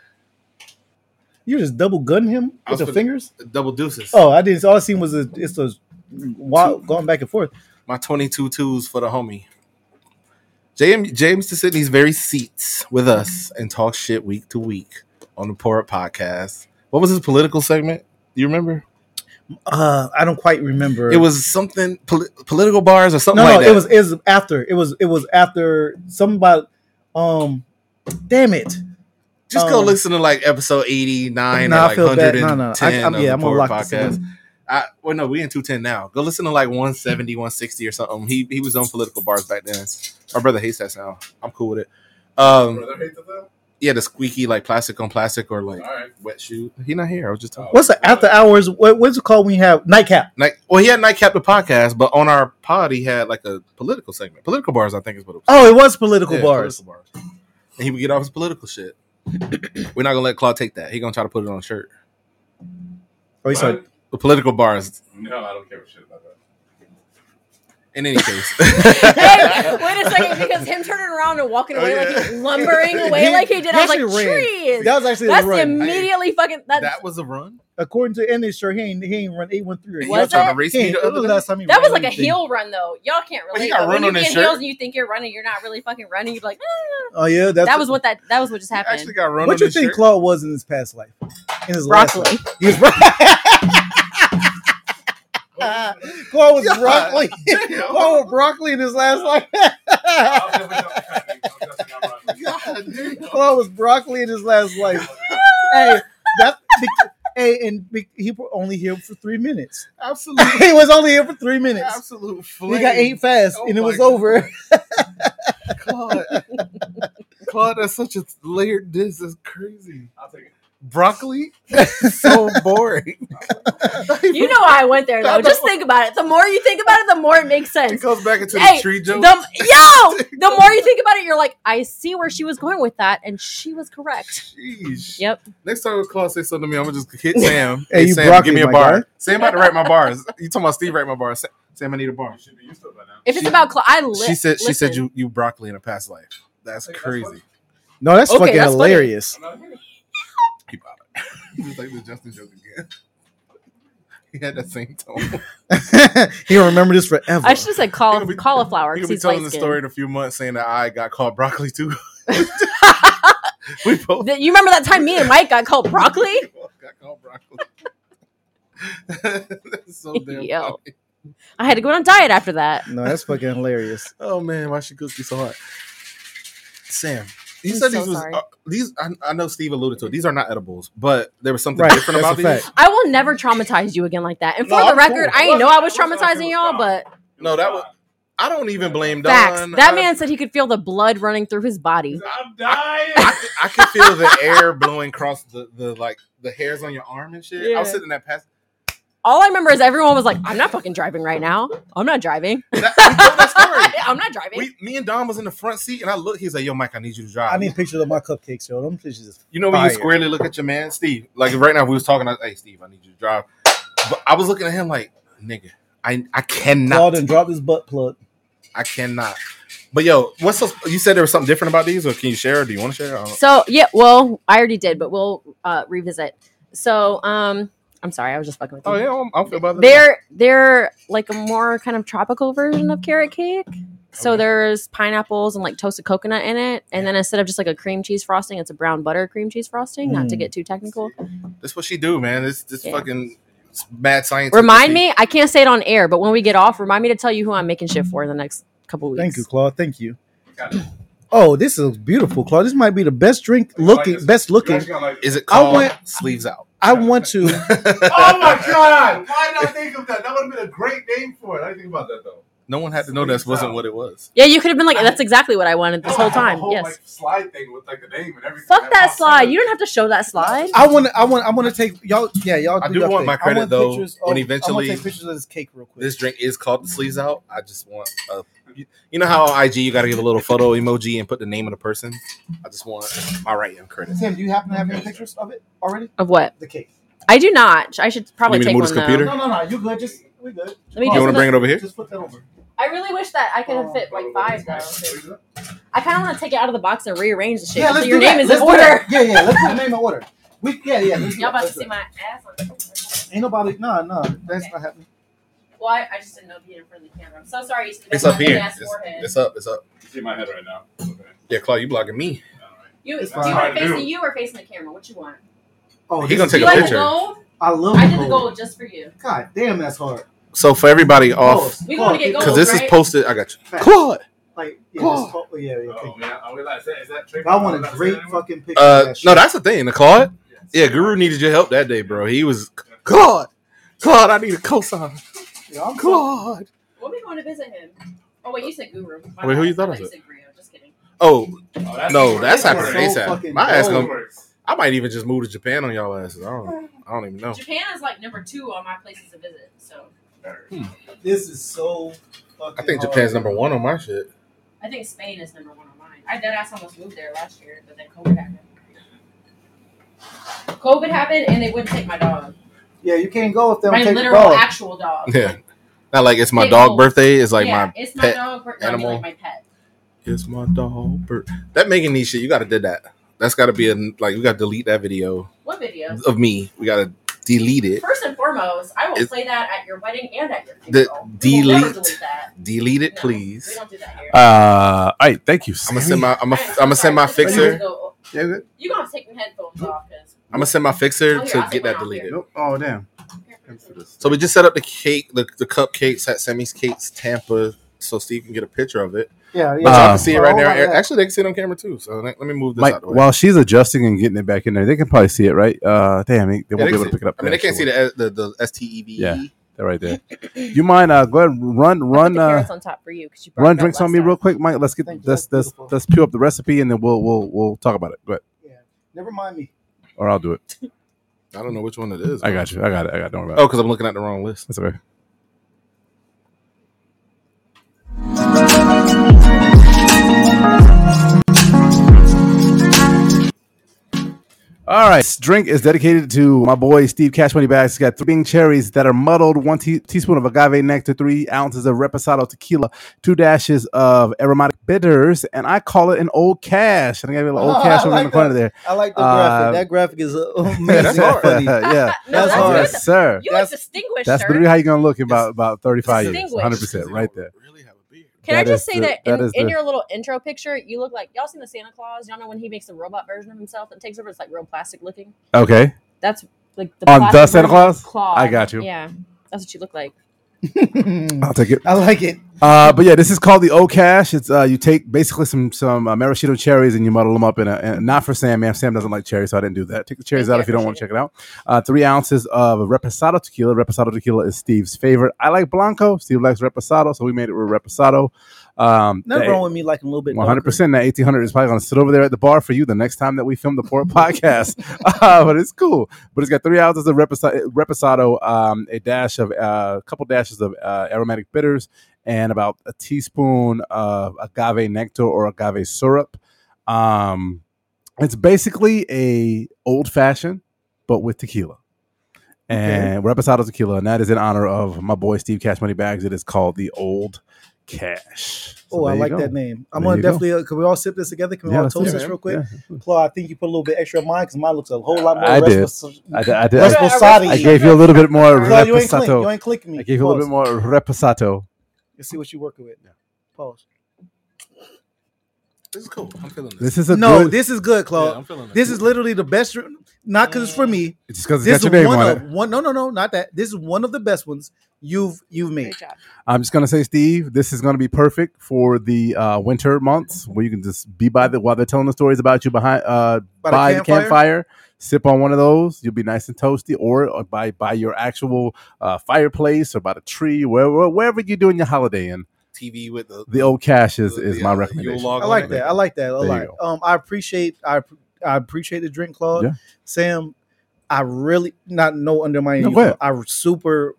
S3: You just double gun him
S1: I
S3: with
S1: was
S3: the
S1: finna-
S3: fingers.
S1: Double deuces.
S3: Oh, I didn't. All I seen was a, it's a wow, going back and forth.
S1: my 22 twos for the homie. JM, James to sit in these very seats with us and talk shit week to week on the Pour Up Podcast. What was his political segment? Do you remember?
S3: Uh, I don't quite remember.
S1: It was something poli- political bars or something
S3: no,
S1: like
S3: no.
S1: that.
S3: It was it was after. It was it was after something about um. Damn it!
S1: Just go
S3: um,
S1: listen to like episode 89
S3: Nah,
S1: or
S3: I
S1: like
S3: feel bad. Nah,
S1: 110
S3: nah, I- I'm-
S1: of
S3: yeah,
S1: the
S3: I'm gonna
S1: Pour Up
S3: lock this
S1: Podcast. I, well, no, we in 210 now. Go listen to like 170, 160 or something. He he was on political bars back then. My brother hates that sound. I'm cool with it. Um,
S4: Brother, hate the thing?
S1: yeah, the squeaky like plastic on plastic or like
S4: All right.
S1: wet shoe. He not here. I was just talking.
S3: What's the after hours? What, what's it called when you have nightcap?
S1: Night, well, he had Nightcap the podcast, but on our pod, he had like a political segment. Political bars, I think is what it was.
S3: Oh, it was political
S1: Yeah,
S3: bars.
S1: Political bars. And he would get off his political shit. We're not going to let Claude take that. He going to try to put it on a shirt.
S3: Oh, he's sorry.
S1: The political bars.
S4: No, I don't care what shit about that.
S1: In any case,
S5: Hey, wait a second, because him turning around and walking away
S1: Oh,
S5: like
S1: yeah.
S5: he, lumbering away
S3: He-
S5: like he did, I was
S3: he
S5: like,
S3: actually ran.
S5: trees.
S3: That was actually
S5: That's
S3: the run.
S5: immediately fucking. That's,
S1: that was a run.
S3: According to NA, sure, he ain't, he ain't run 813 or
S5: Was
S1: Y'all
S5: it?
S1: trying to race
S3: He
S1: me
S3: ain't,
S1: the
S3: that was
S1: other
S3: the
S1: day?
S3: last time he
S5: That was
S3: ran
S5: like a
S3: anything.
S5: heel run though. Y'all can't
S1: Well, he
S5: relate.
S1: got
S5: but
S1: run
S5: when you
S1: on his
S5: get
S1: shirt.
S5: heels and you think you're running, you're not really fucking running. You'd be like, "Ah."
S3: Oh yeah, that's
S5: that was what that that was what just
S1: He
S5: happened.
S1: actually got run.
S3: What
S1: on
S3: you
S1: his
S3: think
S1: shirt.
S3: Claude was in his past life? In his
S5: Broccoli.
S3: last life, he was broccoli. Claude was
S1: God.
S3: broccoli.
S1: Damn.
S3: Claude was broccoli in his last life.
S4: I'll definitely jump the cut, dude. I'll definitely not run.
S1: God damn.
S3: Claude was broccoli in his last life. hey, that. Hey, and be- he was only here for three minutes.
S1: Absolute,
S3: he was only here for three minutes.
S1: absolute. Flame.
S3: He got eight fast,
S1: Oh
S3: and it
S1: my
S3: was
S1: God.
S3: over.
S1: Claude. Claude has such a layered diss. It's crazy.
S4: I'll take it.
S1: Broccoli, so boring.
S5: You know why I went there
S1: I
S5: though.
S1: know.
S5: Just think about it. The more you think about it, the more it makes
S1: It
S5: sense.
S1: goes back into
S5: Hey,
S1: the tree
S5: The,
S1: joke.
S5: yo, the more you think about it, you're like, I see where she was going with that, and she was correct.
S1: Jeez.
S5: Yep.
S1: Next time Claude says something to me, I'm gonna just hit Sam.
S3: Hey,
S1: hey,
S3: you
S1: Sam,
S3: broccoli,
S1: give me a
S3: my
S1: bar.
S3: guy.
S1: Sam about to write my bars. You talking about Steve write my bars? Sam, Sam I need a bar.
S4: You should be used to it by now.
S5: If it's
S1: She-
S5: about, cl- I li-
S1: she said. She said
S5: listen.
S1: you you broccoli in a past life. That's
S4: Hey, that's
S1: crazy.
S4: funny.
S3: No, that's
S5: Okay,
S3: fucking
S5: that's funny.
S3: hilarious.
S4: I'm not here.
S1: Keep on it. just like the Justin joke again. He had that same tone. He's
S3: he gonna remember this forever.
S5: I should have said
S1: He
S5: cauli-
S1: gonna be-
S5: cauliflower
S1: gonna
S5: because
S1: be
S5: he's
S1: telling
S5: light
S1: the
S5: skinned.
S1: story in a few months, saying that I got called broccoli too. we both
S5: That- you remember that time me and Mike got called broccoli?
S1: we both got called broccoli. That's so damn
S5: Yo.
S1: funny.
S5: I had to go on a diet after that.
S3: no, that's fucking hilarious.
S1: Oh man, why should cooks be so hot? Sam, you
S5: I'm
S1: said
S5: so
S1: these was
S5: sorry.
S1: uh, these. I, I know Steve alluded to it. These are not edibles, but there was something
S3: Right,
S1: different
S3: that's
S1: about
S3: a
S1: these.
S3: fact.
S5: I will never traumatize you again like that. And for
S1: No,
S5: the
S1: I'm
S5: record,
S1: cool.
S5: I didn't know I was
S4: Wasn't- wasn't
S5: traumatizing y'all, but
S4: It
S1: No, that was-
S4: fine.
S1: I don't even blame
S5: facts.
S1: Don.
S5: That
S1: I-
S5: man said he could feel the blood running through his body.
S4: He's like, I'm dying.
S1: I, could- I could feel the air blowing across the, the like the hairs on your arm and shit. I was
S5: Yeah.
S1: sitting in that past.
S5: All I remember is everyone was like, "I'm not fucking driving right now. I'm not driving.
S1: That, we told that story.
S5: I'm not driving."
S1: We, me and Don was in the front seat, and I looked. He's like, "Yo, Mike, I need you to drive."
S3: I need pictures of my cupcakes, yo. Them pictures is
S1: You know when you
S3: Fire.
S1: squarely look at your man, Steve. Like right now, we was talking. I was, hey, Steve, I need you to drive. But I was looking at him like, nigga, I I cannot,
S3: Claude and dropped his butt plug.
S1: I cannot. But yo, what's those, you said there was something different about these, or can you share? Or do you want to share? I don't know.
S5: So yeah, well, I already did, but we'll uh, revisit. So um, I'm sorry, I was just fucking with you.
S1: Oh yeah, I'm, I'm about that.
S5: they're they're like a more kind of tropical version of carrot cake. So
S1: Okay.
S5: there's pineapples and like toasted coconut in it, and then instead of just like a cream cheese frosting, it's a brown butter cream cheese frosting. Not
S1: Hmm.
S5: to
S3: Mm.
S5: get too technical.
S1: That's what she do, man. This this
S5: Yeah.
S1: fucking mad science.
S5: Remind me, I can't say it on air, but when we get off, remind me to tell you who I'm making shit for in the next couple weeks.
S3: Thank you, Claude. Thank you. Oh, this is beautiful, Claude. This might be the best drink
S4: You like
S3: looking,
S4: this?
S3: best
S4: You
S3: looking.
S4: actually gonna like
S1: Is it
S3: I
S1: called
S3: went-
S1: sleeves out?
S3: I want to.
S4: Oh my god! Why did I think of that? That would have been a great name for it. I didn't think about that though.
S1: No one had to know this
S4: Sleeves
S1: wasn't
S4: out.
S1: what it was.
S5: Yeah, you could have been like, that's exactly what I wanted this
S4: No,
S5: whole
S4: I
S1: Oh,
S5: time.
S4: have a whole,
S5: yes.
S4: Like, slide thing with like the name and everything.
S5: Fuck that
S4: That's
S5: slide.
S4: awesome.
S5: You don't have to show that slide.
S3: I want. I want. I want to take y'all. Yeah, y'all.
S1: I do
S3: your
S1: want
S3: thing.
S1: my
S3: I
S1: credit,
S3: want
S1: though,
S3: pictures
S1: when
S3: of- I
S1: eventually
S3: want to take pictures of this cake real quick.
S1: This drink is called the sleeves out. I just want a. You, you know how on IG you got to give a little photo emoji and put the name of the person. I just want my right young credit.
S3: Tim, do you happen to have any pictures of it already?
S5: Of what?
S3: The cake.
S5: I do not. I should probably
S1: You
S5: take
S1: mean move
S5: one
S1: this
S5: though.
S1: computer?
S3: No, no, no. You good? Just we good.
S5: Let
S1: You
S5: me just
S1: want to
S5: look-
S1: bring it over here?
S3: Just put that over.
S5: I really wish that I could have
S3: Oh.
S5: fit like five though.
S4: What is it?
S5: I kind of want to take it out of the box and rearrange the shit.
S3: Yeah,
S5: so
S3: let's
S5: your
S3: do
S5: name
S3: that.
S5: is
S3: Let's
S5: in
S3: do
S5: order.
S3: that. Yeah, yeah. Let's put the name in order. We, yeah, yeah. let's do
S5: Y'all
S3: that,
S5: about to
S3: let's do
S5: see
S3: that.
S5: my ass on camera.
S3: Ain't nobody. No, no. That's not happening.
S5: Well, I, I just didn't know if you in front of the camera. I'm so sorry. You
S1: It's up
S5: my
S1: here.
S5: ass
S1: It's,
S5: forehead.
S1: it's up. It's up.
S4: You see my head right now. Okay.
S1: Yeah, Claude, you blocking me.
S4: All right.
S5: you,
S3: it's
S5: you
S3: fine.
S5: were
S4: I do.
S5: facing you or facing the camera. What you want?
S3: Oh,
S1: He
S3: this
S1: gonna
S3: is-
S1: Take
S5: you
S1: a
S5: like
S1: picture.
S5: the gold?
S3: I love.
S5: I did the
S3: gold.
S5: gold just for you.
S3: God damn, that's hard.
S1: So for everybody
S4: Oh,
S1: off,
S3: Close.
S5: We wanna get
S3: Close.
S1: because this is
S5: Right.
S1: posted. I got you,
S3: Fast.
S1: Claude.
S3: Like, yeah,
S1: Close.
S3: just call- yeah, yeah.
S4: Oh
S3: okay.
S4: man, I realize that is that trick.
S3: I want a great fucking picture. of
S1: Uh,
S3: that
S1: no,
S3: shit.
S1: that's the thing. The Claude.
S4: Yes.
S1: Yeah, Guru needed your help that day, bro. He was Claude. Claude, I need a cosign.
S3: Yeah, I'm
S1: Claude.
S5: When we going to visit him? Oh wait, you said Guru. My
S1: Wait, who
S5: bad.
S1: you thought
S5: I
S1: of
S5: you
S1: it?
S5: said Guru. Just kidding.
S1: Oh
S4: Oh, that's
S1: no, that's
S3: That's
S1: happening
S3: so
S1: ASAP.
S3: fucking
S1: My ass
S3: dope.
S1: gonna.
S4: works.
S1: I might even just move to Japan on y'all asses. I don't. I don't even know.
S5: Japan is like number two on my places to visit. So
S3: This is so fucking.
S1: I think
S3: hard.
S1: Japan's number one on my shit.
S5: I think Spain is number one on mine. I dead ass almost moved there last year, but then COVID happened. COVID happened, and they wouldn't take my dog.
S3: Yeah, you can't go if they don't
S5: my
S3: take Oh. the
S5: literal
S3: dog.
S5: actual dog.
S1: Yeah. Not like it's my
S5: Pit
S1: dog
S5: bull.
S1: birthday. It's like my
S5: it's
S1: pet
S5: my dog. Or,
S1: animal.
S5: animal. Like my pet.
S1: It's my dog birthday. That Megan Thee shit, you gotta did that. That's gotta be a like we gotta delete that video
S5: What video?
S1: of me. We gotta delete it.
S5: First and foremost, I will
S1: It's-
S5: play that at your wedding and at your
S1: The-
S5: funeral. We will
S1: delete.
S5: never delete that.
S1: Delete it,
S5: No, We
S1: please.
S5: don't do that here.
S2: Uh, all right, thank you.
S1: I'm gonna
S2: Sammy.
S1: send my I'm gonna
S5: I am
S1: I'm
S5: so
S1: gonna
S5: sorry.
S1: send my
S5: This is
S1: fixer.
S5: gonna go-
S3: Yeah, good.
S5: You gonna have to take my headphones off? 'cause-
S1: I'm gonna send my
S5: Oh,
S1: fixer
S5: yeah,
S1: to
S5: I'll
S1: get that
S5: take mine off
S1: deleted.
S5: here.
S3: Nope. Oh damn.
S1: So we just set up the cake, the, the cupcakes at Sammy's Cakes Tampa, so Steve can get a picture of it.
S3: Yeah,
S1: But y'all
S2: Uh,
S1: can see it right
S3: Oh,
S1: now.
S3: my God.
S1: Actually, they can see it on camera too. So let, let me move this out
S2: Mike,
S1: the way.
S2: while she's adjusting and getting it back in there, they can probably see it, right? Uh, damn, they, they
S1: Yeah,
S2: won't
S1: they
S2: be
S1: can
S2: able to
S1: see
S2: pick it up.
S1: I mean, they can't see the the, the E STEV.
S2: Yeah. They're right there. You mind? Uh, go ahead, run,
S5: I'll put
S2: run,
S5: the
S2: uh,
S5: carrots on top for you because you brought
S2: run
S5: it up
S2: drinks on
S5: last
S2: me
S5: time.
S2: real quick, Mike. Let's get
S3: Thank you.
S2: let's
S3: That's
S2: let's
S3: beautiful.
S2: let's peel up the recipe and then we'll we'll we'll talk about it. Go ahead,
S3: Never mind me.
S2: or I'll do it.
S1: I don't know which one it is.
S2: I got you. I got it. I got. It. Don't worry about
S1: Oh,
S2: it.
S1: because I'm looking at the wrong list.
S2: That's okay. All right, this drink is dedicated to my boy Steve Cash Money Bags. It's got three Bing cherries that are muddled, one tea- teaspoon of agave nectar, three ounces of reposado tequila, two dashes of aromatic bitters, and I call it an old cash. And I got a little old
S3: Oh,
S2: cash
S3: I
S2: over in the
S3: like
S2: corner
S3: that.
S2: there.
S3: I like the
S2: Uh,
S3: graphic. That graphic is amazing.
S1: hard.
S3: funny.
S2: yeah,
S5: No, that's,
S3: That's hard.
S5: good.
S2: yes, sir.
S5: You
S3: That's-
S5: like distinguished,
S2: That's
S5: sir.
S2: literally how you're gonna look in about about 35 years.
S5: Distinguished.
S2: 100 percent right there.
S1: Really have a beard.
S5: Can
S2: That
S5: I just
S2: is
S5: say
S2: the-
S5: that,
S2: that
S5: in,
S2: is
S5: in
S2: the-
S5: your little intro picture, you look like y'all seen the Santa Claus? Y'all know when he makes the robot version of himself and takes over, it's like real plastic looking.
S2: Okay,
S5: That's like the
S2: On the
S5: plastic
S2: Santa
S5: version of
S2: Claus? I got you.
S5: Yeah, that's what you look like.
S2: I'll take it.
S3: I like it.
S2: Uh, but yeah, this is called the O Cash. It's uh, you take basically some some uh, maraschino cherries and you muddle them up in a. And not for Sam, man. Sam doesn't like cherries, so I didn't do that. Take the cherries
S5: Thank you,
S2: out
S5: I
S2: if you don't want to
S5: appreciate
S2: check it out. Uh, three ounces of reposado tequila. Reposado tequila is Steve's favorite. I like blanco. Steve likes reposado, so we made it with reposado. Um,
S3: Nothing
S2: that-
S3: wrong with me liking a little bit.
S2: One
S3: darker.
S2: hundred percent. That eighteen hundred is probably going to sit over there at the bar for you the next time that we film the poor podcast. Uh, but it's cool. But it's got three ounces of reposado, reposado um, a dash of uh, a couple dashes of uh, aromatic bitters, and about a teaspoon of agave nectar or agave syrup. Um, it's basically a old fashioned, but with tequila. And reposado tequila, and that is in honor of my boy Steve Cash Money Bags. It is called the Old Cash. So
S3: Oh, I
S2: there you
S3: like
S2: go.
S3: that name. I'm
S2: There
S3: gonna
S2: you go.
S3: definitely. Uh, can we all sip this together? Can we all
S2: let's do
S3: toast
S2: it,
S3: this
S1: man.
S3: real quick?
S2: Yeah.
S3: Claw, I think you put a little bit extra of mine because mine looks a whole lot more.
S2: I did.
S3: respons-
S2: I, did- I, did-
S3: That's
S2: I,
S3: Responsati.
S2: I gave you a little bit more
S3: Claw, you ain't clink. You
S2: reposato.
S3: ain't clicking me.
S2: I gave you a little bit
S3: Pause.
S2: more reposato.
S3: Let's see what you working with. Pause.
S1: This is cool. I'm feeling this.
S2: This is a
S3: no,
S2: good.
S3: this is good, Claude.
S1: Yeah, I'm feeling
S3: this is literally the best. dr- Not because it's for me.
S2: Just because
S3: This
S2: it's
S3: is
S2: got your name
S3: one
S2: on
S3: of
S2: it.
S3: one. No, no, no, not that. This is one of the best ones you've you've made.
S5: Great job.
S2: I'm just gonna say, Steve, this is gonna be perfect for the uh, winter months where you can just be by the while they're telling the stories about you behind uh,
S3: By
S2: by,
S3: the
S2: the
S3: campfire?
S2: campfire. Sip on one of those. You'll be nice and toasty, or, or by by your actual uh, fireplace or by the tree, wherever wherever you're doing your holiday in.
S1: TV with the
S2: The old cash is,
S1: the-
S2: is
S1: the,
S2: my
S1: uh, Yule
S2: recommendation.
S1: log
S3: I
S1: on
S3: like
S1: it.
S3: that. I like that a
S2: There you
S3: lot.
S2: go.
S3: Um, I appreciate I I appreciate the drink, Claude.
S2: Yeah.
S3: Sam, I really not no undermining
S2: No,
S3: you.
S2: go ahead.
S3: Claude. I super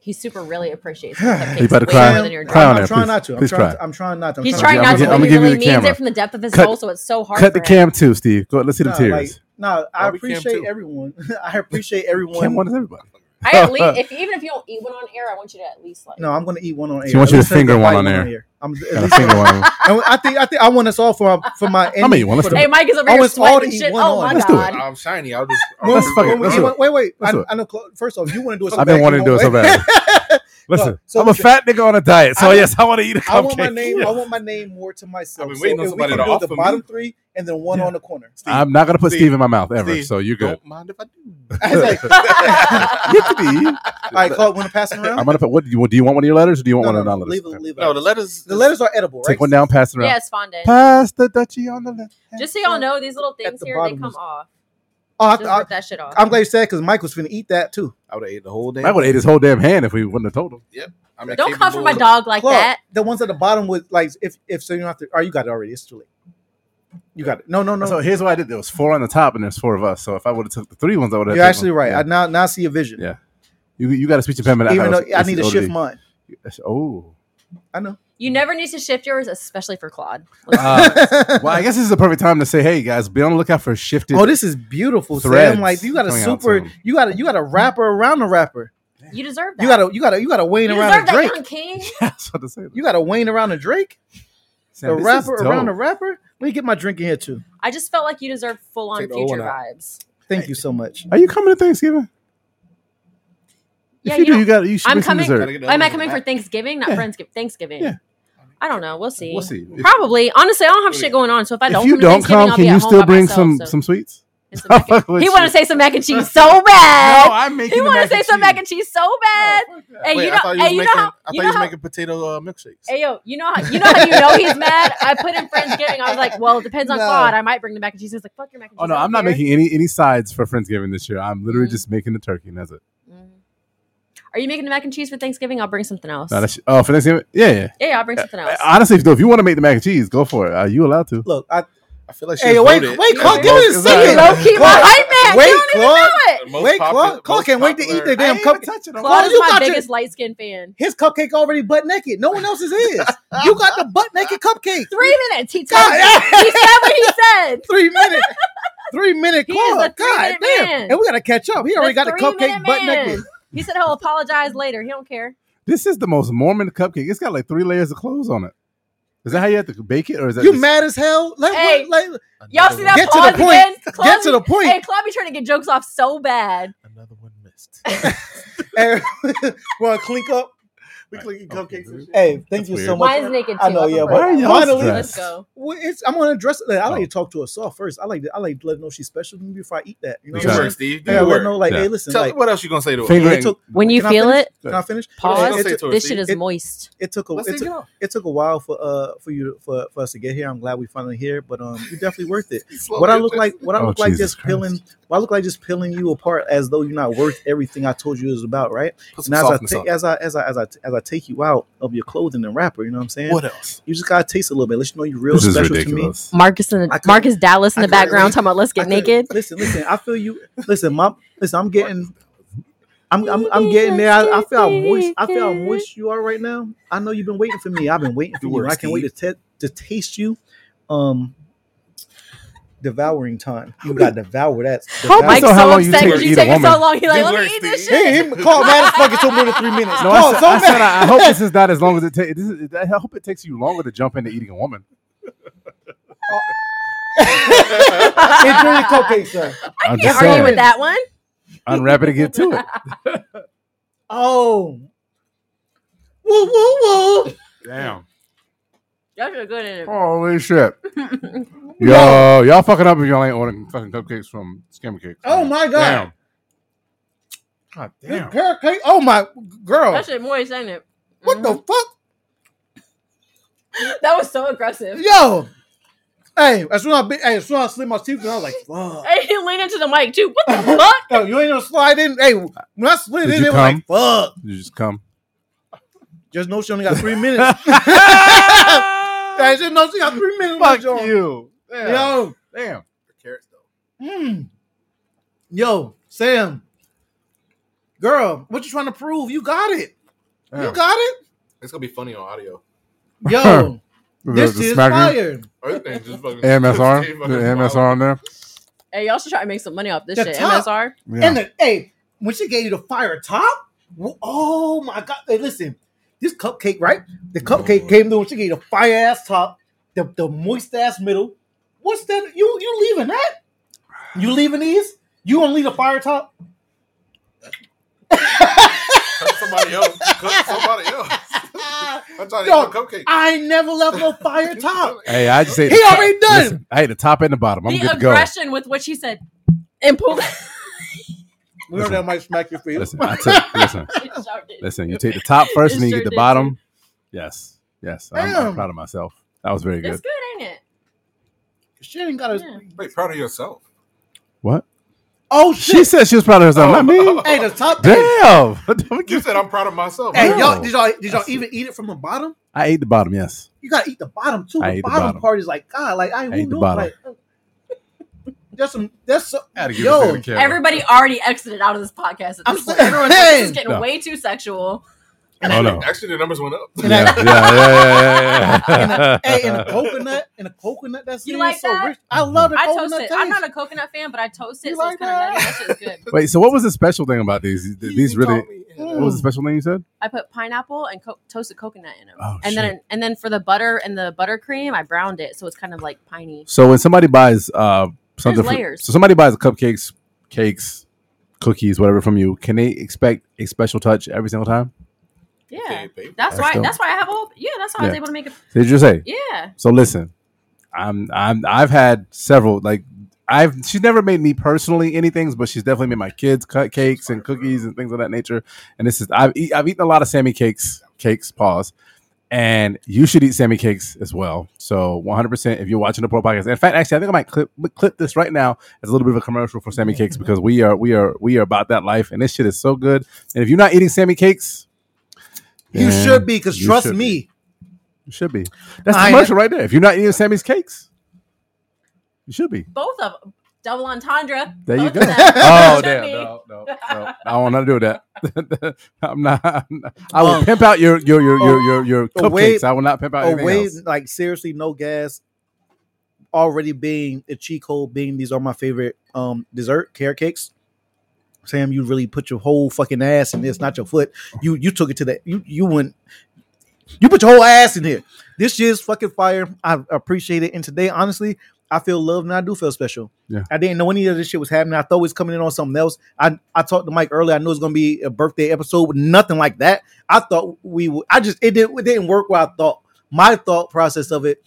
S5: He super really appreciates
S3: He
S5: your cupcakes
S2: about to
S5: way
S2: cry.
S5: more
S3: Sam,
S5: than your drink.
S2: Cry on
S3: I'm, I'm
S2: air,
S3: trying
S2: please.
S3: not to. I'm
S2: Please
S3: trying.
S2: cry.
S3: To, I'm trying not to. I'm
S5: He's
S2: trying
S5: trying not
S2: to-
S5: to,
S2: I'm gonna
S5: but he
S2: give you
S5: really
S2: the
S5: means
S2: camera.
S5: it from the depth of his
S2: Cut-
S5: soul, so it's so hard
S2: Cut
S5: for
S2: the
S5: him.
S2: cam too, Steve. Go, let's see the
S3: Nah,
S2: tears.
S3: like, nah, I
S1: Why we cam
S3: appreciate
S1: too?
S3: everyone. I appreciate
S2: Cam
S3: everyone.
S2: one is everybody.
S5: I at least, if even if you don't eat one on air, I want you to at least like.
S3: No, I'm gonna eat one on air.
S2: She wants you
S3: At least
S2: to
S3: let me
S2: finger
S3: go
S2: one
S3: bite
S2: on air.
S3: I'm at
S2: Got a
S3: least-
S2: finger one. on it.
S3: and I think I think I want us all for my for my.
S2: I mean, you want
S3: for
S2: us
S3: the-
S2: to.
S5: Hey, Mike is over
S3: I
S5: here
S3: want us all to
S5: sweating
S3: eat
S5: shit.
S3: one
S5: Oh
S3: on.
S5: my
S2: Let's do
S5: god!
S1: I'm shiny. I'll just. I'll
S3: When,
S2: Let's
S1: just
S2: fuck it.
S3: when,
S2: Let's
S3: when,
S2: do it.
S3: wait, wait.
S2: Let's
S3: I,
S2: do it.
S3: I know. Cla- First off, you want to do it. So
S2: I've been
S3: bad,
S2: wanting to
S3: you
S2: do it so
S3: know-
S2: Listen,
S3: so
S2: I'm a
S3: listen.
S2: fat nigga on a diet, so
S3: I-
S2: yes, I want to eat a cupcake.
S3: I want my name.
S2: Yeah.
S3: I want my name more to myself.
S1: I've been
S3: So
S1: waiting on
S3: if we
S1: somebody
S3: can
S1: to
S3: do the
S1: offer
S3: bottom
S1: me.
S3: three and then one
S2: Yeah.
S3: on the corner.
S2: I'm not gonna put Steve,
S1: Steve.
S2: in my mouth ever,
S1: Steve,
S2: so you're good.
S1: Don't mind if I do.
S3: I was like,
S2: Yeah, Steve.
S3: all right, Claude, want to pass them around?
S2: I'm gonna put. What do you, do you want? One of your letters, or do you want
S3: no,
S2: one
S3: no,
S2: of the
S3: no.
S2: non-letters?
S3: Leave, it-
S2: Okay.
S3: leave it.
S1: No, the letters.
S3: the letters are edible, right?
S2: Take one down, pass it around.
S5: Yeah, it's fondant.
S2: Pass the duchy on the left. hand
S5: Just so y'all
S2: side.
S5: know, these little
S3: At
S5: things
S3: the
S5: here they
S3: bottom
S5: come
S3: is-
S5: off.
S3: Oh, I,
S5: Just
S3: I,
S5: rip that shit off.
S3: I'm glad you said because Mike was finna eat that too.
S1: I would have ate the whole
S2: I
S1: damn.
S2: would have ate his whole damn hand if we wouldn't have told him.
S1: I'm
S5: Don't come for
S1: incapable
S5: my
S1: of-
S5: dog like
S3: Claude,
S5: that.
S3: The ones at the bottom with like if if so you don't have to. Oh, you got it already. It's too late. You got it. No, no, no.
S2: So here's what I did. There was four on the top, and there's four of us. So if I would have took the three ones, I would have.
S3: You're actually right. I now now see a vision.
S2: Yeah. you you got a speech impediment.
S3: Even though
S2: thought it
S3: I
S2: was
S3: need to
S2: ACOD.
S3: shift mine.
S2: Oh.
S3: I know.
S5: You never need to shift yours, especially for Claude.
S2: Uh, well, I guess this is the perfect time to say, hey guys, be on the lookout for shifted.
S3: oh, this is beautiful. Sam.
S2: Threads
S3: Like you got a
S2: coming out
S3: super.
S2: soon.
S3: You got a you got a wrapper around the wrapper.
S5: You deserve that.
S3: You gotta, you gotta, you gotta wane
S5: You
S3: around
S5: deserve
S3: a
S5: that,
S3: Drake.
S5: young king.
S2: Yeah, I was about to say that.
S3: You gotta wane around a Drake,
S2: Sam,
S3: the
S2: this is
S3: rapper around a
S2: dope.
S3: rapper. Let me get my drink in here too.
S5: I just felt like you deserved full on
S1: Take the O
S5: future
S1: one out.
S5: vibes.
S3: Thank you so much.
S2: Are you coming to Thanksgiving?
S5: Yeah,
S2: if you,
S5: you
S2: do,
S5: know,
S2: you got. You should
S5: I'm
S2: bring some
S5: coming-
S2: dessert.
S1: Gotta get the
S5: Am
S1: other
S5: I
S1: one
S5: coming for
S1: back.
S5: Thanksgiving? Not
S2: Yeah.
S5: Friends. Thanksgiving.
S2: Yeah.
S5: I don't know. We'll see.
S2: We'll see. If,
S5: Probably. Honestly, I don't have shit going on. So if I
S2: if
S5: don't,
S2: you
S5: come to
S2: don't
S5: Thanksgiving,
S2: come,
S5: I'll
S2: can
S5: be
S2: you
S5: at
S2: still
S5: home by
S2: bring
S5: myself,
S2: some
S5: so-
S2: some sweets?
S5: and some mac and-
S2: Fuck with
S5: he
S2: you.
S5: want to say some mac and cheese so bad.
S2: No, I'm making.
S5: he
S2: want to
S5: say some mac and cheese so bad. Hey,
S1: Wait,
S5: you
S1: I
S5: know,
S1: thought you was
S5: hey, you know
S1: making. I
S5: how, you
S1: thought
S5: know
S1: you was
S5: how,
S1: making potato uh, milkshakes.
S5: hey, yo, you know how, you know how you know he's mad. I put in Friendsgiving. I was like, well, it depends on
S3: No.
S5: Claude. I might bring the mac and cheese. He's like, fuck your mac and cheese.
S2: Oh no,
S5: I don't
S2: I'm not
S5: care.
S2: making any any sides for Friendsgiving this year. I'm literally
S5: Mm.
S2: just making the turkey. And that's it.
S5: Mm. Are you making the mac and cheese for Thanksgiving? I'll bring something else.
S2: No, that's, oh, for Thanksgiving, yeah, yeah.
S5: yeah, yeah, I'll bring something else.
S2: Honestly, though, if you want to make the mac and cheese, go for it. Are you allowed to?
S3: Look, I,
S1: I feel like she
S3: hey, wait,
S1: voted.
S3: wait, Clark,
S5: Yeah,
S3: give me a
S2: Clark-
S3: second.
S5: Low key, my
S3: Clark,
S5: hype man.
S3: Wait,
S5: you don't even
S3: Clark.
S5: know it.
S1: The most
S3: Wait, Clark,
S1: popu-
S3: Clark
S1: most
S3: can't wait to eat
S1: popular-
S3: the damn cupcake.
S2: touching
S3: Clark,
S5: Claude is
S3: you
S5: my
S3: got your-
S5: biggest light skin fan.
S3: His cupcake already butt naked. No one else's is. you got the butt naked cupcake.
S5: Three minutes. He told
S3: God,
S5: you. He said what he said.
S3: three minute, three minute
S5: He is
S3: Clark.
S5: a three
S3: God
S5: minute
S3: damn,
S5: man.
S3: and we gotta catch up. He already got the
S5: three-minute
S3: cupcake butt naked.
S5: man. He said he'll apologize later. He don't care.
S2: This is the most Mormon cupcake. It's got like three layers of clothes on it. Is that how you have to bake it, or is that
S3: You
S2: just-
S3: mad as hell? Like,
S5: Hey.
S3: what, like
S5: Y'all see that
S3: Get to the
S5: pause
S3: point.
S5: again?
S3: get to the point.
S5: Hey, Clubby trying to get jokes off so bad.
S1: Another one missed.
S3: And- wanna clink up?
S1: we clicking
S2: Okay,
S1: cupcakes. and
S2: dude.
S1: shit.
S3: Hey, thank
S2: That's
S3: you so
S2: weird.
S3: much.
S5: Mine's naked too.
S3: I know,
S5: I'm
S3: yeah,
S5: afraid
S2: why are
S5: of
S2: y'all
S5: that.
S3: Finally.
S5: Let's
S2: dressed?
S5: go.
S3: Well, it's, I'm gonna address that. I like
S2: Oh.
S3: to talk to a soft first. I like to, I like to let her know she's special to me before I eat that. You know
S1: Do your
S3: what
S2: Okay.
S1: work,
S3: I'm saying?
S1: Steve. Do
S3: Yeah,
S1: your
S3: let her
S1: work.
S3: know like,
S2: Yeah.
S3: hey, listen,
S1: Tell
S3: like
S1: what else you gonna say to her?
S2: Fingering.
S3: it took.
S5: When you
S3: Can I
S5: feel
S3: finish?
S5: it,
S3: Can I finish?
S5: Pause.
S3: It,
S1: Don't say
S3: it,
S1: it to
S3: took-
S1: her,
S5: this
S1: Steve.
S5: shit is
S3: It-
S5: moist.
S3: it took a
S1: Let's
S3: it
S1: take
S3: took,
S1: it off.
S3: it took a while for uh for you for, for us to get here. I'm glad we finally here, but um, you definitely worth it. What I look like, what I
S2: Oh,
S3: look like,
S2: Jesus
S3: just peeling. What I look like, just peeling you apart as though you're not worth everything I told you it was about, right?
S1: Put some
S3: And as I,
S1: softness
S3: ta-
S1: on. it.
S3: as I as I as I as I take you out of your clothing and wrapper, you know what I'm saying?
S1: What else?
S3: You just gotta taste a little bit. Let you know you're real
S2: This is
S3: special
S2: ridiculous.
S5: Marcus and
S3: I could-
S5: Marcus Dallas in
S3: I
S5: the
S3: could-
S5: background talking about let's
S3: to me.
S5: get
S3: I could-
S5: naked.
S3: Listen, listen. I feel you. Listen, my listen. I'm getting. I'm, I'm, I'm getting there. I, I feel how moist. I feel how moist you are right now. I know you've been waiting for me. I've been waiting for
S1: You
S3: you.
S1: were,
S3: I can't wait to te- to taste you. Um, devouring time. You got to devour that.
S5: Oh,
S3: devour-
S5: Mike's
S2: how
S5: so
S2: long you
S5: upset
S2: take
S5: because
S2: to
S5: you
S2: eat a
S5: taking so
S2: woman.
S5: long. He's like,
S1: This
S5: let me
S1: works,
S5: eat this
S1: Steve.
S5: shit.
S3: Hey, Carl, man, it's fucking two minutes, three minutes.
S2: No,
S3: Carl,
S2: I, said,
S3: so
S2: I, said,
S3: mad.
S2: I hope this is not as long as it takes. I hope it takes you longer to jump into eating a woman.
S3: Enjoy your cupcake, sir.
S2: I'm
S5: Can't
S2: just
S5: argue with
S2: saying.
S5: that one.
S2: Unwrap it and get to it.
S3: Oh, woo, woo, woo.
S2: Damn.
S5: Y'all should good in it.
S2: Holy shit. Yo, y'all fucking up if y'all ain't ordering fucking cupcakes from Scammer Cakes.
S3: Oh my god.
S2: God
S3: This
S2: damn.
S3: carrot cake. Oh my girl.
S5: That shit moist, ain't it?
S3: what the fuck?
S5: the? That was so aggressive.
S3: Yo, hey, as soon as I, bit- hey, as soon as I slid my teeth, in, I was like, fuck.
S5: Hey, he leaned into the mic too. What the fuck?
S3: Yo, you ain't gonna slide in. Hey, when I slid
S2: Did
S3: in,
S2: you
S3: it was like, fuck.
S2: You just come.
S3: Just know she only got three minutes. hey, just know she got three minutes.
S2: Fuck
S3: with y'all.
S2: you. Damn.
S3: Yo,
S2: Damn.
S1: Carrots though.
S3: mm. yo, Sam, girl, what you trying to prove? You got it. You
S2: Damn.
S3: got it.
S1: It's gonna be funny on audio.
S3: Yo,
S2: The-
S3: this
S2: the
S3: shit is
S2: smacking.
S3: fire.
S1: Everything just fucking
S2: AMSR.
S1: Steve
S2: The
S1: fucking
S2: AMSR
S1: wild.
S2: on there.
S5: Hey, y'all should try to make some money off this
S3: The
S5: shit.
S3: top.
S5: MSR.
S2: Yeah.
S3: And the, hey, when she gave you the fire top, wo- oh my god! Hey, listen, this cupcake, right? The cupcake came through when she gave you the fire ass top, the, the moist ass middle. What's that? You you leaving that? You leaving these? You gonna leave the fire top?
S1: Cut somebody else. Cut somebody else. I'm trying to
S3: Yo,
S1: eat a cupcake.
S3: I ain't never left no fire top.
S2: Hey, I just ate.
S3: He
S2: the top-
S3: already done.
S2: Listen, I ate the top and the bottom. I'm
S5: the
S2: good to go.
S5: aggression with which he said and pulled
S3: We heard that might smack your face.
S2: Listen, I took, listen, listen. You take the top first, and then you get
S5: Sure
S2: the
S5: did.
S2: bottom. Yes, yes. I'm, I'm
S3: Damn.
S2: proud of myself. That was very
S5: It's
S2: good.
S5: good, ain't it?
S3: She ain't got a.
S5: Yeah.
S1: Wait, proud of yourself.
S2: What?
S3: Oh
S2: She
S3: shit!
S2: said she was proud of
S3: Oh,
S2: herself, not me.
S3: Hey, the top. Hey,
S2: Damn.
S1: You said I'm proud of myself.
S3: hey,
S2: No.
S3: y'all, did y'all did y'all even eat it from the bottom?
S2: I ate the bottom. Yes.
S3: you gotta eat the bottom too.
S2: I ate
S3: the
S2: the
S3: bottom,
S2: bottom.
S3: part is like God, like I, who
S2: ate the
S3: knew?
S2: bottom.
S3: Like, uh, that's some. That's some.
S2: I had to give it to
S3: Yo,
S2: the camera.
S5: Everybody already exited out of this podcast. At this
S3: I'm
S5: point.
S3: saying.
S5: Everyone's like, this is getting
S2: No.
S5: way too sexual.
S2: Oh no.
S1: Actually, the numbers went up.
S2: Yeah, yeah, yeah,
S3: and
S2: yeah,
S3: a,
S2: yeah,
S3: hey, and a coconut, and a coconut. That's
S5: You
S3: in
S5: like
S3: so
S5: that?
S3: rich. I love the
S5: I
S3: coconut
S5: toast it.
S3: taste.
S5: I'm not a coconut fan, but I toast it,
S3: You
S5: so
S3: like
S5: it's kind of
S3: that?
S5: nutty. That shit's good.
S2: Wait, so what was the special thing about these? These really, What was the special name you said?
S5: I put pineapple and co- toasted coconut in them,
S2: Oh,
S5: and then and then for the butter and the buttercream, I browned it so it's kind of like piney.
S2: So when somebody buys uh something,
S5: There's
S2: from-
S5: layers.
S2: so somebody buys cupcakes, cakes, cookies, whatever from you, can they expect a special touch every single time?
S5: Yeah,
S1: Okay, baby.
S5: that's
S2: That's
S5: why.
S2: dope.
S5: That's why I have all. Yeah, that's why I was
S2: Yeah.
S5: able to make it.
S2: Did you say?
S5: Yeah,
S2: So listen, I'm I'm I've had several like I've she's never made me personally anything, but she's definitely made my kids cut cakes and cookies and things of that nature. And this is I've eat, I've eaten a lot of Sammy cakes cakes pause, and you should eat Sammy cakes as well. So 100 percent if you're watching the pro podcast. In fact, actually, I think I might clip clip this right now as a little bit of a commercial for Sammy cakes because we are we are we are about that life, and this shit is so good. And if you're not eating Sammy cakes,
S3: You
S2: then
S3: should be, because
S2: you
S3: trust
S2: should
S3: me,
S2: you should be. That's the
S3: I-
S2: commercial right there. If you're not eating Sammy's cakes, you should be.
S5: both of 'em. double entendre.
S2: There you
S5: both
S2: go.
S5: of them.
S2: Oh
S5: Should
S2: damn!
S5: be.
S2: No, no, no. I want to do that. I'm not. I'm not- I will pimp out your your your your your, your
S3: Oh,
S2: cupcakes.
S3: wait.
S2: I will not pimp out
S3: oh
S2: anything
S3: wait,
S2: else.
S3: like seriously, no gas. Already being a cheat code, being these are my favorite um dessert carrot cakes. Sam, you really put your whole fucking ass in this, not your foot. You you took it to that. You you went. You put your whole ass in here. This year's fucking fire. I appreciate it. And today, honestly, I feel loved and I do feel special.
S2: Yeah.
S3: I didn't know any of this shit was happening. I thought it was coming in on something else. I, I talked to Mike earlier. I knew it was gonna be a birthday episode, but nothing like that. I thought we would I just it didn't it didn't work where I thought my thought process of it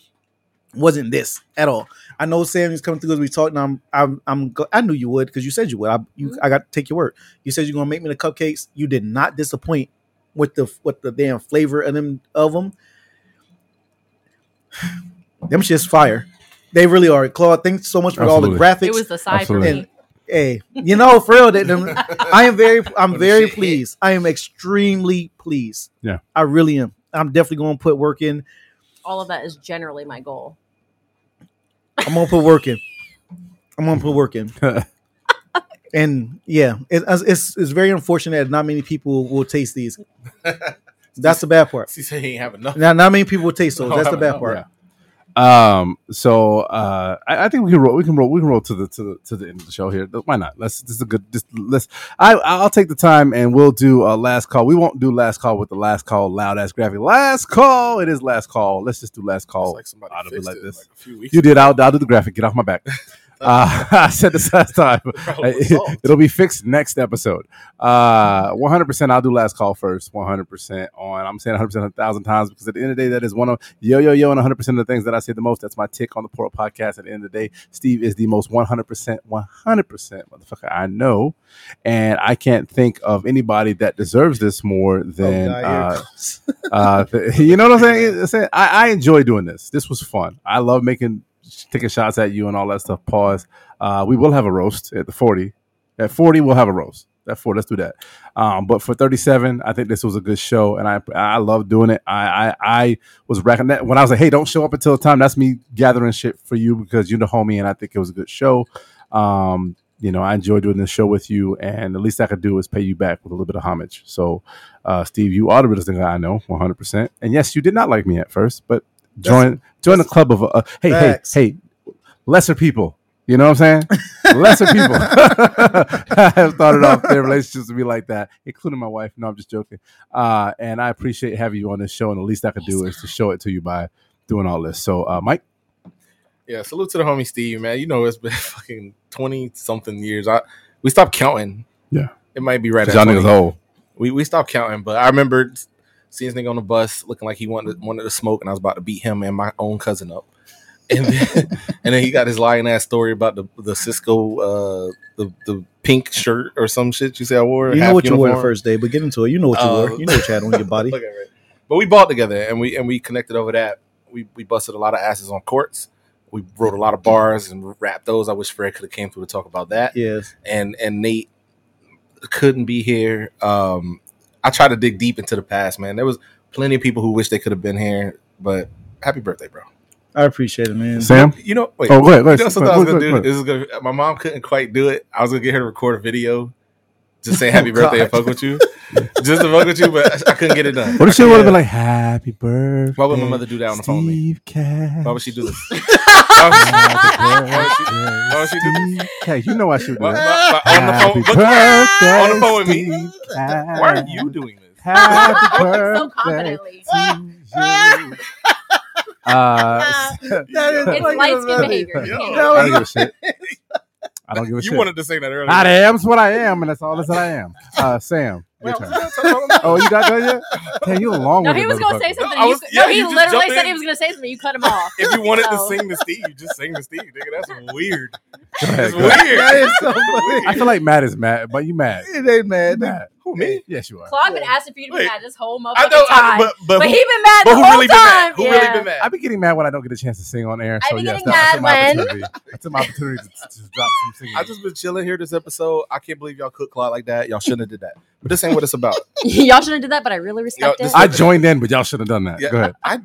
S3: wasn't this at all. I know Sammy's coming through as we talked, and I'm I'm, I'm gl- I knew you would because you said you would. I you,
S5: Mm-hmm.
S3: I got to take your word. You said you're gonna make me the cupcakes. You did not disappoint with the with the damn flavor of them of them. Them shit's fire. They really are. Claude, thanks so much for all the graphics.
S5: It was the side for
S2: Absolutely.
S5: me.
S3: hey, you know, for real, that them- I am very, I'm very pleased. I am extremely pleased.
S2: Yeah.
S3: I really am. I'm definitely going to put work in.
S5: All of that is generally my goal.
S3: I'm going to put work in. I'm going to put work in. and yeah, it, it's- it's it's very unfortunate that not many people will taste these. That's the bad part.
S1: She said he ain't have enough.
S3: Not not many people will taste those. That's the bad part.
S2: Oh,
S3: Oh,
S2: Yeah. Um. So, uh, I, I think we can roll. We can roll. We can roll to the to the to the end of the show here. Why not? Let's. This is a good. Just let's. I I'll take the time and we'll do a last call. We won't do last call with the last call loud ass graphic. Last call. It is last call. Let's just do last
S1: It's
S2: call.
S1: like somebody
S2: Oh, I'd have been
S1: fixed
S2: like
S1: it
S2: this.
S1: like a few weeks.
S2: You did. I'll, I'll do the graphic. Get off my back. Uh, I said this last time.
S1: Problem
S2: It-
S1: solved.
S2: it'll be fixed next episode. Uh, 100%. I'll do last call first. 100% on. I'm saying 100% a thousand times because at the end of the day, that is one of yo yo yo and 100% of the things that I say the most. That's my tick on the Port podcast. At the end of the day, Steve is the most 100% 100% motherfucker I know, and I can't think of anybody that deserves this more than.
S3: Oh, God, here it
S2: uh, uh, th- you know what I'm saying? I'm saying? I, I enjoy doing this. This was fun. I love making taking shots at you and all that stuff. Pause. Uh, we will have a roast at the 40. At 40, we'll have a roast. At 4, let's do that. Um, but for 37, I think this was a good show, and I I love doing it. I I, I was racking that when I was like, hey, don't show up until time. That's me gathering shit for you because you're the homie, and I think it was a good show. Um, you know, I enjoy doing this show with you, and the least I could do is pay you back with a little bit of homage. So, uh, Steve, you are the realest thing I know, 100. percent And yes, you did not like me at first, but join join the club of uh, hey
S3: Facts.
S2: hey hey lesser people. You know what I'm saying? Lesser people. I have started off their relationships to be like that, including my wife. No, I'm just joking. Uh, and I appreciate having you on this show. And the least I could do is to show it to you by doing all this. So, uh, Mike,
S1: Yeah, salute to the homie Steve, man. You know it's been fucking twenty something years. I we stopped counting.
S2: Yeah.
S1: it might be right. At
S2: y'all niggas
S1: 20.
S2: old.
S1: we we stopped counting, but I remember seeing this nigga on the bus looking like he wanted wanted to smoke, and I was about to beat him and my own cousin up. And then, and then he got his lying ass story about the the Cisco uh, the the pink shirt or some shit you say I wore.
S3: You know
S1: half
S3: what you wore the
S1: uniform.
S3: first day, but get into it. You know what you
S1: Uh,
S3: wore. You know what you had on your body.
S1: Look at it. But we bought together and we and we connected over that. We we busted a lot of asses on courts. We wrote a lot of bars and rapped those. I wish Fred could have came through to talk about that.
S3: Yes.
S1: And and Nate couldn't be here. Um, I tried to dig deep into the past, man. There was plenty of people who wish they could have been here, but happy birthday, bro.
S3: I appreciate it, man.
S2: Sam?
S1: You know, wait.
S2: Oh, go ahead. Go
S1: You
S2: ahead.
S1: know
S2: Go
S1: something I was gonna
S2: ahead, go
S1: do.
S2: ahead.
S1: This is gonna. My mom couldn't quite do it. I was gonna get her to record a video Just say happy
S3: Oh,
S1: birthday and
S3: God.
S1: fuck with you. Just to fuck with you, but I, I couldn't get it done.
S2: What if she
S1: I
S2: would have
S1: couldn't-
S2: been like, "Happy birthday"?
S1: Why would my mother do that on the phone with me?
S2: Steve Cash.
S1: Why would she do this? Why would she-
S2: Happy
S1: why would she do this?
S2: birthday, Steve Cash. You know I should do
S1: Why-
S2: that.
S1: why- why- on
S2: Happy
S1: the phone, look,
S2: birthday,
S1: on the phone with me.
S2: Steve Cash.
S1: why are you doing this?
S2: Happy
S5: so
S2: birthday
S5: confidently.
S2: to you. Uh,
S3: That is
S5: It's
S3: fucking
S5: light skin
S3: amazing.
S5: behavior. You can't-
S3: That
S2: I
S3: was
S2: don't give a shit. I don't give a
S1: You
S2: shit.
S1: wanted to say that earlier.
S2: I am is what I am, and that's all that I am. Uh, Sam, your
S1: Well,
S2: turn.
S1: that's what I'm talking
S2: Oh,
S1: about.
S2: you got that yet? Damn, you a long
S5: No,
S2: one.
S5: he was gonna say something.
S1: No, I
S5: you
S1: was-
S5: cou-
S1: yeah,
S5: no, he
S1: you just
S5: literally
S1: jump
S5: said
S1: in.
S5: he was gonna say something. You cut him off.
S1: If you wanted to
S5: So-
S1: sing to Steve, you just sing to Steve, nigga. That's weird.
S2: something.
S1: It's weird.
S3: That is so funny.
S2: I feel like Matt is mad, but you mad.
S3: It ain't mad.
S2: Mad.
S1: Who me?
S2: Yes, you are.
S5: Claude been asking for you to be
S1: Wait.
S5: mad this whole motherfucking
S1: I know, I,
S5: time.
S1: but but, who,
S5: but he been mad
S1: but
S5: the
S1: who
S5: whole
S1: really been
S5: time.
S1: mad? Who
S5: yeah.
S1: really been mad?
S2: I've been getting mad when I don't get a chance to sing on air.
S5: I
S2: so
S5: be
S2: yeah, it's
S5: getting
S2: not- it's
S5: mad
S2: my
S5: when-
S2: opportunity. It's my opportunity to, to, to drop some singing.
S1: I just been chilling here this episode. I can't believe y'all cooked Claude like that. Y'all shouldn't have did that. But this ain't what it's about.
S5: Y'all shouldn't have did that, but I really respect
S1: Yo, this-
S5: it.
S2: I joined in, but y'all should have done that.
S1: Yeah.
S2: Go ahead.
S1: I.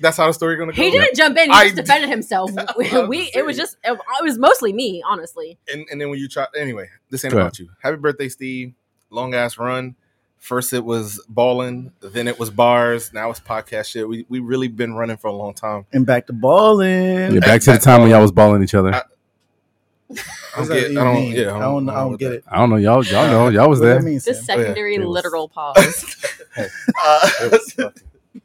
S1: That's how the story gonna go.
S5: He didn't jump in. He
S1: I
S5: just
S1: did-
S5: defended himself.
S1: I'm
S5: we it
S1: serious.
S5: was just it was mostly me, honestly.
S1: And and then when you try, anyway, this ain't
S2: Go
S1: about you. Happy birthday, Steve. Long ass run. First it was balling, then it was bars. Now it's podcast shit. We we really been running for a long time.
S3: And back to balling.
S2: Yeah, back to the time when y'all was balling each other.
S1: I-
S2: I,
S1: I don't
S3: What does
S1: get-
S3: that
S1: I don't-
S3: even mean?
S1: yeah, I
S3: I
S1: don't-
S3: don't,
S1: I
S3: I
S1: don't
S3: don't
S1: with
S3: get
S1: that.
S3: it.
S2: don't know. Y'all, y'all know. Y'all was
S3: What
S2: there.
S3: does that mean, Sam?
S5: The
S1: Oh,
S5: secondary
S2: it was-
S5: literal pause.
S1: Uh,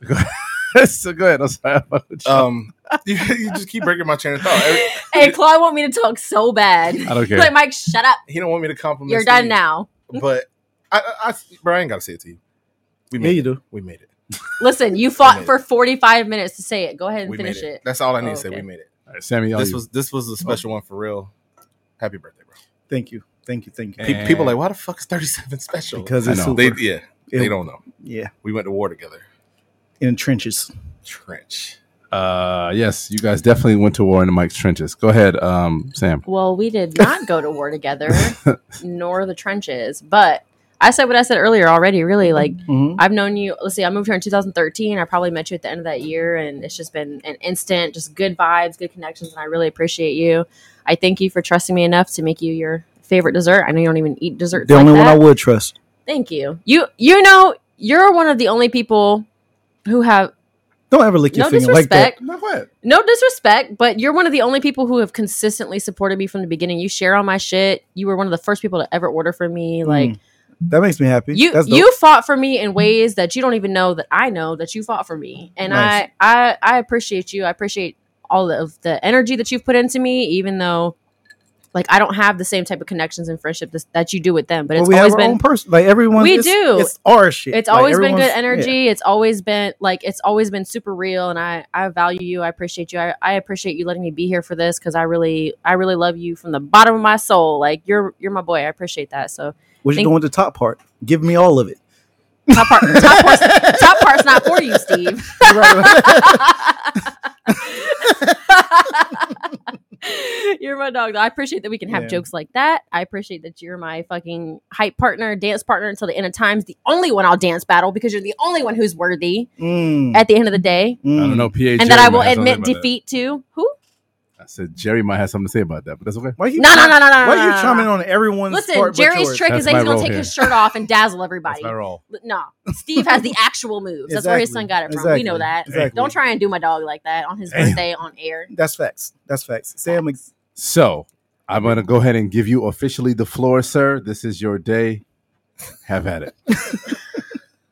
S2: so go ahead. I'm sorry.
S1: um, you, you just keep breaking my chain of thought. Every-
S5: hey, Claude want me to talk so bad.
S2: I don't care.
S5: Like Mike, shut up.
S1: He don't want me to compliment.
S5: You're done
S1: Steve,
S5: now.
S1: But I, I, I, bro, I ain't gotta say it to you. We
S3: Yeah,
S1: made
S3: you
S1: it.
S3: do.
S1: We made it.
S5: Listen, you
S1: made
S5: fought
S1: it.
S5: for 45 minutes to say it. Go ahead and
S1: we made
S5: finish
S1: it.
S5: it.
S1: That's all I need
S5: Oh,
S1: to say. We
S5: okay.
S1: made it.
S2: All right, Sammy, y'all
S1: This
S2: you.
S1: was this
S3: Oh.
S1: was a special one for real. Happy birthday, bro.
S3: Thank you. Thank you. Thank you.
S1: Pe-
S2: And-
S1: people like, why the fuck is thirty seven special?
S3: Because
S2: I
S3: it's
S2: know.
S3: super.
S1: they, yeah, they
S3: It-
S1: don't know.
S3: Yeah.
S1: We went to war together.
S3: In trenches.
S1: Trench.
S2: Uh, yes, you guys definitely went to war in the Mike's trenches. Go ahead, um, Sam.
S5: Well, we did not go to war together, nor the trenches. But I said what I said earlier already. Really, like
S3: Mm-hmm.
S5: I've known you. Let's see, I moved here in 2013. I probably met you at the end of that year, and it's just been an instant, just good vibes, good connections, and I really appreciate you. I thank you for trusting me enough to make you your favorite dessert. I know you don't even eat desserts.
S3: The
S5: like
S3: only
S5: that.
S3: one I would trust.
S5: Thank you. You you know you're one of the only people who have
S3: Don't ever lick your
S5: no
S3: finger like that.
S5: disrespect.
S2: No, go ahead.
S5: No disrespect, but you're one of the only people who have consistently supported me from the beginning. You share on my shit. You were one of the first people to ever order for me. Like
S3: Mm. That makes me happy.
S5: you
S3: That's dope.
S5: you fought for me in ways that you don't even know that I know that you fought for me. And
S3: Nice.
S5: I, I I appreciate you. I appreciate all of the energy that you've put into me, even though like I don't have the same type of connections and friendship this, that you do with them. But
S3: But
S5: it's
S3: we have
S5: always
S3: our
S5: been
S3: own person. Like everyone,
S5: We
S3: it's,
S5: do.
S3: It's our shit.
S5: it's
S3: Like,
S5: always been good
S3: everyone's-
S5: energy.
S3: yeah.
S5: It's always been like it's always been super real, and I I value you. I appreciate you. I, I appreciate you letting me be here for this because I really I really love you from the bottom of my soul. Like you're you're my boy. I appreciate that. So
S3: What you
S5: Thank-
S3: doing with the top part? Give me all of it.
S5: top part top part's, top part's not for you, Steve. you're my dog. though. I appreciate that we can have
S3: Yeah.
S5: jokes like that. I appreciate that you're my fucking hype partner, dance partner until the end of times. The only one I'll dance battle because you're the only one who's worthy
S3: Mm,
S5: at the end of the day.
S2: I don't
S3: mm.
S2: know. PA
S5: and that I will admit defeat to who?
S2: I said Jerry might have something to say about that, but that's okay.
S3: Why you
S5: No, no, no, no, no.
S3: Why
S5: no,
S3: are
S5: no,
S3: you chiming
S5: no.
S3: on everyone's
S5: Listen,
S3: part but
S5: Jerry's
S3: yours?
S5: trick
S2: That's
S5: is that
S2: my
S5: he's gonna
S2: role
S5: take
S2: here.
S5: his shirt off and dazzle everybody.
S2: That's my role.
S5: L- No, Steve has the actual moves. That's where his son
S3: Exactly.
S5: got it from. We know
S3: Exactly.
S5: that.
S3: Exactly.
S5: Don't try and do my dog like that on his
S2: Damn.
S5: birthday on air.
S3: That's facts. That's facts. Sam, ex-
S2: So I'm gonna go ahead and give you officially the floor, sir. This is your day. Have at it.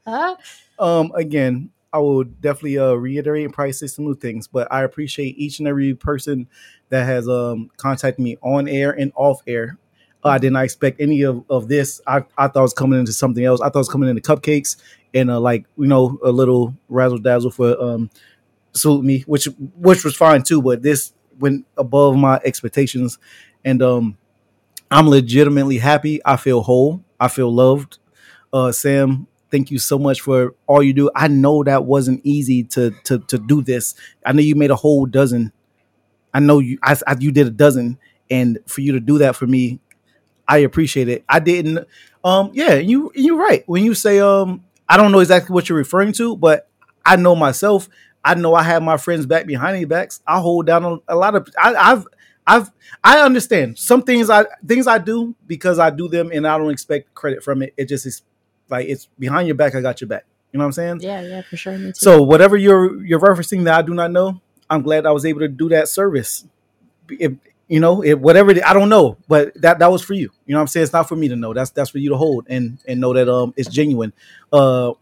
S5: Huh?
S3: um, again, I will definitely uh, reiterate and probably say some new things, but I appreciate each and every person that has um, contacted me on air and off air. I did not expect any of, of this. I, I thought it was coming into something else. I thought it was coming into cupcakes and uh, like you know a little razzle dazzle for um, salute me, which which was fine too. But this went above my expectations, and um, I'm legitimately happy. I feel whole. I feel loved. Uh, Sam, thank you so much for all you do. I know that wasn't easy to to to do this. I know you made a whole dozen. I know you. I, I you did a dozen, and for you to do that for me, I appreciate it. I didn't. Um, yeah, you you're right when you say um. I don't know exactly what you're referring to, but I know myself. I know I have my friends back behind their backs. I hold down a, a lot of. I, I've I've I understand some things I things I do because I do them and I don't expect credit from it. It just is like it's behind your back. I got your back. You know what I'm saying?
S5: Yeah, yeah, for sure. Me too.
S3: So whatever you're you're referencing that I do not know, I'm glad I was able to do that service. If you know, it whatever it, I don't know, but that that was for you. You know what I'm saying? It's not for me to know. That's that's for you to hold and and know that um it's genuine. Uh,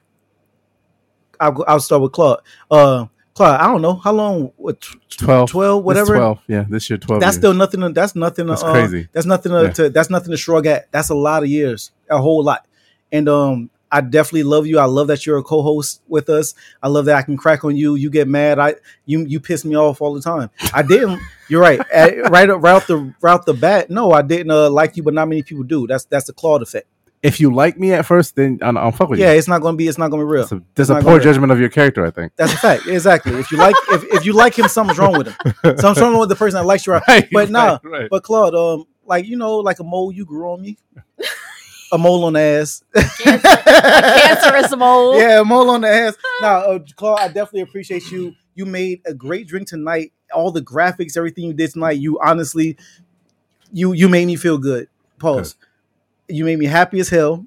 S3: I'll go- I'll start with Claude. Uh, Claude, I don't know how long what tw-
S2: 12.
S3: twelve
S2: It's
S3: whatever.
S2: 12. Yeah, this year 12.
S3: That's
S2: years.
S3: still nothing. To, that's nothing. To,
S2: That's
S3: uh,
S2: crazy.
S3: That's nothing to,
S2: Yeah.
S3: to. That's nothing to shrug at. That's a lot of years, a whole lot. And um, I definitely love you. I love that you're a co-host with us. I love that I can crack on you. You get mad. I you you piss me off all the time. I didn't. You're right. At, right up- right off the right off the bat. No, I didn't uh, like you, but not many people do. That's that's the Claude effect.
S2: If you like me at first, then I'll, I'll fuck with
S3: Yeah,
S2: you.
S3: it's not gonna be. It's not gonna be real.
S2: That's a, that's
S3: I'm
S2: a
S3: not
S2: poor
S3: gonna-
S2: judgment of your character, I think.
S3: That's a fact. Exactly. If you like if, if you like him, something's wrong with him. Something's wrong with the person that likes you.
S2: Right,
S3: But nah,
S2: right, right.
S3: But Claude, um, like you know, like a mole you grew on me, a mole on the ass,
S5: Cancerous mole.
S3: yeah, a mole on the ass. Now, uh, Claude, I definitely appreciate you. You made a great drink tonight. All the graphics, everything you did tonight, you honestly, you you made me feel good. Pause. You made me happy as hell.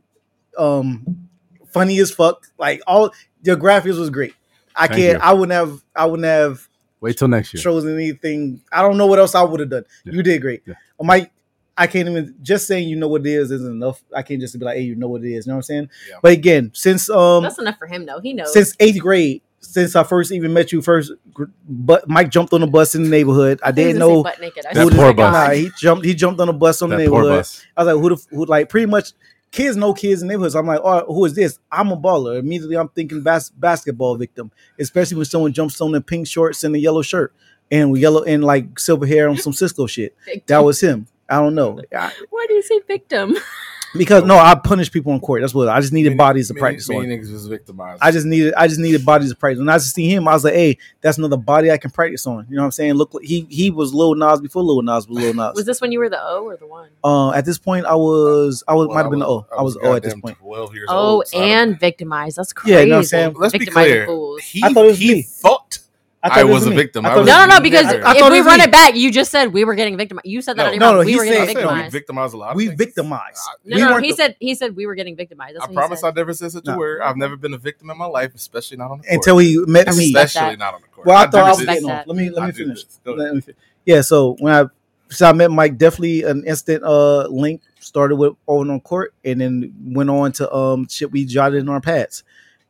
S3: Um, funny as fuck. Like all your graphics was great. I
S2: Thank
S3: can't.
S2: you.
S3: I wouldn't have. I wouldn't have
S2: Wait till next year.
S3: chosen anything. I don't know what else I would have done.
S2: Yeah.
S3: You did great.
S2: Yeah.
S3: Mike, I can't even just saying you know what it is isn't enough. I can't just be like, hey, you know what it is. You know what I'm saying?
S2: Yeah.
S3: But again, since um
S5: That's enough for him though. He knows.
S3: since eighth grade, since I first even met you first, gr- but Mike jumped on the bus in the neighborhood. I
S5: He
S3: didn't
S5: was gonna say
S3: know.
S5: butt naked. I
S2: That
S5: swear to
S2: poor
S5: God.
S2: bus.
S3: Nah, he jumped. He jumped on the bus on the
S2: That poor
S3: neighborhood.
S2: bus.
S3: I was like, who the f- who like pretty much kids know kids in neighborhoods. I'm like, oh, who is this? I'm a baller. Immediately, I'm thinking bas- basketball victim, especially when someone jumps on in pink shorts and a yellow shirt and with yellow and like silver hair on some Cisco shit. That was him. I don't know I-
S5: Why do you say victim?
S3: because no, I punish people in court. That's what I just needed bodies to practice on.
S1: Meaning was victimized.
S3: I just needed I just needed bodies to practice. When I just see him, I was like, hey, that's another body I can practice on. You know what I'm saying? Look, like- he he was Lil Nas before Lil Nas was Lil Nas.
S5: Was this when you were the O or the one?
S3: Uh, at this point, I was I was
S1: Well,
S3: might have been
S1: was-
S3: the O. I was the O at this
S1: goddamn
S3: point.
S1: Twelve years
S5: Oh,
S1: old. so I don't-
S5: and victimized. That's crazy.
S3: Yeah, you know what I'm saying?
S1: Well, let's be
S5: Victimizing
S1: clear.
S5: fools.
S1: He,
S3: I thought it was
S1: he
S3: me.
S1: thought I
S3: it
S1: was a
S3: me.
S1: victim.
S3: I
S1: I
S3: thought it
S1: was-
S5: No, no, no. Because
S1: I- I
S3: thought
S5: if
S3: it
S5: we
S3: was
S5: run
S3: me.
S5: it back, you just said we were getting victimized. You said that
S1: No.
S5: on
S3: No,
S5: no,
S3: no,
S5: We
S3: he
S5: were
S3: said-
S5: getting
S1: I said we
S5: victimized.
S1: victimized a lot. Of
S3: we
S1: things.
S3: victimized.
S5: No,
S3: we
S5: no,
S3: weren't
S5: he
S3: the-
S5: said he said we were getting victimized. That's
S1: I
S5: what he
S1: promise
S5: said.
S1: I never said such a
S3: No.
S1: word. I've never been a victim in my life, especially not on the court.
S3: until he met
S5: I
S3: me.
S5: respect
S1: especially
S5: that.
S1: not on the court.
S3: Well, I thought
S1: do
S3: I was
S1: this.
S5: respect
S3: getting off.
S5: that.
S3: Let me let
S1: I
S3: me
S1: do
S3: finish.
S1: this. Go ahead.
S3: Let me fi- yeah, so when I so I met Mike, definitely an instant uh link started with on on court and then went on to um shit we jotted in our pads.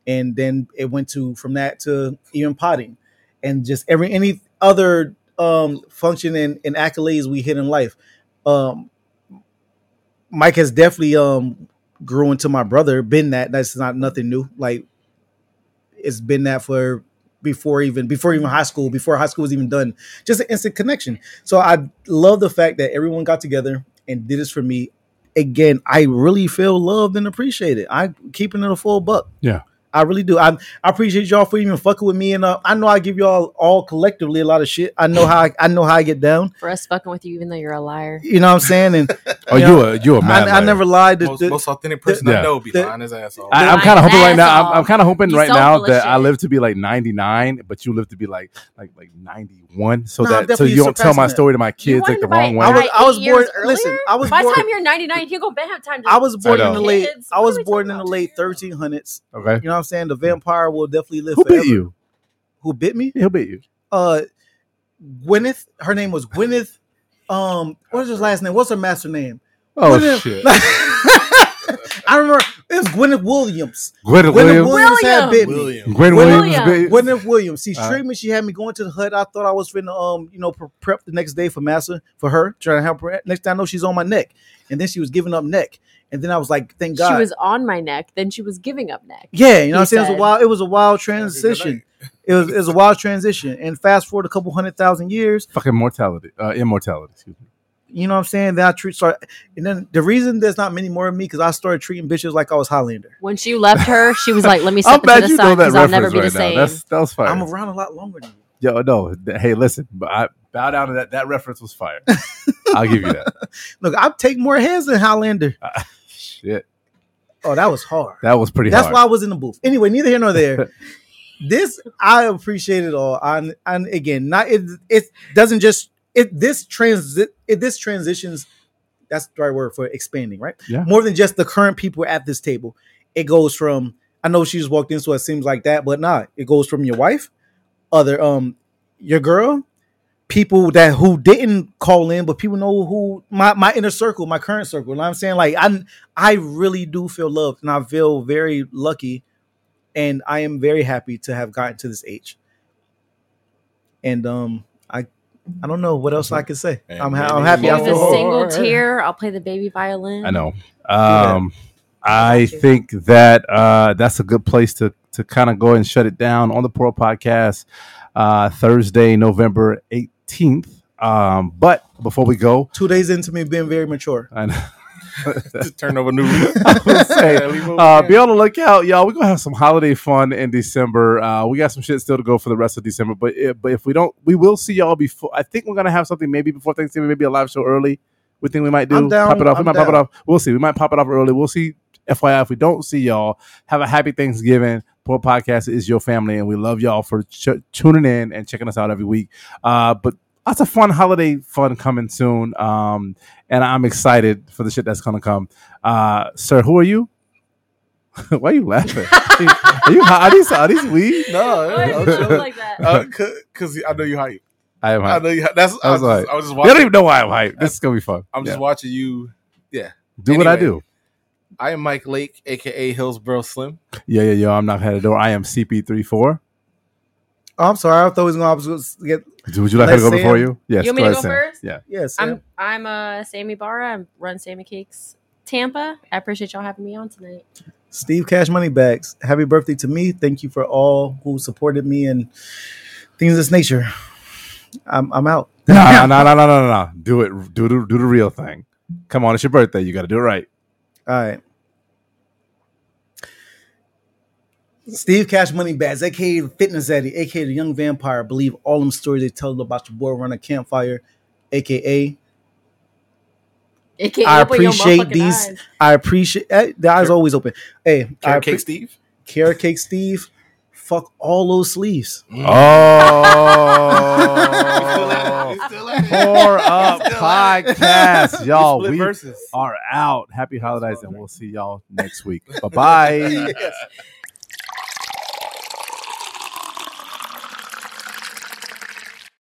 S3: And then it went to from that to even potting and just every any other um function and, and accolades we hit in life. Um Mike has definitely um grew into my brother, been that. That's not nothing new. Like it's been that for before even before even high school, before high school was even done. Just an instant connection. So I love the fact that everyone got together and did this for me. Again, I really feel loved and appreciated. I keeping it a full buck.
S2: Yeah.
S3: I really do. I, I appreciate y'all for even fucking with me, and uh, I know I give y'all all collectively a lot of shit. I know how I, I know how I get down.
S5: For us fucking with you, even though you're a liar.
S3: You know what I'm saying? And
S2: Oh,
S3: Yeah.
S2: you a you a
S3: I,
S2: mad
S3: I
S2: liar.
S3: never lied. to
S1: Most, most authentic person
S2: Yeah.
S1: I know be
S3: the-
S1: lying his ass off.
S2: I, I'm
S5: Lying
S2: kind of hoping right
S5: ass
S2: now. I'm,
S5: off.
S2: I'm kind of hoping
S5: You
S2: right
S5: so
S2: now
S5: full of
S2: that I
S5: shit.
S2: live to be like 99, but you live to be like like like 91, so
S3: Nah, I'm
S2: that so
S3: definitely
S2: you don't tell my
S3: surpassing that.
S2: story to my
S5: You
S2: kids
S5: want
S2: like
S5: him
S2: the
S5: to buy
S2: wrong
S5: it
S2: way.
S3: I was-
S5: eight
S3: I was
S5: years
S3: born-
S5: earlier?
S3: listen, I was
S5: By
S3: born-
S5: the time you're 99, he'll go back have time. To
S3: I was born in
S2: know.
S3: the late.
S5: Kids,
S3: I
S5: what
S3: was
S5: are we
S3: born
S5: talking
S3: in the
S5: about?
S3: late 1300s.
S2: Okay,
S3: You know what I'm saying? The vampire will definitely live
S2: who
S3: forever.
S2: beat you?
S3: Who bit me?
S2: He'll beat you.
S3: uh Gwyneth. Her name was Gwyneth. Um, what is his last name? What's her master name?
S2: Oh
S3: Gwyneth-
S2: shit,
S3: I remember it was Gwyneth Williams.
S2: Gwyneth
S3: Gwyneth
S2: Williams.
S3: Williams, had bit me.
S1: William.
S2: Gwen
S5: Williams.
S2: Williams.
S5: Williams.
S2: bit-
S3: Gwyneth Williams. She
S2: All
S3: treated me. She had me going to the hut. I thought I was finna, um, you know, pre- prep the next day for massa for her, trying to help her. Next thing I know, she's on my neck, and then she was giving up neck, and then I was like, thank God.
S5: She was on my neck, then she was giving up neck.
S3: Yeah, you know what I'm saying? It was
S5: said.
S3: a wild, it was a wild transition. It was, it was a wild transition. And fast forward a couple hundred thousand years,
S2: Fucking mortality, uh, immortality. Excuse me.
S3: You know what I'm saying? Then I treat start, and then the reason there's not many more of me because I started treating bitches like I was Highlander.
S5: When she left her, she was like, "Let me
S2: I'm
S5: step into
S2: bad
S5: the
S2: you know
S5: sun
S2: that
S5: because I'll never
S2: reference
S5: be
S2: right
S5: the same."
S2: now. That's that was fire.
S3: I'm around a lot longer than you.
S2: Yo, no. th- Hey, listen. But I bow down to that. That reference was fire. I'll give you that.
S3: Look, I take more heads than Highlander.
S2: Shit,
S3: Oh, that was hard.
S2: that was pretty
S3: That's
S2: hard.
S3: why I was in the booth. Anyway, neither here nor there. this I appreciate it all. And and again, not it it doesn't just it this transit it this transitions that's the right word for expanding, right?
S2: Yeah.
S3: More than just the current people at this table. It goes from I know she just walked in, so it seems like that, but not. Nah, it goes from your wife, other um your girl, people that who didn't call in, but people know who my, my inner circle, my current circle. You know what I'm saying? Like I I really do feel loved and I feel very lucky and I am very happy to have gotten to this age. And um I I don't know what else I can say.
S1: And
S3: I'm, ha-
S1: many
S3: I'm happy. I
S1: more.
S5: Here's a
S3: feel
S1: Here's
S5: single tear. I'll play the baby violin.
S2: I know.
S3: that.
S2: Um, I
S5: Got you.
S2: think that uh, that's a good place to to kind of go and shut it down on the Pearl Podcast uh, Thursday, November eighteenth. Um, but before we go,
S3: two days into me being very mature.
S2: and
S1: Just turn over new. yeah,
S2: I would say
S1: leave over
S2: uh,
S1: there.
S2: be on the lookout, y'all. We're gonna have some holiday fun in December. Uh, we got some shit still to go for the rest of December, but if, but if we don't, we will see y'all before. I think we're gonna have something maybe before Thanksgiving, maybe a live show early. We think we might do
S3: I'm down,
S2: pop it off. We
S3: I'm
S2: might pop it
S3: down.
S2: off. We'll see. We might pop it off early. We'll see. FYI, if we don't see y'all, have a happy Thanksgiving. Poor podcast is your family, and we love y'all for ch- tuning in and checking us out every week. Uh, but lots of fun holiday fun coming soon, um, and I'm excited for the shit that's gonna come. Uh, sir, who are you? Why are you laughing? are you high? Are these, are these weed?
S1: No,
S5: Why
S1: I'm
S5: is it
S1: chill.
S5: like that?
S1: Uh, cause, 'cause I know you hype.
S2: I am
S1: I
S2: hype.
S1: know you. Hype. That's. I
S2: I was
S1: was,
S2: like-
S1: just, I was just
S2: They don't
S1: watching.
S2: even know why I'm hype. This is gonna be fun.
S1: I'm just
S2: Yeah.
S1: watching you.
S2: do what I
S1: anyway.
S2: do.
S1: I am Mike Lake, aka Hillsboro Slim.
S2: Yeah, yeah, yeah. I'm not head of door. I am CP34.
S3: Oh, I'm sorry. I thought he was gonna I was gonna get
S2: Do- Would you like her to go
S3: Let's
S2: before
S3: Sam.
S2: you? Yes.
S5: You want me to
S2: ahead,
S5: go
S2: Sam.
S5: first?
S2: Yeah.
S3: yes. Yeah,
S5: I'm I'm uh, Sammy Barra. I run Sammy Cakes Tampa. I appreciate y'all having me on tonight.
S3: Steve Cash Money Bags. Happy birthday to me. Thank you for all who supported me and things of this nature. I'm I'm out.
S2: No, no, no, no, no, no, no. Do it. Do the do the real thing. Come on, it's your birthday. You got to do it right.
S3: All right. Steve Cash Money Bags, aka the Fitness Eddie, aka the Young Vampire. Believe all them stories they tell about your boy running campfire, aka
S5: It can't
S3: I
S5: open your
S3: appreciate
S5: motherfucking
S3: these.
S5: eyes.
S3: I appreciate eh, the eyes always open. Hey, I
S1: Carrot
S3: appre-
S1: Cake Steve.
S3: Carrot Cake Steve. Fuck all those sleeves.
S2: Oh, pour up podcast, y'all.
S1: Split
S2: We
S1: verses.
S2: are out. Happy holidays, and we'll see y'all next week. Bye bye.